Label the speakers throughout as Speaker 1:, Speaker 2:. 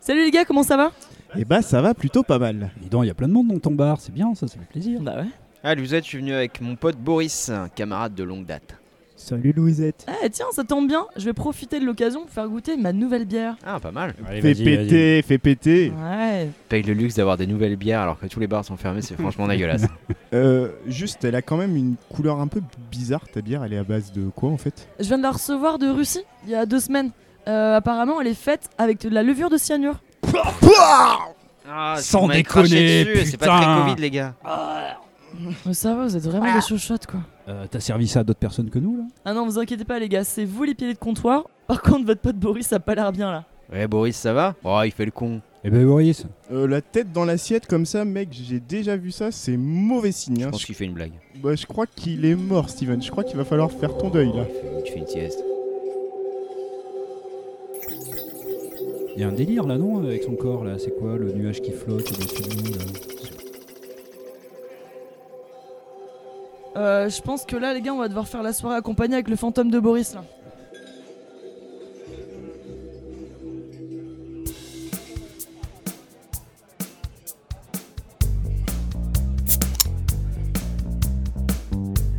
Speaker 1: Salut les gars, comment ça va
Speaker 2: Eh bah ça va plutôt pas mal.
Speaker 3: Dis donc, il y a plein de monde dans ton bar, c'est bien ça, ça fait plaisir.
Speaker 1: Bah ouais.
Speaker 4: Ah, Louisette, je suis venu avec mon pote Boris, un camarade de longue date.
Speaker 2: Salut Louisette.
Speaker 1: Ah tiens, ça tombe bien, je vais profiter de l'occasion pour faire goûter ma nouvelle bière.
Speaker 4: Ah, pas mal.
Speaker 3: Allez,
Speaker 2: Fais
Speaker 3: vas-y, vas-y.
Speaker 2: péter, fais péter.
Speaker 1: Ouais.
Speaker 4: Paye le luxe d'avoir des nouvelles bières alors que tous les bars sont fermés, c'est franchement dégueulasse.
Speaker 2: Euh, juste, elle a quand même une couleur un peu bizarre ta bière. Elle est à base de quoi en fait
Speaker 1: Je viens de la recevoir de Russie il y a deux semaines. Euh, apparemment, elle est faite avec de la levure de cyanure.
Speaker 4: Ah,
Speaker 3: Sans
Speaker 4: on m'avait
Speaker 3: déconner,
Speaker 4: craché dessus, C'est pas
Speaker 3: putain.
Speaker 4: très Covid, les gars.
Speaker 1: Mais ça va, vous êtes vraiment des chouchottes quoi.
Speaker 3: Euh, T'as servi ça à d'autres personnes que nous là
Speaker 1: Ah non, vous inquiétez pas les gars, c'est vous les pieds de comptoir. Par contre, votre pote Boris a pas l'air bien là.
Speaker 4: Ouais, Boris, ça va Oh, il fait le con.
Speaker 3: Eh ben Boris,
Speaker 2: Euh, La tête dans l'assiette comme ça, mec, j'ai déjà vu ça, c'est mauvais signe.
Speaker 4: Je
Speaker 2: hein.
Speaker 4: pense qu'il fait une blague.
Speaker 2: Je, bah, je crois qu'il est mort, Steven. Je crois qu'il va falloir faire ton deuil là.
Speaker 4: Tu fais une sieste.
Speaker 3: il y a un délire là non euh, avec son corps là, c'est quoi le nuage qui flotte au-dessus de nous là
Speaker 1: Euh, je pense que là les gars, on va devoir faire la soirée accompagnée avec le fantôme de Boris là.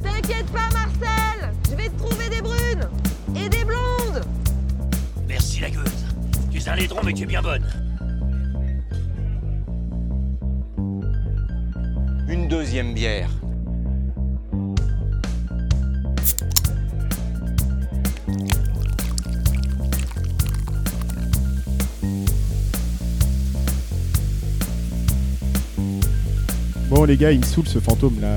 Speaker 5: T'inquiète pas Marcel, je vais te trouver des brunes et des blondes.
Speaker 6: Merci la gueuse. Tu es un laidron mais tu es bien bonne.
Speaker 7: Une deuxième bière.
Speaker 2: Bon les gars, il me saoule ce fantôme là.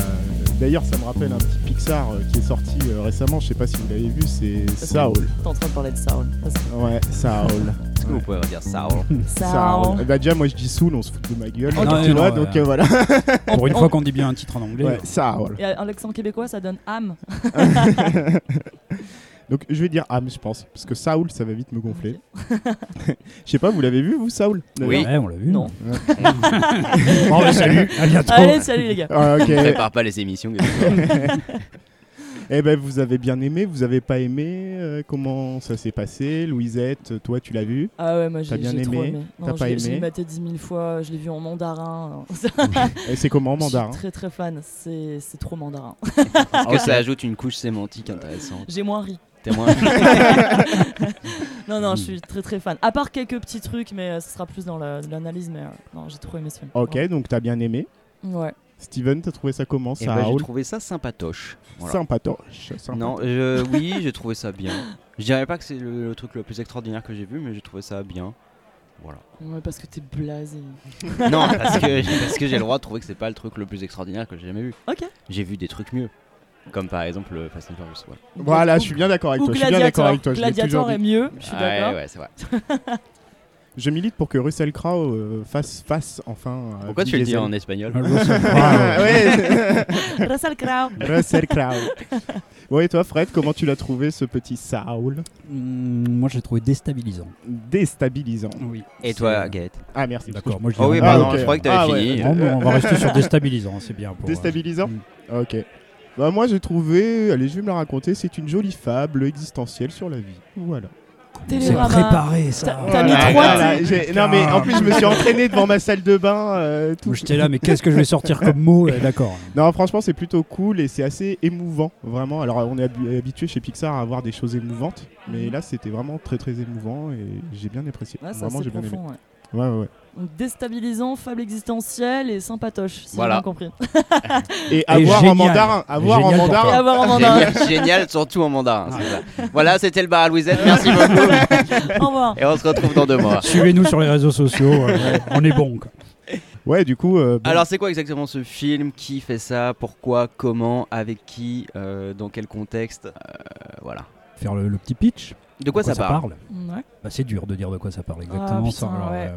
Speaker 2: D'ailleurs, ça me rappelle un petit Pixar euh, qui est sorti euh, récemment. Je sais pas si vous l'avez vu, c'est Saul.
Speaker 1: T'es en train de parler de Saul. Ça, c'est-
Speaker 2: Ouais, Saul.
Speaker 4: Est-ce que vous pouvez redire ça Roland
Speaker 2: Saul. Eh Bah déjà, moi je dis Soul, on se fout de ma gueule.
Speaker 3: Ah,
Speaker 2: tu vois,
Speaker 3: non, non, ouais.
Speaker 2: donc euh, voilà.
Speaker 3: Pour une
Speaker 1: on-
Speaker 3: fois qu'on dit bien un titre en anglais. hein.
Speaker 2: Ouais, Saul.
Speaker 1: Et un accent québécois, ça donne âme.
Speaker 2: Donc je vais dire Ham, je pense, parce que Saul, ça va vite me gonfler. Je sais pas, vous l'avez vu, vous, Saul
Speaker 4: Oui.
Speaker 3: Ouais, on l'a vu.
Speaker 1: Non.
Speaker 2: Bon, bah, salut.
Speaker 3: À bientôt.
Speaker 1: Allez, salut les gars.
Speaker 2: Ah, ok.
Speaker 4: On prépare pas les émissions. gars.
Speaker 2: Eh ben, vous avez bien aimé, vous avez pas aimé. euh, comment ça s'est passé, Louisette Toi, tu l'as vu
Speaker 1: Ah ouais, moi j'ai
Speaker 2: T'as bien
Speaker 1: j'ai trop
Speaker 2: aimé
Speaker 1: aimé.
Speaker 2: T'as
Speaker 1: Non,
Speaker 2: pas
Speaker 1: je l'ai- je
Speaker 2: aimé
Speaker 1: l'ai maté 10 000 fois, je l'ai vu en mandarin.
Speaker 2: Et c'est comment, hein?
Speaker 1: Je
Speaker 2: mandarin
Speaker 1: suis très très fan, c'est c'est trop mandarin.
Speaker 4: Parce que Oh, ça ajoute une couche sémantique intéressante.
Speaker 1: J'ai moins ri.
Speaker 4: Témoin.
Speaker 1: Non, non,
Speaker 2: Hmm.
Speaker 1: je suis très très fan. À part quelques petits trucs, mais euh, ce sera plus dans la- l'analyse. Mais euh, non, j'ai trop aimé ce film.
Speaker 2: Ok, donc t'as bien aimé.
Speaker 1: Ouais.
Speaker 2: Steven, t'as trouvé ça comment,
Speaker 4: Et bah, j'ai
Speaker 2: Saul
Speaker 4: trouvé ça sympatoche. Voilà.
Speaker 2: Sympatoche. sympa.
Speaker 4: Non, je- oui, j'ai trouvé ça bien. Je dirais pas que c'est le, le truc le plus extraordinaire que j'ai vu, mais j'ai trouvé ça bien. Voilà.
Speaker 1: Ouais, parce que t'es blasé.
Speaker 4: Non, parce que, parce que j'ai le droit de trouver que c'est pas le truc le plus extraordinaire que j'ai jamais vu.
Speaker 1: Ok.
Speaker 4: J'ai vu des trucs mieux. Comme par exemple euh, Fast and Furious. ouais.
Speaker 2: Voilà,
Speaker 1: Ou-
Speaker 2: je suis bien d'accord avec
Speaker 1: Ou
Speaker 2: toi. Je suis bien d'accord
Speaker 1: Gladiator.
Speaker 2: avec toi. Je l'ai toujours
Speaker 1: Gladiator
Speaker 2: dit.
Speaker 1: est mieux, je suis
Speaker 4: Ouais,
Speaker 1: d'accord.
Speaker 4: ouais, c'est vrai.
Speaker 2: Je milite pour que Russell Crowe euh, fasse face enfin. à
Speaker 4: Pourquoi
Speaker 2: Vin
Speaker 4: tu le dis
Speaker 2: Diesel.
Speaker 4: en espagnol
Speaker 2: Ah, ouais.
Speaker 1: Russell Crowe.
Speaker 2: Russell Crowe. Bon et toi Fred, comment tu l'as trouvé ce petit Saul
Speaker 3: Hum, moi, je l'ai trouvé déstabilisant.
Speaker 2: Déstabilisant.
Speaker 3: Oui.
Speaker 4: Et toi, Gaët
Speaker 2: Ah merci.
Speaker 3: D'accord, moi je
Speaker 4: Oh oui,
Speaker 3: l'ai-
Speaker 2: bah
Speaker 4: pardon,
Speaker 2: ok.
Speaker 4: je croyais que t'avais
Speaker 2: Ah,
Speaker 4: fini.
Speaker 2: ouais.
Speaker 3: Non, mais on va rester sur déstabilisant, c'est bien. Pour, euh,
Speaker 2: Déstabilisant
Speaker 3: Mm.
Speaker 2: Ok. Bah moi j'ai trouvé, allez je vais me la raconter, c'est une jolie fable existentielle sur la vie. Voilà.
Speaker 3: C'est
Speaker 1: Télérama.
Speaker 3: préparé ça.
Speaker 1: T'as mis
Speaker 2: Voilà,
Speaker 1: trois,
Speaker 2: voilà,
Speaker 1: tu-
Speaker 2: j'ai- Non mais en plus je me suis entraîné devant ma salle de bain. euh, tout.
Speaker 3: Moi, J'étais là, mais qu'est-ce que je vais sortir comme mot Eh, D'accord.
Speaker 2: Non franchement c'est plutôt cool et c'est assez émouvant vraiment. Alors on est habu- habitué chez Pixar à avoir des choses émouvantes, mais là c'était vraiment très très émouvant et j'ai bien apprécié.
Speaker 1: Mhm. Ouais, ça
Speaker 2: vraiment
Speaker 1: c'est
Speaker 2: j'ai bien aimé.
Speaker 1: profond. ouais.
Speaker 2: Ouais ouais. ouais.
Speaker 1: Donc, déstabilisant, fable existentielle et sympatoche, si j'ai
Speaker 4: Voilà.
Speaker 1: bien compris.
Speaker 2: Et avoir en
Speaker 3: génial.
Speaker 2: mandarin, avoir en
Speaker 3: Génial pour
Speaker 1: Et
Speaker 2: mandarin.
Speaker 1: avoir en mandarin.
Speaker 4: Génial, génial, surtout en mandarin. c'est ça. Voilà, c'était le bar à Louisette. Merci beaucoup.
Speaker 1: Au revoir.
Speaker 4: Et on se retrouve dans deux mois.
Speaker 3: Suivez-nous sur les réseaux sociaux, euh, on est bon. quoi.
Speaker 2: Ouais, du coup. euh, bon.
Speaker 4: Alors, c'est quoi exactement ce film Qui fait ça Pourquoi Comment Avec qui Euh, Dans quel contexte Euh, Voilà.
Speaker 3: Faire le, le petit pitch.
Speaker 4: De quoi, ça, parle
Speaker 1: Ouais.
Speaker 3: Bah, c'est dur de dire de quoi ça parle exactement.
Speaker 1: Ah, putain,
Speaker 3: sans-
Speaker 1: ouais.
Speaker 3: euh,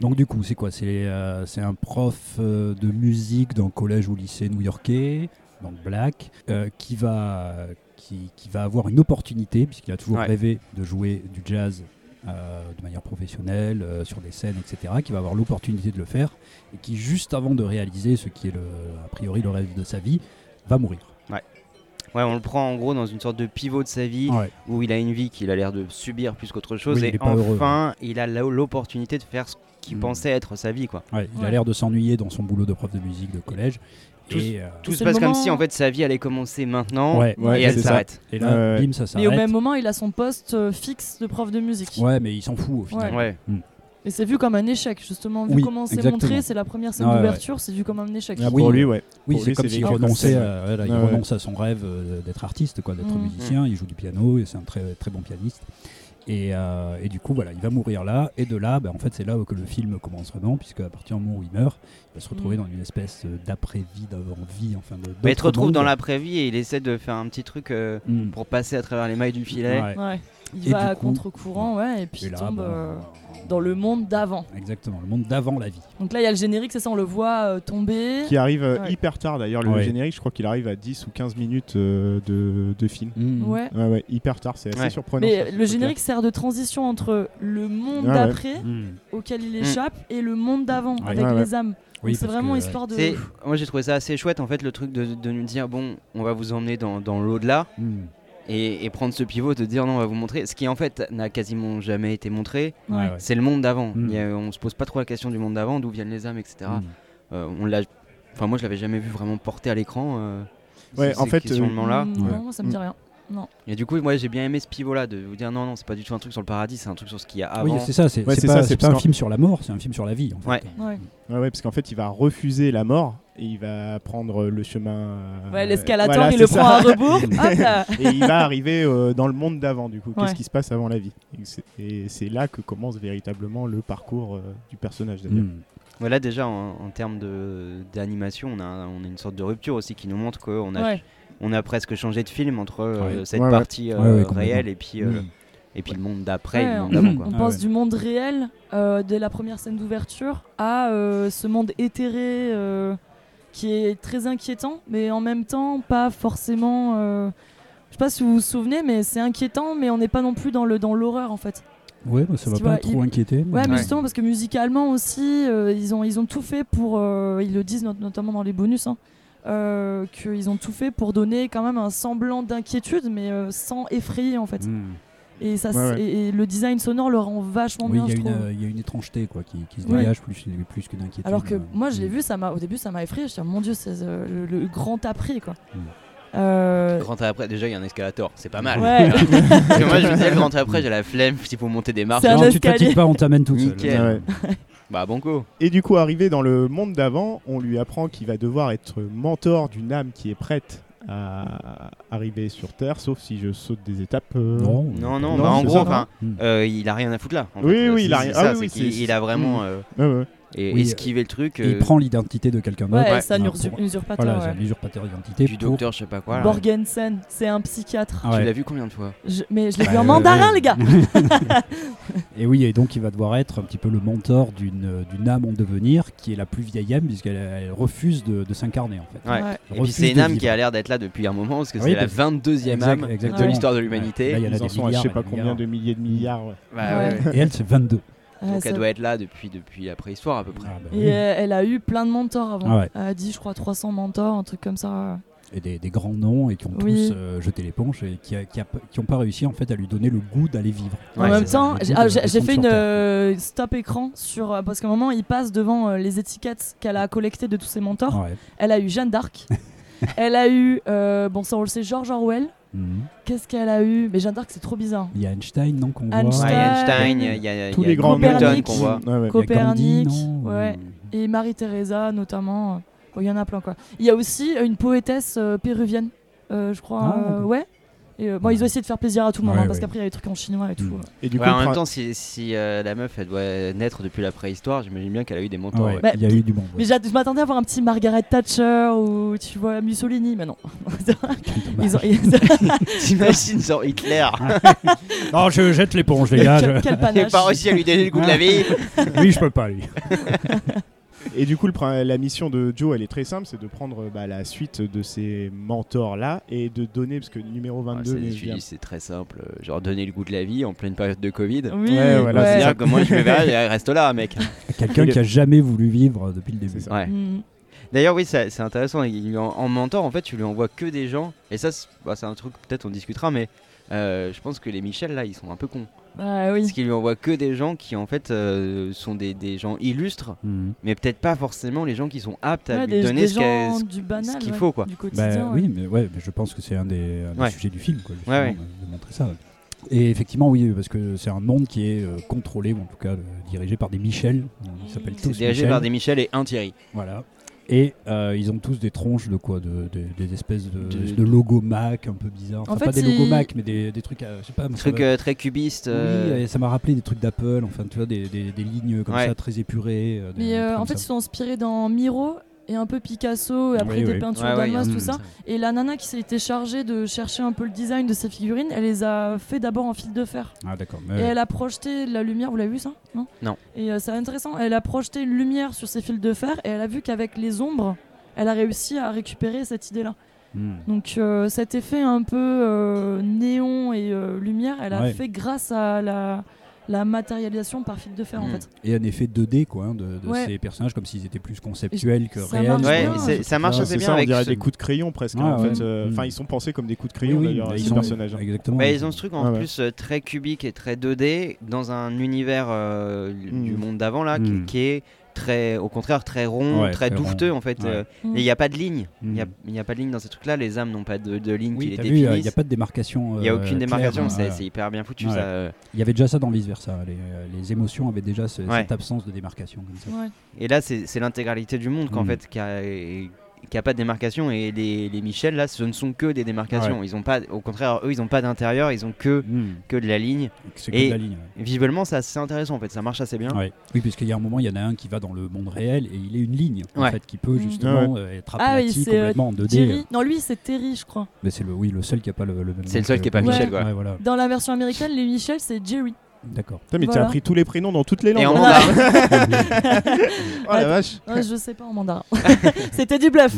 Speaker 3: donc du coup, c'est quoi C'est euh, c'est un prof euh, de musique d'un collège ou lycée new-yorkais, donc black, euh, qui va qui, qui va avoir une opportunité puisqu'il a toujours
Speaker 4: Ouais.
Speaker 3: rêvé de jouer du jazz. euh, de manière professionnelle, euh, sur des scènes, etc., qui va avoir l'opportunité de le faire, et qui, juste avant de réaliser ce qui est le, a priori le rêve de sa vie, va mourir.
Speaker 4: Ouais. Ouais, on le prend en gros dans une sorte de pivot de sa vie
Speaker 3: Ouais.
Speaker 4: où il a une vie qu'il a l'air de subir plus qu'autre chose
Speaker 3: Oui, il
Speaker 4: et
Speaker 3: est pas heureux,
Speaker 4: enfin il a la- l'opportunité de faire ce qu'il
Speaker 3: Mm.
Speaker 4: pensait être sa vie quoi.
Speaker 3: Ouais, Il
Speaker 1: Ouais.
Speaker 3: a l'air de s'ennuyer dans son boulot de prof de musique de collège.
Speaker 4: Tous-
Speaker 3: et, euh,
Speaker 4: Tout
Speaker 1: C'est
Speaker 4: se
Speaker 1: le
Speaker 4: passe comme
Speaker 1: moment- hein.
Speaker 4: si en fait sa vie allait commencer maintenant
Speaker 3: Ouais,
Speaker 2: ouais,
Speaker 4: et elle
Speaker 2: c'est ça.
Speaker 4: s'arrête.
Speaker 3: et là,
Speaker 2: Ouais, ouais.
Speaker 3: bim, ça
Speaker 1: Mais au même
Speaker 3: s'arrête.
Speaker 1: moment, il a son poste euh, fixe de prof de musique.
Speaker 3: Ouais, mais il s'en fout au final.
Speaker 1: Ouais.
Speaker 4: Ouais.
Speaker 1: Et c'est vu comme un échec, justement. Vu
Speaker 3: Oui,
Speaker 1: comment c'est
Speaker 3: exactement. Ah
Speaker 1: montré, c'est la première scène
Speaker 3: Ouais, ouais.
Speaker 1: d'ouverture, c'est vu comme un échec.
Speaker 3: Ah,
Speaker 2: oui, pour
Speaker 3: oui.
Speaker 2: lui, ouais.
Speaker 3: Oui,
Speaker 2: Pour
Speaker 3: c'est
Speaker 2: lui,
Speaker 3: comme
Speaker 2: c'est
Speaker 3: s'il
Speaker 2: vécu comme
Speaker 3: renonçait,
Speaker 2: ça.
Speaker 3: à, voilà, il
Speaker 2: Ouais, ouais.
Speaker 3: renonce à son rêve euh, d'être artiste, quoi, d'être
Speaker 1: Mm.
Speaker 3: musicien. Il joue du piano et c'est un très très bon pianiste. Et, euh, et du coup, voilà, il va mourir là. Et de là, bah, en fait, c'est là que le film commence vraiment, puisque à partir du moment où il meurt, il va se retrouver
Speaker 1: Mm.
Speaker 3: dans une espèce euh, d'après-vie, d'avant-vie, enfin de.
Speaker 4: Mais il
Speaker 3: d'autres
Speaker 4: te retrouve dans
Speaker 3: mondes.
Speaker 4: l'après-vie et il essaie de faire un petit truc euh,
Speaker 3: Mm.
Speaker 4: pour passer à travers les mailles du filet.
Speaker 3: Ouais.
Speaker 1: Ouais. Il
Speaker 3: Et
Speaker 1: va
Speaker 3: du
Speaker 1: à
Speaker 3: coup-
Speaker 1: contre-courant, ouais, et puis
Speaker 3: Et
Speaker 1: il
Speaker 3: là, bah,
Speaker 1: tombe
Speaker 3: bon,
Speaker 1: euh, dans le monde d'avant.
Speaker 3: Exactement, le monde d'avant la vie.
Speaker 1: Donc là, il y a le générique, c'est ça, on le voit euh, tomber.
Speaker 2: Qui arrive euh,
Speaker 1: Ouais.
Speaker 2: hyper tard d'ailleurs, le
Speaker 3: Ouais.
Speaker 2: générique, je crois qu'il arrive à 10 ou 15 minutes euh, de, de film.
Speaker 1: Mm.
Speaker 3: Mm.
Speaker 1: Ouais.
Speaker 2: Ouais, ouais, hyper tard, c'est assez
Speaker 4: Ouais.
Speaker 2: surprenant.
Speaker 1: Mais
Speaker 2: ça.
Speaker 1: le générique sert de transition entre le monde
Speaker 2: Ouais, ouais.
Speaker 1: d'après,
Speaker 3: Mm.
Speaker 1: auquel il échappe, et le monde d'avant,
Speaker 3: Ouais.
Speaker 1: avec
Speaker 2: Ouais, ouais.
Speaker 1: les âmes.
Speaker 3: Oui,
Speaker 1: Donc c'est
Speaker 3: parce
Speaker 1: vraiment
Speaker 3: que,
Speaker 1: histoire de.
Speaker 4: C'est- Moi j'ai trouvé ça assez chouette en fait le truc de, de nous dire bon on va vous emmener dans, dans l'au-delà
Speaker 3: ouais. Mm.
Speaker 4: et, et prendre ce pivot de dire non on va vous montrer ce qui en fait n'a quasiment jamais été montré
Speaker 1: Ouais.
Speaker 3: Ouais, ouais.
Speaker 4: c'est le monde d'avant.
Speaker 3: Mm.
Speaker 4: Il y a- On se pose pas trop la question du monde d'avant d'où viennent les âmes etc.
Speaker 3: Mm.
Speaker 4: Euh, on l'a enfin moi je l'avais jamais vu vraiment porté à l'écran euh,
Speaker 2: Ouais,
Speaker 4: ces-
Speaker 2: en
Speaker 4: ces
Speaker 2: fait,
Speaker 3: euh,
Speaker 4: questionnements là
Speaker 1: Mm, Non, ça me dit rien.
Speaker 4: et du coup moi j'ai bien aimé ce pivot là de vous dire non non c'est pas du tout un truc sur le paradis c'est un truc sur ce qu'il y a
Speaker 3: Oui,
Speaker 4: avant
Speaker 3: c'est ça, c'est
Speaker 2: Ouais,
Speaker 3: c'est
Speaker 2: c'est
Speaker 3: pas,
Speaker 2: ça,
Speaker 3: c'est
Speaker 2: c'est
Speaker 3: pas un
Speaker 2: parce qu'en-
Speaker 3: film sur la mort, c'est un film sur la vie. En fait.
Speaker 4: Ouais.
Speaker 1: Ouais.
Speaker 2: Ouais, ouais, parce qu'en fait, il va refuser la mort et il va prendre le chemin. euh,
Speaker 1: Ouais, l'escalator,
Speaker 2: voilà,
Speaker 1: il le
Speaker 2: c'est
Speaker 1: prend
Speaker 2: ça.
Speaker 1: à rebours. Hop là.
Speaker 2: et il va arriver euh, dans le monde d'avant, du coup.
Speaker 1: Ouais.
Speaker 2: Qu'est-ce qui se passe avant la vie Et c'est- Et c'est là que commence véritablement le parcours euh, du personnage, d'ailleurs.
Speaker 3: Mm.
Speaker 4: voilà déjà en, en termes de d'animation on a on a une sorte de rupture aussi qui nous montre qu'on a
Speaker 1: Ouais.
Speaker 4: on a presque changé de film entre euh,
Speaker 3: Ouais.
Speaker 4: cette
Speaker 2: Ouais, ouais.
Speaker 4: partie euh,
Speaker 3: Ouais, ouais, complètement.
Speaker 4: réelle et puis euh,
Speaker 3: Mm.
Speaker 4: et puis le monde
Speaker 1: Ouais,
Speaker 4: d'après et le monde d'avant quoi.
Speaker 1: On
Speaker 3: Ah
Speaker 1: pense
Speaker 3: ouais.
Speaker 1: du monde réel, euh, dès la première scène d'ouverture, à euh, ce monde éthéré euh, qui est très inquiétant, mais en même temps pas forcément. euh, Je sais pas si vous vous souvenez, mais c'est inquiétant, mais on n'est pas non plus dans le dans l'horreur en fait.
Speaker 3: Ouais, bah, ça va
Speaker 1: Tu
Speaker 3: pas
Speaker 1: vois,
Speaker 3: trop
Speaker 1: il-
Speaker 3: inquiéter.
Speaker 1: Ouais, mais
Speaker 4: Ouais.
Speaker 1: justement parce que musicalement aussi, euh, ils ont ils ont tout fait pour. euh, ils le disent not- notamment dans les bonus. Hein. euh, qu'ils ont tout fait pour donner quand même un semblant d'inquiétude, mais euh, sans effrayer en fait.
Speaker 3: Mm.
Speaker 1: Et, ça,
Speaker 2: Ouais,
Speaker 1: c'est-
Speaker 2: ouais.
Speaker 1: et, et le design sonore le rend vachement
Speaker 3: Oui,
Speaker 1: bien,
Speaker 3: il y, a
Speaker 1: je
Speaker 3: une,
Speaker 1: trouve.
Speaker 3: euh, il y a une étrangeté quoi, qui, qui se
Speaker 1: Ouais.
Speaker 3: dégage plus, plus qu'une inquiétude.
Speaker 1: Alors que
Speaker 3: euh,
Speaker 1: moi, je l'ai
Speaker 3: mm.
Speaker 1: vu, ça m'a au début, ça m'a effrayé. Je me suis dit, mon Dieu, c'est euh, le, le grand après, quoi.
Speaker 3: Mm.
Speaker 1: Euh,
Speaker 4: Grand après, déjà il y a un escalator, c'est pas mal.
Speaker 1: Ouais,
Speaker 4: Parce que moi je me disais le grand après, j'ai la flemme, s'il faut monter des marches,
Speaker 1: C'est un
Speaker 3: Non, tu te
Speaker 1: escalier.
Speaker 3: fatigues pas, on t'amène tout seul.
Speaker 4: Nickel.
Speaker 2: Ouais.
Speaker 4: bah banco.
Speaker 2: Et du coup, arrivé dans le monde d'avant, on lui apprend qu'il va devoir être mentor d'une âme qui est prête à arriver sur Terre, sauf si je saute des étapes. euh,
Speaker 3: Non,
Speaker 4: Non non,
Speaker 2: Non,
Speaker 4: bah en
Speaker 2: c'est
Speaker 4: gros
Speaker 2: ça.
Speaker 4: enfin,
Speaker 3: Mm.
Speaker 4: euh, il a rien à foutre là. en
Speaker 2: Oui,
Speaker 4: fait.
Speaker 2: oui,
Speaker 4: C'est-
Speaker 2: il a
Speaker 4: c'est
Speaker 2: rien-
Speaker 4: ça,
Speaker 2: ah oui,
Speaker 4: c'est
Speaker 2: oui,
Speaker 4: qu'il-
Speaker 2: c'est-
Speaker 4: il a vraiment
Speaker 2: Mm.
Speaker 4: euh,
Speaker 2: ouais, ouais.
Speaker 4: et-
Speaker 3: Oui,
Speaker 4: esquivé le truc euh,
Speaker 3: Il prend l'identité de quelqu'un d'autre.
Speaker 1: ouais,
Speaker 4: Ouais.
Speaker 1: c'est un
Speaker 3: Ah,
Speaker 1: ursu-
Speaker 3: pour-
Speaker 1: usurpateur.
Speaker 3: Voilà,
Speaker 1: ouais.
Speaker 3: c'est un usurpateur d'identité.
Speaker 4: du
Speaker 3: pour-
Speaker 4: docteur, je sais pas quoi. là.
Speaker 1: Borgensen, c'est un psychiatre.
Speaker 3: Ah
Speaker 4: Tu
Speaker 3: ouais.
Speaker 4: l'as vu combien de fois
Speaker 1: Je- mais je l'ai
Speaker 3: Bah,
Speaker 1: vu en
Speaker 3: euh,
Speaker 1: mandarin,
Speaker 3: ouais.
Speaker 1: les gars.
Speaker 3: Et oui, et donc il va devoir être un petit peu le mentor d'une d'une âme en devenir qui est la plus vieille âme puisqu'elle elle refuse de, de s'incarner en fait.
Speaker 4: Ouais.
Speaker 1: Ouais.
Speaker 3: Elle
Speaker 4: Et puis
Speaker 3: refuse
Speaker 4: c'est une
Speaker 3: de
Speaker 4: âme
Speaker 3: vivre.
Speaker 4: qui a l'air d'être là depuis un moment parce que
Speaker 3: Ah
Speaker 4: c'est
Speaker 3: oui,
Speaker 4: la
Speaker 3: parce-
Speaker 4: 22e
Speaker 3: Exact-
Speaker 4: âme de
Speaker 3: exactement.
Speaker 4: l'histoire de
Speaker 3: Ouais. Là, il y
Speaker 4: l'humanité.
Speaker 3: en a
Speaker 2: Ils en
Speaker 3: des
Speaker 2: sont à je sais
Speaker 3: milliards,
Speaker 2: pas
Speaker 3: des
Speaker 2: combien
Speaker 3: milliards.
Speaker 2: de milliers de milliards. ouais.
Speaker 4: Bah,
Speaker 1: Ouais.
Speaker 4: ouais.
Speaker 3: Et elle, c'est 22.
Speaker 1: Ouais,
Speaker 4: Donc
Speaker 1: Ah, ça-
Speaker 4: elle doit être là depuis depuis la préhistoire à peu près.
Speaker 3: Ah bah oui.
Speaker 1: Et euh, elle a eu plein de mentors avant.
Speaker 3: Ah ouais.
Speaker 1: Elle a dit, je crois, 300 mentors, un truc comme ça.
Speaker 3: et des, des grands noms et qui ont
Speaker 1: Oui.
Speaker 3: tous euh, jeté l'éponge et qui, a- qui, a- qui ont pas réussi en fait à lui donner le goût d'aller vivre.
Speaker 1: en
Speaker 4: Ouais,
Speaker 1: même
Speaker 4: c'est
Speaker 1: temps,
Speaker 3: ça.
Speaker 1: j'ai ah,
Speaker 3: Le
Speaker 1: j'ai-
Speaker 3: compte
Speaker 1: j'ai fait
Speaker 3: sur
Speaker 1: une
Speaker 3: Terre.
Speaker 1: euh, stop écran sur euh, parce qu'à un moment, il passe devant euh, les étiquettes qu'elle a collectées de tous ses mentors.
Speaker 3: Ouais.
Speaker 1: Elle a eu Jeanne d'Arc. elle a eu, euh, bon, ça on le sait, George Orwell.
Speaker 3: Mhm.
Speaker 1: Qu'est-ce qu'elle a eu Mais Jeanne d'Arc, c'est trop bizarre.
Speaker 3: Il y a Einstein, non qu'on voit.
Speaker 1: Einstein.
Speaker 4: Ouais, il y a Einstein, il y a- il y a, il y a Newton
Speaker 1: Copernic.
Speaker 4: qu'on voit.
Speaker 2: Ouais, ouais.
Speaker 1: Co- Copernic,
Speaker 3: Il y a Gandhi, non euh.
Speaker 1: ouais. Et Marie-Thérésa, notamment. Bon, Il y en a plein, quoi. Il y a aussi une poétesse euh, péruvienne, euh, je crois.
Speaker 3: Ah,
Speaker 1: euh,
Speaker 3: d'accord.
Speaker 1: ouais. Et, euh, bon, ils ont essayé de faire plaisir à tout le monde,
Speaker 3: Ouais,
Speaker 1: hein, parce
Speaker 3: ouais.
Speaker 1: qu'après, il y a des trucs en chinois et tout.
Speaker 3: Mm.
Speaker 1: euh.
Speaker 2: Et du coup,
Speaker 4: Ouais,
Speaker 2: il
Speaker 4: Bah, en
Speaker 2: prend-
Speaker 4: même temps, si, si, euh, la meuf elle doit naître depuis la préhistoire, j'imagine bien qu'elle a eu des
Speaker 3: Ah
Speaker 4: mentors.
Speaker 3: ouais,
Speaker 4: ouais.
Speaker 1: Bah,
Speaker 3: il y a eu du monde.
Speaker 1: Mais
Speaker 3: ouais.
Speaker 1: j'a- je m'attendais à voir un petit Margaret Thatcher ou, tu vois, Mussolini, mais non. Ils ont- ils-
Speaker 4: T'imagines genre Hitler
Speaker 3: Non, je jette l'éponge, les gars.
Speaker 1: quel,
Speaker 3: je-
Speaker 1: quel
Speaker 4: J'ai
Speaker 1: panache.
Speaker 4: pas réussi à lui donner le goût de la vie.
Speaker 3: Lui, je peux pas, lui.
Speaker 2: Et du coup, le prin- la mission de Joe, elle est très simple, c'est de prendre bah, la suite de ces mentors-là et de donner, parce que numéro
Speaker 4: Ouais,
Speaker 2: 22...
Speaker 4: c'est-
Speaker 2: mais
Speaker 4: je lui dis, c'est très simple, euh, genre donner le goût de la vie en pleine période de Covid.
Speaker 1: Oui,
Speaker 2: Ouais, voilà,
Speaker 1: ouais.
Speaker 2: c'est
Speaker 4: C'est-à-dire que moi je me verrai, reste là, mec.
Speaker 3: Quelqu'un qui a jamais voulu vivre depuis le début.
Speaker 2: C'est ça.
Speaker 4: Ouais.
Speaker 1: Mm.
Speaker 4: D'ailleurs, oui, ça- c'est intéressant. il lui en, en mentor, en fait, tu lui envoies que des gens. Et ça, c'est bah, c'est un truc, peut-être on discutera, mais euh, je pense que les Michel, là, ils sont un peu cons.
Speaker 1: Ah oui.
Speaker 4: Parce qu'il lui envoie que des gens qui, en fait, euh, sont des, des gens illustres,
Speaker 3: Mhm.
Speaker 4: mais peut-être pas forcément les gens qui sont aptes à
Speaker 1: Ouais,
Speaker 4: lui
Speaker 1: des,
Speaker 4: donner
Speaker 1: des
Speaker 4: ce qu'elle-
Speaker 1: gens
Speaker 4: ce-
Speaker 1: du banal,
Speaker 4: qu'il
Speaker 1: ouais,
Speaker 4: faut, quoi.
Speaker 1: du
Speaker 3: Bah,
Speaker 1: quotidien. ouais.
Speaker 3: Oui, mais, ouais, mais je pense que c'est un des, un des
Speaker 4: Ouais.
Speaker 3: sujets du film, quoi,
Speaker 4: Ouais,
Speaker 3: justement, euh, de montrer ça. Et effectivement, oui, parce que c'est un monde qui est euh, contrôlé, ou en tout cas euh, dirigé par des Michel. Ils s'appellent tous
Speaker 4: C'est dirigé
Speaker 3: Michel.
Speaker 4: par des Michel et un Thierry.
Speaker 3: Voilà. Et euh, ils ont tous des tronches de quoi de, de- Des espèces de,
Speaker 4: De-
Speaker 3: de logos Mac un peu bizarres.
Speaker 1: En
Speaker 3: Enfin,
Speaker 1: fait,
Speaker 3: pas des logos
Speaker 1: ils-
Speaker 3: Mac, mais des, des trucs. à- je sais pas, moi, ça
Speaker 4: Truc
Speaker 3: va-
Speaker 4: euh, très cubiste. euh,
Speaker 3: Oui, et ça m'a rappelé des trucs d'Apple, enfin, tu vois, des, des- des lignes comme
Speaker 4: Ouais.
Speaker 3: ça, très épurées. euh, des- des
Speaker 1: Mais euh,
Speaker 3: trucs
Speaker 1: en
Speaker 3: comme
Speaker 1: fait, ils
Speaker 3: ça.
Speaker 1: sont inspirés dans Miro et un peu Picasso, et après
Speaker 3: Oui,
Speaker 1: des
Speaker 3: oui.
Speaker 1: peintures
Speaker 4: Ouais, ouais,
Speaker 1: danoises,
Speaker 4: y a-
Speaker 1: tout ça. Et la nana qui s'est été chargée de chercher un peu le design de ces figurines, elle les a fait d'abord en fil de fer.
Speaker 3: Ah, d'accord.
Speaker 1: Et
Speaker 3: mais-
Speaker 1: elle a projeté de la lumière, vous l'avez vu ça Non
Speaker 4: Non.
Speaker 1: Et euh, c'est intéressant, elle a projeté une lumière sur ces fils de fer et elle a vu qu'avec les ombres, elle a réussi à récupérer cette idée-là.
Speaker 3: Hmm.
Speaker 1: Donc euh, cet effet un peu euh, néon et euh, lumière, elle a
Speaker 3: Ouais.
Speaker 1: fait grâce à la, la matérialisation par fil de fer en
Speaker 4: Mm.
Speaker 1: fait.
Speaker 3: Et un effet 2D, quoi, hein, de, de
Speaker 1: Ouais.
Speaker 3: ces personnages, comme s'ils étaient plus conceptuels que
Speaker 1: ça
Speaker 3: réels.
Speaker 1: marche
Speaker 4: Ouais,
Speaker 1: bien,
Speaker 3: quoi,
Speaker 4: et
Speaker 1: hein,
Speaker 4: c'est-
Speaker 3: ce
Speaker 4: Ah, ça
Speaker 3: truc-là.
Speaker 4: marche assez
Speaker 2: C'est
Speaker 4: bien
Speaker 2: ça, on
Speaker 4: avec
Speaker 2: dirait
Speaker 4: ce-
Speaker 2: des coups de crayon presque.
Speaker 3: Ah,
Speaker 2: en
Speaker 3: ouais.
Speaker 2: fait, euh,
Speaker 3: Mm.
Speaker 2: enfin, ils sont pensés comme des coups de
Speaker 3: Oui,
Speaker 2: crayon
Speaker 3: oui,
Speaker 2: d'ailleurs,
Speaker 3: bah,
Speaker 2: ces
Speaker 3: ils ont-
Speaker 2: personnages. hein.
Speaker 3: Exactement.
Speaker 4: Bah, ils ont ce truc en
Speaker 2: Ouais, ouais.
Speaker 4: plus euh, très cubique et très 2D dans un univers euh, l-
Speaker 2: Mm.
Speaker 4: du monde d'avant là qui-
Speaker 3: Mm.
Speaker 4: qui, est très au contraire très rond,
Speaker 3: Ouais,
Speaker 4: très,
Speaker 3: très
Speaker 4: douveteux
Speaker 3: rond.
Speaker 4: en fait.
Speaker 3: Ouais.
Speaker 4: euh,
Speaker 1: Mm.
Speaker 4: et il n'y a pas de ligne, il n'y a,
Speaker 3: Mm.
Speaker 4: il y a pas de ligne dans ces trucs là, les âmes n'ont pas de, de ligne
Speaker 3: Oui,
Speaker 4: qui les
Speaker 3: t'as vu, il
Speaker 4: définissent.
Speaker 3: n'y a pas de démarcation.
Speaker 4: Il n'y a
Speaker 3: euh,
Speaker 4: aucune
Speaker 3: claire,
Speaker 4: démarcation,
Speaker 3: hein,
Speaker 4: c'est
Speaker 3: voilà.
Speaker 4: c'est hyper bien foutu
Speaker 3: Ouais.
Speaker 4: ça. euh.
Speaker 3: Il y avait déjà ça dans Vice Versa. Les, euh, les émotions avaient déjà ce-
Speaker 4: Ouais.
Speaker 3: cette absence de démarcation. Comme ça.
Speaker 1: Ouais.
Speaker 4: Et là c'est c'est l'intégralité du monde qu'en
Speaker 3: Mm.
Speaker 4: fait qui a, qui a pas de démarcation et les, les Michel là ce ne sont que des démarcations. Ils ont pas, au contraire eux ils n'ont pas d'intérieur, ils ont que
Speaker 3: Mm.
Speaker 4: que de la ligne.
Speaker 3: C'est
Speaker 4: Et- hein
Speaker 3: que de la ligne. ouais.
Speaker 4: Visuellement c'est assez intéressant en fait, ça marche assez bien.
Speaker 3: Ouais. Oui, puisqu'il y a un moment, il y en a un qui va dans le monde réel et il est une ligne en
Speaker 4: Ouais.
Speaker 3: fait, qui peut
Speaker 1: Mm.
Speaker 3: justement euh, être
Speaker 1: Ah oui,
Speaker 3: aplatie
Speaker 1: c'est, euh,
Speaker 3: complètement en 2D.
Speaker 1: Thierry, non lui c'est Terry je crois.
Speaker 3: Mais c'est le, oui, le seul qui n'a pas le, le même.
Speaker 4: C'est le
Speaker 3: nom
Speaker 4: seul
Speaker 3: que-
Speaker 4: qui est pas
Speaker 3: que-
Speaker 1: Michel,
Speaker 4: quoi.
Speaker 3: Ouais, voilà.
Speaker 1: Dans la version américaine, les Michel c'est Jerry.
Speaker 3: D'accord.
Speaker 2: Putain, mais
Speaker 1: Voilà.
Speaker 2: t'as appris tous les prénoms dans toutes les
Speaker 4: Et
Speaker 2: langues. hein.
Speaker 4: en
Speaker 1: Voilà.
Speaker 4: mandarin,
Speaker 2: Oh la vache.
Speaker 1: Non, je sais pas en mandarin. C'était du bluff.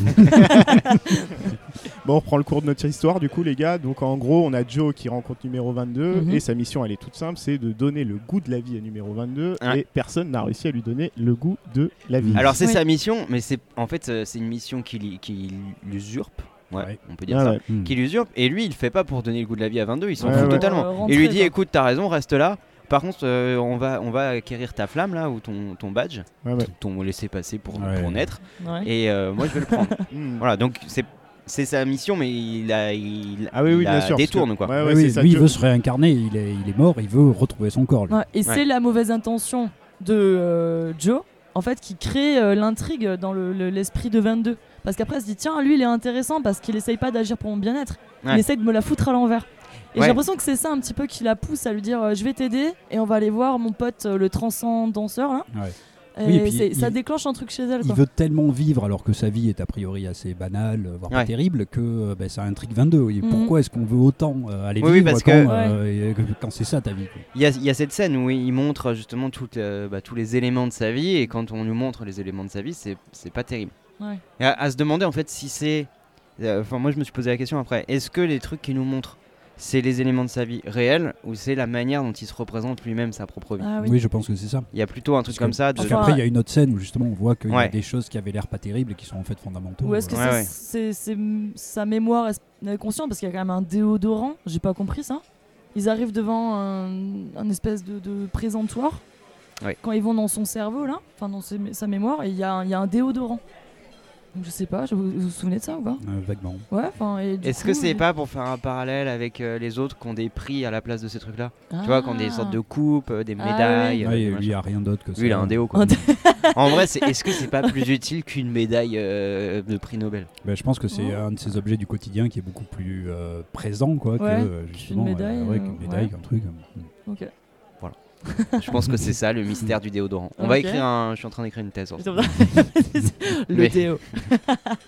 Speaker 2: Bon, on reprend le cours de notre histoire, du coup, les gars. Donc, en gros, on a Joe qui rencontre numéro 22.
Speaker 1: Mhm.
Speaker 2: Et sa mission, elle est toute simple c'est de donner le goût de la vie à numéro 22.
Speaker 4: Ouais.
Speaker 2: Et personne n'a réussi à lui donner le goût de la vie.
Speaker 4: Alors c'est
Speaker 1: Oui.
Speaker 4: sa mission, mais c'est en fait euh, c'est une mission qui, li- qui l'usurpe. Ouais,
Speaker 3: Ouais.
Speaker 4: on peut dire
Speaker 2: Ah
Speaker 4: ça.
Speaker 2: ouais.
Speaker 3: Mm.
Speaker 4: Qui l'usurpe. Et lui, il fait pas pour donner le goût de la vie à 22. Il s'en
Speaker 2: Ouais,
Speaker 4: fout
Speaker 2: ouais.
Speaker 4: totalement.
Speaker 1: Euh,
Speaker 4: Il
Speaker 1: rentrer,
Speaker 4: lui dit,
Speaker 1: quoi.
Speaker 4: écoute, t'as raison, reste là. Par contre, euh, on va on va acquérir ta flamme là ou ton ton badge,
Speaker 2: Ouais, ouais.
Speaker 4: ton laisser passer pour
Speaker 3: Ouais.
Speaker 4: pour naître.
Speaker 1: Ouais.
Speaker 4: Et euh, moi, je vais le prendre.
Speaker 2: Mm.
Speaker 4: voilà. Donc c'est c'est sa mission, mais il a il,
Speaker 2: Ah oui, oui,
Speaker 4: il
Speaker 2: bien
Speaker 4: la
Speaker 2: sûr. parce
Speaker 4: détourne
Speaker 2: que-
Speaker 4: quoi.
Speaker 2: Ah Ouais, ouais,
Speaker 3: Oui,
Speaker 2: c'est ça.
Speaker 3: lui, il
Speaker 2: Joe-
Speaker 3: veut se réincarner, il est, il est mort, il veut retrouver son corps. lui.
Speaker 1: Ouais, et c'est la mauvaise intention de euh, Joe, en fait, qui crée euh, l'intrigue dans le- le- l'esprit de 22. Parce qu'après, elle se dit, tiens, lui, il est intéressant parce qu'il essaye pas d'agir pour mon bien-être. Il
Speaker 4: Ouais.
Speaker 1: essaye de me la foutre à l'envers. Et
Speaker 4: Ouais.
Speaker 1: j'ai l'impression que c'est ça un petit peu qui la pousse à lui dire, euh, je vais t'aider et on va aller voir mon pote, euh, le transcendanceur, là.
Speaker 3: Ouais.
Speaker 1: Et,
Speaker 3: Oui, et puis,
Speaker 1: c'est-
Speaker 3: il-
Speaker 1: ça déclenche un truc chez elle.
Speaker 3: Il
Speaker 1: Quoi.
Speaker 3: veut tellement vivre alors que sa vie est a priori assez banale, voire pas
Speaker 4: Ouais.
Speaker 3: terrible, que euh, bah, ça intrigue 22. Et
Speaker 1: Mhm.
Speaker 3: Pourquoi est-ce qu'on veut autant euh, aller
Speaker 4: Oui, oui,
Speaker 3: vivre
Speaker 4: parce
Speaker 3: quand,
Speaker 4: que-
Speaker 3: euh, et que- quand c'est ça ta vie quoi.
Speaker 4: Il y, a, il y a cette scène où il montre justement tout, euh, bah, tous les éléments de sa vie, et quand on nous montre les éléments de sa vie, c'est c'est pas terrible.
Speaker 1: Ouais.
Speaker 4: Et à, à se demander en fait si c'est. euh, Enfin, moi je me suis posé la question après est-ce que les trucs qu'il nous montre, c'est les éléments de sa vie réels, ou c'est la manière dont il se représente lui-même sa propre vie
Speaker 1: Ah oui.
Speaker 3: oui. je pense que c'est ça.
Speaker 4: Il y a plutôt un truc
Speaker 3: Parce
Speaker 4: comme
Speaker 3: que-
Speaker 4: ça de.
Speaker 3: Parce
Speaker 1: Enfin,
Speaker 3: qu'après, il y a une autre scène où justement on voit qu'il y a
Speaker 4: Ouais.
Speaker 3: des choses qui avaient l'air pas terribles et qui sont en fait fondamentaux. euh,
Speaker 1: Ou est-ce que
Speaker 4: Ouais,
Speaker 1: ça-
Speaker 4: ouais.
Speaker 1: c'est c'est m- sa mémoire est consciente Parce qu'il y a quand même un déodorant, j'ai pas compris ça. Ils arrivent devant un, un espèce de, de présentoir.
Speaker 4: Ouais.
Speaker 1: Quand ils vont dans son cerveau, là, enfin dans ses- sa mémoire, et il y, a un- il y a un déodorant. Donc je sais pas, je- vous vous vous souvenez de ça ou pas
Speaker 3: Euh, vaguement.
Speaker 1: Ouais, enfin. et du
Speaker 4: Est-ce
Speaker 1: coup,
Speaker 4: que c'est
Speaker 1: je-
Speaker 4: pas pour faire un parallèle avec euh, les autres qui ont des prix à la place de ces trucs-là Tu vois, qui ont des
Speaker 1: Ah.
Speaker 4: sortes de coupes, euh, des
Speaker 1: Ah
Speaker 4: médailles.
Speaker 3: Ouais,
Speaker 4: euh, des
Speaker 3: lui, il
Speaker 4: machins.
Speaker 3: a rien d'autre que ça.
Speaker 4: Lui, il a un déo quoi.
Speaker 1: Un dé-
Speaker 4: en vrai, c'est- est-ce que c'est pas plus utile qu'une médaille euh, de prix Nobel
Speaker 3: Bah, je pense que c'est
Speaker 1: Oh.
Speaker 3: un de ces objets du quotidien qui est beaucoup plus euh, présent quoi, que
Speaker 1: Ouais,
Speaker 3: euh, justement
Speaker 1: médaille,
Speaker 3: ouais, qu'une
Speaker 1: euh,
Speaker 3: médaille, qu'un truc. euh,
Speaker 1: Ok.
Speaker 4: Je pense que c'est ça le mystère du déodorant. On va
Speaker 1: Ok.
Speaker 4: écrire un. Je suis en train d'écrire une thèse. hein. en fait.
Speaker 1: Ah. Le
Speaker 4: Mais-
Speaker 1: déo.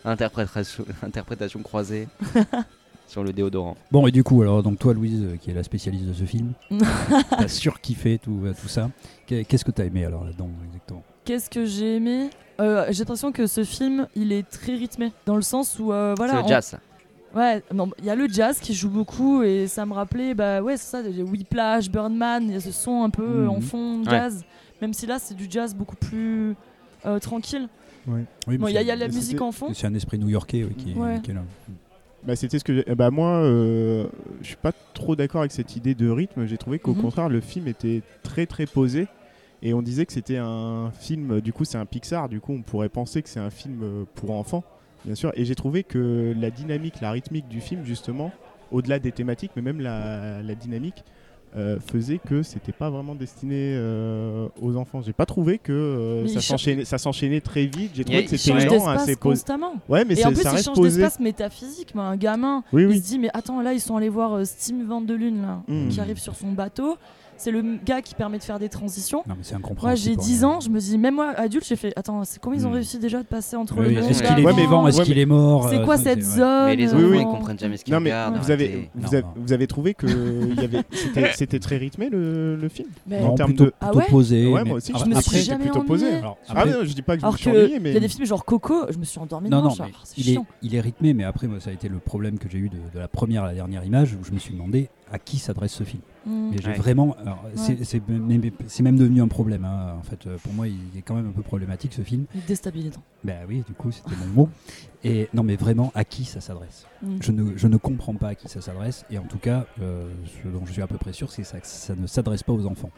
Speaker 4: Interprétation, interprétation croisée sur le déodorant.
Speaker 3: Bon et du coup alors donc toi Louise euh, qui est la spécialiste de ce film, t'as surkiffé tout, euh, tout ça. Qu'est- Qu'est-ce que t'as aimé alors là-dedans exactement
Speaker 1: Qu'est-ce que j'ai aimé Euh, J'ai l'impression que ce film, il est très rythmé. Dans le sens où. euh, voilà,
Speaker 4: c'est le
Speaker 1: on-
Speaker 4: jazz. ça.
Speaker 1: Ouais, non, il y a le jazz qui joue beaucoup et ça me rappelait, bah ouais, c'est ça, j'ai Whiplash, Birdman, il y a ce son un peu euh, en
Speaker 3: Mhm.
Speaker 1: fond
Speaker 4: Ouais.
Speaker 1: jazz. Même si là, c'est du jazz beaucoup plus euh, tranquille.
Speaker 3: Oui,
Speaker 1: Bon,
Speaker 3: mais
Speaker 1: il y, a-
Speaker 3: c'est-
Speaker 1: il y a la
Speaker 2: mais
Speaker 1: musique
Speaker 2: c'était-
Speaker 1: en fond.
Speaker 3: C'est un esprit new-yorkais oui, qui, est-
Speaker 1: Ouais.
Speaker 3: qui est là.
Speaker 2: Bah, c'était ce que j'ai- eh bah, moi euh, je suis pas trop d'accord avec cette idée de rythme j'ai trouvé qu'au
Speaker 1: Mhm.
Speaker 2: contraire le film était très très posé et on disait que c'était un film du coup c'est un Pixar du coup on pourrait penser que c'est un film euh, pour enfants bien sûr et j'ai trouvé que la dynamique la rythmique du film justement au-delà des thématiques mais même la, la dynamique euh, faisait que c'était pas vraiment destiné euh, aux enfants j'ai pas trouvé que euh,
Speaker 1: Mais
Speaker 2: ça
Speaker 1: il cha-
Speaker 2: s'enchaînait ça s'enchaînait très vite j'ai trouvé
Speaker 4: Il
Speaker 2: que
Speaker 1: Il
Speaker 2: c'était
Speaker 1: change
Speaker 2: lent
Speaker 1: d'espace
Speaker 2: assez posé
Speaker 1: constamment.
Speaker 2: ouais mais
Speaker 1: Et en
Speaker 2: c'est-
Speaker 1: plus,
Speaker 2: ça
Speaker 1: il
Speaker 2: reste
Speaker 1: change
Speaker 2: posé
Speaker 1: d'espace métaphysique. mais un gamin,
Speaker 2: oui
Speaker 1: il
Speaker 2: oui
Speaker 1: se dit Mais attends, là, ils sont allés voir euh, Steam 22 Lune, là,
Speaker 2: Mm.
Speaker 1: qui arrive sur son bateau. C'est le m- gars qui permet de faire des transitions.
Speaker 3: Non, mais c'est
Speaker 2: Oh,
Speaker 1: Moi,
Speaker 3: incompréhensible.
Speaker 1: j'ai 10 ans, je me dis, même moi, adulte, j'ai fait Attends, c'est comment ils
Speaker 2: Mhm.
Speaker 1: ont
Speaker 3: Mm.
Speaker 1: réussi déjà de passer entre
Speaker 3: Oui,
Speaker 1: le monde
Speaker 3: Est-ce qu'il est
Speaker 2: Ouais, mais-
Speaker 3: vivant
Speaker 1: d'avant
Speaker 3: Est-ce
Speaker 2: ouais,
Speaker 3: qu'il est mort
Speaker 1: C'est quoi
Speaker 3: Euh, ça,
Speaker 1: cette
Speaker 3: ouais.
Speaker 1: zone
Speaker 4: Mais les
Speaker 1: euh,
Speaker 4: enfants,
Speaker 2: oui.
Speaker 4: ils comprennent jamais ce qu'ils
Speaker 2: Non mais
Speaker 4: regardent.
Speaker 2: vous avez,
Speaker 4: arrêtez.
Speaker 2: vous,
Speaker 3: hein, Non,
Speaker 2: avez,
Speaker 3: non.
Speaker 2: vous avez trouvé que il y avait, c'était, c'était très rythmé le, le film.
Speaker 1: Mais-
Speaker 2: en
Speaker 3: Non,
Speaker 2: termes
Speaker 3: plutôt,
Speaker 2: de-
Speaker 1: Ah
Speaker 3: plutôt
Speaker 1: ouais
Speaker 3: posé.
Speaker 2: Ouais,
Speaker 3: mais-
Speaker 2: moi aussi,
Speaker 1: je me
Speaker 3: Ah,
Speaker 1: suis
Speaker 3: après-
Speaker 2: j'étais
Speaker 1: jamais
Speaker 2: plutôt posé.
Speaker 1: ennuyée.
Speaker 3: Alors,
Speaker 2: ah
Speaker 3: après-
Speaker 2: non, je dis pas que je
Speaker 1: Alors
Speaker 2: me
Speaker 1: que
Speaker 2: suis ennuyé, mais
Speaker 1: il y a des films genre Coco, je me suis endormie
Speaker 3: Non,
Speaker 1: devant,
Speaker 3: non,
Speaker 1: genre,
Speaker 3: mais
Speaker 1: Ah, c'est
Speaker 3: il est,
Speaker 1: chiant.
Speaker 3: il est rythmé, mais après, moi, ça a été le problème que j'ai eu de, de la première à la dernière image où je me suis demandé à qui s'adresse ce film.
Speaker 1: Mm.
Speaker 3: Mais j'ai
Speaker 4: Ouais.
Speaker 3: vraiment. alors, c'est- C'est mais- mais c'est même devenu un problème, hein, en fait. Euh, Pour moi, il est quand même un peu problématique ce film.
Speaker 1: Il est déstabilisant.
Speaker 3: Ben oui, du coup, c'était mon mot. Et non, mais vraiment, à qui ça s'adresse
Speaker 1: Mm.
Speaker 3: je ne, je ne comprends pas à qui ça s'adresse. Et en tout cas, euh, ce dont je suis à peu près sûr, c'est que ça, ça ne s'adresse pas aux enfants.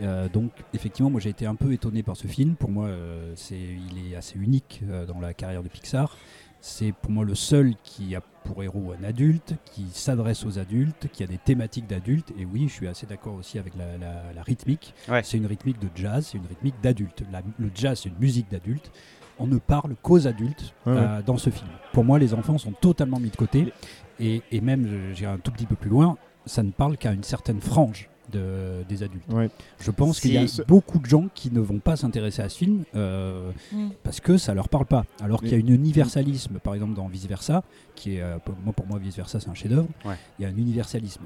Speaker 3: Euh, donc, effectivement, moi j'ai été un peu étonné par ce film. Pour moi, euh, c'est- il est assez unique euh, dans la carrière de Pixar. C'est pour moi le seul qui a pour héros un adulte, qui s'adresse aux adultes, qui a des thématiques d'adultes. Et oui, je suis assez d'accord aussi avec la, la- la rythmique.
Speaker 4: Ouais.
Speaker 3: C'est une rythmique de jazz, c'est une rythmique d'adulte. La- Le jazz, c'est une musique d'adulte. On ne parle qu'aux adultes
Speaker 2: Ouais, ouais.
Speaker 3: euh, dans ce film. Pour moi, les enfants sont totalement mis de côté. Et, et même, euh, j'irai un tout petit peu plus loin, ça ne parle qu'à une certaine frange de- des adultes.
Speaker 2: Ouais.
Speaker 3: Je pense
Speaker 4: Si-
Speaker 3: qu'il y a
Speaker 2: ce-
Speaker 3: beaucoup de gens qui ne vont pas s'intéresser à ce film euh,
Speaker 1: Mm.
Speaker 3: parce que ça leur parle pas. Alors qu'il y a un universalisme, par exemple dans Vice Versa, qui est euh, pour moi, pour moi Vice Versa, c'est un chef-d'œuvre.
Speaker 4: Ouais.
Speaker 3: Il y a un universalisme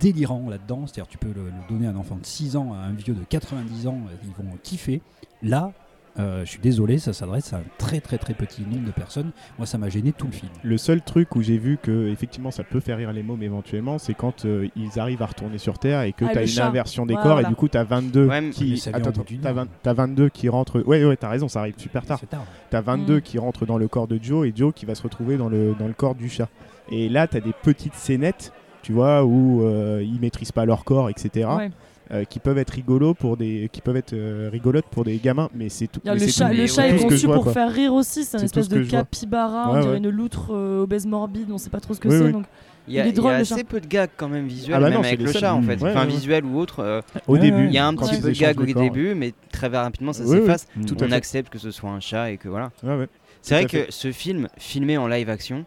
Speaker 3: délirant là-dedans. C'est-à-dire, tu peux le, le donner à un enfant de 6 ans, à un vieux de 90 ans, euh, ils vont kiffer. Là, euh, je suis désolé, ça s'adresse à un très très très petit nombre de personnes. Moi, ça m'a gêné tout le film.
Speaker 2: le seul truc où j'ai vu que effectivement ça peut faire rire les mômes éventuellement, c'est quand euh, ils arrivent à retourner sur Terre et que
Speaker 1: Ah,
Speaker 2: t'as
Speaker 1: le
Speaker 2: une
Speaker 1: chat.
Speaker 2: inversion des
Speaker 1: Ouais,
Speaker 2: corps
Speaker 1: voilà.
Speaker 2: et du coup t'as 22
Speaker 4: Ouais, mais-
Speaker 3: Mais
Speaker 2: qui,
Speaker 3: ça vient
Speaker 2: attends,
Speaker 3: au bout
Speaker 2: attends,
Speaker 3: d'une
Speaker 2: t'as,
Speaker 3: heure.
Speaker 2: 20 t'as 22 qui rentre. Ouais ouais, t'as raison, ça arrive super tard.
Speaker 3: C'est tard.
Speaker 2: T'as 22
Speaker 1: Mm.
Speaker 2: qui rentre dans le corps de Joe et Joe qui va se retrouver dans le, dans le corps du chat. Et là t'as des petites scénettes, tu vois, où euh, ils maîtrisent pas leur corps, etc.
Speaker 1: Ouais.
Speaker 2: euh, qui peuvent être rigolos pour des qui peuvent être euh, rigolotes pour des gamins mais c'est tout
Speaker 1: Il y a
Speaker 2: mais
Speaker 1: le
Speaker 2: c'est
Speaker 1: chat,
Speaker 2: tout-
Speaker 1: le
Speaker 4: mais
Speaker 1: chat
Speaker 4: ouais.
Speaker 1: est
Speaker 2: tout ce que je
Speaker 1: conçu
Speaker 2: vois,
Speaker 1: pour
Speaker 2: quoi.
Speaker 1: faire rire aussi. C'est un
Speaker 2: C'est tout
Speaker 1: espèce
Speaker 2: ce que
Speaker 1: de
Speaker 2: je vois.
Speaker 1: capybara,
Speaker 2: Ouais,
Speaker 1: on dirait
Speaker 2: ouais.
Speaker 1: une loutre euh, obèse morbide, on sait pas trop ce que
Speaker 2: Oui,
Speaker 1: c'est.
Speaker 2: oui.
Speaker 1: donc-
Speaker 4: Il y a,
Speaker 1: Il est
Speaker 4: il y a
Speaker 1: drôle, le
Speaker 4: assez
Speaker 1: chat.
Speaker 4: peu de gags quand même visuels,
Speaker 2: Ah bah
Speaker 4: même
Speaker 2: non, c'est
Speaker 4: avec
Speaker 2: les
Speaker 4: le
Speaker 2: seuls.
Speaker 4: chat en
Speaker 3: Mmh.
Speaker 4: fait.
Speaker 2: Ouais,
Speaker 4: enfin,
Speaker 2: ouais.
Speaker 4: visuel ou autre. euh,
Speaker 2: au
Speaker 3: Ouais,
Speaker 2: début
Speaker 3: ouais.
Speaker 4: il y a un
Speaker 2: quand
Speaker 4: petit
Speaker 2: ils
Speaker 4: peu de
Speaker 2: échangent
Speaker 4: gag au
Speaker 2: les corps,
Speaker 4: début, mais très rapidement ça
Speaker 2: Oui, oui.
Speaker 4: s'efface.
Speaker 3: Mmh.
Speaker 2: Tout à
Speaker 4: On
Speaker 2: fait.
Speaker 4: accepte que ce soit un chat et que voilà.
Speaker 2: ouais, ouais.
Speaker 4: C'est vrai
Speaker 2: à fait.
Speaker 4: que ce film, filmé en live action,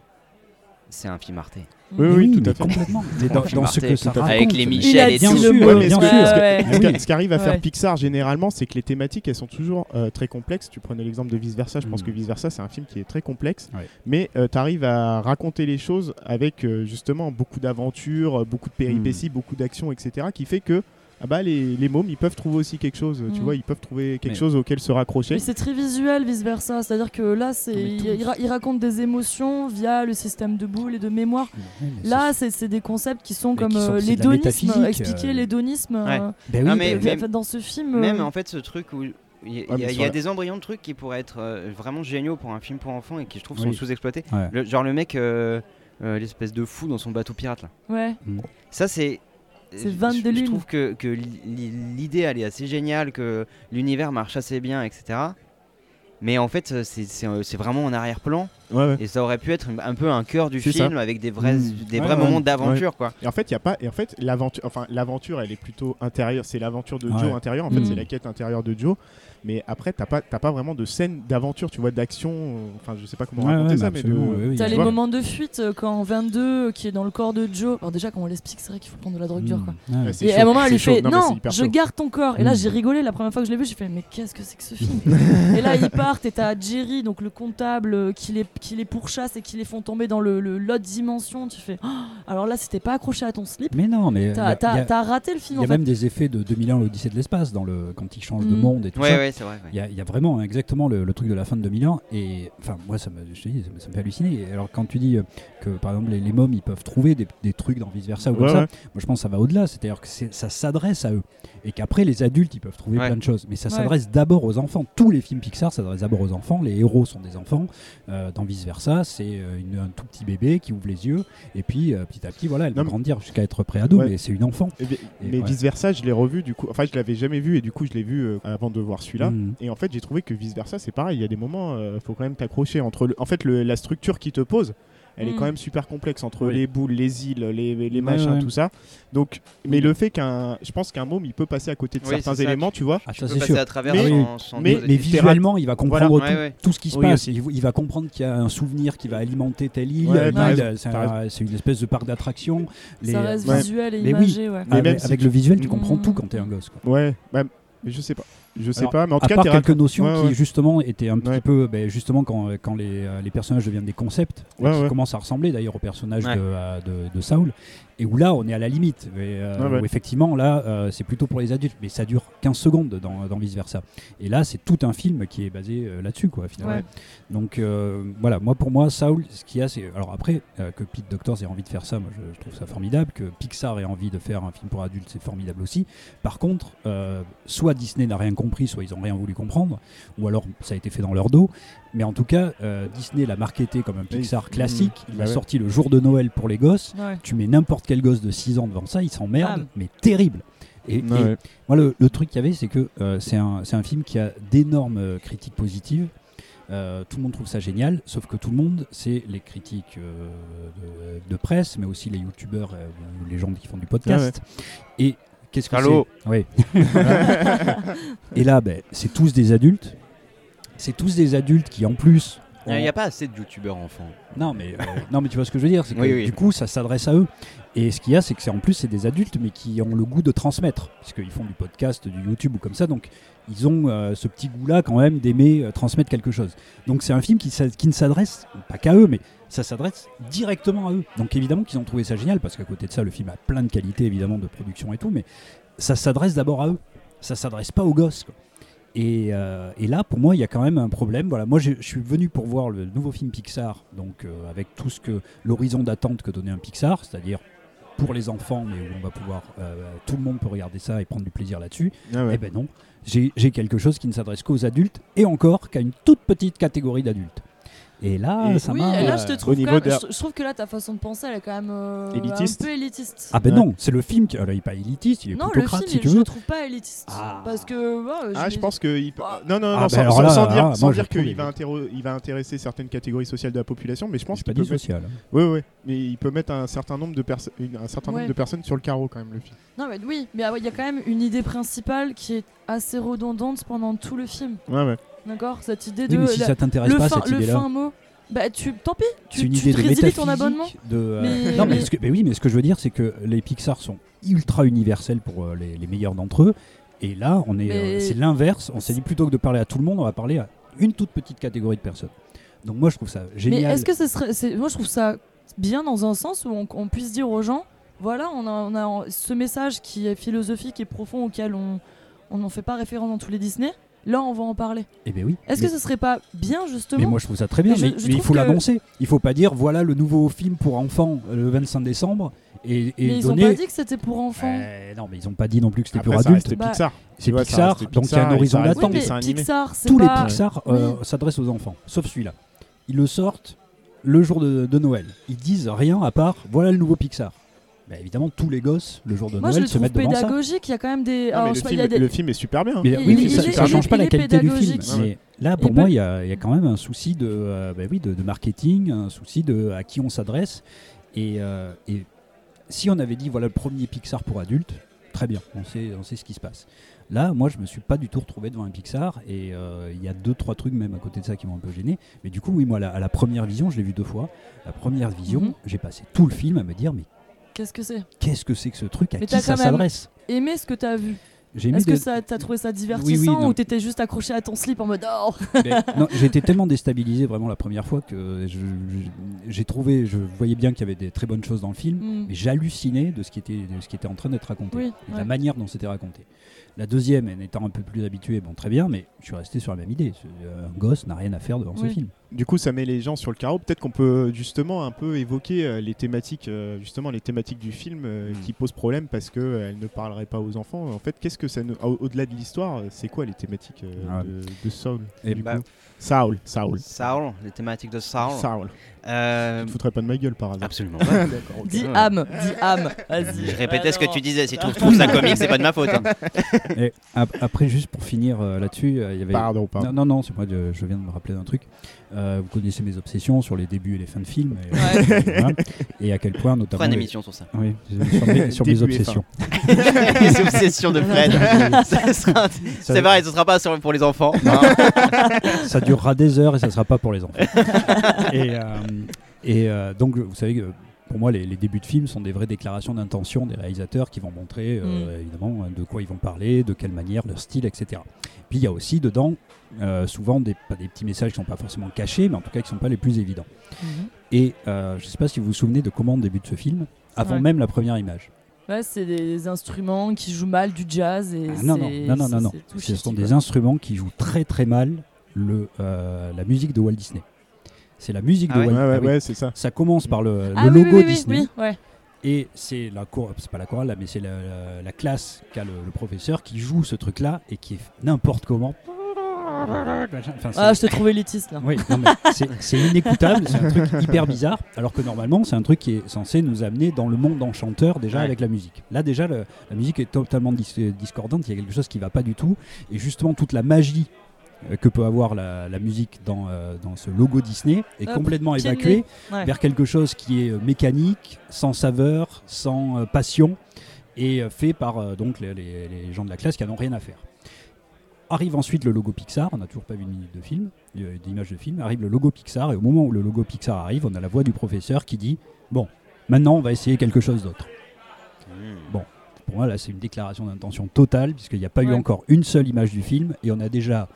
Speaker 4: c'est un film Arte.
Speaker 2: oui
Speaker 3: Mais
Speaker 2: oui, tout
Speaker 3: mais
Speaker 2: à fait
Speaker 3: Complètement. Mais dans, dans ce que ça
Speaker 4: Avec
Speaker 3: raconte.
Speaker 4: les
Speaker 3: mais-
Speaker 4: Michel et
Speaker 3: bien
Speaker 4: tout.
Speaker 3: sûr,
Speaker 1: Ouais,
Speaker 3: bien
Speaker 1: mais
Speaker 3: sûr.
Speaker 1: c'est-
Speaker 2: ce
Speaker 1: Ouais,
Speaker 4: Ah
Speaker 2: que- ce
Speaker 3: ouais.
Speaker 2: que- ce qu'arrive à faire
Speaker 1: Ouais.
Speaker 2: Pixar généralement, c'est que les thématiques elles sont toujours euh, très complexes. Tu prenais l'exemple de Vice Versa, je pense
Speaker 3: Mm.
Speaker 2: que Vice Versa c'est un film qui est très complexe,
Speaker 3: Ouais.
Speaker 2: mais tu arrives à raconter les choses avec euh, justement beaucoup d'aventures, euh, beaucoup de
Speaker 4: Mm.
Speaker 2: péripéties, beaucoup d'actions, etc. qui fait que ah bah, les, les mômes ils peuvent trouver aussi quelque chose, tu
Speaker 1: Mm.
Speaker 2: vois, ils peuvent trouver quelque
Speaker 3: Mais-
Speaker 2: chose auquel se raccrocher.
Speaker 1: Mais c'est très visuel, vice versa. C'est-à-dire que là, c'est
Speaker 3: Non, mais
Speaker 1: il,
Speaker 3: tout.
Speaker 1: il ra- il raconte des émotions via le système de boules et de mémoire.
Speaker 3: Ouais, mais
Speaker 1: Là, c'est c'est des concepts qui sont
Speaker 3: Mais
Speaker 1: comme
Speaker 3: qui sont-
Speaker 1: euh,
Speaker 3: c'est de la
Speaker 1: l'hédonisme,
Speaker 3: métaphysique,
Speaker 1: expliquer
Speaker 3: euh.
Speaker 1: l'hédonisme.
Speaker 4: Ouais.
Speaker 1: euh,
Speaker 3: c'est- Ben oui,
Speaker 4: Non,
Speaker 3: mais-
Speaker 4: mais-
Speaker 1: euh, dans ce film. euh,
Speaker 4: Même en fait, ce truc où. Il y, a-
Speaker 2: Ouais, mais
Speaker 4: il y a- il y
Speaker 2: sur
Speaker 4: a
Speaker 2: la-
Speaker 4: des embryons de trucs qui pourraient être euh, vraiment géniaux pour un film pour enfants et qui, je trouve, sont
Speaker 3: Oui.
Speaker 4: sous-exploités.
Speaker 3: Ouais.
Speaker 4: Le- genre le mec, euh, euh, l'espèce de fou dans son bateau pirate là.
Speaker 1: Ouais.
Speaker 4: Ça, c'est.
Speaker 1: C'est
Speaker 4: je-
Speaker 1: 22
Speaker 4: Je
Speaker 1: lunes.
Speaker 4: trouve que, que li- li- l'idée, elle est assez géniale, que l'univers marche assez bien, etc. Mais en fait, euh, c'est- c'est euh, c'est vraiment en arrière-plan.
Speaker 2: Ouais, ouais.
Speaker 4: Et ça aurait pu être un peu un cœur du
Speaker 2: C'est
Speaker 4: film avec des vrais,
Speaker 3: Mmh.
Speaker 4: des
Speaker 2: Ouais,
Speaker 4: vrais
Speaker 2: ouais,
Speaker 4: moments
Speaker 2: ouais.
Speaker 4: d'aventure, quoi.
Speaker 2: Et en fait, il y a pas. Et en fait, l'aventure, enfin, l'aventure, elle est plutôt intérieure. C'est l'aventure de
Speaker 3: Ouais.
Speaker 2: Joe intérieure. En fait,
Speaker 1: Mm.
Speaker 2: c'est la quête intérieure de Joe. Mais après, t'as pas, t'as pas vraiment de scène d'aventure. Tu vois, d'action. euh, Enfin, je sais pas comment
Speaker 3: Ouais,
Speaker 2: raconter
Speaker 3: ouais,
Speaker 2: ça,
Speaker 3: mais
Speaker 2: mais
Speaker 3: absolument,
Speaker 2: de-
Speaker 3: oui, oui.
Speaker 1: T'as
Speaker 3: Tu
Speaker 1: les
Speaker 2: vois.
Speaker 1: moments de fuite euh, quand 22 qui est dans le corps de Joe. Alors déjà, quand on l'explique, c'est vrai qu'il faut prendre de la drogue dure. Quoi.
Speaker 3: Mmh. Ouais.
Speaker 2: Ouais, Hmm. c'est
Speaker 1: Et à
Speaker 2: chaud,
Speaker 1: un moment, elle
Speaker 2: c'est
Speaker 1: lui
Speaker 2: chaud.
Speaker 1: fait
Speaker 2: Non,
Speaker 1: Non,
Speaker 2: mais c'est hyper
Speaker 1: je
Speaker 2: chaud. Hmm.
Speaker 1: garde ton corps. Et là,
Speaker 3: Mm.
Speaker 1: j'ai rigolé la première fois que je l'ai vu. J'ai fait Mais qu'est-ce que c'est que ce film Et là, ils partent et t'as Jerry, donc le comptable, euh, qui les qui les pourchassent et qui les font tomber dans le, le- l'autre dimension, tu fais. Ah, alors là, c'était pas accroché à ton slip.
Speaker 3: Mais non, mais.
Speaker 1: T'as,
Speaker 3: y a-
Speaker 1: t'as-
Speaker 3: y a-
Speaker 1: t'as raté le
Speaker 3: Il
Speaker 1: film
Speaker 3: y a
Speaker 1: en fait.
Speaker 3: même des effets de 2001, l'Odyssée de l'espace, dans le quand il change de
Speaker 1: Mm.
Speaker 3: monde et tout
Speaker 4: Ouais,
Speaker 3: ça.
Speaker 4: ouais, c'est vrai. ouais.
Speaker 3: Il y, a, il y a vraiment hein, exactement le, le truc de la fin de 2001 et enfin moi ça me, je te dis, ça me, ça me fait halluciner. Et alors quand tu dis euh, que par exemple les, les mômes ils peuvent trouver des, des trucs dans vice versa ou comme
Speaker 2: Ouais,
Speaker 3: ça,
Speaker 2: ouais.
Speaker 3: moi je pense que ça va au-delà, c'est-à-dire que c'est- ça s'adresse à eux et qu'après les adultes ils peuvent trouver
Speaker 4: Ouais.
Speaker 3: plein de choses, mais ça
Speaker 1: Ouais.
Speaker 3: s'adresse d'abord aux enfants. Tous les films Pixar s'adressent d'abord aux enfants, les héros sont des enfants. Euh, dans vice versa c'est euh, une- un tout petit bébé qui ouvre les yeux et puis euh, petit à petit voilà elle
Speaker 2: Non,
Speaker 3: va
Speaker 2: mais-
Speaker 3: grandir jusqu'à être pré-ado,
Speaker 2: Ouais.
Speaker 3: mais c'est une enfant.
Speaker 2: Eh bien,
Speaker 3: Et
Speaker 2: mais
Speaker 3: ouais.
Speaker 2: vice versa, je l'ai revu du coup. Enfin, je l'avais jamais vu et du coup, je l'ai vu euh, avant de voir celui-là.
Speaker 3: Mm.
Speaker 2: Et en fait, j'ai trouvé que vice versa, c'est pareil. Il y a des moments, euh, faut quand même t'accrocher entre. le- En fait, le- la structure qui te pose, elle est
Speaker 1: Mm.
Speaker 2: quand même super complexe entre
Speaker 3: Oui.
Speaker 2: les boules, les îles, les, les machins,
Speaker 3: ouais.
Speaker 2: tout ça. Donc, mais le fait qu'un, je pense qu'un môme, il peut passer à côté de
Speaker 4: Oui,
Speaker 2: certains
Speaker 4: c'est ça.
Speaker 2: éléments, tu vois.
Speaker 3: Ah,
Speaker 4: Tu
Speaker 3: ça
Speaker 4: peux
Speaker 3: c'est
Speaker 4: passer
Speaker 3: sûr.
Speaker 4: à travers
Speaker 2: Mais-
Speaker 4: sans- sans
Speaker 2: mais-
Speaker 4: nous-
Speaker 3: mais
Speaker 2: Thé-
Speaker 3: visuellement, il va comprendre
Speaker 2: Voilà.
Speaker 3: tout,
Speaker 4: Ouais, ouais.
Speaker 3: tout ce qui se
Speaker 2: Oui,
Speaker 3: passe. Il, il va comprendre qu'il y a un souvenir qui va alimenter telle île.
Speaker 2: Ouais,
Speaker 3: L'île,
Speaker 2: t'as raison,
Speaker 3: c'est,
Speaker 2: t'as
Speaker 3: un- c'est une espèce de parc d'attractions. Les-
Speaker 1: Ça reste
Speaker 2: Ouais.
Speaker 1: visuel et
Speaker 3: Mais oui.
Speaker 1: imagé, ouais.
Speaker 2: Mais
Speaker 3: avec,
Speaker 2: même si
Speaker 3: avec
Speaker 2: tu-
Speaker 3: le visuel, tu
Speaker 1: Mm.
Speaker 3: comprends tout quand t'es un gosse. quoi.
Speaker 2: Ouais, bah, mais je sais pas. Je sais
Speaker 3: Alors,
Speaker 2: pas, mais en
Speaker 3: À
Speaker 2: tout cas,
Speaker 3: part
Speaker 2: t'es
Speaker 3: quelques
Speaker 2: raconté-
Speaker 3: notions
Speaker 2: Ouais,
Speaker 3: qui
Speaker 2: ouais.
Speaker 3: justement étaient un petit
Speaker 2: Ouais.
Speaker 3: peu, ben, justement quand, euh, quand les, euh, les personnages deviennent des concepts,
Speaker 2: Ouais,
Speaker 3: qui
Speaker 2: ouais.
Speaker 3: commencent à ressembler d'ailleurs au personnage
Speaker 4: Ouais.
Speaker 3: de, euh, de- de Saul, et où là on est à la limite, et, euh,
Speaker 2: Ouais, ouais.
Speaker 3: où effectivement là euh, c'est plutôt pour les adultes, mais ça dure 15 secondes dans, dans Vice Versa. Et là c'est tout un film qui est basé euh, là-dessus quoi finalement.
Speaker 1: Ouais.
Speaker 3: Donc euh, voilà, moi pour moi, Saul, ce qu'il y a, c'est. Alors après, euh, que Pete Doctors ait envie de faire ça, moi je, je trouve ça formidable. Que Pixar ait envie de faire un film pour adultes, c'est formidable aussi. Par contre, euh, soit Disney n'a rien compris, soit ils n'ont rien voulu comprendre, ou alors ça a été fait dans leur dos. Mais en tout cas, euh, Disney l'a marketé comme un Pixar classique. Il
Speaker 2: Bah
Speaker 3: l'a
Speaker 2: ouais.
Speaker 3: sorti le jour de Noël pour les gosses.
Speaker 2: Ah,
Speaker 1: Ouais.
Speaker 3: Tu mets n'importe quel gosse de 6 ans devant ça, il s'emmerde,
Speaker 1: Ah.
Speaker 3: mais terrible. Et, et- ben,
Speaker 2: Ouais, ouais.
Speaker 3: moi, le, le truc qu'il y avait, c'est que euh, c'est un, c'est un film qui a d'énormes euh, critiques positives. Euh, tout le monde trouve ça génial, sauf que tout le monde, c'est les critiques euh, de, de presse, mais aussi les youtubeurs euh, ou les gens qui font du podcast. Et qu'est-ce que
Speaker 4: Allô
Speaker 3: c'est Oui. Et là, ben, c'est tous des adultes. C'est tous des adultes qui, en plus,
Speaker 4: Il n'y a pas assez de youtubeurs enfants.
Speaker 3: non mais, euh, non, mais tu vois ce que je veux dire, c'est que
Speaker 4: Oui, oui.
Speaker 3: du coup, ça s'adresse à eux. Et ce qu'il y a, c'est que c'est en plus, c'est des adultes, mais qui ont le goût de transmettre, parce qu'ils font du podcast, du YouTube ou comme ça, donc ils ont euh, ce petit goût-là quand même d'aimer euh, transmettre quelque chose. Donc c'est un film qui, s'a- qui ne s'adresse pas qu'à eux, mais ça s'adresse directement à eux. Donc évidemment qu'ils ont trouvé ça génial, parce qu'à côté de ça, le film a plein de qualités, évidemment, de production et tout, mais ça s'adresse d'abord à eux. Ça s'adresse pas aux gosses. quoi. Et, euh, et là, pour moi, il y a quand même un problème. Voilà, moi, je, je suis venu pour voir le nouveau film Pixar, donc euh, avec tout ce que l'horizon d'attente que donnait un Pixar, c'est-à-dire pour les enfants, mais où on va pouvoir, euh, tout le monde peut regarder ça et prendre du plaisir là-dessus.
Speaker 2: Ah ouais.
Speaker 3: Eh ben non, j'ai j'ai quelque chose qui ne s'adresse qu'aux adultes et encore qu'à une toute petite catégorie d'adultes. Et là,
Speaker 2: Et-
Speaker 3: ça
Speaker 1: oui,
Speaker 3: m'a.
Speaker 1: et là, je te
Speaker 2: euh, au
Speaker 1: trouve quand
Speaker 2: niveau
Speaker 1: même-
Speaker 2: de la-
Speaker 1: je, je trouve que là, ta façon de penser, elle est quand même euh,
Speaker 2: Élitiste.
Speaker 1: un peu élitiste.
Speaker 3: Ah ben
Speaker 2: Ouais.
Speaker 3: non, c'est le film qui. Alors, il n'est pas élitiste, il est
Speaker 1: non, le
Speaker 3: plutocrate
Speaker 1: film,
Speaker 3: si tu
Speaker 1: je
Speaker 3: veux.
Speaker 1: le trouve pas élitiste.
Speaker 3: Ah.
Speaker 1: Parce que. ouais,
Speaker 2: Ah,
Speaker 1: l'ai-
Speaker 2: je pense que. il peut-
Speaker 1: Ah.
Speaker 2: Non, non, non,
Speaker 3: Ah, bah
Speaker 2: sans,
Speaker 3: alors
Speaker 2: sans-
Speaker 3: là,
Speaker 2: sans
Speaker 3: là,
Speaker 2: dire,
Speaker 3: là,
Speaker 2: sans
Speaker 3: moi,
Speaker 2: dire
Speaker 3: je trouve
Speaker 2: qu'il
Speaker 3: les-
Speaker 2: va, intéro- il va intéresser certaines catégories sociales de la population, mais je pense
Speaker 3: J'ai pas
Speaker 2: qu'il
Speaker 3: dit
Speaker 2: peut. Mettre...
Speaker 3: social.
Speaker 2: Oui, oui, mais il peut mettre un certain nombre de, perso- une- un certain
Speaker 1: Ouais.
Speaker 2: nombre de personnes sur le carreau quand même, le film.
Speaker 1: Non, mais oui, mais ah ouais, il y a quand même une idée principale qui est assez redondante pendant tout le film.
Speaker 2: Ouais, ouais.
Speaker 1: D'accord Cette idée de.
Speaker 3: Oui, mais si
Speaker 1: la-
Speaker 3: ça t'intéresse
Speaker 1: le,
Speaker 3: pas,
Speaker 1: fin,
Speaker 3: cette
Speaker 1: le
Speaker 3: idée-là.
Speaker 1: fin mot. Bah, tu, tant pis, tu,
Speaker 3: C'est une
Speaker 1: tu
Speaker 3: idée
Speaker 1: te
Speaker 3: de
Speaker 1: résilies
Speaker 3: métaphysique.
Speaker 1: ton abonnement.
Speaker 3: de, euh,
Speaker 1: Mais-
Speaker 3: non, mais,
Speaker 1: mais-
Speaker 3: ce que- mais oui, mais ce que je veux dire, c'est que les Pixar sont ultra universels pour euh, les, les meilleurs d'entre eux. Et là, on est,
Speaker 1: Mais-
Speaker 3: euh, c'est l'inverse. On s'est dit plutôt que de parler à tout le monde, on va parler à une toute petite catégorie de personnes. Donc moi, je trouve ça
Speaker 1: Mais
Speaker 3: génial.
Speaker 1: est-ce que ce serait. c'est- Moi, je trouve ça bien dans un sens où on, on puisse dire aux gens voilà, on a, on a ce message qui est philosophique et profond auquel on on n'en fait pas référence dans tous les Disney. Là, on va en parler.
Speaker 3: Eh ben oui.
Speaker 1: Est-ce
Speaker 3: mais,
Speaker 1: que ce serait pas bien, justement
Speaker 3: mais moi, je trouve ça très bien.
Speaker 1: Mais je-
Speaker 3: Mais,
Speaker 1: je
Speaker 3: mais il
Speaker 1: trouve
Speaker 3: faut
Speaker 1: que-
Speaker 3: l'annoncer. Il faut pas dire voilà le nouveau film pour enfants euh, le 25 décembre et, et
Speaker 1: Mais ils ont
Speaker 3: donner.
Speaker 1: pas dit que c'était pour enfants.
Speaker 3: Euh, non, mais ils ont pas dit non plus que c'était pour
Speaker 2: Après, ça ah,
Speaker 3: adultes.
Speaker 2: restait
Speaker 1: Bah,
Speaker 2: Pixar.
Speaker 3: C'est
Speaker 2: vois, ça
Speaker 3: Pixar,
Speaker 2: reste
Speaker 3: donc il y a
Speaker 2: Pixar
Speaker 3: un
Speaker 2: et
Speaker 3: horizon
Speaker 2: ça reste
Speaker 1: Oui,
Speaker 3: d'attente.
Speaker 2: des
Speaker 1: mais
Speaker 2: dessins animés.
Speaker 1: Pixar, c'est
Speaker 3: tous les
Speaker 1: pas...
Speaker 3: Pixar euh, s'adressent aux enfants, sauf celui-là. Ils le sortent le jour de, de Noël. Ils disent rien à part voilà le nouveau Pixar. Bah, évidemment, tous les gosses le jour de
Speaker 1: Moi, je
Speaker 3: Noël
Speaker 1: le
Speaker 3: se
Speaker 1: trouve
Speaker 3: mettent devant ça.
Speaker 1: pédagogique. Il y a quand même des.
Speaker 2: Non, mais
Speaker 1: alors, je
Speaker 2: le,
Speaker 1: sais pas, il y
Speaker 2: film,
Speaker 1: a des-
Speaker 2: le film est super bien. hein.
Speaker 3: Mais
Speaker 1: Il-
Speaker 3: oui,
Speaker 1: il-
Speaker 3: mais ça,
Speaker 1: il est-
Speaker 3: ça
Speaker 1: il
Speaker 3: change
Speaker 1: est-
Speaker 3: pas la
Speaker 1: il est
Speaker 3: qualité du film.
Speaker 1: pédagogique.
Speaker 3: Mais là, pour
Speaker 1: Et
Speaker 3: moi,
Speaker 1: peut-
Speaker 3: il y, a il y a quand même un souci de, euh, bah oui, de, de marketing, un souci de à qui on s'adresse. Et, euh, et si on avait dit voilà le premier Pixar pour adultes, très bien, on sait, on sait ce qui se passe. Là, moi, je me suis pas du tout retrouvé devant un Pixar et euh, il y a deux trois trucs même à côté de ça qui m'ont un peu gêné. Mais du coup, oui, moi, la- à la première vision, je l'ai vu deux fois. La première vision,
Speaker 1: Mhm.
Speaker 3: j'ai passé tout le film à me dire mais
Speaker 1: Qu'est-ce que c'est
Speaker 3: qu'est-ce que c'est que ce truc À
Speaker 1: Mais
Speaker 3: qui
Speaker 1: t'as
Speaker 3: ça
Speaker 1: quand même-
Speaker 3: s'adresse
Speaker 1: Aimer ce que t'as vu.
Speaker 3: J'ai mis
Speaker 1: Est-ce
Speaker 3: des-
Speaker 1: que ça- t'as trouvé ça divertissant
Speaker 3: non.
Speaker 1: ou t'étais juste accroché à ton slip en mode oh
Speaker 3: Mais- non, j'ai été tellement déstabilisé vraiment la première fois que je- je- j'ai trouvé, je voyais bien qu'il y avait des très bonnes choses dans le film,
Speaker 1: Mm.
Speaker 3: mais j'hallucinais de ce qui était, de ce qui était en train d'être raconté,
Speaker 1: Oui,
Speaker 3: et de la
Speaker 1: ouais.
Speaker 3: manière dont c'était raconté. La deuxième, en étant un peu plus habitué, bon, très bien, mais je suis resté sur la même idée. C'est- euh, Un gosse n'a rien à faire devant ce
Speaker 1: Oui.
Speaker 3: film.
Speaker 2: Du coup, ça met les gens sur le carreau. Peut-être qu'on peut justement un peu évoquer euh, les thématiques, euh, justement les thématiques du film euh,
Speaker 3: Mm.
Speaker 2: qui posent problème parce que euh, elles ne parleraient pas aux enfants. En fait, qu'est-ce que ça nous... au- au-delà de l'histoire, euh, c'est quoi les thématiques euh,
Speaker 3: Ah ouais. Eh
Speaker 2: de, de Saul
Speaker 3: Et
Speaker 2: du
Speaker 4: bah-
Speaker 2: coup Saul, Saul,
Speaker 4: Saul, les thématiques de Saul.
Speaker 2: Saul.
Speaker 4: Euh,
Speaker 2: Tu te foutrais pas de ma gueule par hasard
Speaker 4: absolument pas.
Speaker 2: D'accord. ok.
Speaker 1: dis
Speaker 4: ouais.
Speaker 1: âme, dis âme, vas-y.
Speaker 4: Je répétais ce que tu disais. Si tu
Speaker 1: Ah.
Speaker 4: trouves ça comique, c'est pas de ma faute. hein.
Speaker 3: Et ap- après, juste pour finir euh, là-dessus, euh, il y avait.
Speaker 2: Pardon, pardon.
Speaker 3: Non, non, non, c'est moi, je, je viens de me rappeler d'un truc. Euh, vous connaissez mes obsessions sur les débuts et les fins de films. Et,
Speaker 1: Ouais.
Speaker 3: voilà. Et à quel point,
Speaker 4: On
Speaker 3: notamment.
Speaker 4: fera une émission sur ça.
Speaker 3: Oui, sur mes, sur mes
Speaker 2: Début et fin.
Speaker 3: obsessions.
Speaker 4: Les obsessions de Fred. Ça sera-
Speaker 3: Ça-
Speaker 4: C'est pareil, ce sera pas sur- pour les enfants. hein.
Speaker 3: ça durera des heures et ça sera pas pour les enfants. et euh, et, euh, donc, vous savez que pour moi, les, les débuts de films sont des vraies déclarations d'intention des réalisateurs qui vont montrer, euh, évidemment, de quoi ils vont parler, de quelle manière, leur style, etc. Puis il y a aussi dedans, euh, souvent, des, pas des petits messages qui sont pas forcément cachés, mais en tout cas qui sont pas les plus évidents.
Speaker 1: Mhm.
Speaker 3: Et euh, je sais pas si vous vous souvenez de comment débute ce film, avant
Speaker 1: Ouais.
Speaker 3: même la première image.
Speaker 1: Ouais, c'est des instruments qui jouent mal du jazz et
Speaker 3: Ah, non, non,
Speaker 1: c'est-
Speaker 3: non, non, non,
Speaker 1: c'est-
Speaker 3: non.
Speaker 1: c'est tout
Speaker 3: Ce sont
Speaker 1: shitty,
Speaker 3: des
Speaker 1: quoi.
Speaker 3: instruments qui jouent très très mal le, euh, la musique de Walt Disney. C'est la musique
Speaker 4: Ah
Speaker 3: de
Speaker 4: ouais
Speaker 3: Walt
Speaker 2: Ouais, ouais,
Speaker 3: avec-
Speaker 2: ouais, c'est ça.
Speaker 3: Ça commence par le,
Speaker 1: Ah
Speaker 3: le
Speaker 1: oui, oui,
Speaker 3: logo
Speaker 1: oui, oui,
Speaker 3: Disney
Speaker 1: oui, ouais.
Speaker 3: et c'est la chor- c'est pas la chorale là, mais c'est la, la- la classe qu'a le, le professeur qui joue ce truc là et qui est n'importe comment. Enfin, c'est-
Speaker 1: Ah, je t'ai trouvé l'étiste là.
Speaker 3: oui, non, mais c'est- c'est inécoutable, c'est un truc hyper bizarre, alors que normalement c'est un truc qui est censé nous amener dans le monde enchanteur déjà
Speaker 4: Ouais.
Speaker 3: avec la musique. Là déjà le- la musique est totalement dis- euh, discordante, il y a quelque chose qui va pas du tout, et justement toute la magie euh, que peut avoir la, la musique dans, euh, dans ce logo Disney est
Speaker 1: Hop,
Speaker 3: complètement
Speaker 1: pied de
Speaker 3: évacuée
Speaker 1: nez. Ouais.
Speaker 3: vers quelque chose qui est euh, mécanique, sans saveur, sans euh, passion, et euh, fait par euh, donc les, les- les gens de la classe qui n'en ont rien à faire. Arrive ensuite le logo Pixar, on n'a toujours pas vu une minute de film, euh, d'image de film, arrive le logo Pixar, et au moment où le logo Pixar arrive, on a la voix du professeur qui dit Bon, maintenant on va essayer quelque chose d'autre. Pour moi, là, c'est une déclaration d'intention totale, puisqu'il n'y a pas eu
Speaker 1: Ouais.
Speaker 3: encore une seule image du film, et on a déjà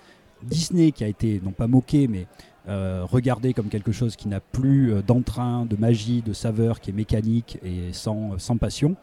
Speaker 3: Disney qui a été, non pas moqué, mais euh, regardé comme quelque chose qui n'a plus euh, d'entrain, de magie, de saveur, qui est mécanique et sans, sans passion.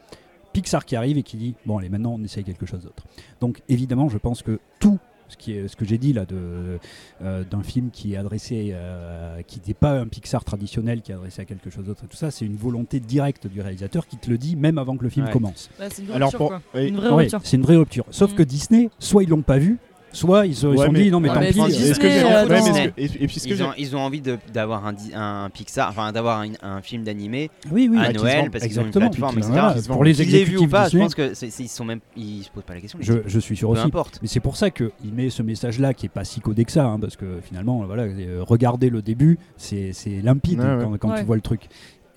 Speaker 3: Pixar qui arrive et qui dit Bon, allez, maintenant on essaye quelque chose d'autre. Donc, évidemment, je pense que tout. Ce, qui est, ce que j'ai dit là de, euh, d'un film qui est adressé, euh, qui n'est pas un Pixar traditionnel, qui est adressé à quelque chose d'autre, et tout ça, c'est une volonté directe du réalisateur qui te le dit même avant que le film
Speaker 4: Ouais.
Speaker 3: commence.
Speaker 1: Ouais, c'est une vraie
Speaker 2: Alors
Speaker 1: rupture,
Speaker 2: pour-
Speaker 1: quoi.
Speaker 2: ouais.
Speaker 1: Une vraie
Speaker 3: Ouais,
Speaker 1: rupture.
Speaker 3: c'est une vraie rupture. Sauf
Speaker 1: Ah, Mm.
Speaker 3: que Disney, soit ils l'ont pas vu, soit ils se ils se
Speaker 2: Ouais,
Speaker 3: sont
Speaker 2: mais-
Speaker 3: dit non mais
Speaker 4: Ouais,
Speaker 3: tant
Speaker 1: mais
Speaker 3: pis.
Speaker 1: c'est
Speaker 3: euh,
Speaker 2: Est-ce que j'ai-
Speaker 1: Disney,
Speaker 2: ouais,
Speaker 1: euh,
Speaker 2: mais
Speaker 1: dans-
Speaker 2: est-ce que- et- et puis ce que
Speaker 4: Ils
Speaker 2: j'ai-
Speaker 4: ont, ils ont envie de- d'avoir un, di- un Pixar, enfin d'avoir un, un film d'animé
Speaker 3: Oui oui.
Speaker 4: à
Speaker 2: Ah, qu'ils se
Speaker 4: Noël
Speaker 2: vendent.
Speaker 4: parce qu'ils ont une
Speaker 3: Exactement.
Speaker 4: plateforme,
Speaker 2: Qu'ils
Speaker 4: etc.
Speaker 2: se vendent.
Speaker 3: Voilà,
Speaker 2: Qu'ils se
Speaker 3: pour les
Speaker 4: Qu'ils l'aient vu
Speaker 3: exécutifs
Speaker 4: ou pas, je
Speaker 3: Disney,
Speaker 4: pense que c'est- c'est- ils sont même, ils se posent pas la question. les
Speaker 3: je,
Speaker 4: types.
Speaker 3: je suis sûr
Speaker 4: peu
Speaker 3: aussi.
Speaker 4: importe.
Speaker 3: Mais c'est pour ça que il met ce message-là qui est pas si codé que ça, hein, parce que finalement, voilà, euh, regarder le début, c'est c'est limpide
Speaker 2: Ouais,
Speaker 3: hein,
Speaker 2: ouais.
Speaker 3: quand, quand
Speaker 1: Ouais.
Speaker 3: tu vois le truc.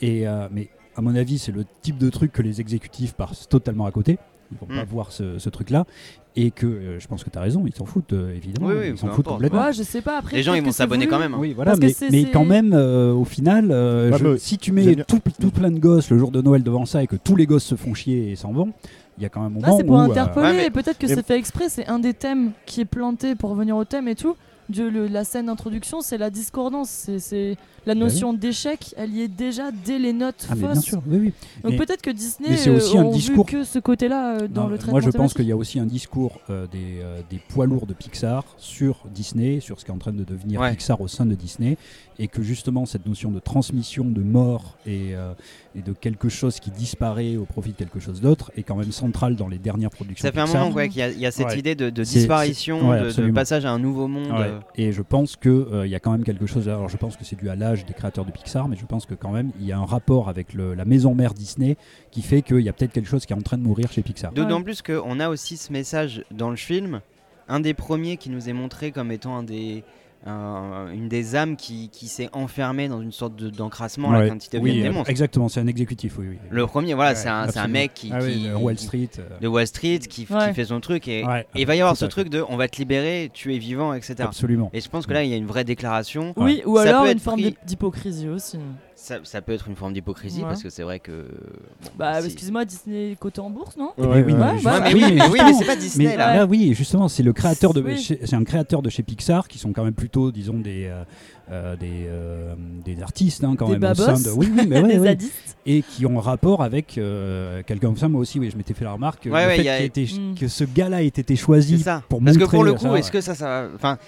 Speaker 3: Et euh, mais à mon avis, c'est le type de truc que les exécutifs passent totalement à côté. Ils vont pas
Speaker 4: Mm.
Speaker 3: voir ce, ce truc-là, et que euh, je pense que tu as raison, ils s'en foutent euh, évidemment,
Speaker 4: Oui, oui,
Speaker 3: ils s'en
Speaker 4: peu
Speaker 3: foutent
Speaker 4: importe,
Speaker 3: complètement.
Speaker 1: Ouais, je sais pas après.
Speaker 4: Les gens ils
Speaker 1: peut-être
Speaker 4: vont
Speaker 1: que c'est
Speaker 4: s'abonner
Speaker 1: voulu.
Speaker 4: quand même. Bah, hein.
Speaker 3: Oui, voilà,
Speaker 1: Parce que
Speaker 3: mais,
Speaker 1: c'est-
Speaker 3: mais
Speaker 1: c'est-
Speaker 3: quand même, euh, au final, euh,
Speaker 2: Ouais,
Speaker 3: je-
Speaker 2: mais
Speaker 3: si tu
Speaker 2: j'aime
Speaker 3: mets
Speaker 2: bien-
Speaker 3: tout, tout plein de gosses le jour de Noël devant ça et que tous les gosses se font chier et s'en vont, il y a quand même un
Speaker 1: Ah,
Speaker 3: moment
Speaker 1: c'est pour
Speaker 3: où. euh,
Speaker 1: interpeller,
Speaker 4: Ouais, mais-
Speaker 1: et peut-être que
Speaker 2: mais-
Speaker 1: c'est fait exprès, c'est un des thèmes qui est planté pour revenir au thème et tout. De le- la scène d'introduction, c'est la discordance, c'est- c'est la
Speaker 3: Bah oui.
Speaker 1: notion d'échec, elle y est déjà dès les notes
Speaker 3: ah, mais bien
Speaker 1: fausses.
Speaker 3: sûr, oui, oui.
Speaker 1: Donc
Speaker 3: Mais-
Speaker 1: peut-être que Disney
Speaker 3: mais c'est
Speaker 1: euh,
Speaker 3: aussi un
Speaker 1: ont vu
Speaker 3: discours-
Speaker 1: que ce côté-là euh, dans
Speaker 3: Non,
Speaker 1: le traitement.
Speaker 3: moi, je pense qu'il
Speaker 1: thématique.
Speaker 3: y a aussi un discours euh, des, euh, des poids lourds de Pixar sur Disney, sur ce qui est en train de devenir
Speaker 4: Ouais.
Speaker 3: Pixar au sein de Disney, et que justement cette notion de transmission, de mort et, euh, et de quelque chose qui disparaît au profit de quelque chose d'autre est quand même centrale dans les dernières productions
Speaker 4: Ça fait un
Speaker 3: Pixar.
Speaker 4: moment ouais, qu'il y, a- il y a cette
Speaker 3: Ouais.
Speaker 4: idée de, de
Speaker 3: C'est- c'est-
Speaker 4: disparition,
Speaker 3: ouais,
Speaker 4: de- de,
Speaker 3: absolument.
Speaker 4: passage à un nouveau monde.
Speaker 3: Ouais.
Speaker 4: euh,
Speaker 3: Et je pense que euh, il y a quand même quelque chose. Alors, je pense que c'est dû à l'âge des créateurs de Pixar, mais je pense que quand même il y a un rapport avec le- la maison mère Disney qui fait qu'il y a peut-être quelque chose qui est en train de mourir chez Pixar.
Speaker 4: D'autant plus qu'on a aussi ce message dans le film, un des premiers qui nous est montré comme étant un des, un- une des âmes qui, qui s'est enfermée dans une sorte de- d'encrassement là,
Speaker 3: Ouais.
Speaker 4: quand ils deviennent
Speaker 3: oui,
Speaker 4: des
Speaker 3: euh,
Speaker 4: monstres.
Speaker 3: exactement. C'est un exécutif, oui. oui.
Speaker 4: Le premier, voilà, Ah, c'est un,
Speaker 3: absolument.
Speaker 4: c'est un mec qui,
Speaker 3: Ah oui,
Speaker 4: qui-
Speaker 3: le Wall Street. euh,
Speaker 4: de Wall Street qui, qui
Speaker 1: Ouais.
Speaker 4: fait son truc et,
Speaker 3: ouais,
Speaker 4: et il va y avoir
Speaker 3: tout
Speaker 4: ce
Speaker 3: à fait.
Speaker 4: truc de on va te libérer, tu es vivant, etc.
Speaker 3: Absolument.
Speaker 4: Et je pense que là, il y a une vraie déclaration.
Speaker 1: Oui, ou
Speaker 4: Ça
Speaker 1: alors
Speaker 4: peut
Speaker 1: une
Speaker 4: être
Speaker 1: forme
Speaker 4: pris-
Speaker 1: d'hypocrisie aussi.
Speaker 4: Ça, ça peut être une forme d'hypocrisie
Speaker 1: Ouais.
Speaker 4: parce que c'est vrai que. bon,
Speaker 1: Bah,
Speaker 4: si-
Speaker 1: excusez-moi, Disney est coté en bourse, non
Speaker 3: Ouais, oui,
Speaker 1: ouais,
Speaker 3: mais
Speaker 1: bah,
Speaker 4: Ouais, mais
Speaker 3: oui,
Speaker 4: oui,
Speaker 3: mais
Speaker 4: mais, oui, mais
Speaker 3: justement.
Speaker 4: c'est pas Disney
Speaker 3: Mais
Speaker 4: là.
Speaker 3: là, oui, justement, c'est le créateur de,
Speaker 1: Oui.
Speaker 3: chez- c'est un créateur de chez Pixar qui sont quand même plutôt, disons, des euh, euh, des, euh, des artistes hein, quand
Speaker 1: Des
Speaker 3: même au sein
Speaker 1: babos.
Speaker 3: de, oui, oui, mais Ah ouais,
Speaker 1: Les
Speaker 3: ouais.
Speaker 1: zadistes.
Speaker 3: et qui ont rapport avec euh, quelqu'un comme ça. Moi aussi, oui, je m'étais fait la remarque
Speaker 4: Ouais,
Speaker 3: le
Speaker 4: ouais,
Speaker 3: fait
Speaker 4: y a-
Speaker 3: qu'il ait été-
Speaker 1: Mm.
Speaker 3: que ce gars-là ait été
Speaker 4: C'est
Speaker 3: choisi
Speaker 4: ça.
Speaker 3: pour
Speaker 4: Parce que
Speaker 3: montrer
Speaker 4: pour le
Speaker 3: ça,
Speaker 4: coup,
Speaker 3: ouais.
Speaker 4: est-ce que ça, ça va. Enfin,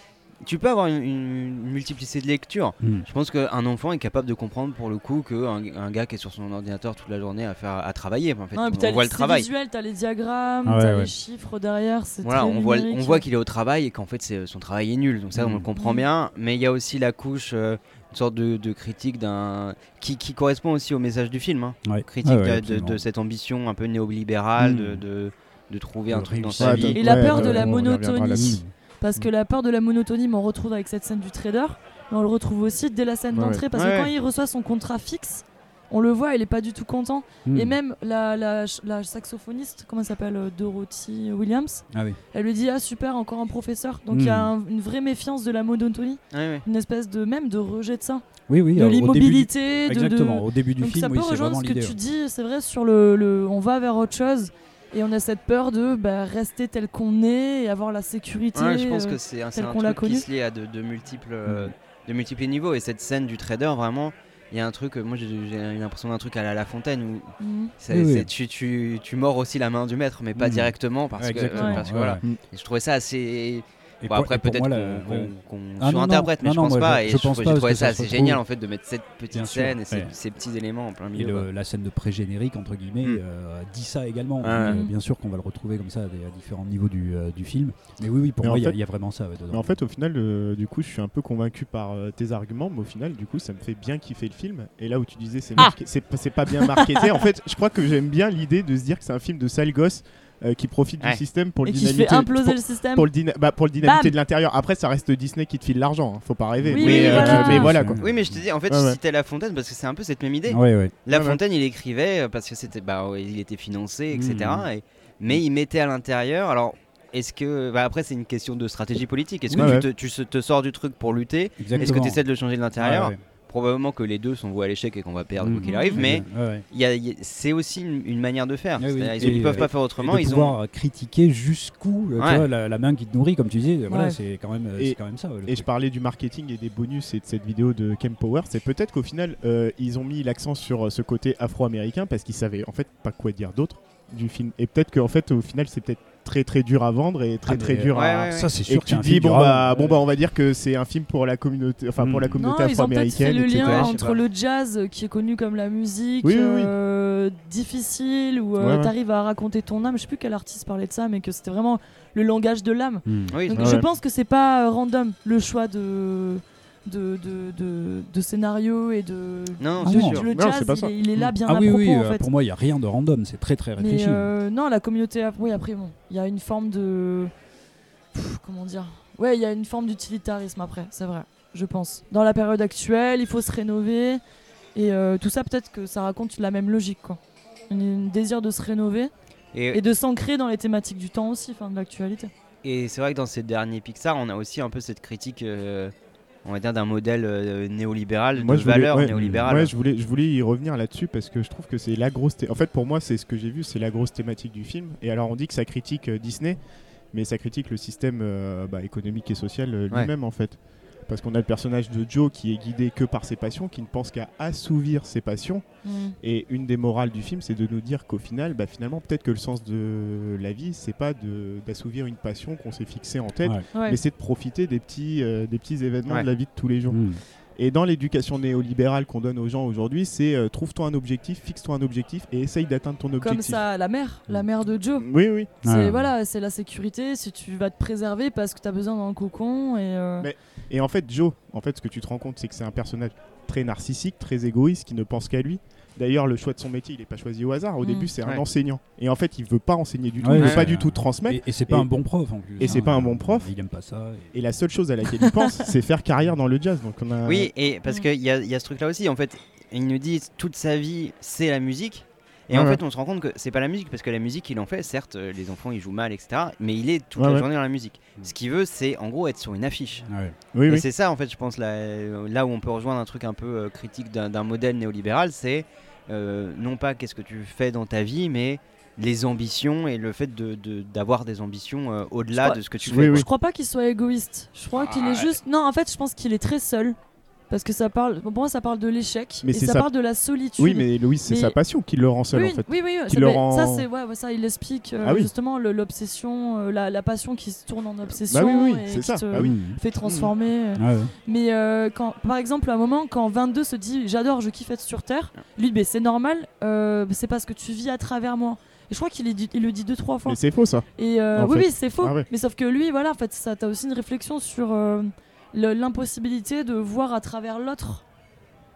Speaker 4: tu peux avoir une, une multiplicité de lectures.
Speaker 3: Mm.
Speaker 4: Je pense qu'un enfant est capable de comprendre pour le coup qu'un un gars qui est sur son ordinateur toute la journée à, faire, à travailler. En fait,
Speaker 1: Non, et puis t'as
Speaker 4: on voit
Speaker 1: les-
Speaker 4: le
Speaker 1: c'est
Speaker 4: travail.
Speaker 1: visuel, t'as les diagrammes,
Speaker 3: Ah ouais,
Speaker 1: t'as
Speaker 3: ouais.
Speaker 1: les chiffres derrière, c'est
Speaker 4: Voilà,
Speaker 1: très
Speaker 4: on voit, on
Speaker 1: numérique.
Speaker 4: voit qu'il est au travail et qu'en fait c'est- son travail est nul. Donc ça, on le
Speaker 3: Mm.
Speaker 4: comprend
Speaker 1: Mm.
Speaker 4: bien. Mais il y a aussi la couche, euh, une sorte de, de critique d'un qui, qui correspond aussi au message du film. hein.
Speaker 3: Ouais.
Speaker 4: Critique
Speaker 3: Ah ouais,
Speaker 4: de- de,
Speaker 3: absolument.
Speaker 4: de cette ambition un peu néolibérale,
Speaker 3: Mm.
Speaker 4: de, de, de trouver un
Speaker 3: De
Speaker 4: truc dans
Speaker 3: réussir.
Speaker 4: sa
Speaker 3: Ouais,
Speaker 4: vie.
Speaker 1: Et la
Speaker 2: Ouais,
Speaker 1: peur
Speaker 2: ouais,
Speaker 1: de la
Speaker 2: on reviendra là-dessus.
Speaker 1: monotonie. Parce que la peur de la monotonie, mais on retrouve avec cette scène du trader, mais on le retrouve aussi dès la scène
Speaker 2: Ouais, ouais.
Speaker 1: d'entrée. Parce
Speaker 4: Ouais,
Speaker 1: que quand
Speaker 4: ouais.
Speaker 1: il reçoit son contrat fixe, on le voit, il est pas du tout content.
Speaker 3: Mm.
Speaker 1: Et même la, la ch- la saxophoniste, comment elle s'appelle euh, Dorothy Williams,
Speaker 3: Ah oui.
Speaker 1: elle lui dit Ah super, encore un professeur. Donc il y a
Speaker 3: Mm.
Speaker 1: un- une vraie méfiance de la monotonie,
Speaker 4: Ouais, ouais.
Speaker 1: une espèce de même de rejet de ça,
Speaker 3: oui, oui,
Speaker 1: de
Speaker 3: euh, au début du-
Speaker 1: l'immobilité, de- de,
Speaker 3: Exactement, au début du
Speaker 1: donc
Speaker 3: film,
Speaker 1: ça peut
Speaker 3: oui, c'est
Speaker 1: rejoindre
Speaker 3: vraiment
Speaker 1: ce que
Speaker 3: l'idée.
Speaker 1: tu dis, c'est vrai, sur le, le- on va vers autre chose et on a cette peur de bah, rester tel qu'on est et avoir la sécurité.
Speaker 4: Ouais, je pense
Speaker 1: euh,
Speaker 4: que c'est un, c'est
Speaker 1: tel
Speaker 4: un
Speaker 1: qu'on l'a
Speaker 4: truc qui
Speaker 1: connu.
Speaker 4: se lie à de, de multiples, euh,
Speaker 3: Mm.
Speaker 4: de multiples niveaux. Et cette scène du trader, vraiment, il y a un truc, euh, moi j'ai j'ai l'impression d'un truc à la La Fontaine où
Speaker 1: mhm.
Speaker 4: c'est-
Speaker 3: Oui, oui.
Speaker 4: c'est- Tu, tu, tu mords aussi la main du maître, mais pas
Speaker 3: Mm.
Speaker 4: directement parce
Speaker 3: Ouais,
Speaker 4: que, euh,
Speaker 3: exactement,
Speaker 4: parce que
Speaker 3: ouais,
Speaker 4: voilà.
Speaker 3: ouais.
Speaker 4: Et je trouvais ça assez.
Speaker 3: Et
Speaker 4: Bon,
Speaker 3: pour-
Speaker 4: après,
Speaker 3: et pour
Speaker 4: peut-être
Speaker 3: moi,
Speaker 4: qu'on
Speaker 3: la- ouais.
Speaker 4: qu'on- qu'on
Speaker 3: Ah, non,
Speaker 4: surinterprète, mais
Speaker 3: non,
Speaker 4: je
Speaker 3: non,
Speaker 4: pense
Speaker 3: moi,
Speaker 4: pas.
Speaker 3: je-
Speaker 4: et
Speaker 3: je pense
Speaker 4: j'ai
Speaker 3: pas, parce
Speaker 4: trouvé ça
Speaker 3: que ça se
Speaker 4: assez
Speaker 3: retrouve.
Speaker 4: génial en fait de mettre cette petite
Speaker 3: Bien sûr,
Speaker 4: scène et ces,
Speaker 3: ouais.
Speaker 4: ces petits éléments en plein
Speaker 3: Et
Speaker 4: milieu.
Speaker 3: le-
Speaker 4: quoi.
Speaker 3: la scène de pré-générique, entre guillemets,
Speaker 4: Mm.
Speaker 3: euh, dit ça également. Donc,
Speaker 4: Ouais.
Speaker 3: euh,
Speaker 1: Mm.
Speaker 3: bien sûr qu'on va le retrouver comme ça à, des- à différents niveaux du, euh, du film. Mais oui, oui pour
Speaker 2: Mais en
Speaker 3: moi, il y a-
Speaker 2: fait-
Speaker 3: il y, a vraiment ça. ouais, dedans.
Speaker 2: Mais en fait, au final, euh, du coup, je suis un peu convaincu par euh, tes arguments, mais au final, du coup, ça me fait bien kiffer le film. Et là où tu disais, c'est marqué- c'est pas- c'est pas bien marketé. en fait, je crois que j'aime bien l'idée de se dire que c'est un film de sale gosse euh, qui profite
Speaker 4: Ouais.
Speaker 2: du système pour le
Speaker 1: et qui se fait
Speaker 2: dynamiter.
Speaker 1: imploser
Speaker 2: pour-
Speaker 1: le système.
Speaker 2: pour le, dyna- bah, pour le dynamiter
Speaker 1: Bam.
Speaker 2: de l'intérieur. Après, ça reste Disney qui te file l'argent, hein, faut pas rêver.
Speaker 1: Oui,
Speaker 4: oui,
Speaker 2: mais,
Speaker 1: voilà.
Speaker 2: mais voilà quoi.
Speaker 4: Oui, mais je te dis, en fait,
Speaker 2: Ouais, ouais.
Speaker 4: je citais La Fontaine parce que c'est un peu cette même idée.
Speaker 3: Ouais, ouais.
Speaker 4: La
Speaker 2: Ouais, ouais.
Speaker 4: Fontaine, il écrivait euh, parce que c'était, bah, ouais, il était financé, etc.
Speaker 3: Mhm.
Speaker 4: et- mais il mettait à l'intérieur. Alors, est-ce que, bah, après, c'est une question de stratégie politique. Est-ce que
Speaker 2: Oui,
Speaker 4: tu,
Speaker 2: ouais.
Speaker 4: te, tu se- te sors du truc pour lutter Est-ce que
Speaker 3: Exactement.
Speaker 4: tu essaies de le changer de
Speaker 3: Ouais,
Speaker 4: l'intérieur
Speaker 3: ouais.
Speaker 4: Probablement que les deux sont voués à l'échec et qu'on va perdre quoi
Speaker 3: Mhm.
Speaker 4: qu'il arrive. Mais
Speaker 3: Ouais, ouais.
Speaker 4: il y a- il y a- c'est aussi une, une manière de faire.
Speaker 3: Ah oui,
Speaker 4: C'est-à-dire,
Speaker 3: et-
Speaker 4: Ils ne peuvent
Speaker 3: et-
Speaker 4: pas faire autrement.
Speaker 3: et de
Speaker 4: Ils ont.
Speaker 3: pouvoir critiquer jusqu'où euh, tu
Speaker 4: Ouais.
Speaker 3: vois, la, la main qui te nourrit, comme tu disais. Voilà,
Speaker 1: Ouais.
Speaker 3: c'est quand même, euh,
Speaker 2: Et-
Speaker 3: c'est quand même ça. ouais, le
Speaker 2: Et je
Speaker 3: truc.
Speaker 2: parlais du marketing et des bonus et de cette vidéo de Kem Power, c'est peut-être qu'au final euh, ils ont mis l'accent sur euh, ce côté afro-américain parce qu'ils savaient en fait pas quoi dire d'autre du film. Et peut-être qu'en fait au final c'est peut-être très très dur à vendre et très
Speaker 3: Ah,
Speaker 2: très
Speaker 3: mais-
Speaker 2: dur
Speaker 4: Ouais,
Speaker 2: à.
Speaker 4: ouais, ouais.
Speaker 3: Ça, c'est
Speaker 2: Et
Speaker 3: sûr.
Speaker 2: que tu te dis bon bah bon bah on va dire que c'est un film pour la communauté enfin pour la
Speaker 3: Mm.
Speaker 1: non,
Speaker 2: communauté
Speaker 1: ils ont peut-être fait
Speaker 2: afro-américaine.
Speaker 1: le
Speaker 2: etc.
Speaker 1: lien
Speaker 4: Ouais, je sais
Speaker 1: entre
Speaker 4: pas.
Speaker 1: le jazz euh, qui est connu comme la musique
Speaker 2: Oui, oui, oui.
Speaker 1: euh, difficile où
Speaker 2: Ouais,
Speaker 1: euh,
Speaker 2: ouais.
Speaker 1: t'arrives à raconter ton âme. Je sais plus quel artiste parlait de ça, mais que c'était vraiment le langage de l'âme.
Speaker 3: Hmm.
Speaker 4: Oui,
Speaker 1: Donc
Speaker 2: Ouais.
Speaker 1: je pense que c'est pas euh, random le choix de de, de, de, de scénario et de
Speaker 4: Non,
Speaker 3: Ah
Speaker 4: c'est
Speaker 3: non.
Speaker 4: sûr.
Speaker 1: le
Speaker 2: Non,
Speaker 1: jazz
Speaker 2: c'est pas ça. Mm.
Speaker 1: il, est, il est là bien
Speaker 3: ah
Speaker 1: à
Speaker 3: oui,
Speaker 1: propos
Speaker 3: oui,
Speaker 1: en
Speaker 3: euh,
Speaker 1: fait.
Speaker 3: pour moi, il n'y a rien de random. C'est très, très
Speaker 1: Mais
Speaker 3: réfléchi. hein.
Speaker 1: euh, non, la communauté afro, oui après bon, il y a une forme de Pff, comment dire Ouais, il y a une forme d'utilitarisme après, c'est vrai, je pense. Dans la période actuelle, il faut se rénover et euh, tout ça peut-être que ça raconte la même logique quoi. Un- Un désir de se rénover
Speaker 4: Et-
Speaker 1: et de s'ancrer dans les thématiques du temps aussi, enfin de l'actualité.
Speaker 4: Et c'est vrai que dans ces derniers Pixar, on a aussi un peu cette critique, euh, on va dire, d'un modèle euh, néolibéral,
Speaker 2: Moi,
Speaker 4: de
Speaker 2: je voulais-
Speaker 4: valeur
Speaker 2: ouais.
Speaker 4: néolibérale.
Speaker 2: Ouais, je voulais, je voulais y revenir là-dessus parce que je trouve que c'est la grosse. thé- En fait, pour moi, c'est ce que j'ai vu, c'est la grosse thématique du film. Et alors, on dit que ça critique euh, Disney, mais ça critique le système euh, bah, économique et social euh,
Speaker 4: Ouais.
Speaker 2: lui-même, en fait. Parce qu'on a le personnage de Joe qui est guidé que par ses passions, qui ne pense qu'à assouvir ses passions.
Speaker 1: Mm.
Speaker 2: Et une des morales du film, c'est de nous dire qu'au final, bah, finalement, peut-être que le sens de la vie, c'est pas de- d'assouvir une passion qu'on s'est fixée en tête,
Speaker 3: Ouais.
Speaker 1: Ouais.
Speaker 2: mais c'est de profiter des petits, euh, des petits événements
Speaker 4: Ouais.
Speaker 2: de la vie de tous les jours.
Speaker 3: Mm.
Speaker 2: Et dans l'éducation néolibérale qu'on donne aux gens aujourd'hui, c'est euh, trouve-toi un objectif, fixe-toi un objectif et essaye d'atteindre ton objectif.
Speaker 1: Comme ça la mère, la mère de Joe.
Speaker 2: Oui, oui.
Speaker 1: C'est
Speaker 3: Ouais.
Speaker 1: voilà, c'est la sécurité, si tu vas te préserver parce que tu as besoin d'un cocon et euh,
Speaker 2: Mais- Et en fait, Joe, en fait, ce que tu te rends compte, c'est que c'est un personnage très narcissique, très égoïste, qui ne pense qu'à lui. D'ailleurs, le choix de son métier, il n'est pas choisi au hasard. Au
Speaker 1: Mm.
Speaker 2: début, c'est un
Speaker 4: Ouais.
Speaker 2: enseignant. Et en fait, il veut pas enseigner du tout,
Speaker 3: Ouais,
Speaker 2: il veut
Speaker 4: ouais,
Speaker 2: pas
Speaker 4: ouais.
Speaker 2: du tout transmettre.
Speaker 3: Et, et c'est pas
Speaker 2: Et-
Speaker 3: un bon prof en plus.
Speaker 2: et c'est
Speaker 3: hein.
Speaker 2: pas un bon prof.
Speaker 3: Il aime pas ça. et-
Speaker 2: Et... la seule chose à laquelle il pense, c'est faire carrière dans le jazz. Donc on a...
Speaker 4: Oui, et parce
Speaker 1: Mm.
Speaker 4: qu'il y a, il y a ce truc-là aussi, en fait, il nous dit toute sa vie, c'est la musique. Et en
Speaker 2: Ouais,
Speaker 4: fait, on se rend compte que c'est pas la musique, parce que la musique, il en fait, certes, euh, les enfants ils jouent mal, etc. Mais il est toute
Speaker 2: Ouais,
Speaker 4: la
Speaker 2: ouais.
Speaker 4: journée dans la musique. Ce qu'il veut, c'est en gros être sur une affiche.
Speaker 3: Ah Ouais.
Speaker 2: Oui,
Speaker 4: et
Speaker 2: oui.
Speaker 4: c'est ça, en fait, je pense, là, euh, là où on peut rejoindre un truc un peu euh, critique d'un d'un modèle néolibéral, c'est euh, non pas qu'est-ce que tu fais dans ta vie, mais les ambitions et le fait de- de- d'avoir des ambitions euh, au-delà
Speaker 1: Ouais.
Speaker 4: de ce que tu
Speaker 2: Oui,
Speaker 4: fais.
Speaker 2: oui.
Speaker 1: Je crois pas qu'il soit égoïste. Je crois qu'il est juste. Non, en fait, je pense qu'il est très seul. Parce que ça parle. Pour moi, ça parle de l'échec.
Speaker 2: Mais
Speaker 1: et
Speaker 2: c'est
Speaker 1: ça
Speaker 2: ça-
Speaker 1: parle de la solitude.
Speaker 2: Oui, mais Louis, c'est
Speaker 1: Mais-
Speaker 2: sa passion qui le rend seul
Speaker 1: oui,
Speaker 2: en fait.
Speaker 1: oui, oui,
Speaker 2: Qui
Speaker 1: ça,
Speaker 2: le
Speaker 1: mais
Speaker 2: rend-
Speaker 1: ça, c'est ouais, ouais, ça, il explique euh,
Speaker 2: Ah oui.
Speaker 1: justement le- l'obsession, euh, la, la passion qui se tourne en obsession
Speaker 2: Bah oui, oui,
Speaker 1: et
Speaker 2: c'est
Speaker 1: qui
Speaker 2: ça.
Speaker 1: te
Speaker 2: Bah oui. Mmh.
Speaker 1: fait transformer. euh.
Speaker 3: Ah Ouais, ouais.
Speaker 1: Mais euh, quand, par exemple, à un moment, quand 22 se dit j'adore, je kiffe être sur Terre, lui, dit, mais c'est normal, euh, c'est parce que tu vis à travers moi. Et je crois qu'il est dit- il le dit deux trois fois.
Speaker 2: Mais c'est faux ça.
Speaker 1: Et euh,
Speaker 2: En
Speaker 1: oui,
Speaker 2: fait.
Speaker 1: oui, c'est faux.
Speaker 2: Ah ouais.
Speaker 1: Mais sauf que lui, voilà, en fait, ça, t'as aussi une réflexion sur euh, le- l'impossibilité de voir à travers l'autre.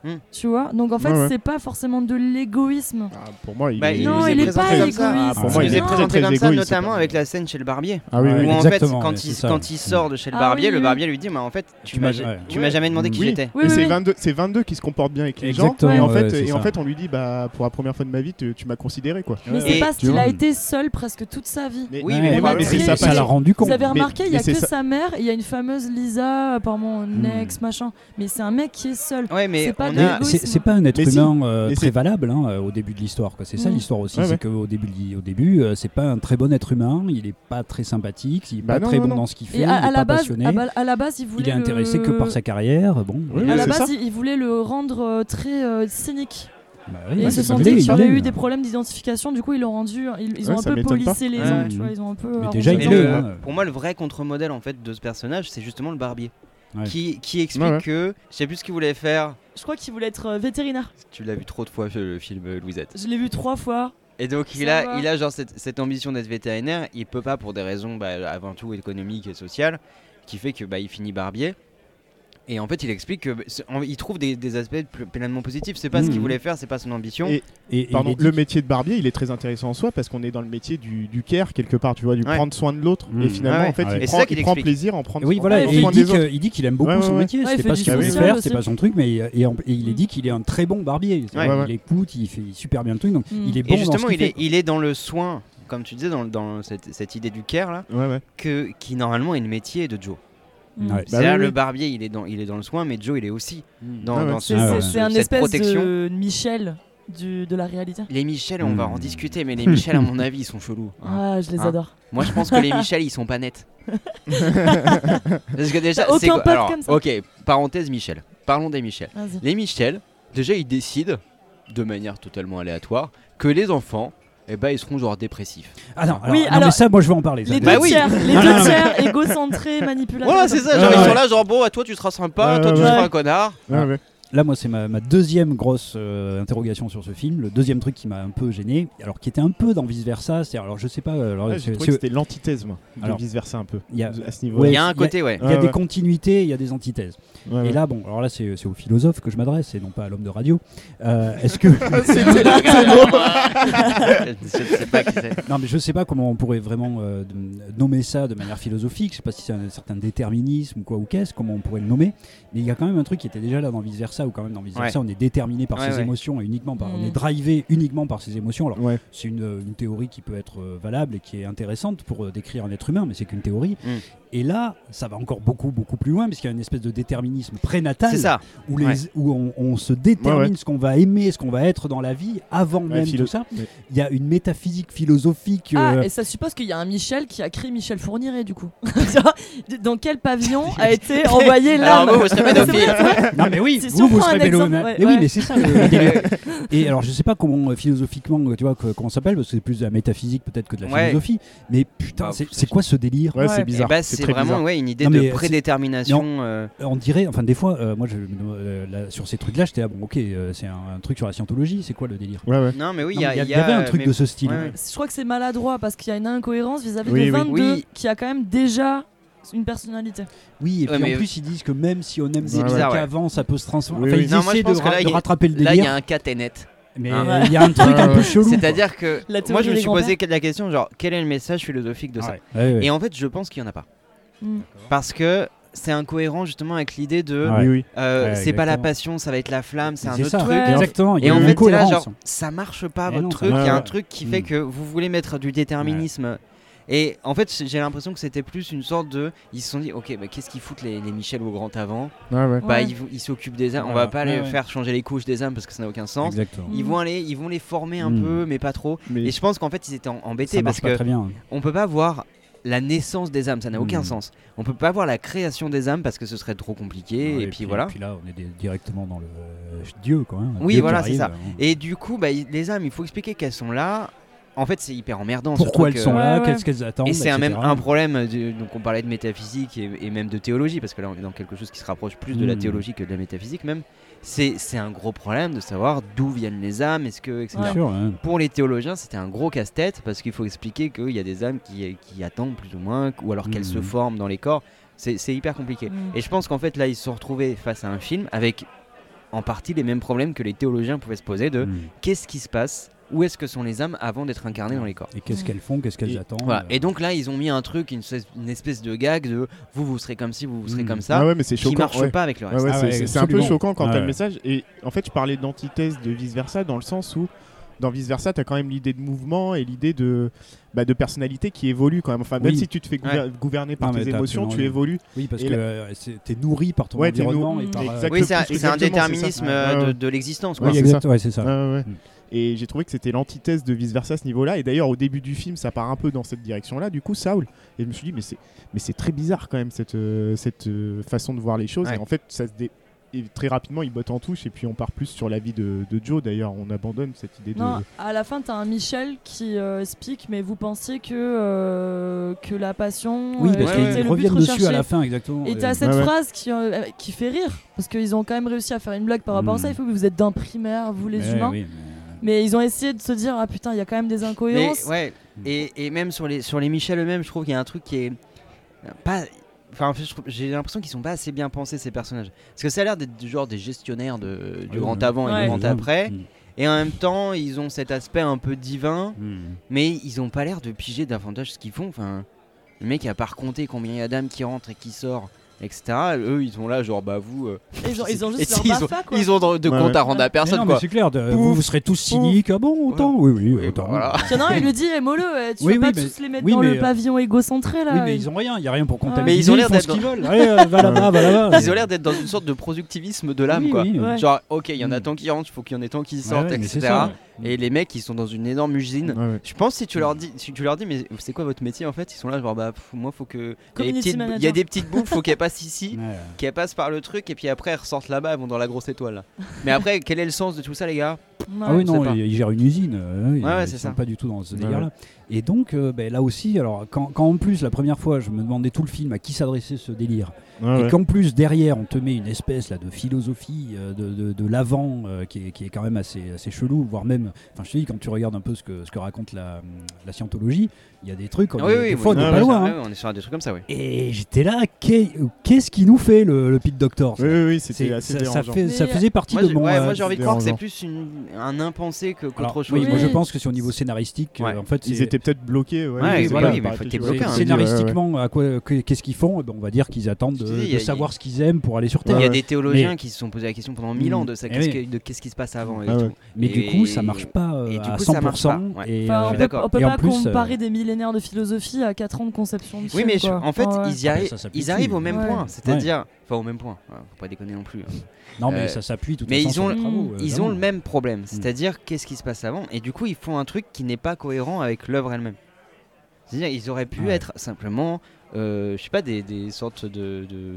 Speaker 4: Hmm.
Speaker 1: Tu vois Donc en fait,
Speaker 2: Ouais, ouais.
Speaker 1: c'est pas forcément de l'égoïsme.
Speaker 2: Ah, pour moi, il
Speaker 4: Bah,
Speaker 2: est.
Speaker 1: Non,
Speaker 4: nous
Speaker 1: il est
Speaker 4: présenté
Speaker 1: pas
Speaker 4: comme
Speaker 1: égoïste.
Speaker 4: ça.
Speaker 2: Ah, pour
Speaker 4: Il
Speaker 2: moi,
Speaker 4: nous
Speaker 2: il est
Speaker 4: est
Speaker 2: très,
Speaker 4: présenté
Speaker 2: très
Speaker 4: comme ça,
Speaker 2: égoïste,
Speaker 4: notamment
Speaker 2: quoi.
Speaker 4: avec la scène chez le barbier.
Speaker 2: Ah oui,
Speaker 3: Ouais,
Speaker 2: oui.
Speaker 4: Où en fait,
Speaker 3: exactement, ouais,
Speaker 4: quand, il,
Speaker 3: c'est ça.
Speaker 4: quand il sort de chez le
Speaker 1: Ah
Speaker 4: barbier, le
Speaker 1: oui,
Speaker 4: barbier lui dit Mais en fait, tu
Speaker 3: Tu
Speaker 4: m'as
Speaker 3: m'as-
Speaker 4: ja-
Speaker 3: ouais.
Speaker 4: tu m'as jamais demandé qui
Speaker 2: Oui.
Speaker 4: j'étais.
Speaker 1: Oui,
Speaker 2: Et
Speaker 1: oui,
Speaker 2: c'est
Speaker 1: oui.
Speaker 2: 22, c'est 22 qui se comporte bien avec les
Speaker 3: Exactement,
Speaker 2: gens. Et en
Speaker 3: ouais,
Speaker 2: fait,
Speaker 3: c'est
Speaker 2: et en
Speaker 3: ça.
Speaker 2: fait, on lui dit bah pour la première fois de ma vie, tu, tu m'as considéré quoi.
Speaker 1: Mais
Speaker 4: Et
Speaker 1: c'est parce
Speaker 3: tu
Speaker 1: qu'il a
Speaker 3: vois.
Speaker 1: été seul presque toute sa vie.
Speaker 2: Mais-
Speaker 4: Oui,
Speaker 3: Ouais,
Speaker 4: mais
Speaker 3: ouais,
Speaker 1: on a
Speaker 3: mais
Speaker 1: pris-
Speaker 3: ça, ça l'a rendu con.
Speaker 1: Vous avez
Speaker 2: Mais-
Speaker 1: remarqué, il y a
Speaker 2: mais c'est
Speaker 1: que
Speaker 2: ça.
Speaker 1: sa mère, et il y a une fameuse Lisa, apparemment mon
Speaker 3: Hmm.
Speaker 1: ex, machin. Mais c'est un mec qui est seul.
Speaker 4: Ouais, mais
Speaker 1: C'est pas
Speaker 4: on
Speaker 1: de
Speaker 4: a-
Speaker 1: l'égoïsme.
Speaker 3: C'est c'est pas un être
Speaker 2: Mais si.
Speaker 3: humain euh,
Speaker 2: Mais
Speaker 3: très
Speaker 2: c'est- Mmh.
Speaker 3: valable hein, euh, au début de l'histoire. quoi. C'est ça
Speaker 1: Mm.
Speaker 3: l'histoire aussi,
Speaker 2: Ouais, ouais.
Speaker 3: c'est qu'au début, au début, euh, c'est pas un très bon être humain. Il est pas très sympathique, il est
Speaker 2: Bah
Speaker 3: pas
Speaker 2: non,
Speaker 3: très
Speaker 2: non,
Speaker 3: bon
Speaker 2: non.
Speaker 3: dans ce qu'il fait,
Speaker 1: Et à,
Speaker 3: il
Speaker 1: à
Speaker 3: est
Speaker 1: la
Speaker 3: pas
Speaker 1: base,
Speaker 3: passionné.
Speaker 1: à, ba- à la base, il voulait.
Speaker 3: il est
Speaker 1: le-
Speaker 3: intéressé que par sa carrière. Bon,
Speaker 2: Oui,
Speaker 3: bah,
Speaker 1: À la
Speaker 2: c'est
Speaker 1: base,
Speaker 2: ça.
Speaker 1: il il voulait le rendre euh, très euh, cynique.
Speaker 3: oui,
Speaker 1: Et ils
Speaker 3: bah,
Speaker 1: se
Speaker 3: c'est
Speaker 1: sont
Speaker 3: obligé,
Speaker 1: dit
Speaker 3: il
Speaker 1: qu'il avait
Speaker 3: est.
Speaker 1: eu des problèmes d'identification, du coup ils l'ont rendu, euh, ils, ils
Speaker 2: Ouais,
Speaker 1: ont un
Speaker 2: ça
Speaker 1: peu
Speaker 2: m'étonne pas.
Speaker 1: polissé les
Speaker 4: Ouais.
Speaker 1: gens, tu vois, ils ont un peu. euh,
Speaker 3: Mais
Speaker 1: arrangé
Speaker 3: déjà,
Speaker 1: les
Speaker 4: Mais
Speaker 3: il
Speaker 1: gens.
Speaker 3: est,
Speaker 4: le-
Speaker 3: hein.
Speaker 4: Pour moi, le vrai contre-modèle en fait de ce personnage, c'est justement le barbier,
Speaker 3: Ouais.
Speaker 4: qui, qui explique
Speaker 2: Ouais, ouais.
Speaker 4: que je sais plus ce qu'il voulait faire.
Speaker 1: Je crois qu'il voulait être euh, vétérinaire.
Speaker 4: Tu l'as vu trop de fois le film euh, Louisette.
Speaker 1: Je l'ai vu trois fois.
Speaker 4: Et donc il
Speaker 1: Ça
Speaker 4: a,
Speaker 1: va.
Speaker 4: il a genre cette, cette ambition d'être vétérinaire. Il peut pas pour des raisons bah, avant tout économiques et sociales, qui fait que bah, il finit barbier. Et en fait, il explique que bah, c'est- en- il trouve des, des aspects pl- pleinement positifs. C'est pas ce qu'il
Speaker 3: Mhm.
Speaker 4: voulait faire, c'est pas son ambition.
Speaker 2: Et-
Speaker 3: Et- et
Speaker 2: Pardon,
Speaker 3: il est dit-
Speaker 2: le métier de barbier, il est très intéressant en soi parce qu'on est dans le métier du, du care quelque part, tu vois, du
Speaker 4: Ouais.
Speaker 2: prendre soin de l'autre.
Speaker 3: Mmh.
Speaker 2: Et finalement,
Speaker 4: Ouais,
Speaker 2: en fait,
Speaker 3: ouais.
Speaker 2: il
Speaker 4: Et c'est
Speaker 2: prend,
Speaker 4: ça qu'il
Speaker 2: il prend
Speaker 4: explique.
Speaker 2: plaisir en prendre,
Speaker 3: Oui,
Speaker 2: en
Speaker 3: voilà,
Speaker 2: prendre
Speaker 3: et il
Speaker 2: soin
Speaker 3: dit
Speaker 2: des autres.
Speaker 3: que- il dit qu'il aime beaucoup
Speaker 2: Ouais, ouais,
Speaker 3: son
Speaker 2: ouais.
Speaker 3: métier,
Speaker 1: Ouais, il
Speaker 3: c'est
Speaker 1: fait
Speaker 3: pas
Speaker 1: du
Speaker 3: ce qu'il voulait
Speaker 1: social
Speaker 3: faire,
Speaker 1: aussi.
Speaker 3: c'est pas son truc, mais il- et, en- et il est
Speaker 1: Mm.
Speaker 3: dit qu'il est un très bon barbier. C'est-à-dire,
Speaker 2: Ouais, ouais.
Speaker 3: Il écoute, il, fait, il super bien le truc, donc
Speaker 1: Mm.
Speaker 3: il est
Speaker 1: Et
Speaker 3: bon
Speaker 4: et justement,
Speaker 3: dans ce
Speaker 4: il,
Speaker 3: qu'il
Speaker 4: est,
Speaker 3: fait.
Speaker 4: il est dans le soin, comme tu disais, dans, dans cette, cette idée du care là,
Speaker 2: Ouais, ouais.
Speaker 4: que, qui normalement est le métier de Joe.
Speaker 1: Mm.
Speaker 3: Ouais.
Speaker 2: Bah
Speaker 4: C'est-à-dire
Speaker 2: oui,
Speaker 4: le
Speaker 2: oui.
Speaker 4: barbier, il est, dans, il est dans le soin, mais Joe, il est aussi dans,
Speaker 2: Ah ouais.
Speaker 4: dans
Speaker 1: C'est
Speaker 4: ce-
Speaker 3: Ah ouais.
Speaker 1: c'est-
Speaker 4: ce-
Speaker 1: Hmm. c'est un
Speaker 4: cette
Speaker 1: espèce
Speaker 4: protection.
Speaker 1: de Michel du, de la réalité.
Speaker 4: Les Michel, on va en
Speaker 3: Hmm.
Speaker 4: discuter, mais les Michel, à mon avis, ils sont chelous. hein.
Speaker 1: Ah, je les
Speaker 4: Ah.
Speaker 1: adore.
Speaker 4: Moi, je pense que les Michel, ils sont pas nets. Parce que déjà,
Speaker 1: T'as aucun
Speaker 4: c'est quoi-
Speaker 1: pote
Speaker 4: alors,
Speaker 1: comme ça.
Speaker 4: Ok, parenthèse Michel. Parlons des Michel.
Speaker 1: Vas-y.
Speaker 4: Les Michel, déjà, ils décident, de manière totalement aléatoire, que les enfants, eh ben, ils seront genre dépressifs.
Speaker 3: Ah non, alors,
Speaker 1: Oui,
Speaker 3: non,
Speaker 1: alors-
Speaker 3: mais ça, moi je vais en parler. ça.
Speaker 1: Les deux
Speaker 4: Bah oui.
Speaker 1: tiers, les
Speaker 3: Non, non,
Speaker 1: deux
Speaker 3: non.
Speaker 1: tiers, égocentrés, manipulateurs.
Speaker 4: Voilà, c'est ça. Genre,
Speaker 2: Ouais,
Speaker 4: ils sont
Speaker 2: ouais.
Speaker 4: là, genre, bon, à toi, tu seras sympa, à
Speaker 2: Ouais,
Speaker 4: toi, tu
Speaker 2: ouais,
Speaker 4: seras
Speaker 1: ouais.
Speaker 4: un connard.
Speaker 2: Ouais, ouais.
Speaker 3: Là, moi, c'est ma, ma deuxième grosse euh, interrogation sur ce film. Le deuxième truc qui m'a un peu gêné, alors qui était un peu dans vice versa, c'est alors je sais pas. euh, Alors,
Speaker 2: Ouais, J'ai
Speaker 3: c'est-
Speaker 2: trouvé
Speaker 3: c'est-
Speaker 2: que c'était l'antithèse, moi, de
Speaker 3: Alors,
Speaker 2: vice versa un peu
Speaker 3: il y a-
Speaker 2: à ce
Speaker 3: Ouais,
Speaker 2: niveau-là.
Speaker 4: Il y a un
Speaker 3: il y a-
Speaker 4: côté, ouais.
Speaker 3: il y a
Speaker 2: Ouais,
Speaker 3: des
Speaker 2: ouais.
Speaker 3: continuités, il y a des antithèses.
Speaker 2: Ouais, ouais.
Speaker 3: Et là, bon, alors là, c'est c'est au philosophe que je m'adresse et non pas à l'homme de radio. Euh, Est-ce que
Speaker 4: je sais pas qui c'est.
Speaker 3: Non, mais je sais pas comment on pourrait vraiment euh, de- nommer ça de manière philosophique. Je sais pas si c'est un certain déterminisme ou quoi ou qu'est-ce, comment on pourrait le nommer. Mais il y a quand même un truc qui était déjà là dans vice versa, ou quand même dans vice versa, on est déterminé par
Speaker 4: Ouais,
Speaker 3: ses
Speaker 4: ouais.
Speaker 3: émotions et uniquement par, on
Speaker 1: Mm.
Speaker 3: est drivé uniquement par ses émotions. Alors
Speaker 2: Ouais.
Speaker 3: c'est une, euh, une théorie qui peut être euh, valable et qui est intéressante pour euh, décrire un être humain, mais c'est qu'une théorie.
Speaker 4: Mm.
Speaker 3: Et là, ça va encore beaucoup beaucoup plus loin, puisqu'il y a une espèce de déterminisme prénatal
Speaker 4: C'est ça.
Speaker 3: où, les,
Speaker 4: Ouais.
Speaker 3: où on, on se détermine
Speaker 2: Ouais, ouais.
Speaker 3: ce qu'on va aimer, ce qu'on va être dans la vie avant même
Speaker 2: philo-
Speaker 3: tout ça.
Speaker 2: ouais.
Speaker 3: Il y a une métaphysique philosophique. euh,
Speaker 1: Ah, et ça suppose qu'il y a un Michel qui a créé Michel Fourniret, du coup. Tu vois, Dans quel pavillon a été envoyé
Speaker 4: Alors,
Speaker 1: l'âme
Speaker 4: vous, vous serez pédophile.
Speaker 3: Non mais oui,
Speaker 1: Si- si
Speaker 3: vous,
Speaker 1: on
Speaker 3: vous
Speaker 1: prend
Speaker 3: serez
Speaker 1: un exemple,
Speaker 3: bélomane.
Speaker 1: ouais,
Speaker 3: mais
Speaker 1: ouais.
Speaker 3: oui, mais c'est ça. le- l'idée. et alors je sais pas comment euh, philosophiquement, tu vois, que- comment ça s'appelle, parce que c'est plus de la métaphysique peut-être que de la
Speaker 4: Ouais.
Speaker 3: philosophie. Mais putain,
Speaker 4: Bah,
Speaker 3: c'est
Speaker 4: ça,
Speaker 3: c'est quoi ce délire
Speaker 2: Ouais,
Speaker 1: Ouais.
Speaker 2: c'est bizarre.
Speaker 4: Eh ben,
Speaker 2: c'est
Speaker 4: c'est
Speaker 2: très
Speaker 4: vraiment
Speaker 2: bizarre.
Speaker 4: ouais, une idée
Speaker 3: Non,
Speaker 4: de
Speaker 3: mais, euh,
Speaker 4: prédétermination. euh,
Speaker 3: ben, On dirait, enfin des fois, euh, moi je, me demande, euh, là, sur ces trucs-là, j'étais ah bon, ok, euh, c'est un, un truc sur la scientologie, c'est quoi le délire
Speaker 2: Ouais, ouais.
Speaker 4: Non, mais oui,
Speaker 3: Non,
Speaker 4: il y, a-
Speaker 3: mais
Speaker 4: il
Speaker 3: y avait un
Speaker 4: euh,
Speaker 3: truc
Speaker 4: mais-
Speaker 3: de ce style.
Speaker 4: ouais, ouais.
Speaker 1: Je crois que c'est maladroit parce qu'il y a une incohérence vis-à-vis
Speaker 2: Oui,
Speaker 1: de
Speaker 2: oui.
Speaker 1: 22
Speaker 4: Oui.
Speaker 1: qui a quand même déjà une personnalité.
Speaker 3: Oui, et
Speaker 4: Ouais,
Speaker 3: puis
Speaker 4: mais-
Speaker 3: en plus ils disent que même si on aime
Speaker 4: C'est
Speaker 3: des
Speaker 4: bizarre,
Speaker 3: bizarres
Speaker 4: ouais.
Speaker 3: avant, ça peut se transformer.
Speaker 2: Oui,
Speaker 3: Enfin,
Speaker 2: oui.
Speaker 3: ils
Speaker 4: Non, moi, je
Speaker 3: essaient
Speaker 4: pense
Speaker 3: de,
Speaker 4: que là,
Speaker 3: ra- de
Speaker 4: il-
Speaker 3: rattraper le
Speaker 4: Là, il y a
Speaker 3: délire,
Speaker 4: un caténette.
Speaker 3: mais
Speaker 4: Ah
Speaker 1: ouais.
Speaker 3: il y a un truc un peu chelou.
Speaker 4: C'est-à-dire que
Speaker 1: La
Speaker 4: moi, je
Speaker 1: théorie
Speaker 4: me
Speaker 1: des
Speaker 4: suis posé la question genre, quel est le message philosophique de
Speaker 3: quoi.
Speaker 4: ça
Speaker 3: Ouais, ouais.
Speaker 4: Et en fait, je pense qu'il n'y en a pas.
Speaker 1: Mm.
Speaker 4: Parce que c'est incohérent justement avec l'idée de
Speaker 3: Ouais.
Speaker 2: Oui, oui.
Speaker 4: euh,
Speaker 3: Ouais,
Speaker 4: c'est pas la
Speaker 3: exactement.
Speaker 4: passion, ça va être la flamme, c'est un
Speaker 3: ça,
Speaker 4: autre truc.
Speaker 1: Ouais.
Speaker 3: Exactement. il y
Speaker 4: Et
Speaker 3: a
Speaker 4: en
Speaker 3: une
Speaker 4: fait, c'est là,
Speaker 3: cohérence.
Speaker 4: genre, ça marche pas
Speaker 3: Mais
Speaker 4: votre
Speaker 3: non, ça
Speaker 4: truc. Il y
Speaker 2: marche
Speaker 4: a
Speaker 2: pas.
Speaker 4: un truc qui fait
Speaker 3: Mm.
Speaker 4: que vous voulez mettre du déterminisme. Et en fait, j'ai l'impression que c'était plus une sorte de. Ils se sont dit, ok, bah, qu'est-ce qu'ils foutent les, les Michel au grand avant
Speaker 2: Ouais, ouais.
Speaker 4: Bah,
Speaker 1: Ouais.
Speaker 4: ils, vou- ils s'occupent des âmes. On
Speaker 3: Voilà.
Speaker 4: va pas
Speaker 3: Ouais,
Speaker 4: les
Speaker 3: ouais.
Speaker 4: faire changer les couches des âmes parce que ça n'a aucun sens.
Speaker 3: Exactement.
Speaker 4: Ils vont aller, ils vont les former un
Speaker 3: Mm.
Speaker 4: peu, mais pas trop.
Speaker 2: Mais
Speaker 4: Et je pense qu'en fait, ils étaient en- embêtés
Speaker 3: Ça marche
Speaker 4: parce
Speaker 3: pas
Speaker 4: que
Speaker 3: très bien.
Speaker 4: on peut pas voir la naissance des âmes, ça n'a aucun
Speaker 3: Mm.
Speaker 4: sens. On peut pas voir la création des âmes parce que ce serait trop compliqué.
Speaker 3: Ouais,
Speaker 4: et, puis, voilà.
Speaker 3: Puis là, on est des- directement dans le euh, Dieu, quoi. hein. Dieu
Speaker 4: Oui,
Speaker 3: qui
Speaker 4: voilà,
Speaker 3: arrive,
Speaker 4: c'est ça.
Speaker 3: hein.
Speaker 4: Et du coup, bah, il- les âmes, il faut expliquer qu'elles sont là. En fait, c'est hyper emmerdant. ce
Speaker 3: Pourquoi
Speaker 4: truc,
Speaker 3: elles
Speaker 4: euh,
Speaker 3: sont là
Speaker 1: Ouais, ouais.
Speaker 3: Qu'est-ce qu'elles attendent
Speaker 4: Et c'est un
Speaker 3: etc.
Speaker 4: même un problème. du- donc, on parlait de métaphysique et, et même de théologie, parce que là, on est dans quelque chose qui se rapproche plus de la
Speaker 3: Mm.
Speaker 4: théologie que de la métaphysique, même. C'est c'est un gros problème de savoir d'où viennent les âmes, est-ce que, etc.
Speaker 3: Bien sûr, hein.
Speaker 4: Pour les théologiens, c'était un gros casse-tête parce qu'il faut expliquer qu'il y a des âmes qui, qui attendent plus ou moins, ou alors qu'elles
Speaker 3: Mhm.
Speaker 4: se forment dans les corps. C'est c'est hyper compliqué.
Speaker 1: Mhm.
Speaker 4: Et je pense qu'en fait, là, ils se sont retrouvés face à un film avec en partie les mêmes problèmes que les théologiens pouvaient se poser de
Speaker 3: Mm.
Speaker 4: qu'est-ce qui se passe, où est-ce que sont les âmes avant d'être incarnées dans les corps.
Speaker 3: Et qu'est-ce
Speaker 1: Mm.
Speaker 3: qu'elles font Qu'est-ce qu'elles
Speaker 2: Et-
Speaker 3: attendent
Speaker 4: Voilà.
Speaker 3: euh,
Speaker 4: Et donc là, ils ont mis un truc, une, espèce- une espèce de gag de vous, vous serez comme ci, vous, vous serez
Speaker 3: Mhm.
Speaker 4: comme
Speaker 2: ah
Speaker 4: ça,
Speaker 2: ouais, mais c'est
Speaker 4: qui
Speaker 2: choquant.
Speaker 4: marche
Speaker 2: ouais.
Speaker 4: pas avec le
Speaker 2: Ouais,
Speaker 4: reste.
Speaker 2: ouais,
Speaker 3: Ah
Speaker 2: c'est-
Speaker 3: ouais,
Speaker 2: c'est c'est un peu
Speaker 3: absolument.
Speaker 2: choquant quand
Speaker 3: Ah
Speaker 2: t'as le
Speaker 3: ouais.
Speaker 2: message. Et en fait, je parlais d'antithèse de vice versa dans le sens où dans vice versa, t'as quand même l'idée de mouvement et l'idée de bah, de personnalité qui évolue quand même. Enfin, même
Speaker 3: Oui.
Speaker 2: si tu te fais gouver- gouverner par
Speaker 3: Non, mais
Speaker 2: tes
Speaker 3: t'as
Speaker 2: émotions, tu
Speaker 3: absolument
Speaker 2: évolues.
Speaker 3: Oui, parce
Speaker 2: Et
Speaker 3: que
Speaker 2: la-
Speaker 3: euh, c'est- t'es nourri par ton
Speaker 2: Ouais, t'es
Speaker 3: environnement
Speaker 1: nourri.
Speaker 3: et par. euh,
Speaker 2: Exactement.
Speaker 4: Oui, c'est un,
Speaker 2: Parce que
Speaker 4: c'est un
Speaker 2: exactement, c'est ça.
Speaker 4: déterminisme
Speaker 2: Ouais,
Speaker 4: euh,
Speaker 2: ouais.
Speaker 4: de, de l'existence.
Speaker 3: Oui,
Speaker 4: quoi.
Speaker 2: Ouais,
Speaker 3: exact-
Speaker 2: c'est
Speaker 3: ouais, c'est ça.
Speaker 2: Ah ouais.
Speaker 3: Mm.
Speaker 2: Et j'ai trouvé que c'était l'antithèse de vice versa à ce niveau-là. Et d'ailleurs, au début du film, ça part un peu dans cette direction-là. Du coup, Saul. Et je me suis dit, mais c'est, mais c'est très bizarre quand même cette, euh, cette euh, façon de voir les choses.
Speaker 4: Ouais.
Speaker 2: Et en fait, ça se dé- et très rapidement, il botte en touche. Et puis, on part plus sur la vie de, de Joe. D'ailleurs, on abandonne cette idée
Speaker 1: Non,
Speaker 2: de.
Speaker 1: à la fin, t'as un Michel qui euh, explique, mais vous pensiez que, euh, que la passion
Speaker 3: Oui,
Speaker 1: euh,
Speaker 3: parce
Speaker 1: était
Speaker 4: ouais, ouais.
Speaker 1: le
Speaker 3: qu'ils
Speaker 1: but
Speaker 3: reviennent dessus à
Speaker 1: recherché.
Speaker 3: la fin, exactement.
Speaker 1: Et
Speaker 3: Euh,
Speaker 1: t'as cette
Speaker 2: ouais.
Speaker 1: phrase qui, euh, qui fait rire, parce qu'ils ont quand même réussi à faire une blague par rapport à ça.
Speaker 3: Mm.
Speaker 1: Il faut que vous êtes d'un primaire, vous les
Speaker 3: mais
Speaker 1: humains.
Speaker 3: oui, mais-
Speaker 1: Mais ils ont essayé de se dire, ah putain, il y a quand même des
Speaker 4: Mais,
Speaker 1: incohérences.
Speaker 4: ouais, et, et même sur les, sur les Michel eux-mêmes, je trouve qu'il y a un truc qui est euh, pas. Enfin, en fait, je trouve- j'ai l'impression qu'ils sont pas assez bien pensés ces personnages. Parce que ça a l'air d'être du genre des gestionnaires de, du
Speaker 3: Ouais,
Speaker 4: grand
Speaker 3: ouais.
Speaker 4: avant et
Speaker 1: Ouais.
Speaker 4: du grand
Speaker 3: Ouais.
Speaker 4: après.
Speaker 3: Mm.
Speaker 4: Et en même temps, ils ont cet aspect un peu divin,
Speaker 3: Mm.
Speaker 4: mais ils ont pas l'air de piger davantage ce qu'ils font. Enfin, le mec a pas compté combien il y a d'âmes qui rentrent et qui sortent, etc. Eux, ils sont là, genre, bah vous. euh,
Speaker 1: Et genre, ils ont
Speaker 4: et
Speaker 1: juste
Speaker 4: si,
Speaker 1: leur
Speaker 4: ils ont,
Speaker 1: BAFA, quoi.
Speaker 4: ils ont de, de
Speaker 2: Ouais,
Speaker 4: compte
Speaker 2: ouais.
Speaker 4: à rendre à
Speaker 3: Ah, Mais
Speaker 4: personne,
Speaker 3: non, mais
Speaker 4: quoi.
Speaker 3: c'est clair, de-
Speaker 4: Pouf,
Speaker 3: vous, vous serez tous cyniques. Ah bon, autant Oui, oui,
Speaker 4: Et
Speaker 3: autant.
Speaker 4: voilà.
Speaker 1: Tiens, non, il lui dit, eh, mollo, euh, tu
Speaker 3: Oui,
Speaker 1: peux
Speaker 3: oui,
Speaker 1: pas
Speaker 3: mais-
Speaker 1: tous les mettre
Speaker 3: oui,
Speaker 1: dans
Speaker 3: mais,
Speaker 1: le
Speaker 3: euh,
Speaker 1: pavillon égocentré, là.
Speaker 3: Oui, mais ils ont rien, il n'y a rien pour comptabiliser.
Speaker 4: Mais ils ont l'air
Speaker 3: font ce
Speaker 4: d'être-
Speaker 3: qu'ils veulent. Ouais, euh, va là-bas, va là-bas.
Speaker 4: Ils ont l'air d'être dans une sorte de productivisme de l'âme,
Speaker 3: Oui,
Speaker 4: quoi.
Speaker 3: oui, oui.
Speaker 1: Ouais.
Speaker 4: Genre, ok, il y en a
Speaker 3: Mm.
Speaker 4: tant qui rentrent, faut qu'il y en ait tant qui
Speaker 3: Ouais,
Speaker 4: sortent,
Speaker 3: ouais, mais
Speaker 4: etc.
Speaker 3: c'est ça, ouais.
Speaker 4: Et les mecs, ils sont dans une énorme usine.
Speaker 2: Ouais, ouais.
Speaker 4: Je pense si tu leur dis, si tu leur dis, mais c'est quoi votre métier en fait Ils sont là, genre bah pff, moi faut que il y a des
Speaker 1: Community
Speaker 4: petites,
Speaker 1: manager.
Speaker 4: il y a des petites bouffes, faut qu'elles passent ici,
Speaker 3: Ouais.
Speaker 4: qu'elles passent par le truc et puis après elles ressortent là-bas, elles vont dans la grosse étoile. là. Mais après, quel est le sens de tout ça, les gars
Speaker 1: Ouais.
Speaker 3: Ah oui,
Speaker 4: je sais
Speaker 3: non,
Speaker 4: pas.
Speaker 3: ils, ils gèrent une usine. euh, ils
Speaker 4: Ouais, ouais,
Speaker 3: ils
Speaker 4: c'est
Speaker 3: sont
Speaker 4: ça.
Speaker 3: pas du tout dans ce
Speaker 2: Ouais,
Speaker 3: délire-là. Et donc, euh, ben, là aussi, alors, quand, quand en plus, la première fois, je me demandais tout le film à qui s'adressait ce délire,
Speaker 2: Ah Ouais,
Speaker 3: et
Speaker 2: ouais.
Speaker 3: qu'en plus, derrière, on te met une espèce là, de philosophie euh, de, de- de l'avant euh, qui, est, qui est quand même assez, assez chelou, voire même. Enfin, je te dis, quand tu regardes un peu ce que, ce que raconte la, la scientologie, il y a des trucs.
Speaker 4: Ah
Speaker 3: on est- des fois, on
Speaker 2: oui,
Speaker 3: n'est
Speaker 2: oui,
Speaker 3: pas
Speaker 2: oui,
Speaker 3: loin. hein.
Speaker 4: ouais, on est sur des trucs comme ça, oui.
Speaker 3: Et j'étais là, qu'est- qu'est-ce qui nous fait le, le Pete Doctor ça
Speaker 2: Oui, oui, oui, c'était
Speaker 3: C'est-
Speaker 2: assez
Speaker 3: ça, ça
Speaker 2: dérangeant.
Speaker 3: fait- ça
Speaker 1: Mais,
Speaker 3: faisait partie
Speaker 4: Moi,
Speaker 3: de
Speaker 4: j'ai-
Speaker 3: mon.
Speaker 4: ouais,
Speaker 3: euh,
Speaker 4: moi, j'ai envie de croire que c'est
Speaker 2: dérangeant.
Speaker 4: plus une- un impensé que
Speaker 3: alors,
Speaker 4: qu'autre chose.
Speaker 3: oui, moi
Speaker 1: Oui.
Speaker 3: je pense que c'est au niveau scénaristique, euh,
Speaker 4: Ouais.
Speaker 3: en fait,
Speaker 2: Ils
Speaker 3: c'est-
Speaker 2: étaient peut-être bloqués. Ouais,
Speaker 4: Ouais,
Speaker 2: je sais
Speaker 4: voilà,
Speaker 2: pas, euh,
Speaker 4: mais
Speaker 2: par la
Speaker 4: faut qu'il y ait
Speaker 2: technologie.
Speaker 4: bloqué,
Speaker 2: Ouais,
Speaker 4: hein.
Speaker 2: ouais, ouais.
Speaker 3: scénaristiquement, à quoi, que- qu'est-ce qu'ils font Eh ben, On va dire qu'ils attendent de,
Speaker 4: Je te dis,
Speaker 3: de
Speaker 4: il y a-
Speaker 3: savoir ce qu'ils aiment pour aller sur
Speaker 4: Il
Speaker 3: Terre.
Speaker 4: y a
Speaker 2: Ouais,
Speaker 4: des théologiens
Speaker 3: euh, Mais-
Speaker 4: qui se sont posé la question pendant mille
Speaker 3: Mm.
Speaker 4: ans de ça,
Speaker 3: Eh
Speaker 4: qu'est-ce
Speaker 3: oui.
Speaker 4: que- de qu'est-ce qui se passe avant et
Speaker 2: Ah
Speaker 4: tout.
Speaker 2: ouais.
Speaker 3: Mais du
Speaker 4: Et-
Speaker 3: coup, ça marche pas euh,
Speaker 4: et du
Speaker 3: à
Speaker 4: coup, ça
Speaker 3: 100%.
Speaker 4: marche pas, ouais.
Speaker 3: et, euh,
Speaker 1: Enfin,
Speaker 4: je
Speaker 1: on
Speaker 4: suis
Speaker 1: peut,
Speaker 4: d'accord.
Speaker 1: on peut
Speaker 3: Et en
Speaker 1: pas
Speaker 3: plus,
Speaker 1: comparer
Speaker 3: euh,
Speaker 1: des millénaires de philosophie à 4 ans de conception de film.
Speaker 4: Oui, mais je-
Speaker 1: quoi.
Speaker 4: en fait,
Speaker 1: Ah ouais.
Speaker 4: ils, y
Speaker 3: Ah, mais
Speaker 4: arri-
Speaker 3: ça s'appuie
Speaker 4: ils arrivent
Speaker 3: dessus.
Speaker 4: au même
Speaker 1: Ouais.
Speaker 4: point, c'est-à-dire, enfin au même point, hein, faut pas déconner non plus. hein.
Speaker 3: Non, mais
Speaker 4: euh,
Speaker 3: ça s'appuie tout
Speaker 4: mais ils ont-
Speaker 3: les travaux, euh,
Speaker 4: Ils
Speaker 3: vraiment.
Speaker 4: ont le même problème, c'est-à-dire qu'est-ce qui se passe avant, et du coup ils font un truc qui n'est pas cohérent avec l'œuvre elle-même. C'est-à-dire ils auraient pu
Speaker 3: Ah ouais.
Speaker 4: être simplement, euh, je sais pas, des, des sortes de de-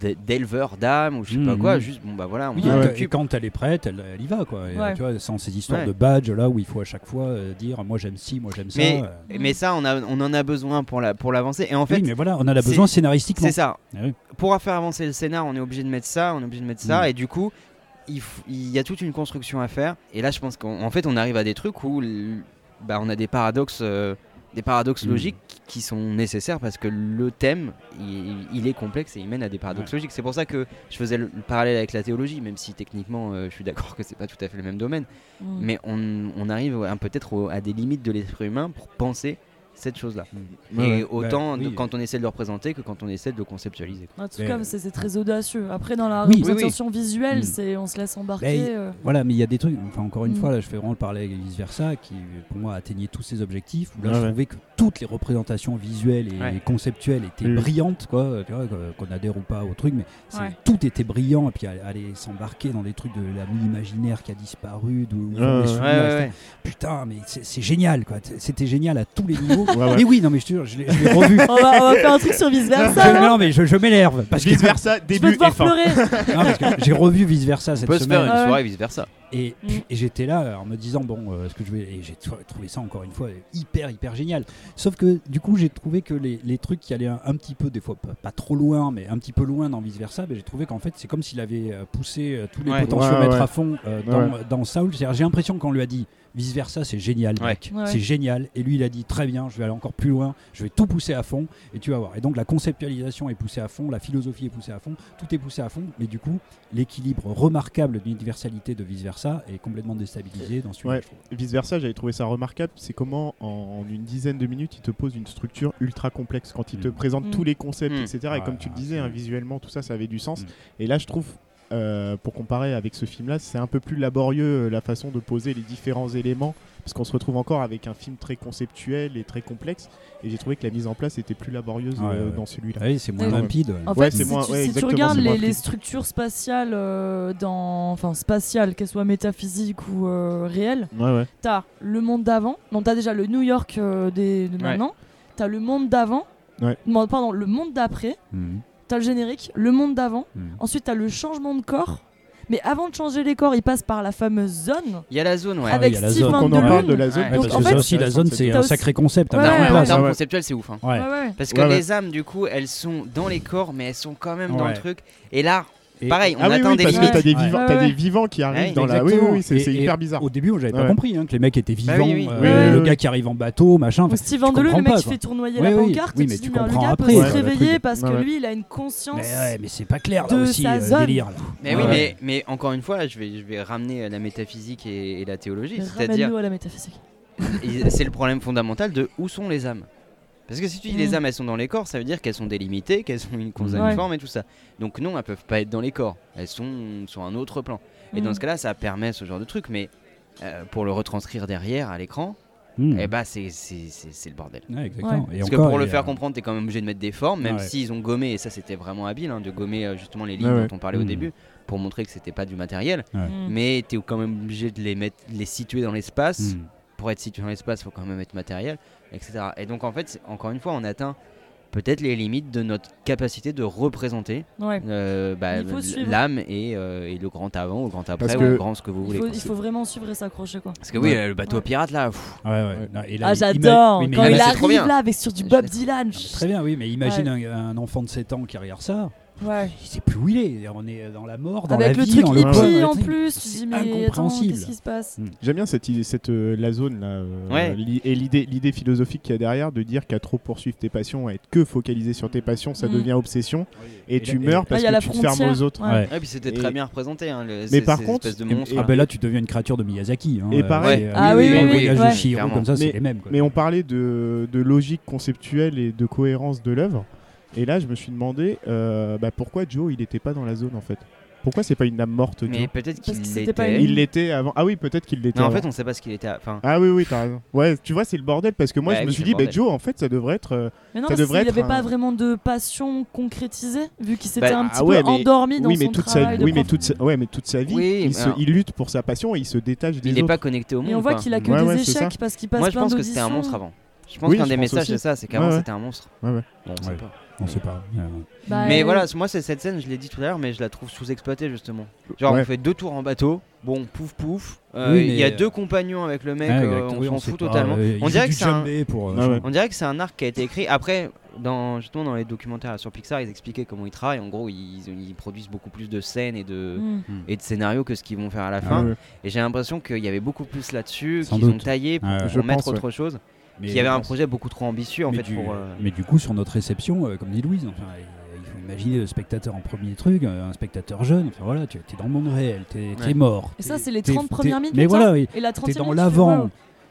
Speaker 4: d'é- d'éleveurs d'âmes ou je sais pas
Speaker 3: Mhm.
Speaker 4: quoi, juste bon bah voilà, on
Speaker 3: Oui,
Speaker 4: s'en
Speaker 2: ouais.
Speaker 3: et
Speaker 4: occupe.
Speaker 3: quand elle est prête, elle, elle y va quoi. Et, euh,
Speaker 1: Ouais.
Speaker 3: tu vois, sans ces histoires
Speaker 4: Ouais.
Speaker 3: de badge là où il faut à chaque fois euh, dire moi j'aime ci, moi j'aime ça.
Speaker 4: Mais-
Speaker 3: euh.
Speaker 4: Mais ça on, a, on en a besoin pour la pour l'avancer, et en fait
Speaker 3: oui, mais voilà, on en a
Speaker 4: c'est-
Speaker 3: besoin scénaristiquement.
Speaker 4: c'est ça.
Speaker 3: Ah oui.
Speaker 4: Pour faire avancer le scénar, on est obligé de mettre ça, on est obligé de mettre ça,
Speaker 3: Mhm.
Speaker 4: et du coup il, f- il y a toute une construction à faire, et là je pense qu'en en fait on arrive à des trucs où l- bah, on a des paradoxes. euh, des paradoxes
Speaker 3: Mhm.
Speaker 4: logiques qui sont nécessaires parce que le thème, il, il est complexe et il mène à des paradoxes logiques. C'est pour ça que je faisais le, le parallèle avec la théologie, même si techniquement euh, je suis d'accord que c'est pas tout à fait le même domaine.
Speaker 1: Mm.
Speaker 4: Mais on, on arrive à- peut-être au- à des limites de l'esprit humain pour penser cette chose-là.
Speaker 3: Ouais,
Speaker 4: et
Speaker 3: ouais.
Speaker 4: autant
Speaker 3: Bah,
Speaker 4: de-
Speaker 3: oui.
Speaker 4: quand on essaie de le représenter que quand on essaie de le conceptualiser. quoi.
Speaker 1: Mmh. En tout
Speaker 3: Mais,
Speaker 1: cas,
Speaker 3: euh,
Speaker 1: c'est c'est très audacieux. Après, dans la
Speaker 3: Oui, oui,
Speaker 1: représentation visuelle,
Speaker 3: Mm.
Speaker 1: c'est on se laisse embarquer.
Speaker 3: Mais-
Speaker 1: euh,
Speaker 3: Voilà, mais il y a des trucs, enfin encore une
Speaker 1: Mm.
Speaker 3: fois, là je fais vraiment le parallèle avec vice versa, qui pour moi atteignait tous ses objectifs, où là
Speaker 2: Ouais,
Speaker 3: je
Speaker 2: ouais.
Speaker 3: trouvais que toutes les représentations visuelles et
Speaker 4: Ouais.
Speaker 3: conceptuelles étaient
Speaker 2: Oui.
Speaker 3: brillantes, quoi, tu vois, que- qu'on adhère ou pas au truc, mais c'est-
Speaker 1: Ouais.
Speaker 3: tout était brillant, et puis aller- aller s'embarquer dans des trucs de l'ami imaginaire qui a disparu, d'où
Speaker 2: Ouais,
Speaker 3: les
Speaker 2: ouais.
Speaker 3: souvenirs,
Speaker 4: Ouais, ouais,
Speaker 3: etc.
Speaker 4: ouais.
Speaker 3: Putain, mais c'est c'est génial, quoi, c'était génial à tous les niveaux.
Speaker 2: Ouais, ouais.
Speaker 3: Mais oui, non mais je te jure, je l'ai je l'ai revu.
Speaker 1: on, va, on va faire un truc sur vice versa.
Speaker 3: Je-
Speaker 1: non
Speaker 3: non mais je, je m'énerve parce que,
Speaker 2: Vice versa,
Speaker 1: Je veux
Speaker 2: début
Speaker 1: te voir
Speaker 2: et fin.
Speaker 1: pleurer.
Speaker 3: Non, parce que j'ai revu vice versa
Speaker 4: On
Speaker 3: cette
Speaker 4: peut se faire
Speaker 3: semaine.
Speaker 4: une
Speaker 1: Ouais.
Speaker 4: soirée vice versa.
Speaker 3: Et,
Speaker 1: Mm.
Speaker 3: et j'étais là euh, en me disant bon, euh, ce que je vais et j'ai tr- trouvé ça encore une fois euh, hyper hyper génial. Sauf que du coup j'ai trouvé que les, les trucs qui allaient un, un petit peu des fois pas, pas trop loin, mais un petit peu loin dans vice versa, ben, j'ai trouvé qu'en fait c'est comme s'il avait euh, poussé euh, tous les
Speaker 4: Ouais.
Speaker 3: potentiomètres
Speaker 2: Ouais, ouais.
Speaker 3: à fond euh, dans,
Speaker 2: Ouais.
Speaker 3: dans Saul. C'est-à-dire, J'ai l'impression qu'on lui a dit vice versa c'est génial,
Speaker 4: Ouais.
Speaker 3: mec.
Speaker 1: Ouais.
Speaker 3: c'est génial. Et lui il a dit très bien, je vais aller encore plus loin, je vais tout pousser à fond et tu vas voir. Et donc la conceptualisation est poussée à fond, la philosophie est poussée à fond, tout est poussé à fond, mais du coup l'équilibre remarquable de l'universalité de vice versa est complètement déstabilisé dans celui-là.
Speaker 2: Ouais.
Speaker 3: je trouve.
Speaker 2: Vice versa, j'avais trouvé ça remarquable. C'est comment, en une dizaine de minutes, il te pose une structure ultra complexe quand il te
Speaker 3: Mm.
Speaker 2: présente
Speaker 1: Mm.
Speaker 2: tous les concepts,
Speaker 4: Mm.
Speaker 2: etc.
Speaker 3: Ouais,
Speaker 2: et comme tu le disais,
Speaker 3: ouais.
Speaker 2: hein, visuellement, tout ça, ça avait du sens.
Speaker 3: Mm.
Speaker 2: Et là, je trouve, euh, pour comparer avec ce film-là, c'est un peu plus laborieux euh, la façon de poser les différents éléments, parce qu'on se retrouve encore avec un film très conceptuel et très complexe. Et j'ai trouvé que la mise en place était plus laborieuse
Speaker 3: Ouais,
Speaker 2: euh,
Speaker 3: ouais.
Speaker 2: dans celui-là.
Speaker 3: Ah oui, c'est moins
Speaker 1: Ouais.
Speaker 3: limpide.
Speaker 1: En
Speaker 2: Ouais,
Speaker 1: fait,
Speaker 2: c'est
Speaker 1: si,
Speaker 2: moins-
Speaker 1: tu,
Speaker 2: ouais,
Speaker 1: si tu
Speaker 2: exactement,
Speaker 1: regardes
Speaker 2: c'est moins
Speaker 1: les, les
Speaker 2: fluide.
Speaker 1: structures spatiales, euh, dans, enfin spatiales, qu'elles soient métaphysiques ou euh, réelles,
Speaker 2: Ouais, ouais.
Speaker 1: t'as le monde d'avant. Non, t'as déjà le New York euh, des, de maintenant. T'as le monde d'avant.
Speaker 2: Ouais.
Speaker 1: Non, pardon, le monde d'après.
Speaker 3: Mhm.
Speaker 1: T'as le générique, le monde d'avant.
Speaker 3: Mhm.
Speaker 1: Ensuite, t'as le changement de corps. Mais avant de changer les corps, il passe par la fameuse zone.
Speaker 4: Il y a la zone, ouais.
Speaker 3: Ah,
Speaker 1: avec
Speaker 3: il y a la
Speaker 1: Steve
Speaker 3: zone.
Speaker 1: Van
Speaker 2: Quand on en parle Ah de
Speaker 1: Lune.
Speaker 2: la zone,
Speaker 4: Ouais,
Speaker 1: Donc,
Speaker 3: parce
Speaker 1: en
Speaker 3: que
Speaker 1: fait,
Speaker 3: ça aussi, la zone, c'est
Speaker 1: t'as
Speaker 3: un
Speaker 1: aussi-
Speaker 3: sacré concept. hein,
Speaker 1: Ouais,
Speaker 3: dans
Speaker 1: ouais,
Speaker 3: la
Speaker 4: Non, mais en
Speaker 1: ouais.
Speaker 3: place.
Speaker 4: termes
Speaker 2: Ouais.
Speaker 4: conceptuels, c'est ouf. hein.
Speaker 3: Ouais.
Speaker 1: Ouais, ouais.
Speaker 4: Parce que
Speaker 2: Ouais, ouais.
Speaker 4: les âmes, du coup, elles sont dans les corps, mais elles sont quand même dans
Speaker 3: Ouais.
Speaker 4: le truc. Et là,
Speaker 3: Et-
Speaker 4: pareil, on
Speaker 2: Ah oui,
Speaker 4: atteint
Speaker 2: oui,
Speaker 4: des
Speaker 2: parce
Speaker 4: limites.
Speaker 2: que t'as des,
Speaker 3: Ouais.
Speaker 2: vivants-
Speaker 1: Ouais,
Speaker 2: t'as
Speaker 1: ouais.
Speaker 2: des vivants qui arrivent
Speaker 4: Ouais,
Speaker 2: dans la. Oui, oui,
Speaker 3: Exactement.
Speaker 2: oui, c'est
Speaker 3: Et-
Speaker 2: c'est
Speaker 3: et
Speaker 2: hyper bizarre.
Speaker 3: Au début, j'avais pas
Speaker 2: Ouais.
Speaker 3: compris hein, que les mecs étaient vivants.
Speaker 4: Bah oui, oui.
Speaker 3: euh,
Speaker 2: Oui, oui,
Speaker 3: le
Speaker 2: oui.
Speaker 3: gars qui arrive en bateau, machin.
Speaker 1: Ou
Speaker 3: Enfin,
Speaker 1: Steve
Speaker 3: tu
Speaker 1: Van Deleu, le
Speaker 3: comprends
Speaker 1: mec
Speaker 3: pas,
Speaker 1: qui
Speaker 3: quoi.
Speaker 1: fait tournoyer
Speaker 3: Ouais,
Speaker 1: la
Speaker 3: oui.
Speaker 1: pancarte,
Speaker 3: Oui,
Speaker 1: et
Speaker 3: mais
Speaker 1: tu
Speaker 3: tu
Speaker 1: dis, mais le
Speaker 3: comprends
Speaker 1: gars
Speaker 3: après,
Speaker 1: peut
Speaker 2: ouais,
Speaker 1: se
Speaker 2: le
Speaker 1: réveiller
Speaker 2: truc.
Speaker 1: parce
Speaker 2: Ouais,
Speaker 1: que
Speaker 2: ouais.
Speaker 1: lui, il a une conscience.
Speaker 3: mais ouais, mais c'est pas clair là
Speaker 1: de
Speaker 3: aussi
Speaker 1: sa
Speaker 3: euh,
Speaker 1: zone.
Speaker 3: délire. là.
Speaker 4: Mais oui,
Speaker 3: Ouais.
Speaker 4: mais, mais encore une fois, je vais, je vais ramener euh, la métaphysique et, et la théologie.
Speaker 1: Mais
Speaker 4: C'est-à-dire,
Speaker 1: Ramène-nous à la métaphysique.
Speaker 4: et c'est le problème fondamental de où sont les âmes. Parce que si tu dis les
Speaker 1: Mm.
Speaker 4: âmes, elles sont dans les corps, ça veut dire qu'elles sont délimitées, qu'elles sont une uniforme et tout ça. Donc non, elles peuvent pas être dans les corps. Elles sont sur un autre plan. Et dans
Speaker 1: Mm.
Speaker 4: ce cas-là, ça permet ce genre de truc. Mais euh, pour le retranscrire derrière à l'écran,
Speaker 3: Mm.
Speaker 4: eh bah c'est c'est- c'est- c'est le bordel.
Speaker 3: Ouais, exactement. Et
Speaker 4: Parce
Speaker 3: encore,
Speaker 4: que pour le
Speaker 3: il y a-
Speaker 4: faire comprendre, t'es quand même obligé de mettre des formes, même
Speaker 3: Ouais.
Speaker 4: s'ils ont gommé, et ça c'était vraiment habile, hein, de gommer euh, justement les lignes
Speaker 2: Ouais, ouais.
Speaker 4: dont on parlait au
Speaker 3: Mm.
Speaker 4: début, pour montrer que c'était pas du matériel,
Speaker 1: Mm.
Speaker 4: mais t'es quand même obligé de les, mettre, de les situer dans l'espace.
Speaker 3: Mm.
Speaker 4: Pour être situé dans l'espace, faut quand même être matériel, etc. Et donc en fait, c'est- encore une fois, on atteint peut-être les limites de notre capacité de représenter
Speaker 1: Ouais.
Speaker 4: euh, bah,
Speaker 1: Il faut suivre.
Speaker 4: l'âme et, euh, et le grand avant, ou le grand après,
Speaker 2: Parce
Speaker 4: ou
Speaker 2: que-
Speaker 4: le grand ce que vous
Speaker 1: Il
Speaker 4: voulez.
Speaker 1: faut,
Speaker 4: quoi.
Speaker 1: il faut vraiment suivre et s'accrocher quoi.
Speaker 4: Parce que oui,
Speaker 3: Ouais.
Speaker 4: euh, le bateau
Speaker 1: Ouais.
Speaker 4: pirate là, pff,
Speaker 3: Ouais, ouais. Non, et là,
Speaker 1: Ah
Speaker 3: il-
Speaker 1: j'adore
Speaker 3: ima- oui, mais
Speaker 1: quand
Speaker 4: il
Speaker 1: il
Speaker 4: a- c'est
Speaker 1: arrive
Speaker 4: trop bien.
Speaker 1: là avec sur du
Speaker 4: Je
Speaker 1: Bob
Speaker 4: l'ai-
Speaker 1: Dylan.
Speaker 3: Ah, mais Très bien, oui, mais imagine un, un enfant de 7 ans qui regarde ça,
Speaker 1: Ouais.
Speaker 3: il sait plus où il est. On est dans la mort, dans
Speaker 1: Avec le
Speaker 3: la vie,
Speaker 1: truc
Speaker 3: dans le pauvre,
Speaker 1: hippie
Speaker 3: le
Speaker 1: en
Speaker 3: truc.
Speaker 1: plus, tu te
Speaker 3: C'est
Speaker 1: dis mais attends,
Speaker 3: incompréhensible.
Speaker 1: qu'est-ce qui se passe
Speaker 2: J'aime bien cette idée, cette, euh, la zone là, euh,
Speaker 4: Ouais.
Speaker 2: li- et l'idée, l'idée philosophique qu'il y a derrière de dire qu'à trop poursuivre tes passions, à être que focalisé sur tes passions, ça
Speaker 1: Mm.
Speaker 2: devient obsession et,
Speaker 3: Et
Speaker 2: tu
Speaker 3: là- et-
Speaker 2: meurs
Speaker 3: Ah,
Speaker 2: parce
Speaker 1: il y a
Speaker 2: que
Speaker 1: la
Speaker 2: tu te fermes aux
Speaker 1: frontière.
Speaker 2: autres.
Speaker 1: Ouais.
Speaker 3: Ouais.
Speaker 4: et puis c'était
Speaker 2: Et-
Speaker 4: très bien représenté. hein, le-
Speaker 2: Mais
Speaker 4: ces-
Speaker 2: par
Speaker 4: ces
Speaker 2: contre-
Speaker 4: espèces de
Speaker 2: et-
Speaker 4: monstres, hein.
Speaker 2: et-
Speaker 4: là.
Speaker 3: Ah ben là, tu deviens une créature de Miyazaki. hein.
Speaker 2: Et pareil.
Speaker 3: Euh,
Speaker 1: Ah oui, oui, oui,
Speaker 3: Voyage de
Speaker 1: ouais.
Speaker 3: Chihiro,
Speaker 4: Clairement.
Speaker 3: comme ça, c'est
Speaker 2: Mais-
Speaker 3: les mêmes. quoi.
Speaker 2: Mais on parlait de, de logique conceptuelle et de cohérence de l'œuvre. Et là, je me suis demandé euh, bah, pourquoi Joe, il n'était pas dans la zone en fait. Pourquoi c'est pas une âme morte
Speaker 4: Mais
Speaker 2: Joe
Speaker 4: peut-être
Speaker 1: Parce
Speaker 4: qu'il
Speaker 1: que
Speaker 4: l'était.
Speaker 1: c'était pas une-
Speaker 2: Il l'était avant. Ah oui, peut-être qu'il l'était.
Speaker 4: Non, en
Speaker 2: avant.
Speaker 4: fait, on sait pas ce qu'il était. à- Enfin,
Speaker 2: Ah oui, oui, t'as raison. Ouais, tu vois, c'est le bordel parce que moi,
Speaker 4: Bah
Speaker 2: je me
Speaker 4: oui,
Speaker 2: suis
Speaker 4: c'est
Speaker 2: dit,
Speaker 4: le
Speaker 2: bah,
Speaker 4: bordel.
Speaker 2: Joe, en fait, ça devrait être. euh,
Speaker 1: Mais non, parce
Speaker 2: Ça
Speaker 1: qu'il
Speaker 2: devrait
Speaker 1: n'avait
Speaker 2: être
Speaker 1: pas
Speaker 2: un-
Speaker 1: vraiment de passion concrétisée vu qu'il s'était
Speaker 4: Bah,
Speaker 1: un
Speaker 2: ah
Speaker 1: petit
Speaker 2: ouais,
Speaker 1: peu
Speaker 2: mais-
Speaker 1: endormi dans
Speaker 2: oui, mais
Speaker 1: son
Speaker 2: toute
Speaker 1: travail.
Speaker 2: sa,
Speaker 1: de
Speaker 2: oui, mais
Speaker 1: prof.
Speaker 2: toute sa, ouais, mais toute sa vie,
Speaker 4: Oui,
Speaker 2: il, se-
Speaker 4: alors-
Speaker 2: il lutte pour sa passion et il se détache des
Speaker 4: il est
Speaker 2: autres.
Speaker 4: pas connecté au monde.
Speaker 1: Et on voit
Speaker 4: quoi.
Speaker 1: qu'il a que
Speaker 2: Ouais,
Speaker 1: des
Speaker 2: ouais, c'est
Speaker 1: échecs
Speaker 2: ça.
Speaker 1: parce qu'il passe
Speaker 4: Moi, je
Speaker 1: plein
Speaker 4: pense que c'était un
Speaker 1: d'auditions.
Speaker 4: monstre avant. Je pense
Speaker 2: Oui,
Speaker 4: qu'un
Speaker 2: je
Speaker 4: des
Speaker 2: pense
Speaker 4: messages,
Speaker 2: aussi.
Speaker 4: c'est ça, c'est qu'avant,
Speaker 2: Ouais, ouais.
Speaker 4: c'était un monstre.
Speaker 2: Ouais, ouais.
Speaker 4: Bon, on sait
Speaker 3: Ouais.
Speaker 4: pas.
Speaker 3: On sait pas. Euh,
Speaker 1: Bah,
Speaker 4: Mais
Speaker 1: euh,
Speaker 4: voilà, moi, c'est cette scène, je l'ai dit tout à l'heure, mais je la trouve sous-exploitée justement. Genre,
Speaker 2: Ouais.
Speaker 4: on fait deux tours en bateau. Bon, pouf pouf. Euh,
Speaker 3: Oui,
Speaker 4: il y a
Speaker 3: mais-
Speaker 4: deux compagnons avec le mec,
Speaker 3: ouais,
Speaker 4: euh,
Speaker 3: exact.
Speaker 4: on
Speaker 3: Oui,
Speaker 4: s'en
Speaker 3: sait
Speaker 4: fout
Speaker 3: pas,
Speaker 4: totalement.
Speaker 3: euh, il
Speaker 4: On
Speaker 3: joue
Speaker 4: dirait
Speaker 3: du
Speaker 4: que c'est un-
Speaker 3: djembé pour. euh,
Speaker 2: Ah ouais.
Speaker 4: On dirait que c'est un arc qui a été écrit. Après, dans, justement, dans les documentaires sur Pixar, ils expliquaient comment ils travaillent. En gros, ils, ils produisent beaucoup plus de scènes et de,
Speaker 1: hmm.
Speaker 4: et de scénarios que ce qu'ils vont faire à la
Speaker 2: Ah
Speaker 4: fin.
Speaker 2: ouais.
Speaker 4: Et j'ai l'impression qu'il y avait beaucoup plus là-dessus,
Speaker 3: Sans
Speaker 4: qu'ils ont
Speaker 3: doute.
Speaker 4: taillé pour,
Speaker 3: Ouais, ouais.
Speaker 4: pour
Speaker 2: Je
Speaker 4: mettre
Speaker 2: pense, ouais.
Speaker 4: autre chose.
Speaker 3: mais-
Speaker 4: Qu'il y avait un projet beaucoup trop ambitieux en
Speaker 3: mais
Speaker 4: fait
Speaker 3: du-
Speaker 4: pour. euh,
Speaker 3: Mais du coup, sur notre réception, euh, comme dit Louise, enfin, euh, il faut imaginer le spectateur en premier truc, euh, un spectateur jeune. Enfin voilà, tu es dans le monde réel, t'es
Speaker 4: Ouais.
Speaker 3: es mort.
Speaker 1: Et ça,
Speaker 3: t'es-
Speaker 1: c'est les
Speaker 3: t'es-
Speaker 1: 30
Speaker 3: t'es-
Speaker 1: premières minutes,
Speaker 3: Mais
Speaker 1: hein.
Speaker 3: voilà, oui.
Speaker 1: Et la
Speaker 3: T'es
Speaker 1: 30e
Speaker 3: dans
Speaker 1: minute, tu fais,
Speaker 3: l'avant.
Speaker 1: waouh.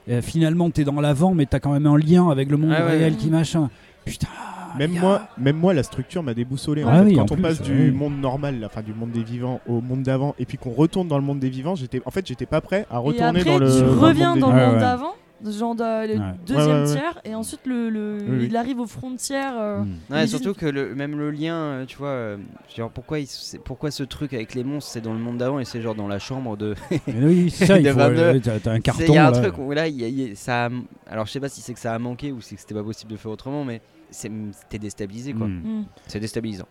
Speaker 3: euh, finalement, t'es dans l'avant, mais t'as quand même un lien avec le monde
Speaker 4: Ah ouais.
Speaker 3: réel qui machin. Putain.
Speaker 1: Ah,
Speaker 2: Même
Speaker 3: les
Speaker 2: moi, même moi, la structure m'a déboussolé. en
Speaker 3: Ah
Speaker 2: fait.
Speaker 3: oui,
Speaker 2: Quand
Speaker 3: en
Speaker 2: on
Speaker 3: plus,
Speaker 2: passe
Speaker 3: ah
Speaker 2: du
Speaker 3: oui.
Speaker 2: monde normal, là, enfin du monde des vivants au monde d'avant, et puis qu'on retourne dans le monde des vivants, j'étais, en fait, j'étais pas prêt à
Speaker 1: Et
Speaker 2: retourner
Speaker 1: après,
Speaker 2: dans le.
Speaker 1: tu
Speaker 2: dans le monde
Speaker 1: reviens
Speaker 2: des
Speaker 1: dans
Speaker 2: vivants.
Speaker 1: le
Speaker 3: Ouais,
Speaker 1: monde
Speaker 3: ouais.
Speaker 1: d'avant, genre dans le
Speaker 3: Ouais.
Speaker 1: deuxième
Speaker 2: Ouais, ouais, ouais.
Speaker 1: tiers, et ensuite le, le-
Speaker 2: Oui, oui.
Speaker 1: il arrive aux frontières. euh,
Speaker 3: Mm.
Speaker 4: Ouais,
Speaker 1: Mais
Speaker 4: surtout que le, même le lien, euh, tu vois, euh, genre pourquoi, il- c'est- pourquoi ce truc avec les monstres c'est dans le monde d'avant et c'est genre dans la chambre de.
Speaker 3: Mais oui, c'est ça, il
Speaker 4: Des
Speaker 3: faut,
Speaker 4: vannes.
Speaker 3: euh, t'as t'as un carton.
Speaker 4: Il y a un
Speaker 3: là.
Speaker 4: truc où là, il y a- il y a- ça a- alors je sais pas si c'est que ça a manqué ou si c'était pas possible de faire autrement, mais c'est- t'es déstabilisé quoi.
Speaker 3: Mm.
Speaker 1: hmm.
Speaker 4: C'est déstabilisant.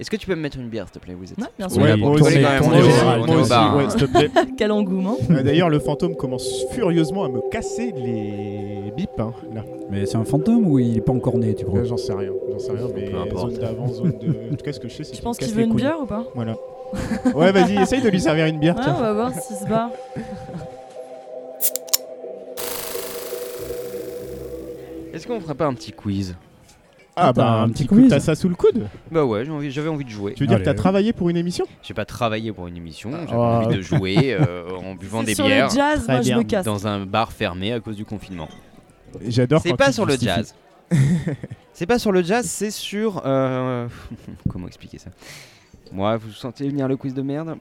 Speaker 4: Est-ce que tu peux me mettre une bière s'il te plaît, vous êtes
Speaker 1: Ouais, bien sûr.
Speaker 3: Ouais,
Speaker 2: Ouais,
Speaker 3: pour
Speaker 2: moi
Speaker 3: tourner
Speaker 2: aussi,
Speaker 3: quand même,
Speaker 2: moi
Speaker 3: on est au-
Speaker 2: aussi,
Speaker 3: on est
Speaker 2: moi
Speaker 3: au
Speaker 2: aussi,
Speaker 4: bar,
Speaker 2: ouais,
Speaker 4: hein.
Speaker 2: s'il te plaît.
Speaker 1: Quel engouement.
Speaker 2: Euh, D'ailleurs, le fantôme commence furieusement à me casser les bips. hein, là,
Speaker 3: Mais c'est un fantôme ou il est pas encore né, tu crois
Speaker 2: Là, j'en sais rien, j'en sais rien. Mais
Speaker 4: Peu importe.
Speaker 2: zone d'avant, zone de. En tout cas, ce que je sais, c'est
Speaker 1: Tu
Speaker 2: qu'il
Speaker 1: penses
Speaker 2: me casse
Speaker 1: qu'il
Speaker 2: les
Speaker 1: veut une
Speaker 2: couilles.
Speaker 1: bière ou pas
Speaker 2: Voilà. Ouais, vas-y, essaye de lui servir une bière.
Speaker 1: Ouais,
Speaker 2: tiens.
Speaker 1: on va voir s'il se bat.
Speaker 4: Est-ce qu'on ferait pas un petit quiz
Speaker 2: Ah
Speaker 3: T'as
Speaker 2: bah
Speaker 3: un
Speaker 2: un
Speaker 3: petit
Speaker 2: petit
Speaker 3: quiz.
Speaker 2: coup, t'as ça sous le coude.
Speaker 4: Bah ouais, j'ai envie- j'avais envie de jouer.
Speaker 2: Tu veux dire
Speaker 3: Allez,
Speaker 2: que t'as
Speaker 3: allez.
Speaker 2: travaillé pour une émission
Speaker 4: J'ai pas travaillé pour une émission, j'avais
Speaker 2: Ah.
Speaker 4: envie de jouer euh, en buvant
Speaker 1: C'est
Speaker 4: des
Speaker 1: sur
Speaker 4: bières
Speaker 1: le jazz,
Speaker 2: Très
Speaker 1: moi je
Speaker 2: bien.
Speaker 1: me casse.
Speaker 4: dans un bar fermé à cause du confinement.
Speaker 2: J'adore.
Speaker 4: C'est
Speaker 2: quand
Speaker 4: pas
Speaker 2: tu
Speaker 4: sur le
Speaker 2: justifies.
Speaker 4: jazz. c'est pas sur le jazz, c'est sur. euh, Comment expliquer ça Moi, vous sentez venir le quiz de merde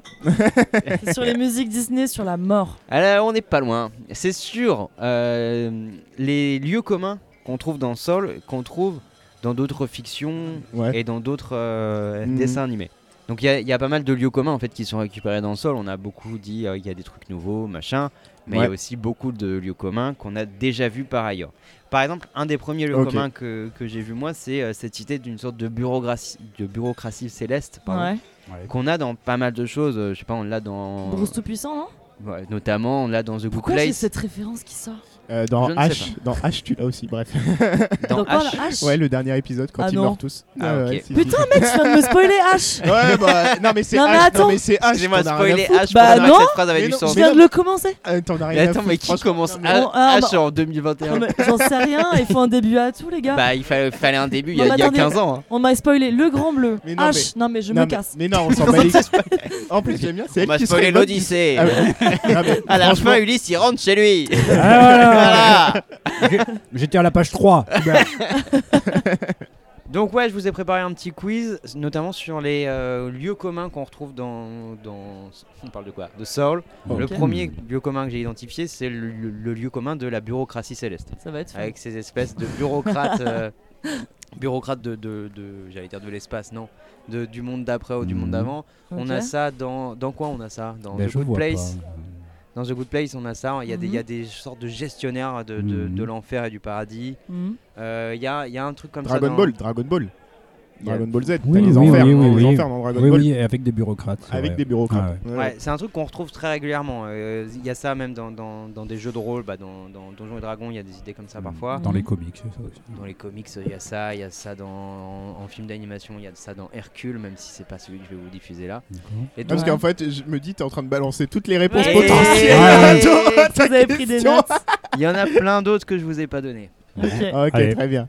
Speaker 1: C'est sur les musiques Disney, sur la mort.
Speaker 4: Alors, on n'est pas loin. C'est sur euh, les lieux communs qu'on trouve dans Sol, qu'on trouve dans d'autres fictions
Speaker 2: Ouais.
Speaker 4: et dans d'autres euh,
Speaker 2: Mhm.
Speaker 4: dessins animés. Donc il y, a- il y a pas mal de lieux communs en fait qui sont récupérés dans Sol. On a beaucoup dit euh, il y a des trucs nouveaux, machin, mais il y a
Speaker 2: Ouais.
Speaker 4: aussi beaucoup de lieux communs qu'on a déjà vus par ailleurs. Par exemple, un des premiers lieux
Speaker 2: Ok.
Speaker 4: communs que, que j'ai vu moi, c'est euh, cette idée d'une sorte de bureaucratie, de bureaucratie céleste pardon,
Speaker 1: Ouais.
Speaker 4: qu'on a dans pas mal de choses. Euh, Je sais pas, on l'a dans
Speaker 1: Bruce tout puissant, non
Speaker 4: Ouais, notamment on l'a dans The Good
Speaker 1: Pourquoi j'ai
Speaker 4: Place.
Speaker 1: cette référence qui sort
Speaker 2: Euh, dans
Speaker 4: Je ne sais
Speaker 2: H, dans H, tu l'as aussi. Bref.
Speaker 4: Dans
Speaker 1: Donc, oh, la
Speaker 4: H.
Speaker 1: hache.
Speaker 2: Ouais, le dernier épisode quand
Speaker 1: Ah
Speaker 2: ils
Speaker 1: non.
Speaker 2: meurent tous.
Speaker 4: Ah,
Speaker 2: Ouais,
Speaker 4: ok.
Speaker 2: ouais, si, si.
Speaker 1: Putain, mec, tu viens de me spoiler H
Speaker 2: Ouais, bah non mais c'est
Speaker 1: Non, mais
Speaker 2: H,
Speaker 1: attends.
Speaker 2: non mais c'est H.
Speaker 4: Excusez-moi,
Speaker 2: t'en as rien à
Speaker 4: spoiler
Speaker 2: foutre.
Speaker 4: H,
Speaker 1: Bah
Speaker 4: je pensais que
Speaker 1: non.
Speaker 4: cette phrase avait
Speaker 2: Mais
Speaker 4: du
Speaker 2: non,
Speaker 1: Je
Speaker 4: sens.
Speaker 2: mais-
Speaker 1: viens de le commencer
Speaker 2: Euh, T'en as
Speaker 4: Mais
Speaker 2: rien à
Speaker 4: attends,
Speaker 2: foutre,
Speaker 4: mais qui
Speaker 2: franchement.
Speaker 4: commence
Speaker 2: Non, mais-
Speaker 1: Ah,
Speaker 4: H,
Speaker 1: Bon, alors,
Speaker 4: H en 2021
Speaker 1: Non, mais J'en sais rien, il faut un début à tout, les gars.
Speaker 4: Bah, il fallait, fallait un début il y a,
Speaker 1: Non, mais
Speaker 4: il y a
Speaker 1: attendez.
Speaker 4: 15 ans. hein.
Speaker 1: On m'a spoilé le grand bleu.
Speaker 2: Mais non,
Speaker 1: H, non mais je
Speaker 2: Non,
Speaker 1: me
Speaker 2: mais-
Speaker 1: casse.
Speaker 2: Mais non, on s'en bat les En plus, j'aime bien, c'est
Speaker 4: On
Speaker 2: elle
Speaker 4: m'a
Speaker 2: qui se
Speaker 4: spoilé
Speaker 2: révolte.
Speaker 4: l'Odyssée.
Speaker 2: Ah ouais. Non, mais
Speaker 4: à la
Speaker 2: franchement,
Speaker 4: fin, Ulysse, il rentre chez lui.
Speaker 3: Ah,
Speaker 4: Voilà.
Speaker 3: voilà. J'étais à la page 3.
Speaker 4: Donc, ouais, je vous ai préparé un petit quiz, notamment sur les euh, lieux communs qu'on retrouve dans, dans. On parle de quoi De Soul.
Speaker 3: Ok.
Speaker 4: Le premier lieu commun que j'ai identifié, c'est le, le- le lieu commun de la bureaucratie céleste.
Speaker 1: Ça va être fun.
Speaker 4: Avec ces espèces de bureaucrates. euh, bureaucrates de. de, de- J'allais dire de l'espace, non. De, du monde d'après ou du monde
Speaker 3: Mhm.
Speaker 4: d'avant. On a
Speaker 1: Ok.
Speaker 4: ça dans. Dans quoi on a ça Dans
Speaker 3: Ben,
Speaker 4: The
Speaker 3: je
Speaker 4: Good
Speaker 3: vois
Speaker 4: Place.
Speaker 3: pas.
Speaker 4: Dans The Good Place, on a ça. hein. Il y, a des- il y a des sortes de gestionnaires de, de- de
Speaker 3: Mhm.
Speaker 4: l'enfer et du paradis.
Speaker 1: Mhm.
Speaker 4: Euh, Il y, a, il y a un truc comme ça.
Speaker 2: Dragon
Speaker 4: dans-
Speaker 2: Ball, Dragon Ball,
Speaker 4: il y a-
Speaker 2: Dragon Ball Z. T'as
Speaker 3: Oui,
Speaker 2: les
Speaker 3: oui,
Speaker 2: enfers,
Speaker 3: oui,
Speaker 2: t'as
Speaker 3: oui,
Speaker 2: les
Speaker 3: oui.
Speaker 2: enfers dans
Speaker 4: Ah,
Speaker 2: Dragon
Speaker 3: Oui,
Speaker 2: Ball
Speaker 3: oui, avec des bureaucrates. c'est
Speaker 2: avec
Speaker 3: vrai. Ah
Speaker 2: des bureaucrates. Ouais,
Speaker 4: Ouais,
Speaker 2: ouais.
Speaker 4: c'est un truc qu'on retrouve très régulièrement. Euh, Il y a ça même dans, dans- dans des jeux de rôle, bah, dans, dans Donjons et Dragons, il y a des idées comme
Speaker 2: Mhm.
Speaker 4: ça parfois.
Speaker 3: Dans les comics, c'est ça aussi.
Speaker 4: Dans les comics, il y a ça, il y a ça dans, en, en film d'animation, il y a ça dans Hercule, même si c'est pas celui que je vais vous diffuser là.
Speaker 3: D'accord.
Speaker 4: Et
Speaker 2: Parce
Speaker 1: Ouais.
Speaker 2: qu'en fait, je me dis, t'es en train de balancer toutes les réponses
Speaker 1: Ouais.
Speaker 2: potentielles.
Speaker 4: Ouais.
Speaker 2: à
Speaker 1: Vous
Speaker 2: ta
Speaker 1: avez pris des
Speaker 2: question.
Speaker 1: notes.
Speaker 4: il y en a plein d'autres que je vous ai pas donné.
Speaker 1: Ok.
Speaker 2: Ah, Ok,
Speaker 3: Allez.
Speaker 2: très bien.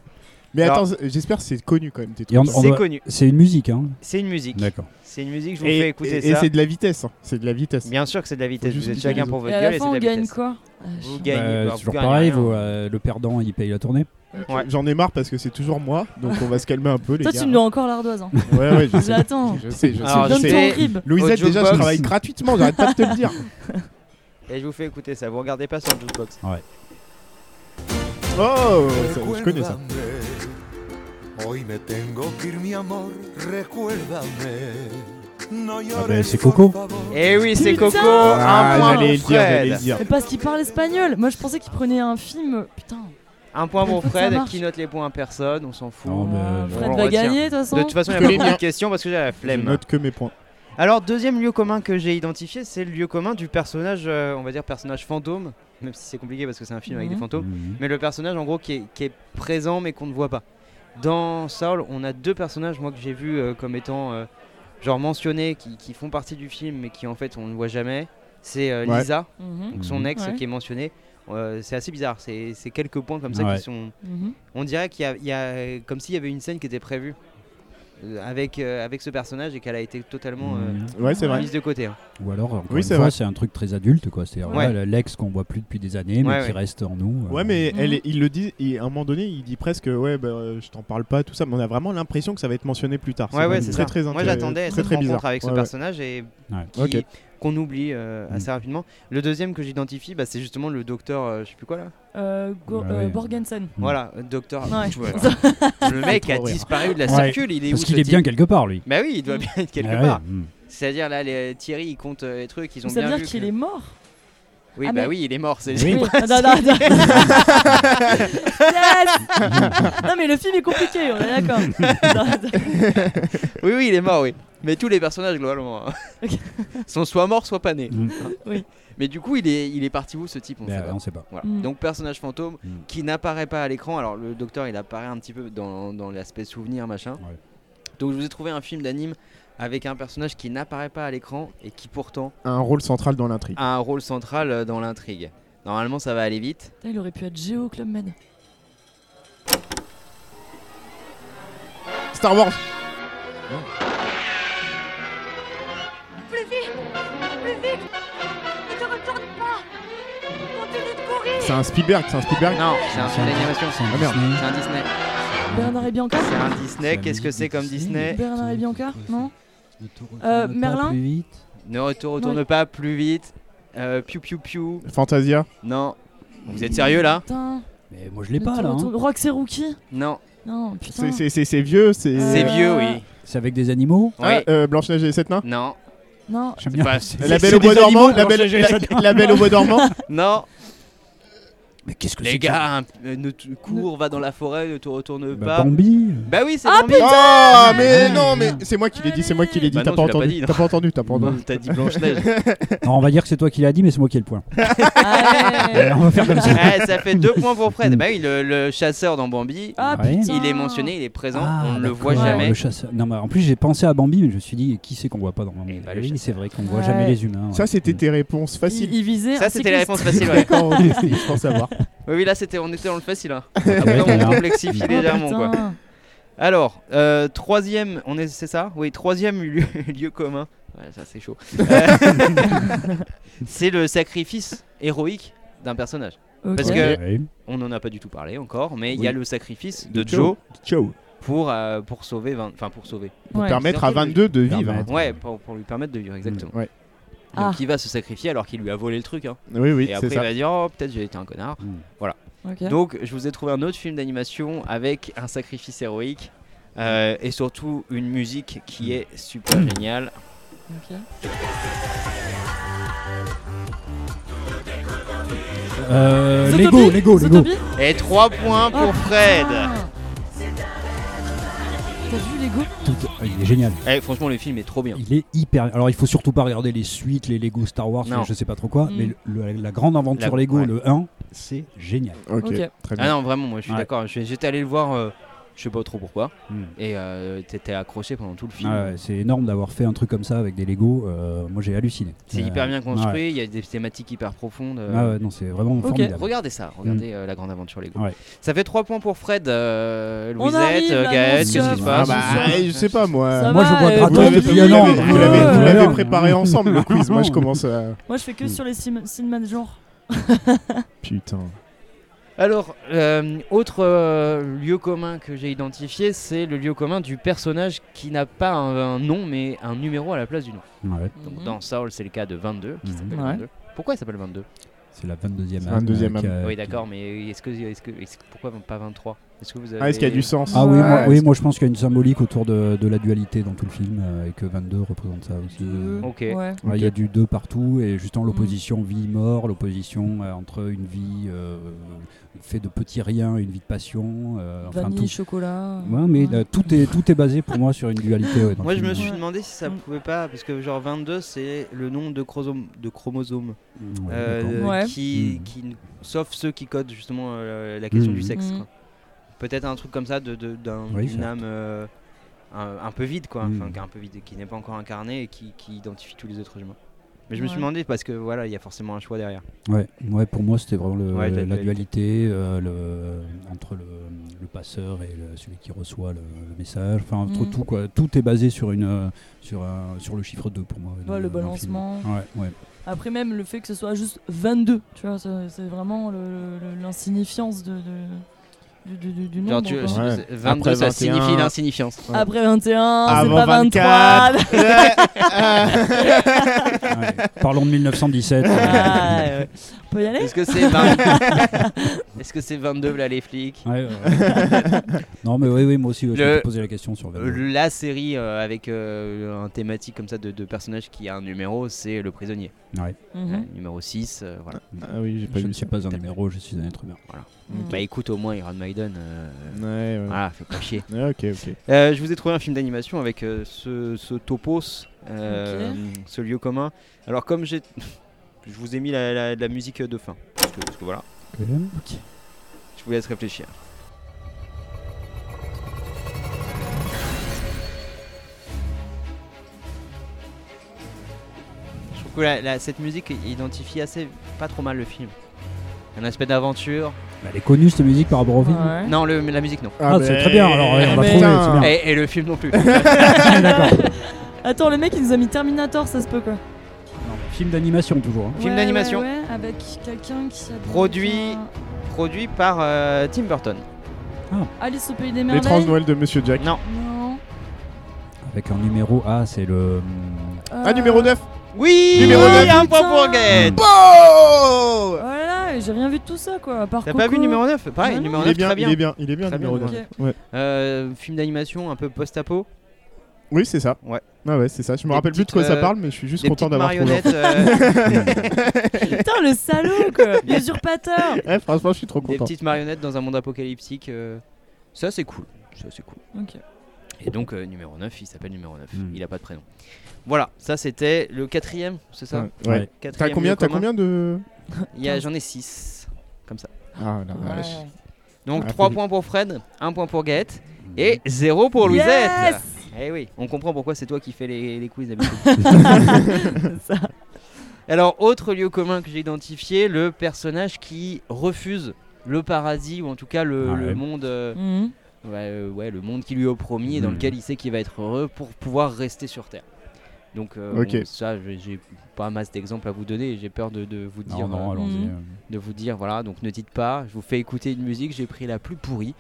Speaker 2: Mais
Speaker 4: Alors-
Speaker 2: attends, j'espère que c'est connu quand même tes
Speaker 3: Et
Speaker 2: trucs.
Speaker 3: on- on
Speaker 4: C'est
Speaker 3: doit-
Speaker 4: connu,
Speaker 3: C'est une musique, hein
Speaker 4: c'est une musique.
Speaker 3: D'accord.
Speaker 4: C'est une musique, je vous
Speaker 2: Et,
Speaker 4: fais écouter
Speaker 2: et- et
Speaker 4: ça.
Speaker 2: c'est de la vitesse, hein. c'est de la vitesse.
Speaker 4: Bien sûr que c'est de la vitesse,
Speaker 2: Faut
Speaker 4: vous
Speaker 2: juste
Speaker 4: êtes chacun
Speaker 2: utiliser.
Speaker 4: pour
Speaker 1: Et
Speaker 4: votre
Speaker 1: à
Speaker 4: gueule
Speaker 1: la
Speaker 4: et
Speaker 1: fin,
Speaker 4: c'est
Speaker 1: on
Speaker 4: de la
Speaker 1: gagne
Speaker 4: vitesse.
Speaker 1: quoi Ah,
Speaker 4: Vous
Speaker 1: chiant.
Speaker 4: gagnez,
Speaker 3: Bah,
Speaker 4: bah,
Speaker 3: c'est
Speaker 4: vous
Speaker 3: toujours
Speaker 4: gagnez
Speaker 3: pareil,
Speaker 4: rien.
Speaker 3: vous, euh, le perdant, il paye la tournée.
Speaker 4: Ouais.
Speaker 2: J'en ai marre parce que c'est toujours moi, donc on va se calmer un peu les
Speaker 1: Toi,
Speaker 2: gars.
Speaker 1: tu me dois encore l'ardoise. Hein.
Speaker 2: Ouais, ouais, je sais.
Speaker 1: J'attends.
Speaker 2: Je sais, je
Speaker 4: Alors,
Speaker 2: sais.
Speaker 1: Donne
Speaker 2: je
Speaker 4: c'est-
Speaker 2: sais.
Speaker 1: ton rib.
Speaker 2: Louisette, déjà,
Speaker 4: Au
Speaker 2: je
Speaker 4: jukebox.
Speaker 2: travaille gratuitement, j'arrête pas de te le dire.
Speaker 4: Et je vous fais écouter ça, vous regardez pas sur le jukebox.
Speaker 2: Oh, ça, je connais ça.
Speaker 8: Recuérdame. Hoy me tengo que ir, mi amor, recuérdame. No
Speaker 3: ben,
Speaker 8: llores,
Speaker 3: c'est
Speaker 8: por
Speaker 3: Coco.
Speaker 8: favor.
Speaker 4: Eh oui, c'est
Speaker 1: Putain
Speaker 4: Coco,
Speaker 2: Oh, Ah,
Speaker 4: un point
Speaker 2: j'allais le
Speaker 4: pour
Speaker 2: dire, j'allais le
Speaker 4: Fred.
Speaker 2: dire.
Speaker 1: Mais parce qu'il parle espagnol. Moi, je pensais qu'il prenait un film. Putain.
Speaker 4: Un point pour
Speaker 1: Ça
Speaker 4: Fred,
Speaker 1: marche.
Speaker 4: qui note les points à personne, on s'en fout.
Speaker 2: Oh,
Speaker 3: Non, mais,
Speaker 1: Ah,
Speaker 3: bon.
Speaker 1: Fred
Speaker 4: on
Speaker 1: va
Speaker 4: retient.
Speaker 1: gagner, de toute façon.
Speaker 4: De toute façon, il y a
Speaker 2: connais
Speaker 4: pas beaucoup
Speaker 2: bien.
Speaker 4: de questions parce que j'ai la
Speaker 2: Je
Speaker 4: flemme.
Speaker 2: note que mes points.
Speaker 4: Alors, deuxième lieu commun que j'ai identifié, c'est le lieu commun du personnage, euh, on va dire personnage fantôme, même si c'est compliqué parce que c'est un film avec des
Speaker 1: Mhm.
Speaker 4: fantômes,
Speaker 3: Mhm.
Speaker 4: mais le personnage en gros qui est, qui est présent mais qu'on ne voit pas. Dans Saul, on a deux personnages, moi, que j'ai vu comme étant euh, genre mentionnés, qui, qui font partie du film mais qui en fait on ne voit jamais. C'est euh,
Speaker 2: Ouais.
Speaker 4: Lisa,
Speaker 1: Mhm,
Speaker 4: donc son ex
Speaker 1: Ouais.
Speaker 4: qui est mentionné. Euh, c'est assez bizarre, c'est c'est quelques points comme ça
Speaker 3: Ouais.
Speaker 4: qui sont.
Speaker 1: mhm.
Speaker 4: On dirait qu'il y a, il y a- comme s'il y avait une scène qui était prévue. euh, avec, euh, avec ce personnage et qu'elle a été totalement euh,
Speaker 3: Mhm.
Speaker 2: Ouais, c'est vrai.
Speaker 4: mise de côté. hein.
Speaker 3: Ou alors, encore
Speaker 2: Oui,
Speaker 3: une
Speaker 2: c'est
Speaker 3: fois,
Speaker 2: vrai.
Speaker 3: c'est un truc très adulte, quoi. C'est-à-dire
Speaker 4: Ouais.
Speaker 3: voilà, l'ex qu'on voit plus depuis des années, mais
Speaker 4: Ouais,
Speaker 3: qui
Speaker 4: ouais.
Speaker 3: reste en nous. euh.
Speaker 2: Ouais, mais
Speaker 1: Mhm.
Speaker 2: elle est- il le dit, et à un moment donné, il dit presque, ouais, bah, euh, je t'en parle pas, tout ça, mais on a vraiment l'impression que ça va être mentionné plus tard.
Speaker 4: Ouais, ouais,
Speaker 2: vraiment
Speaker 4: c'est
Speaker 2: très,
Speaker 4: ça.
Speaker 2: très
Speaker 4: Moi,
Speaker 2: intér-
Speaker 4: j'attendais à
Speaker 2: très,
Speaker 4: cette
Speaker 2: très
Speaker 4: rencontre
Speaker 2: bizarre.
Speaker 4: avec ce
Speaker 2: Ouais, ouais.
Speaker 4: personnage et qui-
Speaker 2: Ok.
Speaker 4: qu'on oublie euh,
Speaker 3: Mm.
Speaker 4: assez rapidement. Le deuxième que j'identifie, bah, c'est justement le docteur, euh, je sais plus quoi là.
Speaker 1: Euh, Go-
Speaker 3: Bah
Speaker 1: euh,
Speaker 3: oui.
Speaker 1: Borgensen.
Speaker 3: Mm.
Speaker 4: Voilà, euh, docteur.
Speaker 1: Ouais.
Speaker 4: Tu vois, le mec a
Speaker 2: Trop rire.
Speaker 4: disparu de la
Speaker 3: Ouais.
Speaker 4: circule, il est
Speaker 3: Parce
Speaker 4: où
Speaker 3: qu'il
Speaker 4: ce
Speaker 3: est bien
Speaker 4: type
Speaker 3: quelque part, lui.
Speaker 4: Bah oui, il doit
Speaker 1: Mhm.
Speaker 4: bien être quelque
Speaker 3: Ah ouais,
Speaker 4: part.
Speaker 3: mm.
Speaker 4: C'est-à-dire là, les, Thierry, il compte euh, les trucs, ils ont
Speaker 1: ça veut
Speaker 4: bien
Speaker 1: dire
Speaker 4: vu.
Speaker 1: qu'il
Speaker 4: que-
Speaker 1: est mort
Speaker 4: Oui,
Speaker 1: Ah,
Speaker 4: bah
Speaker 1: mais-
Speaker 4: oui, il est mort. C'est
Speaker 3: Oui.
Speaker 1: Non, non, non, non. Yes Non, mais le film est compliqué, on est d'accord.
Speaker 4: oui, oui, il est mort, oui. Mais tous les personnages globalement hein,
Speaker 1: Ok.
Speaker 4: sont soit morts, soit pas nés.
Speaker 3: Mm.
Speaker 4: Mais du coup, il est, il est parti où ce type On
Speaker 3: Ben,
Speaker 4: sait pas.
Speaker 3: on sait pas.
Speaker 4: Voilà.
Speaker 1: Mm.
Speaker 4: Donc personnage fantôme
Speaker 3: Mm.
Speaker 4: qui n'apparaît pas à l'écran. Alors le docteur il apparaît un petit peu dans, dans l'aspect souvenir machin.
Speaker 3: Ouais.
Speaker 4: Donc je vous ai trouvé un film d'anime avec un personnage qui n'apparaît pas à l'écran et qui pourtant
Speaker 2: Un rôle central dans l'intrigue.
Speaker 4: a un rôle central euh, dans l'intrigue. Normalement ça va aller vite.
Speaker 1: Putain, il aurait pu être Géo Club Med.
Speaker 2: Ah. Star Wars
Speaker 5: Plus vite Plus vite Ne te retourne pas Continue de courir
Speaker 2: C'est un Spielberg, c'est un Spielberg.
Speaker 4: Non, c'est un film
Speaker 3: C'est un-
Speaker 4: d'animation.
Speaker 3: Ah. c'est un
Speaker 2: Ah, merde.
Speaker 3: Disney.
Speaker 4: C'est un Disney.
Speaker 1: Bernard et Bianca
Speaker 4: C'est un
Speaker 3: C'est
Speaker 4: Disney.
Speaker 3: la
Speaker 4: Qu'est-ce que
Speaker 3: musique
Speaker 4: c'est
Speaker 3: de
Speaker 4: comme Disney
Speaker 1: Bernard et Bianca Non
Speaker 3: Ne te retourne
Speaker 1: Euh,
Speaker 3: pas
Speaker 1: Merlin
Speaker 3: plus vite.
Speaker 4: Ne retourne, retourne pas plus vite. Euh, piou piou piou.
Speaker 2: Fantasia
Speaker 4: Non. Vous êtes sérieux là
Speaker 1: Putain.
Speaker 3: Mais moi je l'ai
Speaker 1: le
Speaker 3: pas
Speaker 1: tour-
Speaker 3: là.
Speaker 1: le
Speaker 3: hein.
Speaker 1: tour- Rox et Rookie
Speaker 4: Non.
Speaker 1: Non,
Speaker 2: C'est-
Speaker 1: putain.
Speaker 2: C'est c'est- c'est vieux, c'est.
Speaker 1: Euh,
Speaker 4: Ah. C'est vieux, oui.
Speaker 3: C'est avec des animaux.
Speaker 4: Oui.
Speaker 2: Ah, euh, Blanche-Neige et les Sept Nains
Speaker 4: Non.
Speaker 1: Non,
Speaker 3: J'aime
Speaker 4: C'est
Speaker 3: bien.
Speaker 4: pas-
Speaker 2: Ah, La
Speaker 4: c'est-
Speaker 2: Belle au Bois
Speaker 3: des animaux,
Speaker 2: dormant La Belle
Speaker 3: Blanche-Neige et les Sept
Speaker 2: la- la Belle au Bois dormant
Speaker 4: Non.
Speaker 3: Mais qu'est-ce que c'est
Speaker 4: Les
Speaker 3: que ça
Speaker 4: gars, un- euh, ne t- cours, va dans la forêt, ne te retourne
Speaker 3: Bah,
Speaker 4: pas.
Speaker 3: Bambi.
Speaker 4: Bah oui, c'est
Speaker 1: Ah,
Speaker 4: Bambi.
Speaker 2: Ah, mais
Speaker 3: Allez.
Speaker 2: non, mais c'est moi qui l'ai dit, c'est moi qui l'ai dit.
Speaker 4: Bah
Speaker 2: T'as
Speaker 4: non,
Speaker 2: pas
Speaker 4: tu l'as pas
Speaker 2: entendu
Speaker 4: dit, non.
Speaker 2: T'as pas entendu T'as pas entendu
Speaker 4: T'as dit Blanche-Neige.
Speaker 3: Non, on va dire que c'est toi qui l'as dit, mais c'est moi qui ai le point.
Speaker 1: Ah, ouais.
Speaker 3: Alors, on va faire comme ça.
Speaker 4: Ouais, Eh, ça fait deux points pour Fred. Bah oui, le, le chasseur dans Bambi,
Speaker 1: Ah,
Speaker 3: Ouais.
Speaker 1: putain.
Speaker 4: il est mentionné, il est présent,
Speaker 3: Ah,
Speaker 4: on ne le
Speaker 3: d'accord,
Speaker 4: voit jamais.
Speaker 3: le chasseur. Non, mais en plus j'ai pensé à Bambi, mais je me suis dit qui c'est qu'on voit pas dans Bambi.
Speaker 4: Eh bah, le
Speaker 3: Oui,
Speaker 4: chasseur.
Speaker 3: c'est vrai qu'on voit
Speaker 1: Ouais.
Speaker 3: jamais les humains.
Speaker 2: Ça,
Speaker 3: ouais. Mm.
Speaker 2: c'était tes réponses
Speaker 1: Il,
Speaker 2: faciles.
Speaker 1: il visait.
Speaker 4: Ça,
Speaker 1: un
Speaker 4: c'était la
Speaker 1: cycliste.
Speaker 4: réponse facile, ouais.
Speaker 2: Quand on était, je pense savoir.
Speaker 4: Oui, oui, là, c'était, on était dans le facile. hein.
Speaker 3: Ah,
Speaker 4: Après,
Speaker 3: ouais,
Speaker 4: on
Speaker 3: d'ailleurs.
Speaker 4: complexifie
Speaker 1: Ah,
Speaker 4: légèrement, quoi.
Speaker 1: putain.
Speaker 4: Alors, euh, troisième, on est, c'est ça Oui, troisième lieu, lieu commun. Ouais, ça c'est chaud. Euh, c'est le sacrifice héroïque d'un personnage.
Speaker 1: Ok.
Speaker 4: Parce que-
Speaker 3: Ouais.
Speaker 4: On n'en a pas du tout parlé encore, mais il y a
Speaker 2: Oui.
Speaker 4: le sacrifice de
Speaker 2: De
Speaker 4: Joe
Speaker 2: Joe. Ciao.
Speaker 4: pour, euh, pour sauver, vingt- enfin pour sauver.
Speaker 2: Pour
Speaker 1: Ouais.
Speaker 2: permettre à
Speaker 4: Ils ont
Speaker 2: 22 de vivre.
Speaker 3: Permettre.
Speaker 4: Ouais, pour, pour lui permettre de vivre exactement.
Speaker 2: Mm, Ouais.
Speaker 1: Ah.
Speaker 4: Donc il va se sacrifier alors qu'il lui a volé le truc. hein.
Speaker 2: Oui, oui,
Speaker 4: Et
Speaker 2: c'est
Speaker 4: après il
Speaker 2: ça.
Speaker 4: va dire oh peut-être j'ai été un connard.
Speaker 3: Mm.
Speaker 1: Ok.
Speaker 4: Donc je vous ai trouvé un autre film d'animation avec un sacrifice héroïque euh, et surtout une musique
Speaker 2: Mm.
Speaker 4: qui est super géniale.
Speaker 1: ok.
Speaker 3: Euh,
Speaker 1: Zootopie
Speaker 3: Lego, Lego, Lego.
Speaker 1: Zootopie
Speaker 4: Et 3 points
Speaker 1: Ah,
Speaker 4: pour Fred.
Speaker 1: putain. T'as vu Lego
Speaker 3: Tout- ah, Il est génial.
Speaker 4: Eh, franchement, le film est trop bien.
Speaker 3: Il est hyper. Alors il faut surtout pas regarder les suites, les Lego Star Wars,
Speaker 4: Non.
Speaker 3: je sais pas trop quoi,
Speaker 1: Mm.
Speaker 3: mais le- le- la grande aventure
Speaker 4: La-
Speaker 3: Lego,
Speaker 4: ouais.
Speaker 3: le 1, c'est génial.
Speaker 2: Ok,
Speaker 1: Ok.
Speaker 2: très
Speaker 4: Ah
Speaker 2: bien.
Speaker 4: non, vraiment, moi je suis
Speaker 3: Ouais.
Speaker 4: d'accord. Je- J'étais allé le voir, euh, je sais pas trop pourquoi,
Speaker 3: Mm.
Speaker 4: et euh, t'étais accroché pendant tout le film.
Speaker 3: Ah ouais, c'est énorme d'avoir fait un truc comme ça avec des Lego. euh, moi j'ai halluciné.
Speaker 4: C'est
Speaker 3: Euh,
Speaker 4: hyper bien
Speaker 3: ouais.
Speaker 4: construit, il y a des thématiques hyper profondes. euh,
Speaker 3: Ah ouais, non, c'est vraiment formidable.
Speaker 4: Regardez ça, regardez euh, la grande aventure Lego.
Speaker 3: Ouais.
Speaker 4: Ça fait 3 points pour Fred, euh,
Speaker 1: On
Speaker 4: Louisette,
Speaker 1: arrive,
Speaker 4: euh,
Speaker 1: là,
Speaker 4: Gaët,
Speaker 1: mon
Speaker 4: qu'est-ce qui
Speaker 1: chef.
Speaker 4: se
Speaker 2: Ah
Speaker 1: Ah,
Speaker 4: passe
Speaker 2: bah,
Speaker 1: c'est
Speaker 2: je sais pas moi.
Speaker 1: Ça
Speaker 3: Bah, Moi
Speaker 1: va,
Speaker 3: je bois
Speaker 1: euh,
Speaker 3: gratos
Speaker 1: vous l'avez-
Speaker 3: depuis
Speaker 1: vous
Speaker 3: un an.
Speaker 1: l'avez-
Speaker 2: Vous
Speaker 1: Ouais,
Speaker 2: l'avez- vous
Speaker 1: ouais.
Speaker 2: l'avez préparé ensemble le quiz. Moi, je commence à.
Speaker 1: Moi, je fais que
Speaker 3: Mm.
Speaker 1: sur les Sim- Cinema de genre.
Speaker 2: Putain.
Speaker 4: Alors, euh, autre euh, lieu commun que j'ai identifié, c'est le lieu commun du personnage qui n'a pas un, un nom mais un numéro à la place du nom.
Speaker 3: Ouais,
Speaker 4: Donc
Speaker 1: Mhm.
Speaker 4: dans Saul, c'est le cas de 22, qui
Speaker 3: Mhm.
Speaker 4: s'appelle
Speaker 1: Ouais.
Speaker 4: 22. Pourquoi il s'appelle 22
Speaker 3: c'est la 22e.
Speaker 2: C'est la 22e
Speaker 3: euh, qui a-
Speaker 4: Oui, d'accord, mais est-ce que, est-ce que, est-ce que- pourquoi pas 23 Est-ce que vous avez
Speaker 2: Ah, est-ce qu'il y a du sens
Speaker 3: Ah oui,
Speaker 1: Ouais.
Speaker 3: moi, oui, moi je pense qu'il y a une symbolique autour de, de la dualité dans tout le film euh, et que 22 représente ça aussi.
Speaker 1: Deux.
Speaker 4: Ok.
Speaker 1: Ouais.
Speaker 3: Ouais, Ah, Il y a du 2 partout et justement
Speaker 1: Mm.
Speaker 3: l'opposition vie-mort, l'opposition euh, entre une vie euh, faite de petits riens et une vie de passion. euh, enfin,
Speaker 1: Vanille,
Speaker 3: tout.
Speaker 1: chocolat. hein.
Speaker 3: Ouais, mais euh, tout, est, tout est basé pour moi sur une dualité. ouais, dans
Speaker 4: Moi,
Speaker 3: le
Speaker 4: je me
Speaker 3: film.
Speaker 4: suis
Speaker 1: Ouais.
Speaker 4: demandé si ça
Speaker 1: Mm.
Speaker 4: pouvait pas, parce que genre 22, c'est le nombre de chromosomes, de chromosomes
Speaker 3: Ouais,
Speaker 4: euh,
Speaker 3: d'accord.
Speaker 1: Ouais.
Speaker 4: qui,
Speaker 3: Mm.
Speaker 4: qui n- sauf ceux qui codent justement euh, la question
Speaker 3: Mm.
Speaker 4: du sexe.
Speaker 1: Mm.
Speaker 4: quoi. Peut-être un truc comme ça de, de- d'un-
Speaker 3: Oui,
Speaker 4: d'une
Speaker 3: certes.
Speaker 4: âme euh, un, un peu vide, quoi,
Speaker 3: Mm.
Speaker 4: enfin qui est un peu vide, qui n'est pas encore incarnée et qui, qui identifie tous les autres humains.
Speaker 9: Mais je me suis
Speaker 1: Ouais.
Speaker 9: demandé parce que voilà, il y a forcément un choix derrière.
Speaker 3: Ouais, ouais, pour moi c'était vraiment le-
Speaker 9: Ouais, la
Speaker 3: la,
Speaker 9: dualité.
Speaker 3: dualité euh, le, entre le, le passeur et le- celui qui reçoit le, le message. Enfin, entre
Speaker 1: Mhm.
Speaker 3: tout quoi. Tout est basé sur une euh, sur un- sur le chiffre 2 pour moi. dans
Speaker 1: Ouais, le
Speaker 3: dans film.
Speaker 1: balancement.
Speaker 3: Ouais, ouais.
Speaker 1: Après même le fait que ce soit juste 22, tu vois, ça- c'est vraiment le- le- l'insignifiance de, de- du, du- du nombre.
Speaker 4: Genre, tu-
Speaker 1: quoi.
Speaker 4: c'est-
Speaker 2: Ouais.
Speaker 4: c'est- 22,
Speaker 2: Après
Speaker 4: ça
Speaker 2: 21.
Speaker 4: signifie l'insignifiance.
Speaker 1: Après 21, c'est
Speaker 2: Avant
Speaker 1: pas 23.
Speaker 2: 24.
Speaker 3: Ouais. Parlons de 1917. euh,
Speaker 1: Ah, ouais. On peut y aller
Speaker 4: Est-ce que c'est 20 Est-ce que c'est 22 là les flics
Speaker 3: ouais, ouais. non mais oui, oui, moi aussi je
Speaker 4: Le-
Speaker 3: me suis posé la question sur.
Speaker 4: Euh, La série euh, avec euh, un thématique comme ça de, de personnage qui a un numéro, c'est le prisonnier.
Speaker 3: Ouais.
Speaker 1: Mhm.
Speaker 4: Euh, numéro 6, euh, voilà.
Speaker 2: Ah oui, j'ai pas
Speaker 3: Je
Speaker 2: vu
Speaker 3: ne
Speaker 2: ça.
Speaker 3: suis pas un numéro, je suis un être humain.
Speaker 1: Mhm.
Speaker 4: Bah écoute, au moins Iron Maiden. euh,
Speaker 2: Ouais, ouais.
Speaker 4: Voilà, fais pas chier.
Speaker 2: Ah, ok, ok.
Speaker 4: Euh, je vous ai trouvé un film d'animation avec euh, ce, ce topos, euh,
Speaker 1: Ok.
Speaker 4: ce lieu commun. Alors comme j'ai, je vous ai mis la, la- la musique de fin, parce que, parce que voilà, je vous laisse réfléchir. Je trouve que la- la- cette musique identifie assez pas trop mal le film. Un aspect d'aventure.
Speaker 3: Elle est connue cette musique par rapport au film.
Speaker 1: Ouais.
Speaker 4: Non, le- la musique non.
Speaker 3: Ah,
Speaker 2: bah,
Speaker 3: c'est très bien, alors, ouais, on va
Speaker 1: mais-
Speaker 3: trouver, c'est bien.
Speaker 4: Et, et le film non plus.
Speaker 1: Attends, le mec il nous a mis Terminator, ça se peut quoi.
Speaker 3: Non, Film d'animation toujours. hein.
Speaker 4: Film
Speaker 1: Ouais,
Speaker 4: d'animation.
Speaker 1: ouais, ouais, avec quelqu'un qui a.
Speaker 4: Produit.
Speaker 1: un-
Speaker 4: Produit par euh, Tim Burton.
Speaker 1: Alice au pays des
Speaker 2: L'étrange
Speaker 1: merveilles.
Speaker 2: Noël de Monsieur Jack.
Speaker 4: Non.
Speaker 1: Non.
Speaker 3: Avec un numéro A, c'est le.
Speaker 2: Ah,
Speaker 1: Euh,
Speaker 2: numéro 9
Speaker 4: Oui
Speaker 2: Numéro neuf.
Speaker 4: Un point
Speaker 1: Putain.
Speaker 4: pour
Speaker 3: hum,
Speaker 4: Gaët
Speaker 2: Oh
Speaker 1: Voilà, j'ai rien vu de tout ça quoi. à part
Speaker 4: T'as pas
Speaker 1: Coco.
Speaker 4: vu numéro 9 Pareil,
Speaker 1: Non,
Speaker 4: numéro
Speaker 2: il est
Speaker 4: 9,
Speaker 2: bien,
Speaker 4: très bien.
Speaker 2: il est bien, il est bien,
Speaker 4: Très
Speaker 2: numéro
Speaker 4: bien,
Speaker 2: 9.
Speaker 1: ok.
Speaker 2: Ouais.
Speaker 4: Euh, film d'animation un peu post-apo.
Speaker 2: Oui, c'est ça.
Speaker 4: Ouais.
Speaker 2: Ah ouais, c'est ça. Je me
Speaker 4: Des
Speaker 2: rappelle plus de quoi
Speaker 4: petites,
Speaker 2: ça
Speaker 4: euh,
Speaker 2: parle, mais je suis juste
Speaker 4: Des
Speaker 2: content
Speaker 4: petites
Speaker 2: d'avoir trouvé.
Speaker 4: marionnettes. euh,
Speaker 1: Putain, le salaud quoi. L'usurpateur.
Speaker 2: Eh, franchement, je suis trop
Speaker 4: des
Speaker 2: content.
Speaker 4: petites marionnettes dans un monde apocalyptique. euh, Ça, c'est cool. Ça, c'est cool.
Speaker 1: Ok.
Speaker 4: Et donc, euh, numéro 9, il s'appelle numéro 9.
Speaker 2: Hmm.
Speaker 3: Mm.
Speaker 4: Il a pas de prénom. Voilà, ça c'était le quatrième, c'est ça
Speaker 2: Ouais. Ouais.
Speaker 3: Ouais.
Speaker 2: T'as
Speaker 4: Quatrième
Speaker 2: combien,
Speaker 4: lieu
Speaker 2: t'as
Speaker 4: commun.
Speaker 2: combien de.
Speaker 4: Il y a- J'en ai 6.
Speaker 2: Ah, la vache.
Speaker 1: Ouais.
Speaker 4: Donc
Speaker 2: Ah,
Speaker 4: 3
Speaker 2: faut-
Speaker 4: points pour Fred, 1 point pour Gaët et 0 pour Louisette.
Speaker 1: Yes
Speaker 4: Eh oui, on comprend pourquoi c'est toi qui fais les, les quiz d'habitude.
Speaker 1: Ça.
Speaker 4: Alors, autre lieu commun que j'ai identifié, le personnage qui refuse le paradis ou en tout cas le,
Speaker 3: Ouais.
Speaker 4: le monde, euh,
Speaker 1: Mhm.
Speaker 4: ouais, euh, ouais, le monde qui lui est promis et dans
Speaker 2: Hmm.
Speaker 3: Mhm.
Speaker 4: lequel il sait qu'il va être heureux pour pouvoir rester sur Terre. Donc euh,
Speaker 2: Ok.
Speaker 4: bon, ça, j'ai- j'ai pas masse d'exemples à vous donner. et J'ai peur de, de vous dire,
Speaker 3: Non, non,
Speaker 4: euh,
Speaker 3: allons-y.
Speaker 1: Mhm.
Speaker 3: euh.
Speaker 4: de vous dire, voilà. Donc ne dites pas. Je vous fais écouter une musique. J'ai pris la plus pourrie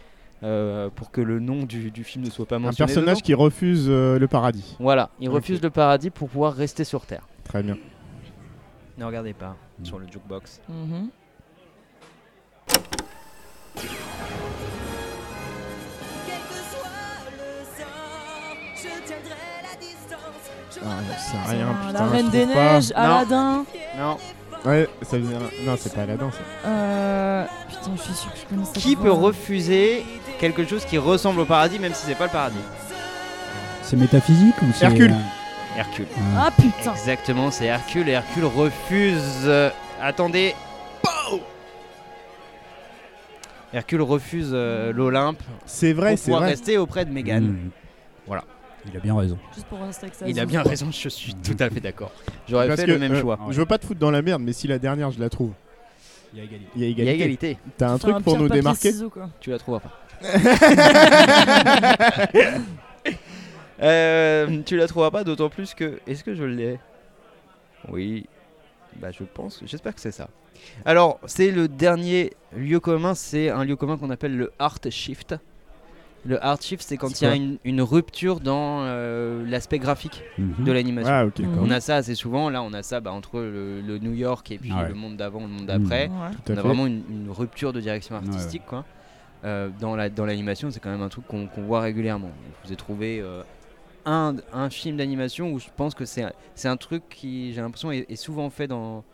Speaker 4: euh, pour que le nom du, du film ne soit pas
Speaker 2: Un
Speaker 4: mentionné.
Speaker 2: personnage
Speaker 4: dedans.
Speaker 2: qui refuse euh, le paradis.
Speaker 4: Voilà, il
Speaker 2: Ok.
Speaker 4: refuse le paradis pour pouvoir rester sur Terre.
Speaker 2: Très bien.
Speaker 4: Ne regardez pas
Speaker 2: Hmm.
Speaker 3: Mm.
Speaker 4: sur le jukebox.
Speaker 1: Mhm.
Speaker 5: Quel que soit le sort, je tiendrai la distance. Je
Speaker 2: Ah,
Speaker 5: me
Speaker 2: c'est rien, putain.
Speaker 1: la
Speaker 2: je
Speaker 1: Reine
Speaker 2: trouve
Speaker 1: des
Speaker 2: pas.
Speaker 1: Neiges, Aladdin.
Speaker 5: fais
Speaker 4: Non.
Speaker 5: l'effort.
Speaker 2: Ouais, ça vient. Non, c'est pas Aladdin, ça.
Speaker 1: Euh... Putain, je suis sûr que je connais ça.
Speaker 4: Qui
Speaker 1: de
Speaker 4: peut
Speaker 1: voir.
Speaker 4: refuser quelque chose qui ressemble au paradis, même si c'est pas le paradis
Speaker 3: C'est métaphysique ou c'est. euh,
Speaker 2: Hercule.
Speaker 4: Hercule.
Speaker 3: Ah,
Speaker 1: Ah putain.
Speaker 4: Exactement, c'est Hercule et Hercule refuse. euh, attendez. Pow Hercule refuse euh, l'Olympe
Speaker 2: C'est vrai,
Speaker 4: pour
Speaker 2: c'est
Speaker 4: pouvoir
Speaker 2: vrai. Mm.
Speaker 4: rester auprès de Mégane.
Speaker 3: Mhm.
Speaker 4: Voilà.
Speaker 3: Il a bien raison.
Speaker 1: Juste pour rester avec ça.
Speaker 4: Il a bien raison, je suis tout à fait d'accord. J'aurais
Speaker 2: Parce
Speaker 4: fait
Speaker 2: que,
Speaker 4: le même
Speaker 2: euh,
Speaker 4: choix.
Speaker 3: ouais.
Speaker 2: Je veux pas te foutre dans la merde, mais si la dernière je la trouve,
Speaker 3: Il y a égalité.
Speaker 2: il y a
Speaker 4: Il y a
Speaker 2: égalité.
Speaker 4: égalité,
Speaker 2: T'as un truc pour nous démarquer
Speaker 1: quoi.
Speaker 4: tu la trouveras pas. Euh, tu la trouveras pas, d'autant plus que. Est-ce que je l'ai Oui. Bah, je pense. J'espère que c'est ça. Alors, c'est le dernier lieu commun. C'est un lieu commun qu'on appelle le Art Shift. Le Art Shift, c'est quand
Speaker 3: C'est
Speaker 4: il y a
Speaker 3: quoi
Speaker 4: une, une rupture dans euh, l'aspect graphique
Speaker 3: Mm-hmm.
Speaker 4: de l'animation.
Speaker 2: Ah, ok.
Speaker 1: D'accord.
Speaker 4: On a ça assez souvent. Là, on a ça bah, entre le, le New York et puis
Speaker 3: Ah ouais.
Speaker 4: le monde d'avant, le monde
Speaker 3: Mhm.
Speaker 4: d'après.
Speaker 1: Ouais.
Speaker 2: Tout à
Speaker 4: On a
Speaker 2: fait.
Speaker 4: vraiment une, une rupture de direction
Speaker 3: Ouais, ouais.
Speaker 4: artistique, quoi. Euh, dans la dans l'animation, c'est quand même un truc qu'on qu'on voit régulièrement. Je vous ai trouvé euh, un, un film d'animation où je pense que c'est un- c'est un truc qui, j'ai l'impression, est, est souvent fait dans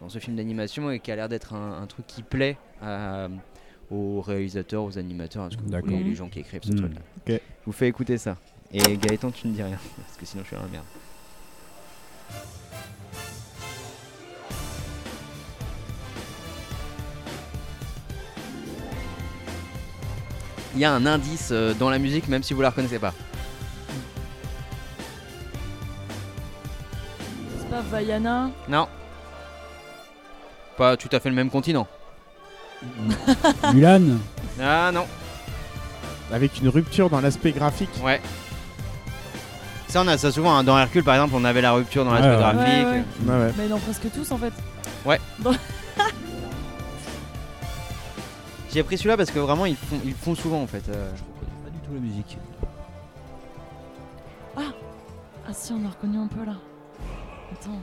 Speaker 4: dans ce film d'animation et qui a l'air d'être un, un truc qui plaît à- aux réalisateurs, aux animateurs, à ce que vous
Speaker 3: D'accord.
Speaker 4: voulez, les gens qui écrivent ce
Speaker 3: Mhm.
Speaker 4: truc-là.
Speaker 2: Ok.
Speaker 4: Je vous fais écouter ça. Et Gaëtan, tu ne dis rien parce que sinon je suis dans la merde. Il y a un indice euh, dans la musique, même si vous la reconnaissez pas.
Speaker 1: C'est pas Vaiana.
Speaker 4: Non. Pas tout à fait le même continent.
Speaker 3: Mulan
Speaker 4: Ah non.
Speaker 2: Avec une rupture dans l'aspect graphique.
Speaker 4: Ouais. Ça, on a ça souvent. hein. Dans Hercule, par exemple, on avait la rupture dans
Speaker 3: Ouais,
Speaker 4: l'aspect
Speaker 3: ouais.
Speaker 4: graphique.
Speaker 1: Ouais, ouais.
Speaker 2: Ouais, ouais.
Speaker 1: Mais dans presque tous en fait.
Speaker 4: J'ai pris celui-là parce que vraiment, ils font, ils font souvent en fait. euh.
Speaker 3: Pas du tout la musique.
Speaker 1: Ah si, on a reconnu un peu là. Attends.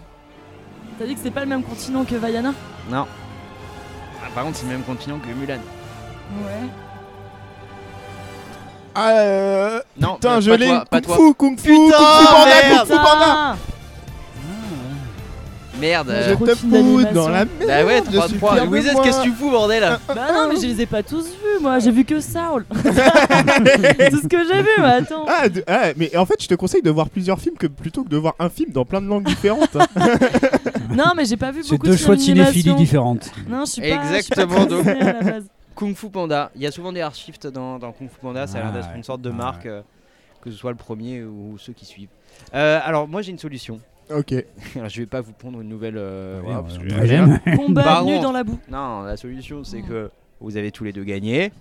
Speaker 1: T'as dit que c'est pas le même continent que Vaiana
Speaker 4: Non. Ah, par contre, c'est le même continent que Mulan.
Speaker 1: Ouais.
Speaker 2: Ah, euh,
Speaker 4: Non,
Speaker 2: putain,
Speaker 4: pas
Speaker 2: je
Speaker 4: toi,
Speaker 2: l'ai.
Speaker 4: pas
Speaker 2: Kung
Speaker 4: toi.
Speaker 2: Fu, Kung Fu, Kung Fu
Speaker 4: Putain,
Speaker 2: Panda, Kung
Speaker 4: merde.
Speaker 2: Fu Panda.
Speaker 4: Merde.
Speaker 1: Ouais,
Speaker 2: Je
Speaker 4: euh,
Speaker 1: Trop
Speaker 2: te
Speaker 1: film
Speaker 2: fous
Speaker 1: d'animation.
Speaker 2: dans la merde.
Speaker 4: Bah ouais,
Speaker 2: je
Speaker 4: 3
Speaker 2: suis
Speaker 4: 3
Speaker 2: fier de
Speaker 4: Louise,
Speaker 2: moi. Ah.
Speaker 4: qu'est-ce que tu fous, bordel
Speaker 1: Bah non, mais je les ai pas tous vus moi, j'ai vu que ça. oh là. c'est tout ce que j'ai vu, mais attends.
Speaker 2: Ah, de- ah, mais en fait, je te conseille de voir plusieurs films que plutôt que de voir un film dans plein de langues différentes. hein.
Speaker 1: Non, mais j'ai pas vu
Speaker 3: C'est
Speaker 1: beaucoup
Speaker 3: deux
Speaker 1: de films
Speaker 3: choix de cinéphilie
Speaker 1: d'animation.
Speaker 3: différentes.
Speaker 1: Non, je suis pas. je suis pas
Speaker 4: Exactement,
Speaker 1: très
Speaker 4: donc.
Speaker 1: ciné à la base.
Speaker 4: Kung Fu Panda. Il y a souvent des archives dans, dans Kung Fu Panda. ça a l'air
Speaker 3: Ah
Speaker 4: d'être
Speaker 3: ouais.
Speaker 4: une sorte de
Speaker 3: Ah
Speaker 4: marque,
Speaker 3: ouais.
Speaker 4: euh, que ce soit le premier ou ceux qui suivent. Euh, alors, moi, j'ai une solution.
Speaker 2: ok.
Speaker 4: Alors, je vais pas vous prendre une nouvelle. euh,
Speaker 3: Ouais,
Speaker 4: voilà,
Speaker 3: on-
Speaker 4: parce que-
Speaker 3: on j'aime.
Speaker 1: Combat
Speaker 4: Bah,
Speaker 1: nu
Speaker 4: on-
Speaker 1: dans la boue.
Speaker 4: Non, la solution, c'est que vous avez tous les deux gagné.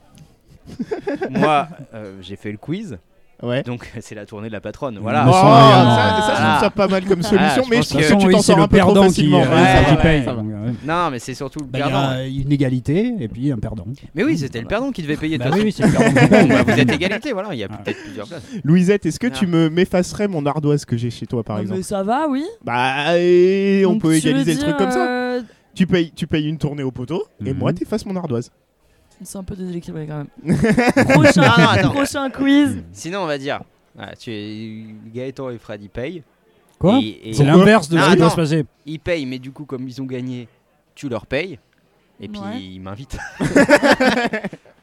Speaker 4: moi, euh, j'ai fait le quiz,
Speaker 2: Ouais.
Speaker 4: donc c'est la tournée de la patronne.
Speaker 2: Ah,
Speaker 4: Voilà.
Speaker 3: Oh,
Speaker 2: ça, ça, je
Speaker 4: Ah.
Speaker 2: trouve ça pas mal comme solution,
Speaker 4: Ah, je
Speaker 2: mais
Speaker 4: pense
Speaker 2: je
Speaker 3: De toute
Speaker 2: trouve que tu
Speaker 3: façon,
Speaker 4: que-
Speaker 3: oui,
Speaker 2: t'en
Speaker 3: c'est
Speaker 2: sors
Speaker 3: le
Speaker 2: un peu trop
Speaker 3: perdant qui
Speaker 2: facilement.
Speaker 3: euh,
Speaker 4: Ouais,
Speaker 3: qui
Speaker 4: ouais,
Speaker 3: paye.
Speaker 2: ça va.
Speaker 3: Donc, ouais.
Speaker 4: Non, mais c'est surtout le
Speaker 3: Bah, Il y
Speaker 4: perdant.
Speaker 3: a une égalité et puis un perdant.
Speaker 4: Mais oui, c'était le perdant qui devait payer. de
Speaker 3: Mmh. Bah
Speaker 4: toute
Speaker 3: oui,
Speaker 4: façon.
Speaker 3: c'est le perdant qui
Speaker 4: Bon,
Speaker 3: paye.
Speaker 4: bah, vous êtes égalité, voilà. Il y a
Speaker 3: Ah.
Speaker 4: peut-être plusieurs places.
Speaker 2: Louisette, est-ce que tu
Speaker 4: Ah.
Speaker 2: me m'effacerais mon ardoise que j'ai chez toi, par
Speaker 1: Non,
Speaker 2: exemple
Speaker 1: Ah, mais ça va, oui.
Speaker 2: Bah, et on
Speaker 1: Donc,
Speaker 2: peut
Speaker 1: tu veux
Speaker 2: égaliser le truc
Speaker 1: dire,
Speaker 2: comme ça.
Speaker 1: euh,
Speaker 2: Tu payes, tu payes une tournée au poteau, et
Speaker 3: Mhm.
Speaker 2: moi, t'effaces mon ardoise.
Speaker 1: euh, C'est un peu déséquilibré quand même. prochain,
Speaker 4: Non, non, attends.
Speaker 1: prochain quiz.
Speaker 4: Sinon, on va dire. voilà, tu es- Gaëtan et Freddy payent.
Speaker 3: Quoi
Speaker 4: Et- et-
Speaker 3: C'est l'inverse de
Speaker 4: Ah,
Speaker 3: ce qui
Speaker 4: non.
Speaker 3: doit se passer.
Speaker 4: Ils payent, mais du coup, comme ils ont gagné, tu leur payes. Et puis,
Speaker 1: Ouais.
Speaker 4: ils m'invitent.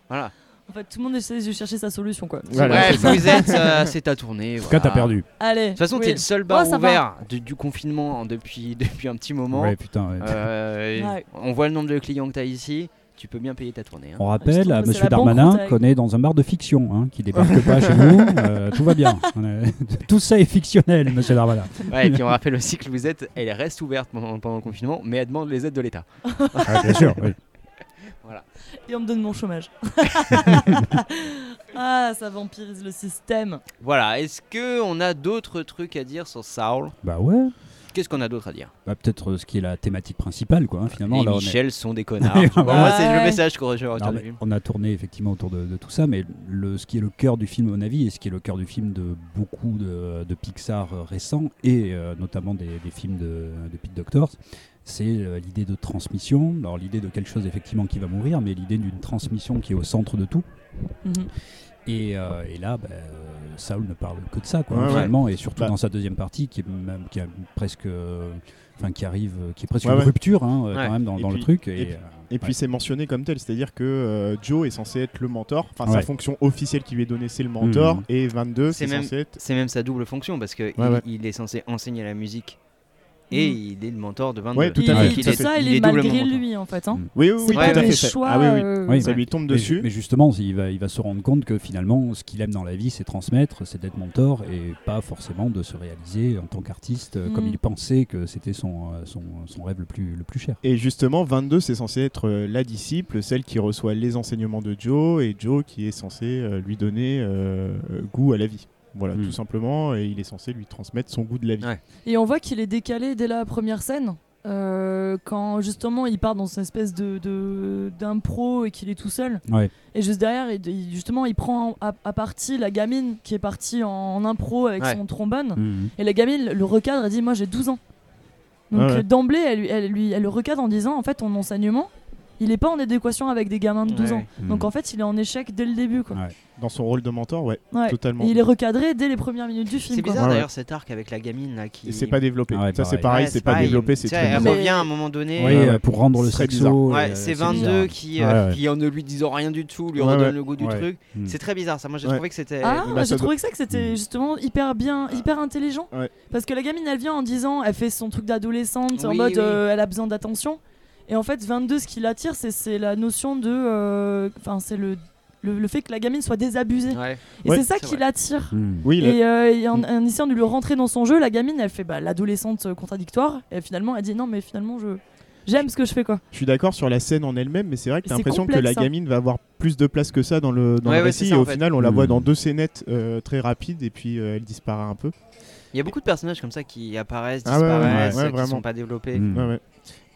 Speaker 4: voilà.
Speaker 1: En fait, tout le monde essaie de chercher sa solution quoi.
Speaker 2: Voilà, c'est
Speaker 4: Bref,
Speaker 2: ça.
Speaker 4: vous êtes, euh, c'est ta tournée.
Speaker 3: En tout cas, t'as perdu.
Speaker 1: Allez.
Speaker 4: De toute façon,
Speaker 1: oui.
Speaker 4: t'es le seul bar
Speaker 1: Oh, ça
Speaker 4: ouvert du, du confinement hein, depuis, depuis un petit moment.
Speaker 3: Ouais, putain. ouais.
Speaker 4: Euh, et
Speaker 1: Ouais.
Speaker 4: On voit le nombre de clients que t'as ici. Tu peux bien payer ta tournée. hein.
Speaker 3: On
Speaker 1: Je
Speaker 3: rappelle
Speaker 1: trouve
Speaker 3: à
Speaker 1: que c'est
Speaker 3: Monsieur
Speaker 1: la banque
Speaker 3: Darmanin
Speaker 1: contact.
Speaker 3: qu'on est dans un bar de fiction, hein, qui débarque pas chez nous. euh, tout va bien. On est- Tout ça est fictionnel, Monsieur Darmanin.
Speaker 4: Ouais, et puis on rappelle aussi que Louisette, elle reste ouverte pendant, pendant le confinement, mais elle demande les aides de l'État.
Speaker 3: Ah, bien sûr. oui.
Speaker 1: Et on me donne mon chômage. ah, ça vampirise le système.
Speaker 4: Voilà, est-ce que on a d'autres trucs à dire sur Saul
Speaker 3: Bah ouais.
Speaker 4: Qu'est-ce qu'on a d'autre à dire
Speaker 3: Bah, peut-être euh, ce qui est la thématique principale, quoi. hein, finalement,
Speaker 4: Les
Speaker 3: là, on est-
Speaker 4: Michel sont des connards. Bon, Moi, c'est le
Speaker 1: Ouais.
Speaker 4: message que je retire
Speaker 3: Non,
Speaker 4: du
Speaker 3: mais
Speaker 4: film.
Speaker 3: on a tourné effectivement autour de, de tout ça, mais le, ce qui est le cœur du film, à mon avis, et ce qui est le cœur du film de beaucoup de, de Pixar euh, récents, et euh, notamment des, des films de, de Pete Doctors, c'est euh, l'idée de transmission, alors l'idée de quelque chose effectivement qui va mourir, mais l'idée d'une transmission qui est au centre de tout.
Speaker 1: Mhm.
Speaker 3: Et, euh, et là, bah, euh, Saul ne parle que de ça, quoi,
Speaker 2: Ouais,
Speaker 3: finalement, et surtout
Speaker 2: Bah.
Speaker 3: dans sa deuxième partie, qui est même qui a presque, euh, enfin, qui arrive, euh, qui est presque
Speaker 2: Ouais,
Speaker 3: une
Speaker 2: ouais.
Speaker 3: rupture, hein, euh,
Speaker 4: Ouais.
Speaker 3: quand même, dans,
Speaker 2: Et
Speaker 3: dans le
Speaker 2: puis-
Speaker 3: truc.
Speaker 2: et
Speaker 3: Et,
Speaker 2: puis-
Speaker 3: euh,
Speaker 2: Et puis
Speaker 3: ouais.
Speaker 2: c'est mentionné comme tel, c'est-à-dire que euh, Joe est censé être le mentor, enfin sa
Speaker 3: Ouais.
Speaker 2: fonction officielle qui lui est donnée c'est le mentor,
Speaker 3: Mhm.
Speaker 2: et 22
Speaker 4: C'est
Speaker 2: c'est
Speaker 4: même-
Speaker 2: censé être...
Speaker 4: C'est même sa double fonction parce que il,
Speaker 2: ouais.
Speaker 4: il est censé enseigner la musique et
Speaker 1: Mhm.
Speaker 4: il est le mentor de 22.
Speaker 2: Ouais, tout à
Speaker 1: il,
Speaker 2: fait,
Speaker 1: est-
Speaker 2: tout à
Speaker 1: tout
Speaker 2: fait.
Speaker 1: ça, il,
Speaker 4: Il
Speaker 1: est,
Speaker 4: est doublement
Speaker 1: malgré
Speaker 4: content.
Speaker 1: lui en fait. Hein.
Speaker 3: Mm.
Speaker 2: Oui, oui,
Speaker 1: C'est
Speaker 2: oui,
Speaker 1: pas
Speaker 2: tout à
Speaker 1: des
Speaker 2: fait. ça-
Speaker 1: choix.
Speaker 2: Ah oui, oui.
Speaker 1: euh,
Speaker 3: Oui.
Speaker 2: Ça lui tombe
Speaker 3: Mais ju-
Speaker 2: dessus.
Speaker 3: Mais justement, il va, il va se rendre compte que finalement, ce qu'il aime dans la vie, c'est transmettre, c'est d'être mentor et pas forcément de se réaliser en tant qu'artiste euh, comme
Speaker 1: Mm.
Speaker 3: il pensait que c'était son, euh, son, son rêve le plus, le plus cher.
Speaker 2: Et justement, 22, c'est censé être euh, la disciple, celle qui reçoit les enseignements de Joe, et Joe qui est censé euh, lui donner euh, euh, goût à la vie. Voilà,
Speaker 3: Mm.
Speaker 2: tout simplement, et il est censé lui transmettre son goût de la vie.
Speaker 4: Hmm. Ouais.
Speaker 1: Et on voit qu'il est décalé dès la première scène. euh, quand justement il part dans cette espèce de de- d'impro et qu'il est tout seul.
Speaker 3: Ouais.
Speaker 1: Et juste derrière, il- il- justement, il prend à, à partie la gamine qui est partie en, en impro avec
Speaker 4: Ouais.
Speaker 1: son
Speaker 3: Mm,
Speaker 1: trombone. Et la gamine le recadre et dit Moi j'ai 12 ans. Donc
Speaker 2: Ah ouais.
Speaker 1: euh, d'emblée, elle, lui- elle, lui- elle le recadre en disant En fait, ton enseignement, il est pas en adéquation avec des gamins de 12
Speaker 4: Ouais,
Speaker 1: ans.
Speaker 3: mm.
Speaker 1: Donc en fait, il est en échec dès le début. Quoi.
Speaker 3: Ouais.
Speaker 2: Dans son rôle de mentor, ouais,
Speaker 1: Ouais.
Speaker 2: totalement.
Speaker 1: Et il est recadré dès les premières minutes du film.
Speaker 4: C'est
Speaker 1: quoi.
Speaker 4: bizarre
Speaker 2: Ouais, ouais.
Speaker 4: d'ailleurs cet arc avec la gamine là qui.
Speaker 2: Et c'est pas développé.
Speaker 3: Ah ouais,
Speaker 2: ça, c'est
Speaker 3: pareil.
Speaker 2: pareil,
Speaker 4: Ouais,
Speaker 2: c'est pas
Speaker 4: pareil.
Speaker 2: développé,
Speaker 4: Tu
Speaker 2: c'est
Speaker 4: sais,
Speaker 2: très
Speaker 4: Elle
Speaker 1: Mais-
Speaker 4: revient à un moment donné.
Speaker 3: Oui,
Speaker 2: ouais,
Speaker 3: euh,
Speaker 2: ouais.
Speaker 3: pour rendre le
Speaker 2: C'est très
Speaker 3: sexo.
Speaker 4: Ouais,
Speaker 3: euh,
Speaker 4: c'est
Speaker 3: bizarre.
Speaker 4: 22 qui,
Speaker 3: Ouais,
Speaker 4: euh,
Speaker 3: ouais.
Speaker 4: qui en ne lui disant rien du tout, lui
Speaker 2: Ouais,
Speaker 4: redonne
Speaker 2: ouais.
Speaker 4: le goût du
Speaker 3: Ouais.
Speaker 4: truc.
Speaker 3: Mm.
Speaker 4: C'est très bizarre ça. Moi j'ai
Speaker 2: Ouais.
Speaker 4: trouvé que c'était.
Speaker 1: Ah,
Speaker 2: bah, ça
Speaker 1: j'ai trouvé que ça que c'était
Speaker 3: Mm.
Speaker 1: justement hyper bien, hyper intelligent.
Speaker 2: Ouais.
Speaker 1: Parce que la gamine, elle vient en disant, elle fait son truc d'adolescente, en
Speaker 4: Oui,
Speaker 1: mode
Speaker 4: oui.
Speaker 1: euh, elle a besoin d'attention. Et en fait, 22, ce qui l'attire, c'est- c'est la notion de. euh, Enfin, c'est le le, le fait que la gamine soit désabusée.
Speaker 4: Ouais.
Speaker 1: Et
Speaker 2: Ouais.
Speaker 1: c'est ça
Speaker 4: C'est
Speaker 1: qui
Speaker 4: vrai.
Speaker 1: l'attire.
Speaker 3: Mm.
Speaker 2: Oui, la-
Speaker 1: Et, euh, et en,
Speaker 2: Mm.
Speaker 1: en essayant de le rentrer dans son jeu, la gamine, elle fait bah, l'adolescente euh, contradictoire. Et finalement, elle dit non, mais finalement, je j'aime ce que je fais quoi.
Speaker 2: je suis d'accord sur la scène en elle-même, mais c'est vrai que t'as
Speaker 1: C'est
Speaker 2: l'impression que
Speaker 1: complexe,
Speaker 2: la
Speaker 1: hein.
Speaker 2: gamine va avoir plus de place que ça dans le, dans
Speaker 4: Ouais,
Speaker 2: le
Speaker 4: ouais,
Speaker 2: récit.
Speaker 4: c'est ça,
Speaker 2: et au
Speaker 4: en fait. Hmm.
Speaker 2: final, on la
Speaker 3: Mm.
Speaker 2: voit dans deux scénettes euh, très rapides et puis euh, elle disparaît un peu.
Speaker 4: Il y a beaucoup de personnages comme ça qui apparaissent,
Speaker 2: Ah ouais, ouais, ouais,
Speaker 4: disparaissent,
Speaker 2: ouais,
Speaker 4: qui ne
Speaker 2: vraiment.
Speaker 4: sont pas développés.
Speaker 3: Mm.
Speaker 2: Ouais, ouais.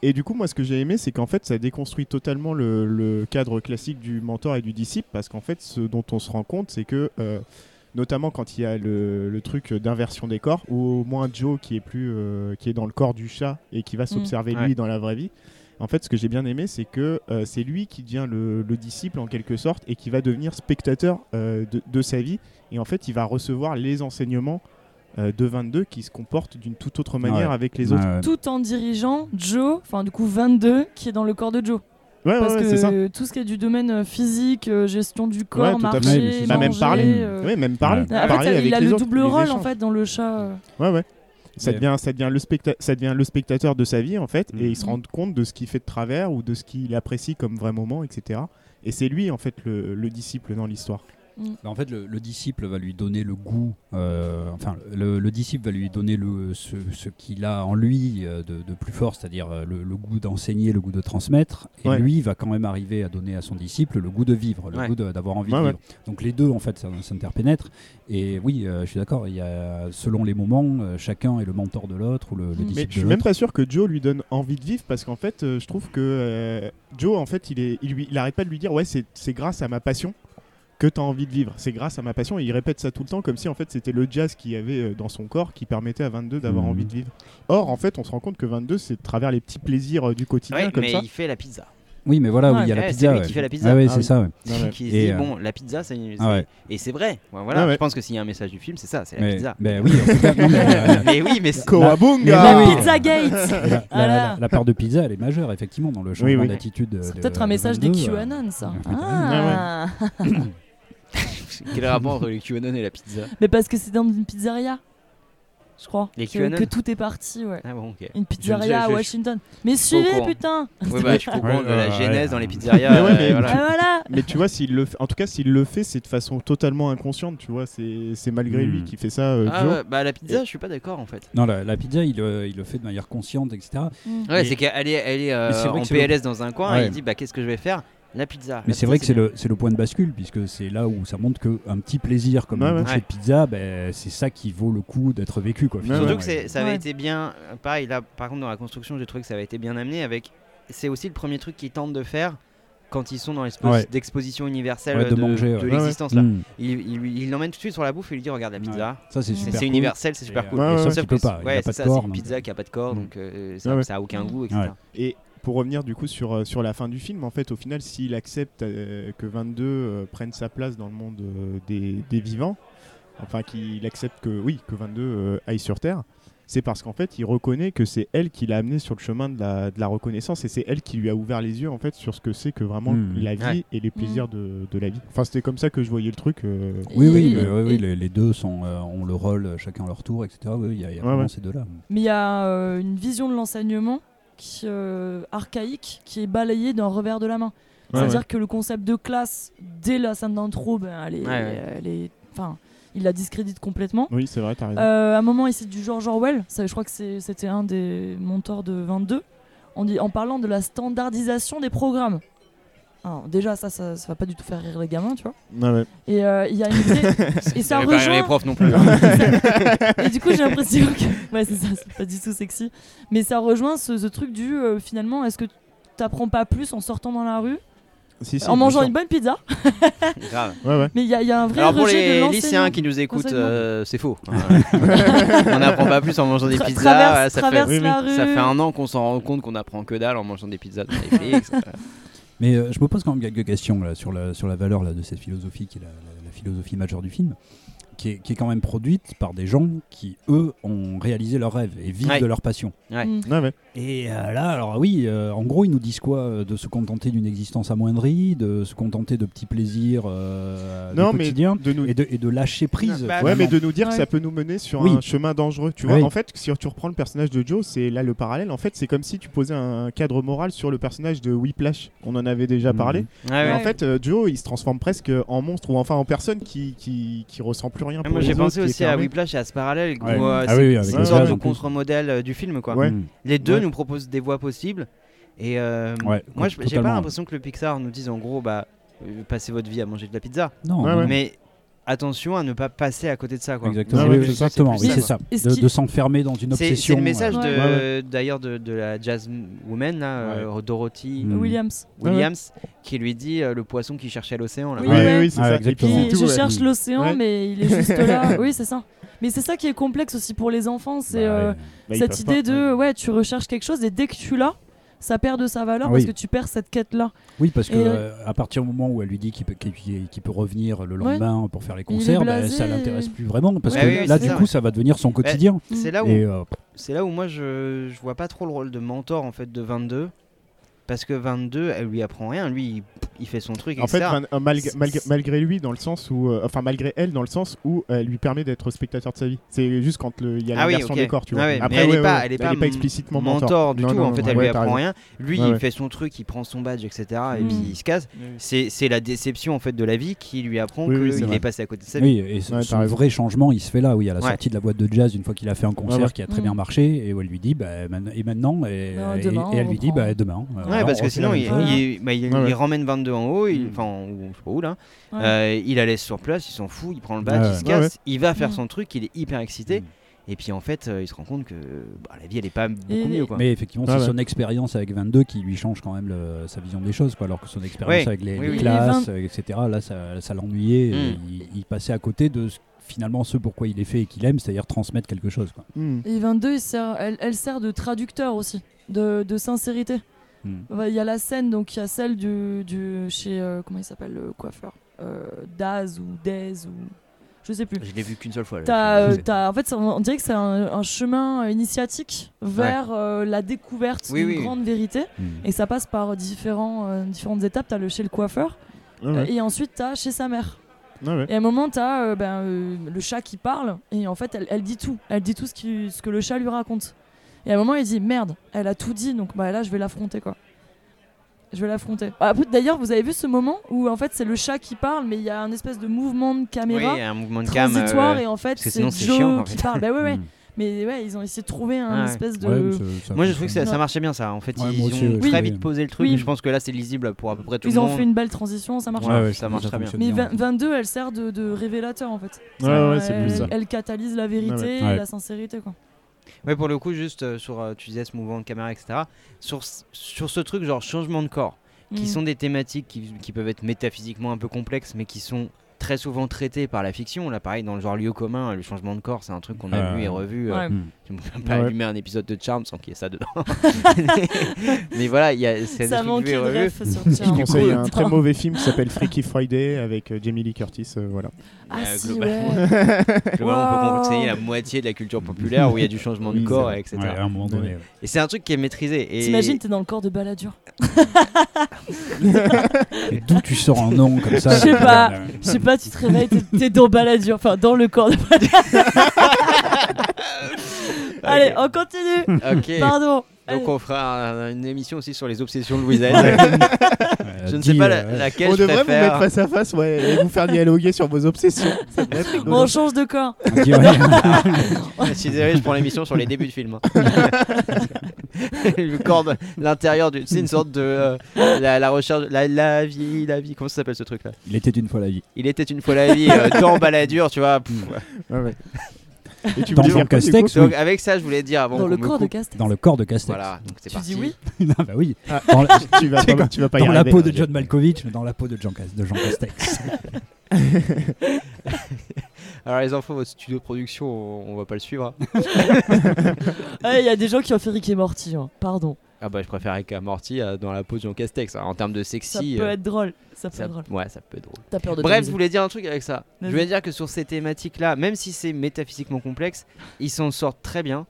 Speaker 2: Et du coup, moi, ce que j'ai aimé, c'est qu'en fait, ça déconstruit totalement le, le cadre classique du mentor et du disciple, parce qu'en fait, ce dont on se rend compte, c'est que, euh, notamment quand il y a le, le truc d'inversion des corps, ou au moins Joe qui est plus, euh, qui est dans le corps du chat et qui va
Speaker 1: Mm.
Speaker 2: s'observer lui
Speaker 4: Ouais.
Speaker 2: dans la vraie vie. En fait, ce que j'ai bien aimé, c'est que euh, c'est lui qui devient le, le disciple en quelque sorte et qui va devenir spectateur euh, de, de sa vie. Et en fait, il va recevoir les enseignements euh, de 22 qui se comportent d'une toute autre manière
Speaker 3: Ouais.
Speaker 2: avec les autres.
Speaker 3: Ah ouais.
Speaker 1: Tout en dirigeant Joe, enfin du coup 22, qui est dans le corps de Joe.
Speaker 2: Ouais, ouais,
Speaker 1: Parce
Speaker 2: ouais,
Speaker 1: que
Speaker 2: c'est ça.
Speaker 1: euh, tout ce qui est du domaine euh, physique, euh, gestion du corps,
Speaker 2: tout à fait.
Speaker 1: marché,
Speaker 3: Ouais, mais c'est-
Speaker 1: manger,
Speaker 3: Bah,
Speaker 2: même parler.
Speaker 1: euh,
Speaker 2: Oui, même parler.
Speaker 3: Ouais.
Speaker 1: en fait, il
Speaker 2: parler
Speaker 1: a-
Speaker 2: avec
Speaker 1: il a
Speaker 2: les
Speaker 1: le
Speaker 2: autres,
Speaker 1: double
Speaker 2: les
Speaker 1: rôle en
Speaker 2: échanges.
Speaker 1: fait dans le chat. euh.
Speaker 2: Ouais, ouais. Ça
Speaker 3: Mais-
Speaker 2: devient, ça, devient le specta- ça devient le spectateur de sa vie en fait,
Speaker 3: Mm.
Speaker 2: et il se
Speaker 1: Mm.
Speaker 2: rend compte de ce qu'il fait de travers ou de ce qu'il apprécie comme vrai moment, etc. Et c'est lui en fait le, le disciple dans l'histoire.
Speaker 3: Bah, en fait, le, le disciple va lui donner le goût, euh, enfin, le, le disciple va lui donner le, ce, ce qu'il a en lui euh, de, de plus fort, c'est-à-dire euh, le, le goût d'enseigner, le goût de transmettre. Et
Speaker 2: Ouais.
Speaker 3: lui va quand même arriver à donner à son disciple le goût de vivre, le
Speaker 4: Ouais.
Speaker 3: goût de- d'avoir envie
Speaker 2: Ouais,
Speaker 3: de
Speaker 2: ouais.
Speaker 3: vivre. Donc les deux, en fait, ça- s'interpénètrent. Et oui, euh, je suis d'accord, il y a, selon les moments, euh, chacun est le mentor de l'autre ou le, le
Speaker 1: Mais
Speaker 2: Mais
Speaker 3: disciple
Speaker 2: je suis
Speaker 3: de
Speaker 2: même
Speaker 3: l'autre.
Speaker 2: pas sûr que Joe lui donne envie de vivre parce qu'en fait, euh, je trouve que euh, Joe en fait, il est, il lui, il arrête pas de lui dire ouais, c'est c'est grâce à ma passion que t'as envie de vivre. C'est grâce à ma passion. Et il répète ça tout le temps comme si en fait c'était le jazz qu'il y avait euh, dans son corps qui permettait à 22 d'avoir
Speaker 3: Mhm.
Speaker 2: envie de vivre. Or en fait, on se rend compte que 22 c'est de travers les petits plaisirs euh, du quotidien
Speaker 4: Ouais,
Speaker 2: comme
Speaker 4: mais
Speaker 2: ça.
Speaker 4: il fait la pizza.
Speaker 3: Oui, mais voilà,
Speaker 1: Ouais,
Speaker 3: oui, il y a la
Speaker 4: ouais, c'est
Speaker 3: pizza.
Speaker 4: lui
Speaker 3: ouais.
Speaker 4: qui fait la pizza.
Speaker 3: Ah, ouais,
Speaker 2: Ah
Speaker 3: c'est
Speaker 2: oui.
Speaker 3: ça. ouais.
Speaker 2: Non, mais-
Speaker 4: qui se
Speaker 3: Et,
Speaker 4: dit,
Speaker 3: euh,
Speaker 4: bon, la pizza, c'est. c'est-
Speaker 3: Ah ouais.
Speaker 4: Et c'est vrai. Ouais, Voilà,
Speaker 2: Ah ouais.
Speaker 4: Je pense que s'il y a un message du film, c'est ça, c'est la
Speaker 3: Mais-
Speaker 4: pizza.
Speaker 3: ben oui, en tout cas, non, mais, euh,
Speaker 4: mais oui, mais c'est-
Speaker 2: Kowabunga
Speaker 3: Mais
Speaker 1: La
Speaker 3: oui.
Speaker 1: Pizza Gate.
Speaker 3: la, la-
Speaker 1: Voilà.
Speaker 3: la- la part de pizza, elle est majeure, effectivement, dans le changement
Speaker 2: oui.
Speaker 3: d'attitude. euh,
Speaker 1: C'est
Speaker 3: de-
Speaker 1: peut-être un
Speaker 3: de
Speaker 1: message des
Speaker 3: 22, euh,
Speaker 1: QAnon ça.
Speaker 3: Ouais.
Speaker 1: Ah.
Speaker 4: Quel rapport entre les QAnon et la pizza
Speaker 1: Mais parce que c'est dans une pizzeria, je crois.
Speaker 4: Les
Speaker 1: que,
Speaker 4: QAnon.
Speaker 1: que tout est parti, ouais.
Speaker 4: Ah bon, ok.
Speaker 1: Une pizzeria à
Speaker 4: je- je-
Speaker 1: Washington. Mais
Speaker 4: suis pas au
Speaker 1: suivez,
Speaker 4: courant.
Speaker 1: putain
Speaker 4: Ouais, bah, je suis au courant de la
Speaker 3: Ouais,
Speaker 4: genèse
Speaker 3: ouais.
Speaker 4: dans les
Speaker 2: Mais
Speaker 4: pizzerias.
Speaker 2: ouais,
Speaker 4: euh,
Speaker 2: mais-
Speaker 1: Ah
Speaker 4: voilà.
Speaker 1: voilà
Speaker 2: Mais tu vois, s'il le fait, en tout cas, s'il le fait, c'est de façon totalement inconsciente, tu vois. C'est c'est malgré
Speaker 3: Mm.
Speaker 2: lui qui fait ça, euh,
Speaker 4: Ah
Speaker 2: Joe.
Speaker 4: ouais, bah la pizza, je suis pas d'accord en fait.
Speaker 3: Non, la, la pizza, il, euh, il le fait de manière consciente, etc.
Speaker 4: Ouais,
Speaker 2: Mm.
Speaker 3: Mais-
Speaker 4: c'est qu'elle est, elle est, euh,
Speaker 3: Mais c'est vrai
Speaker 4: en
Speaker 3: que c'est le-
Speaker 4: PLS dans un coin et
Speaker 3: Ouais.
Speaker 4: il dit bah qu'est-ce que je vais faire La
Speaker 3: Mais
Speaker 4: pizza. La
Speaker 3: c'est
Speaker 4: pizza,
Speaker 3: vrai que c'est
Speaker 4: bien.
Speaker 3: le, c'est le point de bascule, puisque c'est là où ça montre qu'un petit plaisir comme
Speaker 2: Ouais,
Speaker 3: une
Speaker 2: ouais.
Speaker 3: bouchée
Speaker 4: Ouais.
Speaker 3: de pizza, ben, c'est ça qui vaut le coup d'être vécu. Quoi,
Speaker 2: Ouais,
Speaker 3: finalement.
Speaker 4: Surtout
Speaker 2: ouais.
Speaker 4: que c'est- ça avait
Speaker 1: Ouais.
Speaker 4: été bien. euh, Pareil, là, par contre, dans la construction, j'ai trouvé que ça avait été bien amené. Avec, c'est aussi le premier truc qu'ils tentent de faire quand ils sont dans l'espèce
Speaker 3: Ouais.
Speaker 4: d'exposition universelle
Speaker 3: Ouais, de
Speaker 4: de,
Speaker 3: manger, ouais.
Speaker 4: de
Speaker 3: Ouais,
Speaker 2: ouais.
Speaker 4: l'existence. là.
Speaker 3: Mm.
Speaker 4: Il, il, lui- il l'emmène tout de suite sur la bouffe et lui dit regarde la pizza.
Speaker 3: Ça,
Speaker 1: C'est-
Speaker 3: c'est
Speaker 4: C'est-
Speaker 3: super.
Speaker 4: C'est
Speaker 3: cool.
Speaker 4: universel, c'est
Speaker 3: Et,
Speaker 4: super
Speaker 3: euh,
Speaker 4: cool.
Speaker 2: ouais, ouais.
Speaker 4: Sauf
Speaker 3: tu
Speaker 4: que
Speaker 3: peux
Speaker 4: c'est-
Speaker 3: pas, il a
Speaker 4: Ouais,
Speaker 3: pas
Speaker 4: c'est
Speaker 3: de
Speaker 4: ça,
Speaker 3: corps,
Speaker 4: c'est une
Speaker 3: donc.
Speaker 4: pizza qui a pas de corps,
Speaker 3: Mm.
Speaker 4: donc euh, ça,
Speaker 2: Ouais, ouais.
Speaker 4: ça a aucun
Speaker 1: Mm.
Speaker 4: goût, etc.
Speaker 3: Ouais.
Speaker 2: Et pour revenir du coup sur, euh, sur la fin du film, en fait, au final, s'il accepte euh, que 22 euh, prenne sa place dans le monde euh, des, des vivants, enfin qu'il accepte que oui, que 22 euh, aille sur Terre, c'est parce qu'en fait, il reconnaît que c'est elle qui l'a amené sur le chemin de la, de la reconnaissance et c'est elle qui lui a ouvert les yeux en fait sur ce que c'est que vraiment
Speaker 3: Mm.
Speaker 2: la vie
Speaker 4: Ouais.
Speaker 2: et les
Speaker 1: Hmm.
Speaker 2: plaisirs de, de la vie. Enfin, c'était comme ça que je voyais le truc. euh,
Speaker 3: Oui, oui,
Speaker 1: Et-
Speaker 3: mais, ouais,
Speaker 1: et-
Speaker 3: oui, les, les deux sont, euh, ont le rôle euh, chacun à leur tour, etc. Oui, il y a, il y a
Speaker 2: Ouais,
Speaker 3: vraiment
Speaker 2: ouais.
Speaker 3: ces deux-là.
Speaker 1: Mais il y a euh, une vision de l'enseignement qui euh, archaïque qui est balayée d'un revers de la main.
Speaker 2: ouais,
Speaker 1: C'est-à-dire que le concept de classe dès la scène d'intro, ben, elle est,
Speaker 4: Ouais, ouais.
Speaker 1: elle est- enfin, il la discrédite complètement.
Speaker 2: ouais. Oui, c'est vrai, t'as raison.
Speaker 1: Euh, à un moment ici du George Orwell, ça, je crois que c'est- c'était un des mentors de 22, on dit, en parlant de la standardisation des programmes. Alors, déjà ça, ça ça va pas du tout faire rire les gamins tu vois
Speaker 2: Ouais, ouais.
Speaker 1: et euh, il y a une idée- et ça
Speaker 4: Ça fait pas rire les
Speaker 1: rejoint
Speaker 4: profs non plus. hein.
Speaker 1: et du coup, j'ai l'impression que. Ouais, c'est ça, c'est pas du tout sexy. Mais ça rejoint ce, ce truc du euh, finalement, est-ce que t'apprends pas plus en sortant dans la rue,
Speaker 2: Si, si,
Speaker 1: en
Speaker 2: bien
Speaker 1: mangeant
Speaker 2: sûr.
Speaker 1: une bonne pizza
Speaker 4: Grave.
Speaker 2: Ouais, ouais.
Speaker 1: Mais il y, a- il y a un vrai
Speaker 4: Alors pour
Speaker 1: rejet de
Speaker 4: les
Speaker 1: l'enseignant.
Speaker 4: lycéens qui nous écoutent,
Speaker 1: Enseignement.
Speaker 4: euh, c'est faux. hein. on n'apprend pas plus en mangeant des
Speaker 1: Tra-
Speaker 4: pizzas.
Speaker 1: traverse,
Speaker 4: voilà, ça,
Speaker 1: traverse
Speaker 4: fait,
Speaker 2: oui, oui,
Speaker 1: la rue.
Speaker 4: ça fait un an qu'on s'en rend compte qu'on apprend que dalle en mangeant des pizzas dans Netflix. euh.
Speaker 3: Mais euh, je me pose quand même quelques questions là, sur, la, sur la valeur là, de cette philosophie qui est la, la- la philosophie majeure du film. qui est, qui est quand même produite par des gens qui, eux, ont réalisé leurs rêves et vivent
Speaker 10: Ouais.
Speaker 3: de leur passion.
Speaker 10: Ouais.
Speaker 1: Mm.
Speaker 2: Ouais, ouais.
Speaker 3: Et euh, là, alors oui, euh, en gros, ils nous disent quoi euh, De se contenter d'une existence amoindrie, de se contenter de petits plaisirs euh, du
Speaker 2: Non, mais
Speaker 3: quotidien,
Speaker 2: de nous...
Speaker 3: et, de, et de lâcher prise.
Speaker 4: Bah,
Speaker 2: Ouais,
Speaker 3: vraiment.
Speaker 2: mais de nous dire que
Speaker 1: Ouais.
Speaker 2: ça peut nous mener sur
Speaker 3: Oui.
Speaker 2: un chemin dangereux. Tu vois,
Speaker 3: Oui.
Speaker 2: en fait, si tu reprends le personnage de Joe, c'est là le parallèle. En fait, c'est comme si tu posais un cadre moral sur le personnage de Whiplash. On en avait déjà
Speaker 3: Mhm.
Speaker 2: parlé.
Speaker 4: Ah ouais.
Speaker 2: Mais En fait, euh, Joe, il se transforme presque en monstre ou enfin en personne qui, qui, qui ressent plus rien.
Speaker 4: Ah,
Speaker 2: Pour
Speaker 4: Moi
Speaker 2: les
Speaker 4: j'ai
Speaker 2: autres,
Speaker 4: pensé
Speaker 2: qui est
Speaker 4: aussi à
Speaker 2: fermé.
Speaker 4: Whiplash et à ce parallèle. où,
Speaker 3: Ouais.
Speaker 4: euh,
Speaker 3: Ah
Speaker 4: c'est
Speaker 3: oui, oui, avec
Speaker 4: c'est
Speaker 2: les
Speaker 4: une sorte
Speaker 2: images
Speaker 4: de
Speaker 3: en plus.
Speaker 4: contre-modèle euh, du film. quoi.
Speaker 2: Ouais.
Speaker 3: Mm.
Speaker 4: Les deux
Speaker 2: Ouais.
Speaker 4: nous proposent des voies possibles. Et euh,
Speaker 3: Ouais,
Speaker 4: moi, je- j'ai pas
Speaker 3: totalement.
Speaker 4: l'impression que le Pixar nous dise en gros, bah, euh, passez votre vie à manger de la pizza.
Speaker 3: Non,
Speaker 2: Ouais,
Speaker 3: non,
Speaker 2: ouais.
Speaker 3: non.
Speaker 4: Mais attention à ne pas passer à côté de ça. Quoi.
Speaker 3: Exactement,
Speaker 2: Non, mais
Speaker 3: Oui,
Speaker 2: c'est-
Speaker 3: exactement, oui,
Speaker 4: c'est plus
Speaker 3: c'est
Speaker 4: ça.
Speaker 3: ça.
Speaker 1: Est-ce
Speaker 3: De,
Speaker 1: qu'il-
Speaker 3: de s'enfermer dans une
Speaker 4: C'est
Speaker 3: obsession. euh, bah,
Speaker 4: c'est le message
Speaker 1: ouais.
Speaker 4: de-
Speaker 1: Ouais,
Speaker 4: d'ailleurs de, de la jazz woman, là, euh, Dorothy
Speaker 3: Mm.
Speaker 1: Williams.
Speaker 2: Ouais, ouais.
Speaker 4: Williams, qui lui dit euh, le poisson qui cherchait l'océan. là.
Speaker 1: Oui.
Speaker 2: Ouais,
Speaker 1: Ouais.
Speaker 2: oui, c'est
Speaker 3: Ah,
Speaker 2: ça.
Speaker 1: Qui-
Speaker 3: exactement.
Speaker 2: Et puis,
Speaker 1: je
Speaker 2: tout, ouais.
Speaker 1: cherche l'océan,
Speaker 2: Ouais.
Speaker 1: mais il est juste là. Oui, c'est ça. Mais c'est ça qui est complexe aussi pour les enfants, c'est
Speaker 3: Bah,
Speaker 1: euh,
Speaker 3: ouais.
Speaker 2: Bah, ils
Speaker 1: cette
Speaker 2: peuvent pas.
Speaker 1: idée de ouais, tu recherches quelque chose et dès que tu l'as, ça perd de sa valeur
Speaker 3: Ah
Speaker 1: parce
Speaker 3: oui.
Speaker 1: que tu perds cette quête là.
Speaker 3: Oui, parce que
Speaker 1: Et-
Speaker 3: euh, à partir du moment où elle lui dit qu'il peut, qu'il- qu'il- qu'il peut revenir le
Speaker 1: Ouais.
Speaker 3: lendemain pour faire les
Speaker 1: Il est
Speaker 3: concerts, bah,
Speaker 1: blasé
Speaker 3: ça
Speaker 1: et-
Speaker 3: l'intéresse plus vraiment. Parce
Speaker 4: Ouais,
Speaker 3: que
Speaker 4: oui, oui,
Speaker 3: là,
Speaker 4: c'est
Speaker 3: du
Speaker 4: ça,
Speaker 3: coup,
Speaker 4: ouais.
Speaker 3: ça va devenir son quotidien.
Speaker 4: C'est là où
Speaker 3: Et, euh,
Speaker 4: c'est là où moi je, je vois pas trop le rôle de mentor en fait de 22 parce que 22 elle lui apprend rien lui il, il fait son truc
Speaker 2: En fait,
Speaker 4: etc.
Speaker 2: un- un malg-
Speaker 4: C'est-
Speaker 2: malg-
Speaker 4: c'est-
Speaker 2: malgré lui, dans le sens où, euh, enfin malgré elle, dans le sens où elle lui permet d'être spectateur de sa vie. C'est juste quand le- il y a
Speaker 4: Ah oui,
Speaker 2: l'inversion
Speaker 4: ok.
Speaker 2: des corps, tu vois.
Speaker 4: Ah ouais, mais
Speaker 2: Après,
Speaker 4: elle est
Speaker 2: ouais,
Speaker 4: pas-
Speaker 2: ouais,
Speaker 4: elle est pas m-
Speaker 2: explicitement
Speaker 4: mentor, du
Speaker 2: Non,
Speaker 4: tout
Speaker 2: non,
Speaker 4: en fait
Speaker 2: non,
Speaker 4: elle
Speaker 2: ouais,
Speaker 4: lui
Speaker 2: t'as raison.
Speaker 4: apprend rien lui
Speaker 2: Ouais, Hmm.
Speaker 4: il
Speaker 2: ouais.
Speaker 4: fait son truc il prend son badge etc et
Speaker 1: Mm.
Speaker 4: puis il se casse c'est c'est la déception en fait de la vie qui lui apprend
Speaker 2: Oui, oui, c'est
Speaker 4: qu'il
Speaker 2: vrai.
Speaker 4: est passé à côté de sa vie
Speaker 3: Oui, et son
Speaker 2: Ouais, t'as
Speaker 3: son
Speaker 2: raison.
Speaker 3: vrai changement, il se fait là, oui, à la
Speaker 4: Ouais.
Speaker 3: sortie de la boîte de jazz, une fois qu'il a fait un concert
Speaker 2: Ouais, ouais.
Speaker 3: qui a très
Speaker 1: Mm.
Speaker 3: bien marché, et où elle lui dit, bah, man- et maintenant, et,
Speaker 1: Non,
Speaker 3: et-
Speaker 1: demain,
Speaker 3: et elle
Speaker 1: on
Speaker 3: lui dit,
Speaker 1: reprend.
Speaker 3: bah, demain. euh,
Speaker 4: Ouais,
Speaker 3: on
Speaker 4: parce que
Speaker 3: refait
Speaker 4: sinon
Speaker 3: la
Speaker 4: il,
Speaker 3: même chose.
Speaker 1: chose.
Speaker 4: il- bah, il-
Speaker 2: Ouais, ouais.
Speaker 4: il ramène 22 en haut, il,
Speaker 2: Mm.
Speaker 4: enfin, ou- je sais pas où là,
Speaker 1: Ouais.
Speaker 4: euh, il la laisse sur place, il s'en fout, il prend le badge,
Speaker 3: Ouais,
Speaker 4: il se
Speaker 2: ouais. Ouais,
Speaker 4: casse, il va faire
Speaker 1: Mm.
Speaker 4: son truc, il est hyper excité,
Speaker 3: Mm.
Speaker 4: et puis en fait euh, il se rend compte que bah, la vie elle est pas beaucoup
Speaker 1: Et-
Speaker 4: mieux quoi.
Speaker 3: Mais effectivement,
Speaker 2: Ouais,
Speaker 3: c'est
Speaker 2: ouais.
Speaker 3: son expérience avec 22 qui lui change quand même le- sa vision des choses, quoi, alors que son expérience
Speaker 4: Ouais,
Speaker 3: avec les,
Speaker 4: oui,
Speaker 3: les
Speaker 4: oui.
Speaker 3: classes,
Speaker 1: Les
Speaker 3: euh, etc., là, ça, ça l'ennuyait, et
Speaker 4: Mm.
Speaker 3: il, il passait à côté de ce- finalement ce pourquoi il est fait et qu'il aime, c'est-à-dire transmettre quelque chose. Quoi.
Speaker 2: Hmm.
Speaker 1: Et 22, il sert- elle, elle sert de traducteur aussi, de, de sincérité.
Speaker 4: Hmm.
Speaker 3: Mm.
Speaker 1: Ouais, Il y a la scène, donc il y a celle du, du- chez, euh, comment il s'appelle, le coiffeur Euh, Daz ou Dez ou... Je sais plus.
Speaker 4: Je l'ai vu qu'une seule fois. le
Speaker 1: T'as,
Speaker 4: film.
Speaker 1: euh, t'as- en fait, c'est- on dirait que c'est un, un chemin euh, initiatique vers euh, la découverte
Speaker 4: Oui,
Speaker 1: d'une
Speaker 4: oui.
Speaker 1: grande vérité.
Speaker 3: Hmm.
Speaker 1: Et ça passe par différents, euh, différentes étapes. T'as le chez le coiffeur
Speaker 2: Ouais, ouais.
Speaker 1: et ensuite t'as chez sa mère.
Speaker 2: Ouais, ouais.
Speaker 1: Et à un moment, t'as euh, ben, euh, le chat qui parle, et en fait, elle, elle dit tout. Elle dit tout ce, qui- ce que le chat lui raconte. Et à un moment, il dit Merde, elle a tout dit, donc bah, là, je vais l'affronter, quoi. Je vais l'affronter. Ah, après, D'ailleurs, vous avez vu ce moment où, en fait, c'est le chat qui parle, mais il y a un espèce de mouvement de
Speaker 4: Oui,
Speaker 1: caméra
Speaker 4: un mouvement de cam.
Speaker 1: transitoire,
Speaker 4: euh,
Speaker 1: et en fait,
Speaker 4: parce que
Speaker 1: c'est
Speaker 4: sinon,
Speaker 1: Joe
Speaker 4: c'est chiant, en
Speaker 1: qui
Speaker 4: fait.
Speaker 1: parle. bah ouais, ouais.
Speaker 3: Mm.
Speaker 1: Mais ouais, ils ont essayé de trouver un
Speaker 4: Ah ouais.
Speaker 1: espèce de.
Speaker 3: Ouais, mais ça- ça
Speaker 4: Moi, je trouve que ça,
Speaker 3: fonctionne.
Speaker 1: Ouais.
Speaker 4: ça marchait bien ça. En fait,
Speaker 3: Ouais,
Speaker 4: ils
Speaker 3: moi
Speaker 4: ont
Speaker 3: aussi, ouais,
Speaker 4: très
Speaker 3: je-
Speaker 4: vite posé le truc.
Speaker 1: Oui.
Speaker 4: mais Je pense que là, c'est lisible pour à peu près tout
Speaker 1: ils
Speaker 4: le
Speaker 1: ont
Speaker 4: monde.
Speaker 1: fait une belle transition, ça marche.
Speaker 4: Ouais,
Speaker 3: ouais,
Speaker 4: ça
Speaker 3: je trouve
Speaker 4: marche
Speaker 3: que
Speaker 4: très bien.
Speaker 3: fonctionne
Speaker 1: Mais
Speaker 3: bien, en
Speaker 1: 20-
Speaker 3: fait.
Speaker 1: 22, elle sert de, de révélateur en fait.
Speaker 2: Ouais, ouais, ouais, c'est
Speaker 1: elle,
Speaker 2: plus ça.
Speaker 1: elle catalyse la vérité
Speaker 2: Ouais,
Speaker 1: et
Speaker 3: Ouais.
Speaker 1: la sincérité quoi.
Speaker 4: Ouais, pour le coup, juste euh, sur, euh, tu disais ce mouvement de caméra, etc. Sur, ce- sur ce truc, genre changement de corps, qui
Speaker 1: Mm.
Speaker 4: sont des thématiques qui, qui peuvent être métaphysiquement un peu complexes, mais qui sont très souvent traitées par la fiction. Là, pareil, dans le genre lieu commun, le changement de corps, c'est un truc qu'on a
Speaker 3: Euh,
Speaker 4: vu et revu. euh,
Speaker 1: Ouais.
Speaker 3: Mm.
Speaker 4: Tu ne peux pas
Speaker 2: Ouais.
Speaker 4: allumer un épisode de Charm sans qu'il y ait ça dedans. mais voilà, il y a c'est des
Speaker 1: Ça
Speaker 4: trucs vus et
Speaker 1: manquait de
Speaker 4: revus.
Speaker 1: ref sur le
Speaker 2: Je
Speaker 1: tien.
Speaker 2: conseille un très mauvais film qui s'appelle Freaky Friday avec euh, Jamie Lee Curtis. euh, voilà.
Speaker 1: Ah
Speaker 4: Euh,
Speaker 1: si,
Speaker 4: globalement.
Speaker 1: ouais.
Speaker 4: Globalement, on
Speaker 1: Wow.
Speaker 4: peut conseiller la moitié de la culture populaire où il y a du changement de
Speaker 2: Oui, c'est
Speaker 4: corps,
Speaker 2: vrai.
Speaker 4: etc.
Speaker 3: Ouais, à un moment donné. ouais.
Speaker 4: Et c'est un truc qui est maîtrisé. Et...
Speaker 1: T'imagines, t'es dans le corps de Balladur.
Speaker 3: Et D'où tu sors un nom comme ça
Speaker 1: Je sais
Speaker 3: euh,
Speaker 1: pas.
Speaker 3: euh,
Speaker 1: Je sais pas, tu te réveilles, t'es- t'es dans Balladur, enfin dans le corps de Balladur. Allez, on continue.
Speaker 4: Ok.
Speaker 1: Pardon. Allez.
Speaker 4: Donc on fera un- une émission aussi sur les obsessions de Louis
Speaker 3: euh,
Speaker 4: Je ne
Speaker 3: dis,
Speaker 4: sais pas
Speaker 3: euh,
Speaker 4: la- laquelle
Speaker 2: On
Speaker 4: je
Speaker 2: devrait vous mettre
Speaker 4: préfère.
Speaker 2: face à face ouais, et vous faire dialoguer sur vos obsessions. Ça devrait être rigolo.
Speaker 1: Bon, on change de corps.
Speaker 3: ouais, dis, ouais.
Speaker 4: Je suis désolé, je prends l'émission sur les débuts de film. hein. Le corps de- l'intérieur du. C'est une sorte de euh, la, la recherche, la, la vie, la vie. Comment ça s'appelle ce truc-là
Speaker 3: Il était une fois la vie.
Speaker 4: Il était une fois la vie euh, dans Balladur, tu vois. pff.
Speaker 2: Ah Ouais, ouais. Et tu
Speaker 3: Dans
Speaker 2: voulais
Speaker 3: Jean
Speaker 2: dire quoi, du coup
Speaker 3: Castex,
Speaker 4: Donc avec ça, je voulais dire avant
Speaker 1: Dans
Speaker 4: qu'on
Speaker 1: le
Speaker 4: me
Speaker 1: corps de
Speaker 4: coupe.
Speaker 1: Castex.
Speaker 3: Dans le corps de Castex.
Speaker 4: Voilà, donc c'est
Speaker 1: Tu
Speaker 4: parti.
Speaker 1: dis oui
Speaker 3: Non, bah oui.
Speaker 2: Ah.
Speaker 3: Dans, la,
Speaker 2: tu vas
Speaker 3: C'est
Speaker 2: pas,
Speaker 3: quoi
Speaker 2: tu vas pas y
Speaker 3: dans la
Speaker 2: arriver.
Speaker 3: peau de John Malkovich, mais dans la peau de Jean, Cas- de Jean Castex.
Speaker 4: Alors les enfants, votre studio de production, on, on va pas le suivre. hein.
Speaker 1: Eh, Ouais, Il y a des gens qui ont fait Rick et Morty, hein. pardon.
Speaker 4: Ah bah je préfère avec Morty euh, dans la peau de Jean Castex. hein. En termes de
Speaker 1: Ça
Speaker 4: sexy,
Speaker 1: peut
Speaker 4: euh,
Speaker 1: être drôle. Ça peut
Speaker 4: ça-
Speaker 1: être drôle.
Speaker 4: ouais, ça peut être drôle.
Speaker 11: T'as peur de
Speaker 4: Bref,
Speaker 11: te
Speaker 4: je
Speaker 11: briser.
Speaker 4: voulais dire un truc avec ça. Je
Speaker 1: Vas-y.
Speaker 4: voulais dire que sur ces thématiques-là, même si c'est métaphysiquement complexe, ils s'en sortent très bien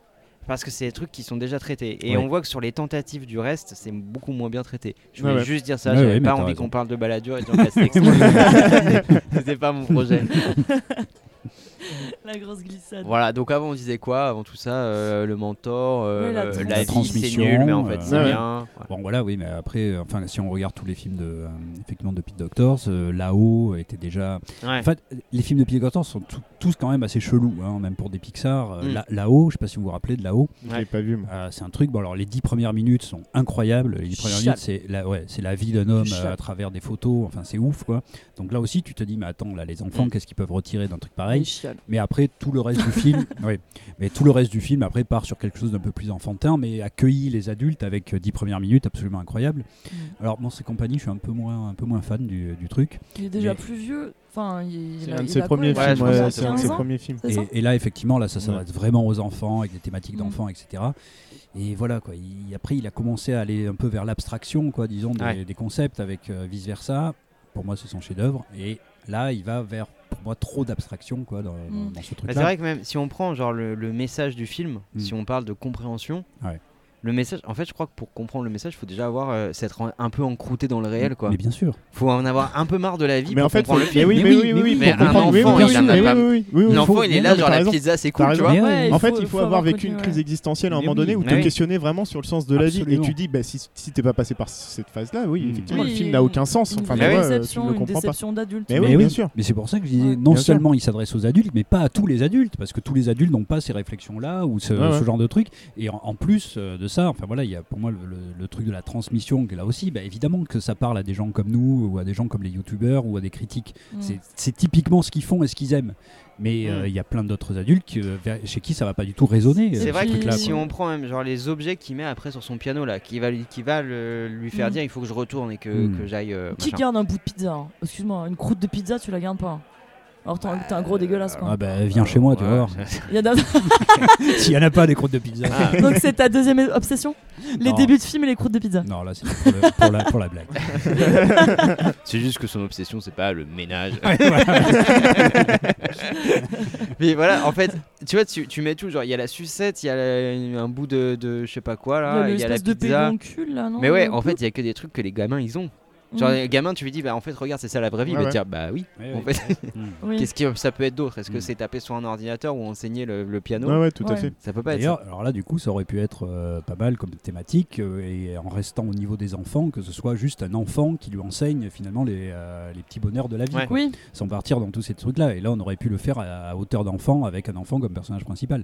Speaker 4: parce que c'est des trucs qui sont déjà traités. Et
Speaker 3: Ouais.
Speaker 4: on voit que sur les tentatives du reste, c'est beaucoup moins bien traité. Je
Speaker 2: Ouais,
Speaker 4: voulais
Speaker 2: ouais.
Speaker 4: juste dire ça.
Speaker 3: Ouais,
Speaker 4: J'avais
Speaker 3: ouais, mais
Speaker 4: pas
Speaker 3: t'as
Speaker 4: envie
Speaker 3: raison.
Speaker 4: qu'on parle de Balladur et de Jean Castex. C'était pas mon projet.
Speaker 1: La grosse glissade.
Speaker 4: Voilà, donc avant on disait quoi Avant tout ça, euh, le mentor, euh,
Speaker 1: Ouais, la
Speaker 4: euh, la,
Speaker 1: transmission.
Speaker 4: vie, c'est nul, mais en fait
Speaker 3: Euh,
Speaker 4: c'est
Speaker 2: ouais.
Speaker 4: bien. Voilà.
Speaker 3: Bon voilà, oui, mais après, euh, enfin, si on regarde tous les films de, euh, effectivement, de Pete Doctors, euh, là-haut était déjà.
Speaker 4: Ouais.
Speaker 3: En fait, les films de Pete Doctors sont tout- tous quand même assez chelous, hein, même pour des Pixar. Euh,
Speaker 4: Mm.
Speaker 3: là- Là-haut, je sais pas si vous vous rappelez de là-haut,
Speaker 2: Je
Speaker 4: Ouais.
Speaker 2: l'ai pas vu, moi.
Speaker 3: euh, c'est un truc. Bon alors, les dix premières minutes sont incroyables. Les dix premières
Speaker 11: Chat.
Speaker 3: minutes, c'est la, ouais, c'est la vie d'un homme
Speaker 11: Chat.
Speaker 3: euh, à travers des photos. Enfin, c'est ouf quoi. Donc là aussi, tu te dis, mais attends, là, les
Speaker 4: Mm.
Speaker 3: enfants, qu'est-ce qu'ils peuvent retirer d'un truc pareil
Speaker 11: Il chiale.
Speaker 3: mais après tout le reste du film, oui. Mais tout le reste du film après part sur quelque chose d'un peu plus enfantin, mais accueillit les adultes avec euh, 10 premières minutes absolument incroyables.
Speaker 1: Mm.
Speaker 3: Alors bon, c'est compagnie, je suis un peu moins, un peu moins fan du, euh, du truc.
Speaker 1: Il est déjà
Speaker 3: Mais-
Speaker 1: plus vieux. Enfin, il,
Speaker 2: C'est
Speaker 1: il a-
Speaker 2: un de
Speaker 1: il
Speaker 2: ses
Speaker 1: a
Speaker 2: premiers
Speaker 1: quoi,
Speaker 4: Ouais,
Speaker 2: films.
Speaker 4: je pense
Speaker 2: ouais,
Speaker 4: que
Speaker 2: c'est un de
Speaker 1: 15
Speaker 2: ses
Speaker 1: ans.
Speaker 2: premiers films.
Speaker 1: C'est ça Mm.
Speaker 3: Et, et là, effectivement, là, ça s'adresse vraiment aux enfants avec des thématiques d'enfants, etc. Et voilà quoi. Il- après, il a commencé à aller un peu vers l'abstraction, quoi, disons, des,
Speaker 4: Ouais.
Speaker 3: des concepts avec vice versa. Pour moi, c'est son chef-d'œuvre. Et là, il va vers pour moi trop d'abstraction, quoi, dans, dans-
Speaker 1: Mm.
Speaker 3: dans ce
Speaker 4: Bah,
Speaker 3: truc-là.
Speaker 4: c'est vrai que même si on prend genre le, le message du film,
Speaker 2: Hmm.
Speaker 3: Mm.
Speaker 4: si on parle de compréhension,
Speaker 3: Ouais.
Speaker 4: le message, en fait, je crois que pour comprendre le message, il faut déjà avoir euh, s'être en- un peu encrouté dans le réel, quoi.
Speaker 3: Mais bien sûr.
Speaker 4: Faut en avoir un peu marre de la vie
Speaker 2: Hmm. Mais
Speaker 4: pour
Speaker 2: en fait,
Speaker 4: comprendre le
Speaker 2: faut-
Speaker 4: film.
Speaker 2: mais oui,
Speaker 3: Mais
Speaker 2: mais
Speaker 3: oui,
Speaker 2: oui, oui,
Speaker 4: mais
Speaker 2: oui, pour
Speaker 4: un
Speaker 2: comprendre-
Speaker 4: enfant,
Speaker 2: oui,
Speaker 4: il en a
Speaker 2: oui,
Speaker 4: pas-
Speaker 2: oui, oui, oui, oui,
Speaker 4: L'enfant,
Speaker 2: faut-
Speaker 4: il est
Speaker 2: non,
Speaker 4: là,
Speaker 2: mais
Speaker 4: genre
Speaker 2: t'as
Speaker 4: la
Speaker 2: raison.
Speaker 4: pizza, c'est
Speaker 2: T'as
Speaker 4: cool, tu
Speaker 2: raison.
Speaker 4: vois.
Speaker 3: Mais ouais,
Speaker 1: Ouais,
Speaker 2: En fait,
Speaker 1: faut-
Speaker 2: il
Speaker 1: faut
Speaker 2: faut avoir
Speaker 1: avoir
Speaker 2: vécu
Speaker 1: connu,
Speaker 2: une
Speaker 1: ouais.
Speaker 2: crise existentielle à un
Speaker 3: Mais
Speaker 2: moment
Speaker 3: oui,
Speaker 2: donné où
Speaker 4: mais
Speaker 2: te
Speaker 4: oui.
Speaker 2: questionner vraiment sur le sens de la vie. Et
Speaker 3: Absolument.
Speaker 2: tu dis, bah, si, si t'es pas passé par cette phase-là, oui,
Speaker 4: Hmm.
Speaker 3: Mm.
Speaker 2: effectivement,
Speaker 1: Oui,
Speaker 2: le film
Speaker 1: une-
Speaker 2: n'a aucun sens.
Speaker 1: Une
Speaker 2: Enfin,
Speaker 1: vraie
Speaker 2: mais ouais, tu
Speaker 1: déception,
Speaker 2: ne le
Speaker 1: une
Speaker 2: comprends pas.
Speaker 1: déception d'adulte.
Speaker 2: Mais Eh oui, bien sûr.
Speaker 3: Mais c'est pour ça que je disais,
Speaker 1: Ouais,
Speaker 3: non
Speaker 2: bien sûr.
Speaker 3: seulement il s'adresse aux adultes, mais pas à tous les adultes, parce que tous les adultes n'ont pas ces réflexions-là ou ce,
Speaker 2: Ouais, ouais.
Speaker 3: ce genre de trucs. Et en, en plus euh, de ça, enfin voilà, il y a pour moi le, le- le truc de la transmission qui est là aussi. Bah, évidemment que ça parle à des gens comme nous, ou à des gens comme les youtubeurs, ou à des critiques.
Speaker 1: Mm.
Speaker 3: C'est- C'est typiquement ce qu'ils font et ce qu'ils aiment.
Speaker 4: Mm.
Speaker 3: Mais euh, il y a plein d'autres adultes qui, euh, vers- chez qui ça va pas du tout résonner.
Speaker 1: C'est
Speaker 3: euh,
Speaker 4: C'est
Speaker 1: Et
Speaker 4: vrai
Speaker 3: ce
Speaker 1: puis-
Speaker 4: que
Speaker 3: truc-là,
Speaker 4: si
Speaker 3: quoi.
Speaker 4: on prend même genre les objets qu'il met après sur son piano là, qui va lui, qui va le- lui faire
Speaker 2: Hmm.
Speaker 1: Mm.
Speaker 4: dire il faut que je retourne et que,
Speaker 3: Mm.
Speaker 4: que j'aille. euh,
Speaker 1: Qui
Speaker 4: machin.
Speaker 1: garde un bout de pizza hein Excuse-moi, une croûte de pizza, tu la gardes pas. hein. Alors t'es un, t'es un
Speaker 2: Euh,
Speaker 1: gros dégueulasse quoi.
Speaker 3: Ah bah viens chez moi, tu vas voir.
Speaker 2: ah,
Speaker 1: Il y en a-
Speaker 2: bah.
Speaker 3: S'il y en a pas des croûtes de pizza.
Speaker 1: Donc c'est ta deuxième obsession Les
Speaker 3: Non.
Speaker 1: débuts de films et les croûtes de pizza.
Speaker 3: Non, là c'est pour, le- pour la, pour la blague.
Speaker 4: C'est juste que son obsession, c'est pas le ménage.
Speaker 3: Voilà.
Speaker 4: Mais voilà, en fait, tu vois, tu, tu mets tout. Genre, il y a la sucette, il y a la- un bout de, de je sais pas quoi là, Ah, il y a la
Speaker 1: l'espèce de
Speaker 4: pizza.
Speaker 1: pédoncule là, non
Speaker 4: Mais ouais,
Speaker 1: Le
Speaker 4: en fait,
Speaker 1: couple
Speaker 4: il y a que des trucs que les gamins ils ont. Genre,
Speaker 1: Oh. Mm.
Speaker 4: les gamins, tu lui dis, bah en fait, regarde, c'est ça la vraie vie. Il
Speaker 2: Ouais,
Speaker 4: va
Speaker 2: ouais.
Speaker 4: dire, bah oui.
Speaker 3: Ouais,
Speaker 4: En
Speaker 3: ouais.
Speaker 4: fait,
Speaker 3: Mm.
Speaker 1: Oui.
Speaker 4: qu'est-ce que ça peut être d'autre Est-ce que
Speaker 3: Mm.
Speaker 4: c'est taper sur un ordinateur ou enseigner le, le piano
Speaker 2: Ouais, ouais, tout à
Speaker 1: Ouais.
Speaker 2: fait.
Speaker 4: Ça peut pas être.
Speaker 3: D'ailleurs, alors là, du coup, ça aurait pu être euh, pas mal comme thématique, euh, et en restant au niveau des enfants, que ce soit juste un enfant qui lui enseigne finalement les, euh, les petits bonheurs de la vie,
Speaker 4: Ouais.
Speaker 3: quoi,
Speaker 1: Oui,
Speaker 3: sans partir dans tous ces trucs-là. Et là, on aurait pu le faire à, à hauteur d'enfant, avec un enfant comme personnage principal.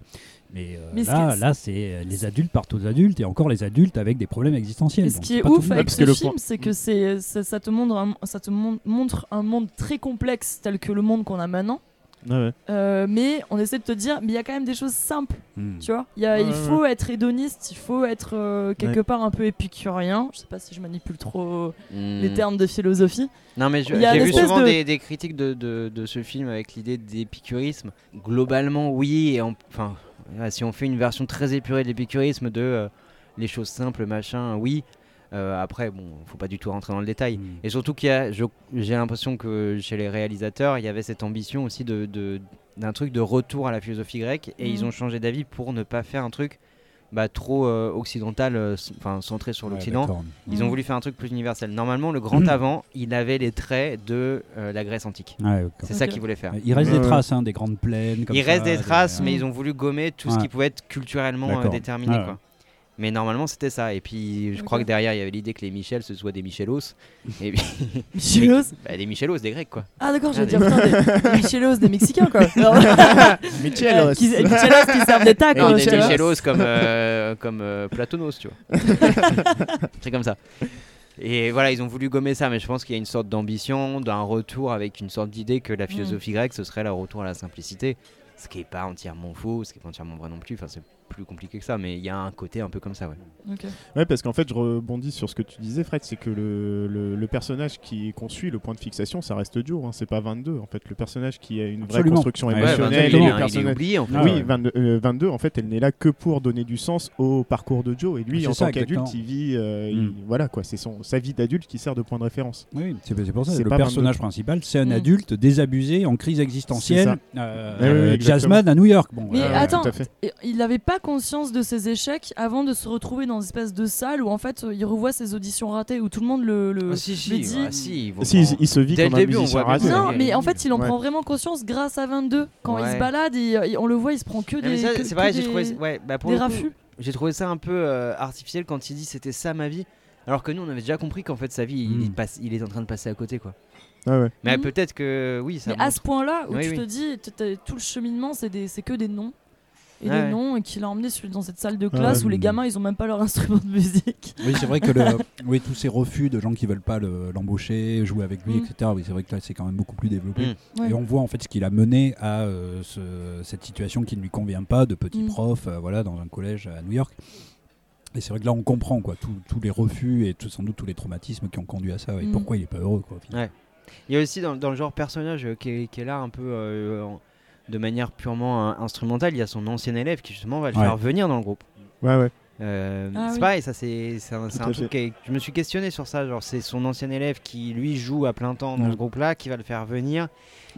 Speaker 3: Mais, euh,
Speaker 1: Mais ce
Speaker 3: là,
Speaker 1: qui-
Speaker 3: là c'est euh, les adultes partent aux adultes, et encore les adultes avec des problèmes existentiels.
Speaker 1: et ce
Speaker 3: Donc,
Speaker 1: qui
Speaker 3: c'est
Speaker 1: est
Speaker 3: pas tout
Speaker 1: ouf
Speaker 3: le monde.
Speaker 1: avec
Speaker 2: parce
Speaker 1: ce
Speaker 2: que le
Speaker 1: film, c'est que c'est ça, ça te montre un, ça te mon- montre un monde très complexe tel que le monde qu'on a maintenant.
Speaker 2: Ouais, ouais.
Speaker 1: Euh, mais on essaie de te dire, mais il y a quand même des choses simples,
Speaker 3: Mm.
Speaker 1: tu vois. Il y a-
Speaker 2: Ouais,
Speaker 1: il
Speaker 2: ouais,
Speaker 1: faut être hédoniste, il faut être euh, quelque part un peu épicurien. Je sais pas si je manipule trop
Speaker 4: Mm.
Speaker 1: les termes de philosophie.
Speaker 4: Non, mais je-
Speaker 1: Il y a
Speaker 4: j'ai
Speaker 1: une
Speaker 4: vu
Speaker 1: espèce
Speaker 4: souvent
Speaker 1: de-
Speaker 4: des, des critiques de, de- de ce film avec l'idée d'épicurisme. Globalement, oui. Et en- enfin, voilà, si on fait une version très épurée de l'épicurisme, de euh, les choses simples, machin, oui. Euh, après, bon, faut pas du tout rentrer dans le détail.
Speaker 3: Mm.
Speaker 4: Et surtout qu'il y a, je- j'ai l'impression que chez les réalisateurs, il y avait cette ambition aussi de, de- d'un truc de retour à la philosophie grecque, et ils
Speaker 1: Mhm.
Speaker 4: ont changé d'avis pour ne pas faire un truc bah, trop euh, occidental, euh, s- enfin centré sur
Speaker 3: Ouais,
Speaker 4: l'Occident.
Speaker 3: d'accord.
Speaker 4: ils
Speaker 2: Hmm.
Speaker 4: ont voulu faire un truc plus universel. Normalement, le grand
Speaker 3: Mhm.
Speaker 4: avant, il avait les traits de euh, la Grèce antique.
Speaker 3: Ouais, d'accord.
Speaker 4: C'est ça
Speaker 1: Ok.
Speaker 4: qu'ils voulaient faire.
Speaker 3: Il reste
Speaker 2: Ouais,
Speaker 3: des
Speaker 2: ouais.
Speaker 3: traces, hein, des grandes plaines. comme
Speaker 4: il reste
Speaker 3: ça,
Speaker 4: des traces, mais
Speaker 1: Ouais.
Speaker 4: ils ont voulu gommer tout ce
Speaker 3: Ouais.
Speaker 4: qui pouvait être culturellement euh,
Speaker 3: D'accord.
Speaker 4: déterminé.
Speaker 3: Ah ouais.
Speaker 4: quoi. Mais normalement, c'était ça. Et puis, je crois
Speaker 1: Ok.
Speaker 4: que derrière, il y avait l'idée que les Michel, ce soit des Michelos. Et puis,
Speaker 1: Michelos
Speaker 4: bah, des Michelos, des Grecs, quoi.
Speaker 1: Ah d'accord, je
Speaker 4: Ah,
Speaker 1: veux dire
Speaker 4: des-
Speaker 1: putain, des Michelos des Mexicains quoi. Alors,
Speaker 2: Michelos.
Speaker 1: qui, Michelos qui servent des tacos.
Speaker 4: Non, des
Speaker 1: Michelos.
Speaker 4: Michelos comme, euh, comme euh, Platonos, tu vois. C'est comme ça. Et voilà, ils ont voulu gommer ça, mais je pense qu'il y a une
Speaker 1: Mm.
Speaker 4: sorte d'ambition, d'un retour avec une sorte d'idée que la philosophie grecque, ce serait le retour à la simplicité.
Speaker 10: Ce qui n'est pas entièrement faux, ce qui n'est pas entièrement vrai non plus. Enfin, c'est plus compliqué que ça, mais il y a un côté un peu comme ça, ouais.
Speaker 1: Ok.
Speaker 2: Ouais, parce qu'en fait, je rebondis sur ce que tu disais, Fred, c'est que le, le- le personnage qui qu'on suit, le point de fixation, ça reste Dior, hein, c'est pas 22. En fait, le personnage qui a une vraie
Speaker 3: Absolument.
Speaker 2: construction
Speaker 3: Ouais,
Speaker 10: Ouais,
Speaker 2: émotionnelle,
Speaker 10: 22, il,
Speaker 2: et
Speaker 10: est-
Speaker 2: le
Speaker 10: il est
Speaker 2: personnage-
Speaker 10: oublié en fait.
Speaker 3: Ah
Speaker 2: oui,
Speaker 3: ouais.
Speaker 2: 22, euh, 22, en fait, elle n'est là que pour donner du sens au parcours de Joe. Et lui,
Speaker 3: Ah, C'est
Speaker 2: en
Speaker 3: ça,
Speaker 2: tant qu'adulte,
Speaker 3: exactement.
Speaker 2: il vit. euh,
Speaker 3: Mm.
Speaker 2: il- voilà, quoi. C'est son- sa vie d'adulte qui sert de point de référence.
Speaker 3: Oui, oui, c'est c'est pour ça.
Speaker 2: C'est
Speaker 3: Le
Speaker 2: pas
Speaker 3: personnage principal, c'est un
Speaker 1: Mm.
Speaker 3: adulte désabusé en crise existentielle. euh,
Speaker 2: Eh oui, oui,
Speaker 3: euh,
Speaker 2: exactement.
Speaker 3: Jasmine à New York. Bon, euh,
Speaker 1: Mais
Speaker 2: Ah Ouais, ouais,
Speaker 1: attends,
Speaker 2: tout à fait.
Speaker 1: Et il n'avait pas conscience de ses échecs avant de se retrouver dans une espèce de salle où en fait euh, il revoit ses auditions ratées où tout le monde le. le-
Speaker 10: Ah, si,
Speaker 1: le
Speaker 10: si,
Speaker 1: dit.
Speaker 10: ah, si, ils vont
Speaker 2: Si, il, il se vit
Speaker 10: Dès le
Speaker 2: comme un
Speaker 10: début, on
Speaker 2: musicien
Speaker 10: voit bien
Speaker 2: raté.
Speaker 10: ça.
Speaker 1: Non,
Speaker 10: Ouais.
Speaker 1: mais en fait, il en
Speaker 2: Ah, Ouais.
Speaker 1: prend vraiment conscience grâce à 22. Quand il
Speaker 10: Ouais.
Speaker 1: se balade, il- il- on le voit, il se prend que
Speaker 10: Non, mais
Speaker 1: des.
Speaker 10: ça,
Speaker 1: que-
Speaker 10: c'est
Speaker 1: que
Speaker 10: pareil,
Speaker 1: des-
Speaker 10: j'ai trouvé, ouais, bah, pour
Speaker 1: des
Speaker 10: le coup,
Speaker 1: raffus.
Speaker 10: j'ai trouvé ça un peu euh, artificiel quand il dit c'était ça ma vie, alors que nous on avait déjà compris qu'en fait sa vie il-
Speaker 3: Mm.
Speaker 10: il, passe, il est en train de passer à côté quoi.
Speaker 2: Ah Ouais, ouais.
Speaker 10: Mais
Speaker 1: Mhm.
Speaker 10: peut-être que oui, ça
Speaker 1: Mais à ce point-là, où
Speaker 10: Oui,
Speaker 1: tu
Speaker 10: oui.
Speaker 1: te dis, t- t'as- tout le cheminement, c'est des- c'est que des noms. Et
Speaker 10: Ouais.
Speaker 1: des noms, et qu'il a emmené sur- dans cette salle de
Speaker 2: Ah, Ouais.
Speaker 1: classe où les
Speaker 3: Mm.
Speaker 1: gamins, ils ont même pas leur instrument de musique.
Speaker 3: Oui, c'est vrai que le- oui, tous ces refus de gens qui veulent pas le- l'embaucher, jouer avec lui,
Speaker 1: Mm.
Speaker 3: etc. Oui, c'est vrai que là, c'est quand même beaucoup plus développé.
Speaker 4: Mm.
Speaker 1: Ouais.
Speaker 3: Et on voit en fait ce qu'il a mené à euh, ce- cette situation qui ne lui convient pas de petit
Speaker 1: Mm.
Speaker 3: prof, euh, voilà, dans un collège à New York. Et c'est vrai que là, on comprend quoi, tous- tous les refus et tout, sans doute tous les traumatismes qui ont conduit à ça et
Speaker 1: Mm.
Speaker 3: pourquoi il est pas heureux quoi. au final.
Speaker 10: Il y a aussi dans, dans le genre personnage euh, qui est, qui est là un peu euh, en- de manière purement euh, instrumentale, il y a son ancien élève qui justement va le
Speaker 3: Ouais.
Speaker 10: faire venir dans le groupe.
Speaker 2: Ouais, ouais.
Speaker 10: Euh,
Speaker 1: Ah
Speaker 10: c'est
Speaker 1: oui.
Speaker 10: pareil, ça c'est c'est un, c'est
Speaker 2: Tout
Speaker 10: un
Speaker 2: à
Speaker 10: truc. qui est- je me suis questionné sur ça, genre c'est son ancien élève qui lui joue à plein temps dans
Speaker 3: Ouais.
Speaker 10: ce groupe-là, qui va le faire venir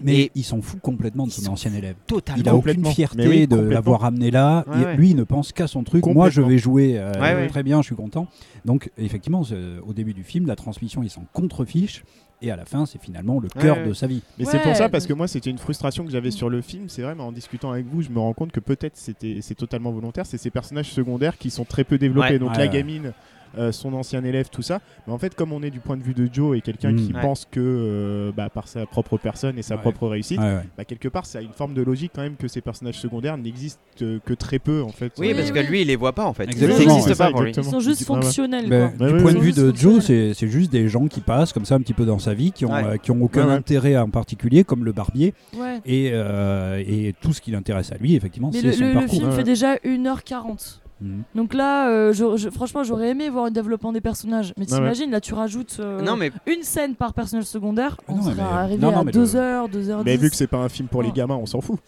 Speaker 3: Mais
Speaker 10: Et-
Speaker 3: il s'en fout complètement de
Speaker 10: Il
Speaker 3: son
Speaker 10: s'en
Speaker 3: ancien élève.
Speaker 10: totalement.
Speaker 3: Il a aucune
Speaker 2: complètement.
Speaker 3: fierté
Speaker 2: Mais oui,
Speaker 3: de
Speaker 2: complètement.
Speaker 3: l'avoir ramené là.
Speaker 10: Ouais,
Speaker 3: Et
Speaker 10: ouais.
Speaker 3: Lui, il ne pense qu'à son truc. Moi, je
Speaker 2: Complètement.
Speaker 3: vais jouer euh,
Speaker 10: Ouais, ouais.
Speaker 3: très bien, je suis content. Donc, effectivement, c'est- au début du film, la transmission, il s'en contrefiche. Et à la fin, c'est finalement le
Speaker 10: Ouais,
Speaker 3: cœur
Speaker 10: ouais.
Speaker 3: de sa vie.
Speaker 2: Mais c'est pour
Speaker 1: Ouais,
Speaker 2: ça, parce
Speaker 1: mais-
Speaker 2: que moi, c'était une frustration que j'avais sur le film. C'est vrai, mais en discutant avec vous, je me rends compte que peut-être c'était c'est totalement volontaire. C'est ces personnages secondaires qui sont très peu développés.
Speaker 10: Ouais.
Speaker 2: Donc
Speaker 3: Ouais,
Speaker 2: la
Speaker 3: ouais.
Speaker 2: gamine, euh, son ancien élève, tout ça. Mais en fait, comme on est du point de vue de Joe et quelqu'un
Speaker 3: Mm.
Speaker 2: qui
Speaker 10: Ouais.
Speaker 2: pense que euh, bah, par sa propre personne et sa
Speaker 3: Ouais.
Speaker 2: propre réussite,
Speaker 3: Ouais, ouais.
Speaker 2: bah, quelque part, ça a une forme de logique quand même que ces personnages secondaires n'existent euh, que très peu en fait. Euh,
Speaker 10: Oui,
Speaker 1: Oui,
Speaker 10: parce
Speaker 1: oui.
Speaker 10: que lui il les voit pas en fait.
Speaker 3: Exactement.
Speaker 10: Ils
Speaker 2: C'est
Speaker 10: n'existent
Speaker 2: ça,
Speaker 10: pas pour lui.
Speaker 1: Ils
Speaker 2: exactement.
Speaker 1: sont juste
Speaker 2: Ouais, ouais.
Speaker 1: fonctionnels.
Speaker 3: Ben,
Speaker 1: quoi.
Speaker 2: Ouais,
Speaker 3: du
Speaker 2: ouais,
Speaker 3: point de
Speaker 2: ouais.
Speaker 3: vue de
Speaker 1: Ils sont
Speaker 3: Joe,
Speaker 1: juste
Speaker 3: c'est c'est juste des gens qui passent comme ça un petit peu dans sa vie, qui ont,
Speaker 10: Ouais.
Speaker 3: euh, qui ont aucun
Speaker 2: Ouais, ouais.
Speaker 3: intérêt à un particulier, comme le barbier.
Speaker 1: Ouais.
Speaker 3: Et, euh, et tout ce qui l'intéresse à lui, effectivement,
Speaker 1: Mais
Speaker 3: c'est
Speaker 1: le,
Speaker 3: son
Speaker 1: le- le
Speaker 3: parcours.
Speaker 1: film
Speaker 2: Ouais.
Speaker 1: fait déjà 1h40.
Speaker 3: Mhm.
Speaker 1: Donc là, euh, je- je- franchement, j'aurais aimé voir un développement des personnages. Mais
Speaker 2: Ouais,
Speaker 1: t'imagines, là, tu rajoutes euh,
Speaker 10: Non mais
Speaker 1: une scène par personnage secondaire.
Speaker 3: Ah
Speaker 1: on
Speaker 3: non, mais-
Speaker 1: sera arrivé
Speaker 3: non, non,
Speaker 1: à
Speaker 3: mais
Speaker 1: 2h,
Speaker 3: le-
Speaker 1: 2h10.
Speaker 2: Mais vu que c'est pas un film pour les
Speaker 1: Non.
Speaker 2: gamins, on s'en fout.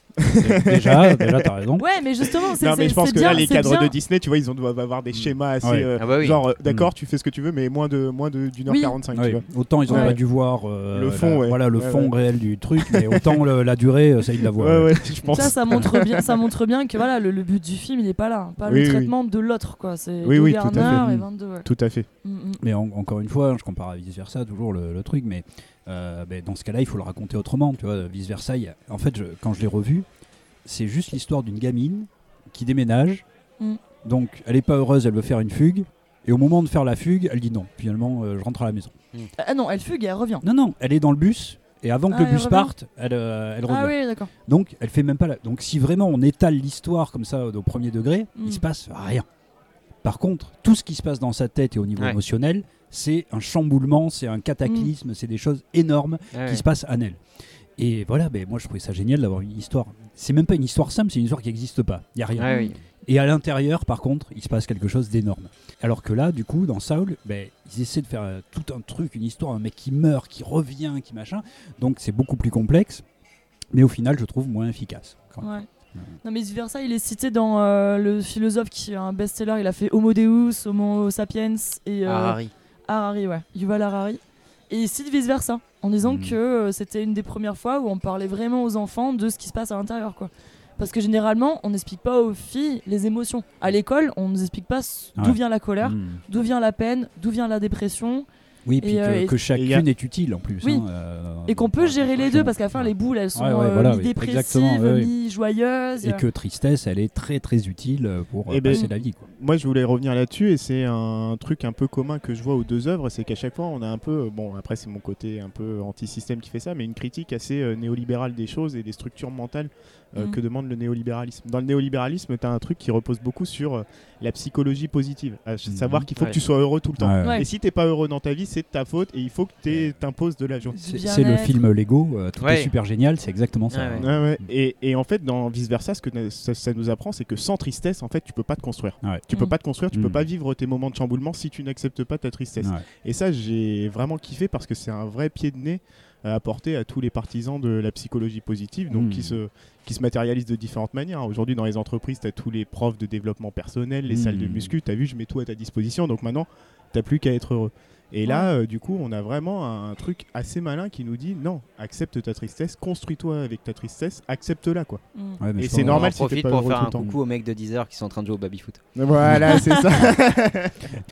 Speaker 3: déjà, déjà t'as raison.
Speaker 1: Ouais, mais justement, c'est
Speaker 2: Non, mais
Speaker 1: c'est-
Speaker 2: je pense
Speaker 1: c'est
Speaker 2: que
Speaker 1: bien,
Speaker 2: là, les
Speaker 1: c'est
Speaker 2: cadres
Speaker 1: bien. Mm.
Speaker 2: de Disney, tu vois, ils ont- doivent avoir des schémas assez.
Speaker 3: Ouais.
Speaker 2: euh,
Speaker 10: Ah bah oui.
Speaker 2: Genre, euh, d'accord, tu fais ce que tu veux, mais moins de moins de- d'une heure
Speaker 1: Oui.
Speaker 2: 45, tu
Speaker 3: Ouais,
Speaker 2: vois.
Speaker 3: autant ils ont
Speaker 1: Ouais.
Speaker 3: pas dû voir euh,
Speaker 2: Le fond,
Speaker 3: la-
Speaker 2: ouais.
Speaker 3: voilà le
Speaker 2: Ouais,
Speaker 3: fond
Speaker 2: ouais.
Speaker 3: réel du truc, mais autant le- la durée, euh, ça ils la voient.
Speaker 2: Ouais,
Speaker 3: ouais.
Speaker 2: ouais, je pense.
Speaker 1: Ça, ça montre bien, ça montre bien que voilà, le, le but du film, il est pas là, hein, pas
Speaker 2: Oui,
Speaker 1: le
Speaker 2: oui,
Speaker 1: traitement de l'autre, quoi. C'est
Speaker 2: Oui,
Speaker 1: Guy
Speaker 2: oui, tout à
Speaker 1: Garner
Speaker 3: fait.
Speaker 1: et
Speaker 3: Mm.
Speaker 1: 22. ouais.
Speaker 2: Tout à fait.
Speaker 1: Mm, mm.
Speaker 3: Mais en- encore une fois, hein, je compare à vice versa toujours le, le truc, mais euh, ben, dans ce cas-là, il faut le raconter autrement. Tu vois, vice versa, il y a- en fait, je- quand je l'ai revu, c'est juste l'histoire d'une gamine qui déménage.
Speaker 1: Mm.
Speaker 3: Donc, elle est pas heureuse, elle veut faire une fugue. Et au moment de faire la fugue, elle dit non. Finalement, euh, je rentre à la maison.
Speaker 1: Ah non, elle fugue et elle revient.
Speaker 3: Non, non, elle est dans le bus. Et avant que
Speaker 1: Ah,
Speaker 3: le
Speaker 1: elle
Speaker 3: bus
Speaker 1: revient.
Speaker 3: parte, elle, euh, elle revient.
Speaker 1: Ah oui, d'accord.
Speaker 3: Donc, elle fait même pas la... Donc, si vraiment on étale l'histoire comme ça au premier degré,
Speaker 1: Mm.
Speaker 3: il se passe rien. Par contre, tout ce qui se passe dans sa tête et au niveau
Speaker 10: Ouais.
Speaker 3: émotionnel, c'est un chamboulement, c'est un cataclysme, c'est des choses énormes
Speaker 10: Ouais.
Speaker 3: qui se passent à elle. Et voilà, ben, moi je trouvais ça génial d'avoir une histoire. C'est même pas une histoire simple, c'est une histoire qui n'existe pas. Il n'y a rien.
Speaker 10: Ouais, oui.
Speaker 3: Et à l'intérieur, par contre, il se passe quelque chose d'énorme. Alors que là, du coup, dans Saul, ben, ils essaient de faire euh, tout un truc, une histoire, un mec qui meurt, qui revient, qui machin. Donc c'est beaucoup plus complexe, mais au final, je trouve moins efficace. quand même.
Speaker 1: Ouais. Non mais vice versa, il est cité dans euh, le philosophe qui est un best-seller. Il a fait Homo Deus, Homo Sapiens et euh,
Speaker 10: Ah, Harari.
Speaker 1: Harari, ouais, Yuval Harari. Et il cite vice versa en disant
Speaker 3: Mhm.
Speaker 1: que euh, c'était une des premières fois où on parlait vraiment aux enfants de ce qui se passe à l'intérieur, quoi. Parce que généralement, on n'explique pas aux filles les émotions. À l'école, on ne nous explique pas s- d'où
Speaker 3: Ouais.
Speaker 1: vient la colère,
Speaker 2: Hmm.
Speaker 3: Mm.
Speaker 1: d'où vient la peine, d'où vient la dépression,
Speaker 3: Oui, puis
Speaker 1: Et, euh,
Speaker 3: que,
Speaker 1: et-
Speaker 3: que
Speaker 2: Et il y a-
Speaker 3: chacune est utile en plus.
Speaker 1: Oui.
Speaker 3: hein, euh,
Speaker 1: et qu'on
Speaker 3: dans-
Speaker 1: peut
Speaker 3: dans-
Speaker 1: gérer
Speaker 3: dans-
Speaker 1: les deux parce qu'à la fin,
Speaker 3: Ouais.
Speaker 1: les boules, elles sont
Speaker 3: Ouais, ouais,
Speaker 1: euh,
Speaker 3: voilà, oui, exactement,
Speaker 1: mi-dépressives,
Speaker 3: ouais, ouais.
Speaker 1: mi-joyeuses.
Speaker 3: Et que tristesse, elle est très très utile pour euh,
Speaker 2: Eh ben-
Speaker 3: passer la vie. Quoi.
Speaker 2: Moi, je voulais revenir là-dessus et c'est un truc un peu commun que je vois aux deux œuvres, c'est qu'à chaque fois, on a un peu, bon, après c'est euh, mon côté un peu anti-système qui fait ça, mais une critique assez euh, néolibérale des choses et des structures mentales euh,
Speaker 10: Mm.
Speaker 1: Mhm.
Speaker 2: que demande le néolibéralisme. Dans le néolibéralisme, tu as un truc qui repose beaucoup sur euh, la psychologie positive, à s-
Speaker 3: Mhm.
Speaker 2: savoir qu'il faut
Speaker 10: Mm. Ouais.
Speaker 2: que tu sois heureux tout le temps.
Speaker 1: Ouais.
Speaker 2: Et si t'es pas heureux dans ta vie, c'est de ta faute et il faut que t'aies- t'imposes de la joie.
Speaker 3: C'est
Speaker 1: Du
Speaker 3: c'est le
Speaker 1: bien-être.
Speaker 3: film Lego, euh, tout
Speaker 10: Ouais.
Speaker 3: est super génial, c'est exactement ça.
Speaker 10: Ouais,
Speaker 2: Ouais, ouais. Et, et en fait, dans vice versa, ce que na- ça, ça nous apprend, c'est que sans tristesse, en fait, tu peux pas te construire.
Speaker 3: Ouais.
Speaker 2: Tu peux
Speaker 1: Mm.
Speaker 2: pas te construire, tu
Speaker 3: Mm.
Speaker 2: peux pas vivre tes moments de chamboulement si tu n'acceptes pas ta tristesse.
Speaker 3: Ouais.
Speaker 2: Et ça, j'ai vraiment kiffé parce que c'est un vrai pied de nez à apporter à tous les partisans de la psychologie positive, donc
Speaker 3: Mm.
Speaker 2: qui se qui se matérialise de différentes manières. Aujourd'hui, dans les entreprises, tu as tous les profs de développement personnel, les
Speaker 3: Mm.
Speaker 2: salles de muscu, tu as vu, je mets tout à ta disposition, donc maintenant, t'as plus qu'à être heureux. Et là, euh, du coup, on a vraiment un truc assez malin qui nous dit non, accepte ta tristesse, construis-toi avec ta tristesse, accepte-la quoi.
Speaker 1: Mm.
Speaker 3: Ouais, mais
Speaker 2: Et
Speaker 3: je
Speaker 2: c'est
Speaker 3: trouve-
Speaker 2: normal
Speaker 10: on en
Speaker 2: si t'es
Speaker 10: profite
Speaker 2: pas
Speaker 10: pour
Speaker 2: heureux
Speaker 10: faire
Speaker 2: tout
Speaker 10: un
Speaker 2: le temps.
Speaker 10: coucou aux mecs de 10 heures qui sont en train de jouer au baby-foot.
Speaker 2: Voilà, c'est ça.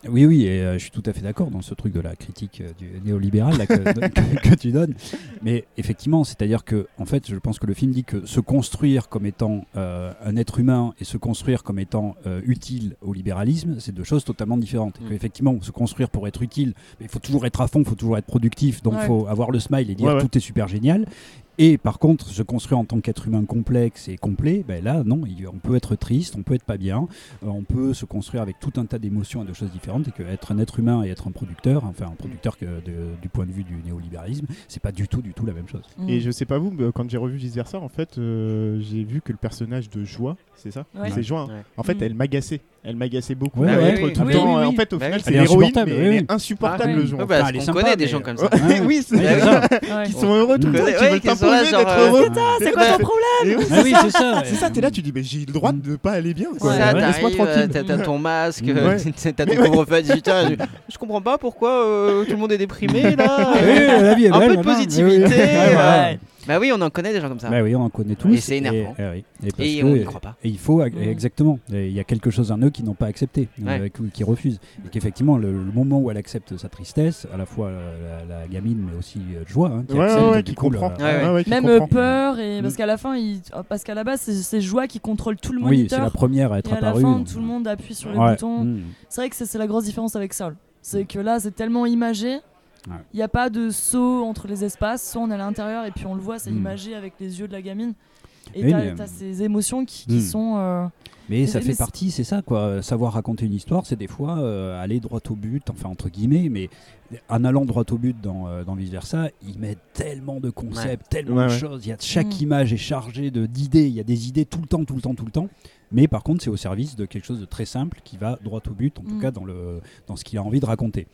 Speaker 3: Oui, oui, et euh, je suis tout à fait d'accord dans ce truc de la critique euh, du néolibéral là, que, que- que tu donnes. Mais effectivement, c'est-à-dire que, en fait, je pense que le film dit que se construire comme étant euh, un être humain et se construire comme étant euh, utile au libéralisme, c'est deux choses totalement différentes. Et
Speaker 10: Mm.
Speaker 3: que, effectivement, se construire pour être utile, mais il faut toujours être à fond, il faut toujours être productif, donc il
Speaker 1: Ouais.
Speaker 3: faut avoir le smile et dire
Speaker 2: Ouais, ouais.
Speaker 3: tout est super génial. Et par contre, se construire en tant qu'être humain complexe et complet, ben là, non, il- on peut être triste, on peut être pas bien, euh, on peut se construire avec tout un tas d'émotions et de choses différentes et que être un être humain et être un producteur enfin un producteur que de- du point de vue du néolibéralisme c'est pas du tout du tout la même chose
Speaker 1: Mm.
Speaker 2: Et je sais pas vous, mais quand j'ai revu Vice Versa, en fait, euh, j'ai vu que le personnage de Joie, c'est ça
Speaker 1: Ouais.
Speaker 2: C'est Joie. hein.
Speaker 10: Ouais.
Speaker 2: En fait,
Speaker 1: Mm.
Speaker 2: elle m'agaçait. Elle m'agaçait beaucoup.
Speaker 3: Ouais,
Speaker 2: elle
Speaker 10: ouais,
Speaker 2: être
Speaker 10: oui.
Speaker 2: tout le
Speaker 1: Oui,
Speaker 2: temps.
Speaker 1: oui,
Speaker 2: En
Speaker 1: oui.
Speaker 2: fait, au
Speaker 10: Bah
Speaker 2: final,
Speaker 10: oui.
Speaker 2: c'est
Speaker 3: Elle est
Speaker 2: l'héroïne, mais
Speaker 3: insupportable,
Speaker 2: elle
Speaker 3: oui,
Speaker 2: est
Speaker 3: oui.
Speaker 2: insupportable
Speaker 1: Ah,
Speaker 2: le
Speaker 1: oui.
Speaker 2: jour.
Speaker 4: bah
Speaker 10: Ouais, parce
Speaker 3: Ah, elle est
Speaker 10: qu'on
Speaker 3: sympa,
Speaker 10: connaît des
Speaker 3: mais-
Speaker 10: gens comme ça.
Speaker 2: Ouais, oui, c'est
Speaker 3: Ouais,
Speaker 2: ça.
Speaker 3: c'est
Speaker 1: Ouais.
Speaker 2: Qui sont heureux tout le
Speaker 10: Ouais,
Speaker 2: temps, qui
Speaker 10: ouais,
Speaker 2: veulent
Speaker 10: qui sont
Speaker 2: t'imposer
Speaker 10: là, genre,
Speaker 2: d'être
Speaker 10: euh,
Speaker 2: heureux.
Speaker 1: Putain, c'est quoi ton problème
Speaker 2: Et oui,
Speaker 3: Ah oui, c'est ça
Speaker 2: C'est ça, t'es là, tu dis, mais j'ai le droit de pas aller bien. quoi.
Speaker 3: Ouais,
Speaker 10: ça,
Speaker 3: ouais,
Speaker 10: t'arrives,
Speaker 3: laisse-moi tranquille.
Speaker 10: euh, t'as t'as ton masque,
Speaker 3: Mm.
Speaker 10: euh,
Speaker 2: Ouais.
Speaker 10: t'as t'as ton couvre-feu à 18 heures. Je, je comprends pas pourquoi euh, tout le monde est déprimé là.
Speaker 3: Ah Oui, la vie est
Speaker 10: Un peu
Speaker 3: belle,
Speaker 10: de
Speaker 3: maman.
Speaker 10: positivité,
Speaker 3: Oui, oui.
Speaker 10: euh,
Speaker 3: Ouais.
Speaker 10: Bah oui, on en connaît des gens comme ça.
Speaker 3: Bah oui, on en connaît tous.
Speaker 10: Et c'est énervant.
Speaker 3: Et, ah oui. Et parce
Speaker 10: Et
Speaker 3: que-
Speaker 10: on n'y croit pas.
Speaker 3: Et il faut,
Speaker 1: Mm.
Speaker 3: exactement. Et Il y a quelque chose en eux qui n'ont pas accepté, euh,
Speaker 10: Ouais.
Speaker 3: qui, qui refusent. Et qu'effectivement, le, le moment où elle accepte sa tristesse, à la fois euh, la, la gamine, mais aussi euh, joie, hein, qui
Speaker 2: Ouais, ouais,
Speaker 3: accepte,
Speaker 2: ouais,
Speaker 3: du
Speaker 2: qui
Speaker 3: coup, le-
Speaker 2: comprend.
Speaker 10: Ouais, ouais.
Speaker 2: Ouais, ouais, qui
Speaker 1: Même
Speaker 2: comprend.
Speaker 1: euh, peur et parce
Speaker 3: Mm.
Speaker 1: qu'à la fin, il- ah, parce qu'à la base, c'est- c'est Joie qui contrôle tout le
Speaker 3: Oui, c'est la
Speaker 1: moniteur.
Speaker 3: première à
Speaker 1: Et
Speaker 3: être
Speaker 1: à la
Speaker 3: apparue.
Speaker 1: fin,
Speaker 3: donc-
Speaker 1: tout le monde appuie sur le
Speaker 3: Ouais.
Speaker 1: bouton.
Speaker 3: Mm.
Speaker 1: C'est vrai que c'est c'est la grosse différence avec Sol. C'est que là, c'est tellement imagé. Il
Speaker 3: Ouais.
Speaker 1: n'y a pas de saut entre les espaces. Soit on est à l'intérieur et puis on le voit, c'est
Speaker 3: Mm.
Speaker 1: imagé avec les yeux de la gamine. Et
Speaker 3: Oui,
Speaker 1: t'as
Speaker 3: mais-
Speaker 1: t'as ces émotions qui, qui
Speaker 3: Mm.
Speaker 1: sont. euh,
Speaker 3: Mais ça
Speaker 1: Mais-
Speaker 3: fait
Speaker 1: mais-
Speaker 3: partie, c'est ça, quoi. Euh, Savoir raconter une histoire, c'est des fois euh, aller droit au but, enfin entre guillemets, mais en allant droit au but dans, euh, dans Vice Versa, ils mettent tellement de concepts, tellement
Speaker 2: Ouais,
Speaker 3: de
Speaker 2: ouais.
Speaker 3: choses. Il y a, chaque
Speaker 1: Mm.
Speaker 3: image est chargée de- d'idées, il y a des idées tout le temps, tout le temps, tout le temps. Mais par contre, c'est au service de quelque chose de très simple qui va droit au but, en tout
Speaker 1: Mm.
Speaker 3: cas dans, le, dans ce qu'il a envie de raconter.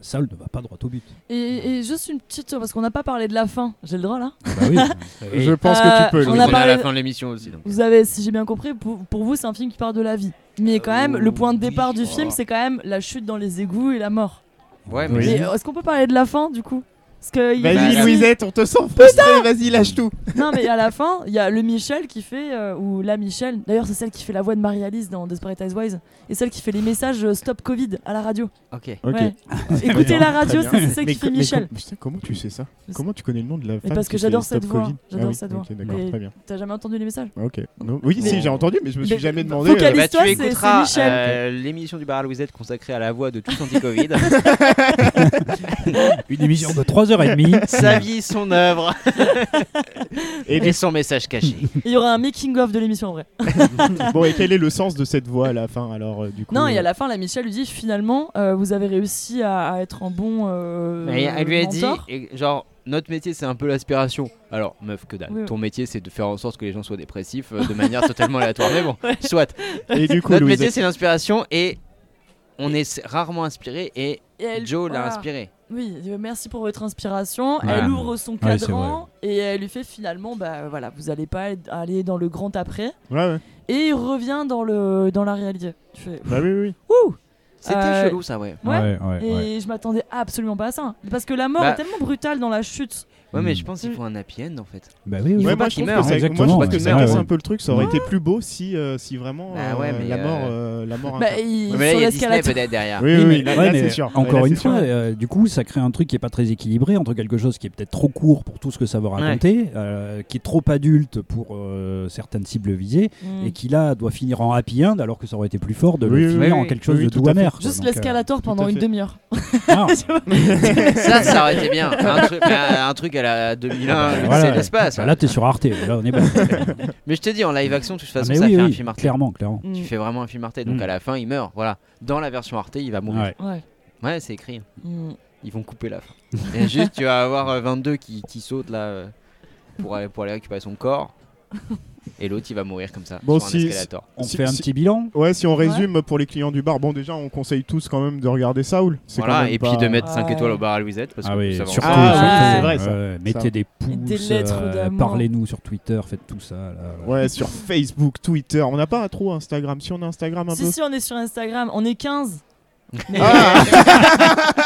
Speaker 3: Saul ne va pas droit au but.
Speaker 1: Et, et juste une petite. Parce qu'on n'a pas parlé de la fin. J'ai le droit là
Speaker 3: Bah oui,
Speaker 10: Et-
Speaker 2: Je pense que tu peux.
Speaker 1: Ah, on
Speaker 10: On
Speaker 2: le-
Speaker 10: est
Speaker 1: a
Speaker 10: à la
Speaker 1: parlé-
Speaker 10: fin de l'émission aussi. donc.
Speaker 1: Vous avez, si j'ai bien compris, pour, pour vous, c'est un film qui part de la vie. Mais quand même, le point de
Speaker 10: oui,
Speaker 1: départ du
Speaker 10: voilà.
Speaker 1: film, c'est quand même la chute dans les égouts et la mort.
Speaker 10: Ouais,
Speaker 2: Oui.
Speaker 1: Et, euh, Est-ce qu'on peut parler de la fin du coup Parce que il y a-
Speaker 2: Vas-y,
Speaker 10: Bah,
Speaker 2: Louisette, on te sent frustré, vas-y, lâche tout.
Speaker 1: Non, mais à la fin, il y a le Michel qui fait, euh, ou la Michel, d'ailleurs, c'est celle qui fait la voix de Marie-Alice dans Desperate Housewives, et celle qui fait les messages euh, Stop Covid à la radio.
Speaker 10: Ok.
Speaker 2: Ok.
Speaker 1: Ouais. Écoutez la radio, c'est c'est celle qui fait
Speaker 2: co-
Speaker 1: Michel.
Speaker 2: com- putain, comment tu sais ça
Speaker 1: Parce-
Speaker 2: Comment tu connais le nom de la femme
Speaker 1: parce
Speaker 2: qui
Speaker 1: que
Speaker 2: fait
Speaker 1: j'adore
Speaker 2: Stop
Speaker 1: cette voix,
Speaker 2: Covid Ah
Speaker 1: j'adore
Speaker 2: oui,
Speaker 1: cette voix.
Speaker 2: Ok, d'accord,
Speaker 1: Mais-
Speaker 2: très bien.
Speaker 1: T'as jamais entendu les messages
Speaker 2: Ah, Ok. Non, Oui,
Speaker 1: Mais-
Speaker 2: si, j'ai entendu, mais je me suis
Speaker 1: Mais-
Speaker 2: jamais
Speaker 1: faut
Speaker 2: demandé.
Speaker 1: qu'elle
Speaker 2: euh,
Speaker 1: ait-
Speaker 10: Bah,
Speaker 1: L'histoire,
Speaker 10: tu
Speaker 1: c'est-
Speaker 10: écouteras
Speaker 1: c'est Michel.
Speaker 10: euh, l'émission du bar à Louisette consacrée à la voix de tous anti-Covid.
Speaker 3: une émission de 3h30.
Speaker 10: Sa vie, son œuvre
Speaker 2: Et
Speaker 10: et son message caché.
Speaker 1: Et Il y aura un making-of de l'émission en vrai.
Speaker 2: Bon, et quel est le sens de cette voix à la fin alors euh, du coup
Speaker 1: Non, et
Speaker 2: euh,
Speaker 1: à la fin, la Michel lui dit finalement, euh, vous avez réussi à, à être un bon. euh,
Speaker 10: Mais elle lui a dit,
Speaker 1: mentor.
Speaker 10: et genre, notre métier c'est un peu l'aspiration. Alors, meuf, que dalle.
Speaker 1: Oui, oui.
Speaker 10: Ton métier c'est de faire en sorte que les gens soient dépressifs euh, de manière totalement aléatoire. Mais bon, soit.
Speaker 2: Et du coup,
Speaker 10: Notre
Speaker 2: Louisette-
Speaker 10: métier c'est l'inspiration et on est rarement inspiré et
Speaker 1: Et elle-
Speaker 10: Joe l'a
Speaker 1: voilà.
Speaker 10: inspiré.
Speaker 1: Oui, elle dit, merci pour votre inspiration.
Speaker 3: Voilà.
Speaker 1: Elle ouvre son
Speaker 3: Ouais, c'est
Speaker 1: cadran et elle lui fait finalement, bah voilà, vous allez pas aller dans le grand après.
Speaker 2: Ouais, ouais.
Speaker 1: Et il revient dans, le, dans la réalité. Tu fais,
Speaker 2: Bah oui, oui, oui.
Speaker 1: ouh
Speaker 10: C'était
Speaker 1: Euh,
Speaker 10: chelou ça, ouais.
Speaker 1: Ouais.
Speaker 3: Ouais, ouais,
Speaker 1: Et
Speaker 3: ouais.
Speaker 1: je m'attendais absolument pas à ça. Parce que la mort
Speaker 10: Bah.
Speaker 1: est tellement brutale dans la chute.
Speaker 10: Ouais, mais je
Speaker 3: Mm.
Speaker 10: pense qu'il faut un happy end en fait.
Speaker 3: Bah oui, oui.
Speaker 2: Ouais,
Speaker 10: pas
Speaker 2: moi, je
Speaker 10: qu'il
Speaker 2: trouve que
Speaker 10: meure.
Speaker 2: ça- moi, je
Speaker 3: Exactement,
Speaker 2: trouve que
Speaker 3: ouais.
Speaker 2: ça
Speaker 3: Ouais,
Speaker 2: casse
Speaker 3: ouais.
Speaker 2: un peu le truc. Ça aurait
Speaker 3: Ouais.
Speaker 2: été plus beau si, euh, si vraiment
Speaker 10: Bah ouais,
Speaker 2: euh,
Speaker 10: mais,
Speaker 2: la mort,
Speaker 10: euh,
Speaker 2: euh, la mort.
Speaker 1: Bah,
Speaker 2: impacte.
Speaker 1: il,
Speaker 10: mais là,
Speaker 1: sur
Speaker 10: il y a Disney
Speaker 1: l'escalade.
Speaker 10: peut-être
Speaker 4: ah,
Speaker 10: derrière.
Speaker 2: Oui, oui, oui, là,
Speaker 3: Ouais,
Speaker 2: là,
Speaker 3: mais
Speaker 2: c'est sûr.
Speaker 3: Encore
Speaker 2: Là,
Speaker 3: une
Speaker 2: c'est sûr.
Speaker 3: fois, euh, du coup, ça crée un truc qui est pas très équilibré entre quelque chose qui est peut-être trop court pour tout ce que ça veut raconter, euh, qui est trop adulte pour euh, certaines cibles visées,
Speaker 1: Mm.
Speaker 3: et qui là doit finir en happy end alors que ça aurait été plus fort de
Speaker 2: Oui,
Speaker 3: le
Speaker 2: oui,
Speaker 3: finir
Speaker 10: oui,
Speaker 3: en quelque chose
Speaker 2: oui,
Speaker 3: de
Speaker 2: tout
Speaker 3: doux
Speaker 2: à fait.
Speaker 3: amer. quoi.
Speaker 1: Juste
Speaker 3: Donc, euh,
Speaker 1: l'escalator
Speaker 2: tout
Speaker 1: pendant
Speaker 2: à
Speaker 1: une
Speaker 2: fait.
Speaker 1: demi-heure.
Speaker 3: Ah.
Speaker 1: Tu vois
Speaker 4: ça, ça aurait été bien. Un truc, mais un truc à la
Speaker 3: Ah
Speaker 4: 2001,
Speaker 3: bah,
Speaker 4: c'est
Speaker 3: voilà.
Speaker 4: l'espace.
Speaker 2: hein.
Speaker 3: Bah, là, t'es sur Arte. Là, on est bien.
Speaker 4: Mais je te dis, en live action, de toute
Speaker 3: Ah,
Speaker 4: façon,
Speaker 3: mais
Speaker 4: ça
Speaker 3: oui,
Speaker 4: fait un
Speaker 3: oui,
Speaker 4: film Arte.
Speaker 3: clairement, clairement.
Speaker 1: Mm.
Speaker 4: Tu fais vraiment un film Arte. Donc
Speaker 3: Mm.
Speaker 4: à la fin, il meurt. Voilà. Dans la version Arte, il va mourir.
Speaker 3: Ouais.
Speaker 1: Ouais.
Speaker 4: Ouais, c'est écrit.
Speaker 1: Mm.
Speaker 4: Ils vont couper la fin. Et juste, tu vas avoir euh, 22 qui, qui saute là euh, pour aller, pour aller récupérer son corps. Et l'autre, il va mourir comme ça.
Speaker 2: Bon,
Speaker 4: sur
Speaker 2: si-
Speaker 4: un escalator.
Speaker 3: On
Speaker 2: Si-
Speaker 3: fait un
Speaker 2: si-
Speaker 3: petit bilan.
Speaker 2: Ouais, si on résume pour les clients du bar, bon, déjà, on conseille tous quand même de regarder Saoul. C'est quand
Speaker 4: Voilà.
Speaker 2: même
Speaker 4: Et
Speaker 2: pas-
Speaker 4: puis de mettre 5
Speaker 1: Ouais.
Speaker 4: étoiles au bar à Louisette. Parce
Speaker 3: Ah
Speaker 4: que
Speaker 3: oui,
Speaker 4: ça va
Speaker 3: surtout,
Speaker 4: ensemble.
Speaker 2: Ah,
Speaker 3: surtout.
Speaker 2: c'est vrai, ça.
Speaker 3: Ouais, mettez
Speaker 2: Ça.
Speaker 3: des pouces,
Speaker 1: Des lettres
Speaker 3: euh,
Speaker 1: d'amour.
Speaker 3: parlez-nous sur Twitter, faites tout ça. là, là.
Speaker 2: Ouais, sur Facebook, Twitter. On n'a pas trop Instagram. Si on a Instagram un
Speaker 1: Si,
Speaker 2: peu.
Speaker 1: si, on est sur Instagram, on est 15. Mais
Speaker 2: Ah.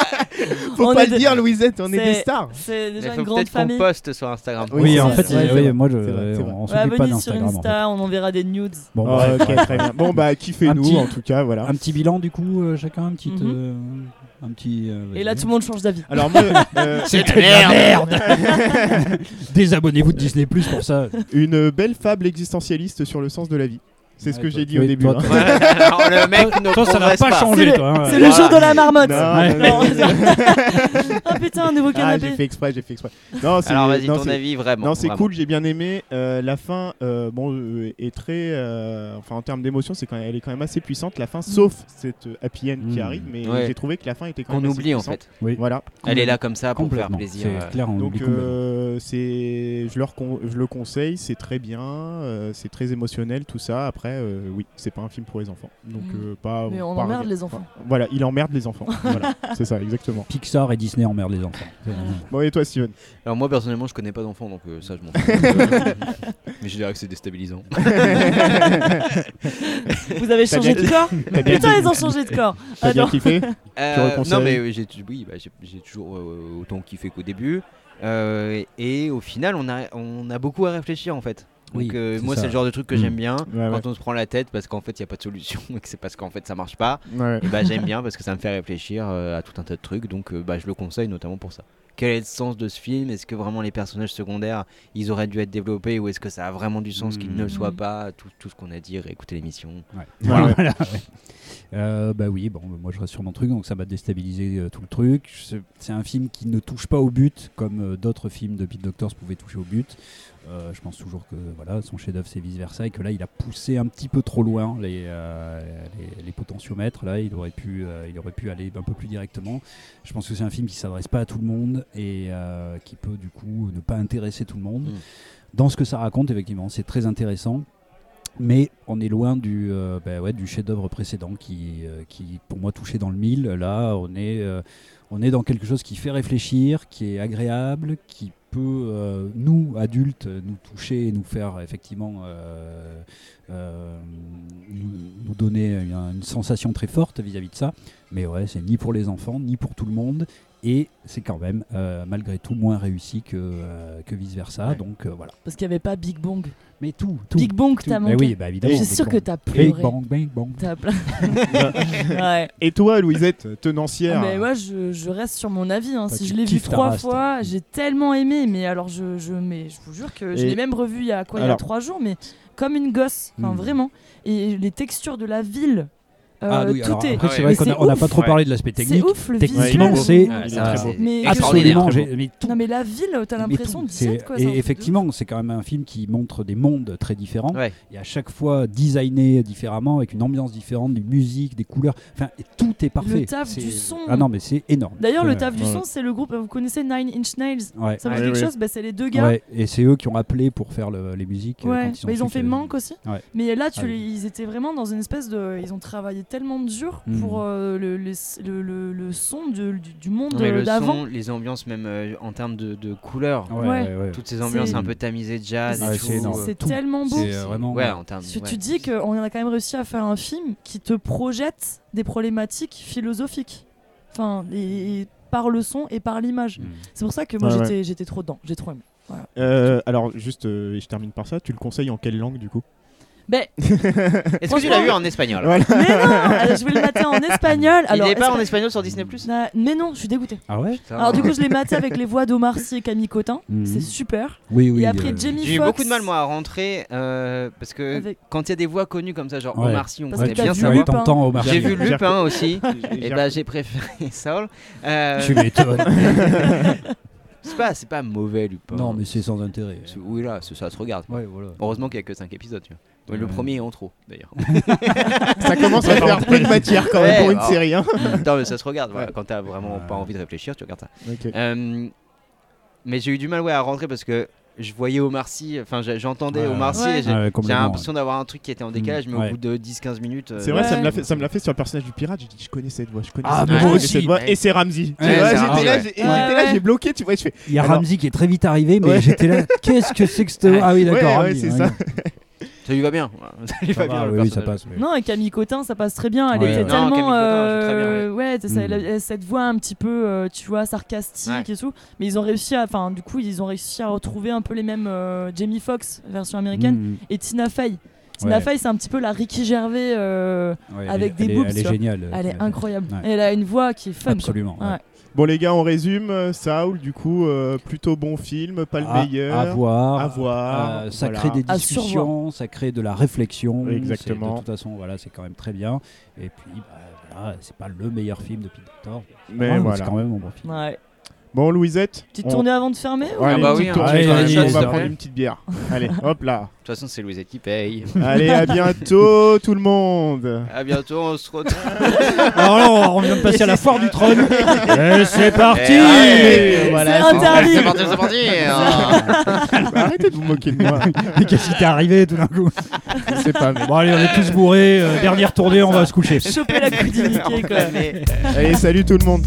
Speaker 2: Faut
Speaker 1: On
Speaker 2: pas
Speaker 1: est
Speaker 2: le
Speaker 1: de-
Speaker 2: dire, Louisette, on est,
Speaker 1: c'est-
Speaker 2: des stars.
Speaker 1: c'est
Speaker 4: Il
Speaker 1: déjà
Speaker 4: faut
Speaker 1: une grande
Speaker 4: peut-être qu'on
Speaker 1: famille.
Speaker 4: poste sur Instagram.
Speaker 2: Oui,
Speaker 3: Oui, en
Speaker 1: c'est
Speaker 3: fait,
Speaker 1: vrai,
Speaker 3: il-
Speaker 1: c'est
Speaker 3: oui,
Speaker 2: vrai.
Speaker 3: moi, je,
Speaker 2: C'est vrai, c'est vrai.
Speaker 3: on
Speaker 1: Voilà,
Speaker 3: s'occupe pas
Speaker 1: Bah, venez sur
Speaker 3: d'Instagram. en fait.
Speaker 1: Insta, on enverra des nudes.
Speaker 3: Bon,
Speaker 2: Ah,
Speaker 3: bref,
Speaker 2: ok,
Speaker 3: bref.
Speaker 2: très bien. Bon, bah, kiffez-nous,
Speaker 3: Un petit-
Speaker 2: en tout cas, voilà.
Speaker 3: Un petit bilan, du coup, euh, chacun, un petit.
Speaker 1: Mhm.
Speaker 3: euh, un petit euh,
Speaker 1: Et là, tout le monde change d'avis.
Speaker 2: Alors, moi, euh,
Speaker 4: C'est de la merde
Speaker 3: Désabonnez-vous de Disney Plus pour ça.
Speaker 2: une belle fable existentialiste sur le sens de la vie. C'est ce que
Speaker 3: Ouais,
Speaker 2: j'ai
Speaker 3: toi-
Speaker 2: dit au
Speaker 3: oui,
Speaker 2: début.
Speaker 3: toi,
Speaker 2: hein.
Speaker 3: toi-
Speaker 4: Alors, le mec ne
Speaker 3: Toi, ça n'a
Speaker 4: progresse
Speaker 3: pas changé,
Speaker 1: C'est
Speaker 3: toi. hein.
Speaker 1: C'est le jour de la marmotte.
Speaker 2: Non,
Speaker 1: Non,
Speaker 2: non, non.
Speaker 1: Ah putain, un nouveau
Speaker 2: bah, Ah, j'ai
Speaker 1: canapé.
Speaker 2: fait exprès, j'ai fait exprès. Non, c'est-
Speaker 4: Alors vas-y,
Speaker 2: non,
Speaker 4: ton
Speaker 2: c'est-
Speaker 4: avis vraiment.
Speaker 2: Non, c'est
Speaker 4: vraiment.
Speaker 2: cool, j'ai bien aimé. Euh, la fin, euh, bon, euh, est très, euh, enfin, en termes d'émotion, c'est quand même- elle est quand même assez puissante. La fin,
Speaker 1: Mm.
Speaker 2: sauf cette euh, happy end qui
Speaker 3: Mm.
Speaker 2: arrive, mais
Speaker 4: Ouais.
Speaker 2: j'ai trouvé que la fin était quand
Speaker 4: Qu'on
Speaker 2: même assez
Speaker 4: oublie en
Speaker 2: puissante.
Speaker 4: fait.
Speaker 3: Oui,
Speaker 2: Voilà.
Speaker 4: Elle est là comme ça pour faire
Speaker 3: complètement.
Speaker 4: plaisir.
Speaker 3: C'est
Speaker 4: euh,
Speaker 3: clair, on
Speaker 2: Donc,
Speaker 3: oublie complètement.
Speaker 2: euh, c'est, je leur, con- je le conseille, c'est très bien, euh, c'est très émotionnel, tout ça. Après, euh, oui, c'est pas un film pour les enfants, donc
Speaker 1: Mm.
Speaker 2: euh, pas.
Speaker 1: Mais on
Speaker 2: pas
Speaker 1: emmerde
Speaker 2: regarder.
Speaker 1: les enfants.
Speaker 2: Voilà, il emmerde les enfants. voilà, c'est ça, exactement.
Speaker 3: Pixar et Disney emmerdent les enfants.
Speaker 2: Bon, et toi, Steven
Speaker 4: Alors moi personnellement, je connais pas d'enfants, donc euh, ça je m'en fous. Mais je dirais que c'est déstabilisant.
Speaker 1: Vous avez
Speaker 2: T'as
Speaker 1: changé
Speaker 2: bien-
Speaker 1: de corps
Speaker 2: T'as bien,
Speaker 1: Putain,
Speaker 2: kiffé
Speaker 1: ils ont changé de corps.
Speaker 2: T'as
Speaker 1: Ah
Speaker 2: bien
Speaker 1: non.
Speaker 2: kiffé
Speaker 4: Euh,
Speaker 2: reconseilles
Speaker 4: non mais euh, j'ai oui, bah, j'ai- j'ai toujours euh, autant kiffé qu'au début. Euh, et au final, on a on a beaucoup à réfléchir en fait. Donc
Speaker 3: Oui,
Speaker 4: euh,
Speaker 3: c'est
Speaker 4: moi,
Speaker 3: ça.
Speaker 4: c'est le genre de truc que
Speaker 3: Mm.
Speaker 4: j'aime bien.
Speaker 2: Ouais, ouais.
Speaker 4: Quand on se prend la tête parce qu'en fait il n'y a pas de solution et que c'est parce qu'en fait ça marche pas,
Speaker 2: Ouais.
Speaker 4: et bah j'aime bien parce que ça me fait réfléchir euh, à tout un tas de trucs donc euh, bah, je le conseille notamment pour ça. Quel est le sens de ce film Est-ce que vraiment les personnages secondaires ils auraient dû être développés ou est-ce que ça a vraiment du sens qu'ils ne le soient
Speaker 3: Mm.
Speaker 1: Mhm.
Speaker 4: pas Tout, tout ce qu'on a dit, réécouter l'émission.
Speaker 3: Ouais.
Speaker 2: Ouais, ouais.
Speaker 3: Voilà, ouais. Euh, bah oui, bon, moi je reste sur mon truc, donc ça m'a déstabilisé euh, tout le truc. C'est- C'est un film qui ne touche pas au but, comme euh, d'autres films de Pete Doctors pouvaient toucher au but. Euh, je pense toujours que voilà, son chef-d'œuvre c'est vice versa et que là il a poussé un petit peu trop loin les, euh, les, les potentiomètres. Là, il aurait pu, euh, il aurait pu aller un peu plus directement. Je pense que c'est un film qui s'adresse pas à tout le monde et euh, qui peut du coup ne pas intéresser tout le monde.
Speaker 4: Mm.
Speaker 3: Dans ce que ça raconte, effectivement, c'est très intéressant. Mais on est loin du, euh, bah ouais, du chef-d'œuvre précédent qui, euh, qui, pour moi, touchait dans le mille. Là, on est, euh, on est dans quelque chose qui fait réfléchir, qui est agréable, qui peut, euh, nous, adultes, nous toucher et nous faire effectivement euh, euh, nous, nous donner une, une sensation très forte vis-à-vis de ça. Mais ouais, c'est ni pour les enfants, ni pour tout le monde. Et c'est quand même, euh, malgré tout, moins réussi que, euh, que vice-versa. Donc euh, voilà.
Speaker 1: Parce qu'il n'y avait pas Big Bang.
Speaker 3: Mais tout, tout.
Speaker 1: Big Bang, t'as
Speaker 3: Mais
Speaker 1: manqué.
Speaker 3: oui, bah
Speaker 1: Je
Speaker 3: évidemment.
Speaker 1: suis
Speaker 3: Big
Speaker 1: sûr que
Speaker 3: Bang.
Speaker 1: t'as
Speaker 3: Big
Speaker 1: pleuré.
Speaker 3: Bang, Bang Bang.
Speaker 1: T'as plein. ouais.
Speaker 2: Et toi, Louisette, tenancière
Speaker 1: Ah, Mais moi, je, je reste sur mon avis. hein.
Speaker 3: Toi,
Speaker 1: Si
Speaker 3: tu
Speaker 1: je l'ai vu
Speaker 3: kiffes ta
Speaker 1: trois
Speaker 3: race, toi.
Speaker 1: fois, j'ai tellement aimé. Mais alors, je, je, mais je vous jure que je
Speaker 2: Et-
Speaker 1: l'ai même revu il y a quoi Il y a
Speaker 2: Alors-
Speaker 1: trois jours, mais comme une gosse. Enfin,
Speaker 3: Mm.
Speaker 1: vraiment. Et les textures de la ville, euh,
Speaker 3: Ah oui,
Speaker 1: tout
Speaker 3: alors
Speaker 1: est.
Speaker 3: après,
Speaker 4: Ah
Speaker 3: c'est
Speaker 4: ouais.
Speaker 3: vrai
Speaker 1: Mais
Speaker 3: qu'on
Speaker 1: c'est
Speaker 3: a- on n'a pas
Speaker 1: ouf.
Speaker 3: trop parlé de l'aspect
Speaker 1: C'est
Speaker 3: technique.
Speaker 1: ouf le
Speaker 3: techniquement,
Speaker 1: visuel.
Speaker 3: c'est-
Speaker 4: Ouais,
Speaker 2: Il est
Speaker 4: ça,
Speaker 2: très
Speaker 4: c'est-
Speaker 2: beau.
Speaker 1: Mais
Speaker 4: Extraordinaire.
Speaker 3: Absolument,
Speaker 4: Très
Speaker 3: j'ai- mais tout-
Speaker 1: Non mais la ville, t'as
Speaker 3: mais
Speaker 1: l'impression
Speaker 3: tout,
Speaker 1: d'y
Speaker 3: c'est-
Speaker 1: être quoi. c'est un truc
Speaker 3: Et
Speaker 1: de
Speaker 3: effectivement, c'est quand même un film qui montre des mondes très différents
Speaker 4: Ouais.
Speaker 3: et à chaque fois designé différemment, avec une ambiance différente, des musiques, des couleurs. Enfin, et tout est parfait.
Speaker 1: taf
Speaker 3: C'est-
Speaker 1: du son.
Speaker 3: Ah non, mais c'est énorme.
Speaker 1: ouf. D'ailleurs,
Speaker 3: Ouais,
Speaker 1: le taf du
Speaker 2: ouais.
Speaker 1: son, c'est le groupe. Vous connaissez Nine Inch Nails
Speaker 3: Ouais.
Speaker 1: Ça vous dit
Speaker 2: Ah, oui,
Speaker 1: quelque
Speaker 2: oui.
Speaker 1: chose Bah, c'est les deux gars.
Speaker 3: Ouais, et c'est eux qui ont appelé pour faire le- les musiques. euh,
Speaker 1: Ouais,
Speaker 3: quand ils, sont
Speaker 1: mais ils ont
Speaker 3: dessus,
Speaker 1: fait
Speaker 3: qu'il y a-
Speaker 1: manque aussi.
Speaker 3: Ouais.
Speaker 1: Mais là, tu
Speaker 3: Ah
Speaker 1: les-
Speaker 3: oui.
Speaker 1: ils étaient vraiment dans une espèce de. Ils ont travaillé tellement dur
Speaker 3: Mm.
Speaker 1: pour euh, le, les- le, le- le son de- du, du monde
Speaker 4: Non, mais
Speaker 1: euh,
Speaker 4: le
Speaker 1: d'avant.
Speaker 4: son, les ambiances même euh, en termes de, de couleurs,
Speaker 3: Ouais, ouais, ouais.
Speaker 4: toutes ces ambiances
Speaker 1: C'est-
Speaker 4: un peu tamisées de jazz,
Speaker 1: C'est
Speaker 3: Ah ouais,
Speaker 4: et
Speaker 3: c'est
Speaker 4: tout,
Speaker 3: énorme.
Speaker 4: euh,
Speaker 1: c'est
Speaker 3: Tout.
Speaker 1: tellement beau.
Speaker 3: C'est euh, vraiment.
Speaker 4: ouais, en termes.
Speaker 1: Tu,
Speaker 4: ouais.
Speaker 1: tu dis qu'on a quand même réussi à faire un film qui te projette des problématiques philosophiques. Enfin, et, et par le son et par l'image.
Speaker 3: Mm.
Speaker 1: C'est pour ça que moi
Speaker 2: Ouais, ouais.
Speaker 1: j'étais j'étais trop dedans, j'ai trop aimé.
Speaker 2: Euh, alors juste, euh, et je termine par ça, tu le conseilles en quelle langue du coup
Speaker 1: Ben,
Speaker 4: Est-ce que tu l'as vu en espagnol
Speaker 2: Voilà.
Speaker 1: mais non, euh, je vais le mater en espagnol.
Speaker 4: Il
Speaker 1: Alors,
Speaker 4: n'est pas en
Speaker 1: espa-
Speaker 4: espagnol sur Disney Plus
Speaker 1: Na- Mais non, je suis dégoûtée.
Speaker 3: Ah ouais
Speaker 1: Alors du coup, je l'ai maté avec les voix d'Omar Sy et Camille Cotin.
Speaker 3: Mhm.
Speaker 1: C'est super.
Speaker 3: Oui, oui.
Speaker 1: et après,
Speaker 3: euh,
Speaker 1: Jamie
Speaker 4: J'ai eu
Speaker 1: Foxx
Speaker 4: beaucoup de mal moi à rentrer euh, parce que
Speaker 1: avec-
Speaker 4: quand il y a des voix connues comme ça, genre
Speaker 3: Ouais.
Speaker 4: Omar Sy, on
Speaker 1: Parce
Speaker 4: connaît
Speaker 1: que t'as hein.
Speaker 4: bien
Speaker 1: vu
Speaker 4: sa
Speaker 1: Lupin.
Speaker 4: voix.
Speaker 3: Oui, t'entends Omar
Speaker 4: J'ai
Speaker 3: Sy.
Speaker 4: vu
Speaker 2: J'ai-
Speaker 4: Lupin aussi.
Speaker 2: J'ai-
Speaker 4: Et bah j'ai préféré Saul. Euh,
Speaker 3: Tu m'étonnes.
Speaker 4: c'est pas c'est pas mauvais Lupin.
Speaker 3: non, mais c'est sans intérêt.
Speaker 4: C'est- oui là, c'est- ça se regarde.
Speaker 3: Ouais, voilà.
Speaker 4: Heureusement qu'il y a que 5 épisodes. Tu vois. Mais Le
Speaker 3: Ouais.
Speaker 4: premier est en trop d'ailleurs.
Speaker 3: Eh ben,
Speaker 2: Ça commence à faire peu de matière quand même
Speaker 4: Ouais,
Speaker 2: pour une
Speaker 4: bah.
Speaker 2: série. Hein.
Speaker 4: non mais ça se regarde. Voilà. Quand t'as vraiment
Speaker 3: Ouais.
Speaker 4: pas envie de réfléchir, tu regardes ça.
Speaker 2: Ok.
Speaker 4: Euh, mais j'ai eu du mal ouais, à rentrer parce que je voyais Omar Sy, enfin j'a- j'entendais
Speaker 3: Ouais.
Speaker 4: Omar Sy,
Speaker 1: Ouais.
Speaker 4: et j'ai-
Speaker 3: Ah ouais,
Speaker 4: j'ai
Speaker 3: complètement,
Speaker 4: l'impression d'avoir un truc qui était en décalage, mais
Speaker 3: Ouais.
Speaker 4: au bout de 10-15 minutes. euh,
Speaker 2: C'est vrai,
Speaker 1: Ouais.
Speaker 2: ça me l'a fait, ça me l'a fait sur le personnage du pirate. J'ai dit, je connais cette voix, je connais
Speaker 3: Ah,
Speaker 2: cette
Speaker 3: mais
Speaker 2: voix,
Speaker 4: moi
Speaker 2: je connais
Speaker 3: aussi.
Speaker 2: cette voix.
Speaker 4: Ouais.
Speaker 2: Et c'est Ramsey. Tu
Speaker 3: Ouais,
Speaker 2: vois,
Speaker 4: c'est
Speaker 2: j'étais
Speaker 4: Ramsey,
Speaker 2: là,
Speaker 4: ouais.
Speaker 2: j'ai- et j'étais
Speaker 1: Ouais,
Speaker 2: là,
Speaker 1: ouais.
Speaker 2: j'ai bloqué, tu vois, je fais.
Speaker 3: Il y a
Speaker 2: Alors-
Speaker 3: Ramsey qui est très vite arrivé, mais
Speaker 2: Ouais.
Speaker 3: j'étais là. Qu'est-ce que c'est que ce. Ah oui,
Speaker 2: Ouais, ouais,
Speaker 3: d'accord. Ramsey,
Speaker 2: c'est ça.
Speaker 4: Ça lui va bien. Ça lui va
Speaker 3: Ça
Speaker 4: bien.
Speaker 3: va,
Speaker 4: le
Speaker 3: oui, oui, ça
Speaker 4: personnage.
Speaker 3: passe. mais-
Speaker 1: Non, et Camille Cotin, ça passe très bien. Elle
Speaker 3: Ouais.
Speaker 1: était
Speaker 3: Non,
Speaker 1: tellement.
Speaker 4: Camille Cotin, elle joue très bien,
Speaker 1: euh, ouais, t'as-
Speaker 3: Mm.
Speaker 1: elle a- elle a cette voix un petit peu, euh, tu vois, sarcastique et tout. Mais ils ont réussi à. Enfin, du coup, ils ont réussi à retrouver un peu les mêmes euh, Jamie Foxx, version américaine,
Speaker 3: Mm,
Speaker 1: et Tina Fey. Tina
Speaker 3: Ouais.
Speaker 1: Fey, c'est un petit peu la Ricky Gervais. euh,
Speaker 3: ouais,
Speaker 1: Avec
Speaker 3: elle
Speaker 1: des
Speaker 3: est-
Speaker 1: boobs,
Speaker 3: Elle est
Speaker 1: tu vois.
Speaker 3: géniale.
Speaker 1: elle est
Speaker 3: Ouais.
Speaker 1: incroyable.
Speaker 3: Ouais.
Speaker 1: Et elle a une voix qui est fun. quoi.
Speaker 3: Absolument. ouais.
Speaker 1: Ouais.
Speaker 2: Bon, les gars, on résume. euh, Saul, du coup, euh, plutôt bon film, pas le
Speaker 3: À-
Speaker 2: meilleur.
Speaker 3: Ah, À voir.
Speaker 2: à voir,
Speaker 3: Euh, ça
Speaker 2: voilà.
Speaker 3: crée des
Speaker 1: À
Speaker 3: discussions, ça crée de la réflexion. c'est-
Speaker 2: Exactement.
Speaker 3: De toute façon, voilà, c'est quand même très bien. Et puis, bah, voilà, c'est pas le meilleur film de Peter Torp.
Speaker 2: Mais
Speaker 3: Ah, C'est
Speaker 2: voilà.
Speaker 3: quand même un bon film.
Speaker 1: Ouais.
Speaker 2: Bon, Louisette.
Speaker 1: Petite
Speaker 2: on-
Speaker 1: tournée avant de fermer ou-
Speaker 2: Ouais, allez,
Speaker 4: Ah bah
Speaker 2: une
Speaker 4: oui,
Speaker 2: petite
Speaker 4: hein.
Speaker 2: tournée,
Speaker 3: Allez,
Speaker 2: quand
Speaker 3: allez,
Speaker 2: même, on va
Speaker 3: allez.
Speaker 2: prendre une petite bière. Allez, hop là.
Speaker 4: De toute façon, c'est Louisette qui paye.
Speaker 2: Allez, à bientôt tout le monde.
Speaker 4: à bientôt, on se retrouve.
Speaker 3: Alors, on vient de passer à la foire du trône. Et c'est parti
Speaker 4: Eh ouais.
Speaker 1: C'est interdit.
Speaker 4: Ah, C'est parti, c'est parti. hein.
Speaker 2: Arrêtez de vous moquer de moi.
Speaker 3: Mais qu'est-ce qui t'est arrivé tout d'un coup
Speaker 2: Je sais pas. mais-
Speaker 3: Bon, allez, on est tous bourrés. euh, dernière tournée, on va se coucher.
Speaker 1: Choper la coupe du Mickey, quoi.
Speaker 4: Mais-
Speaker 2: Allez, salut tout le monde.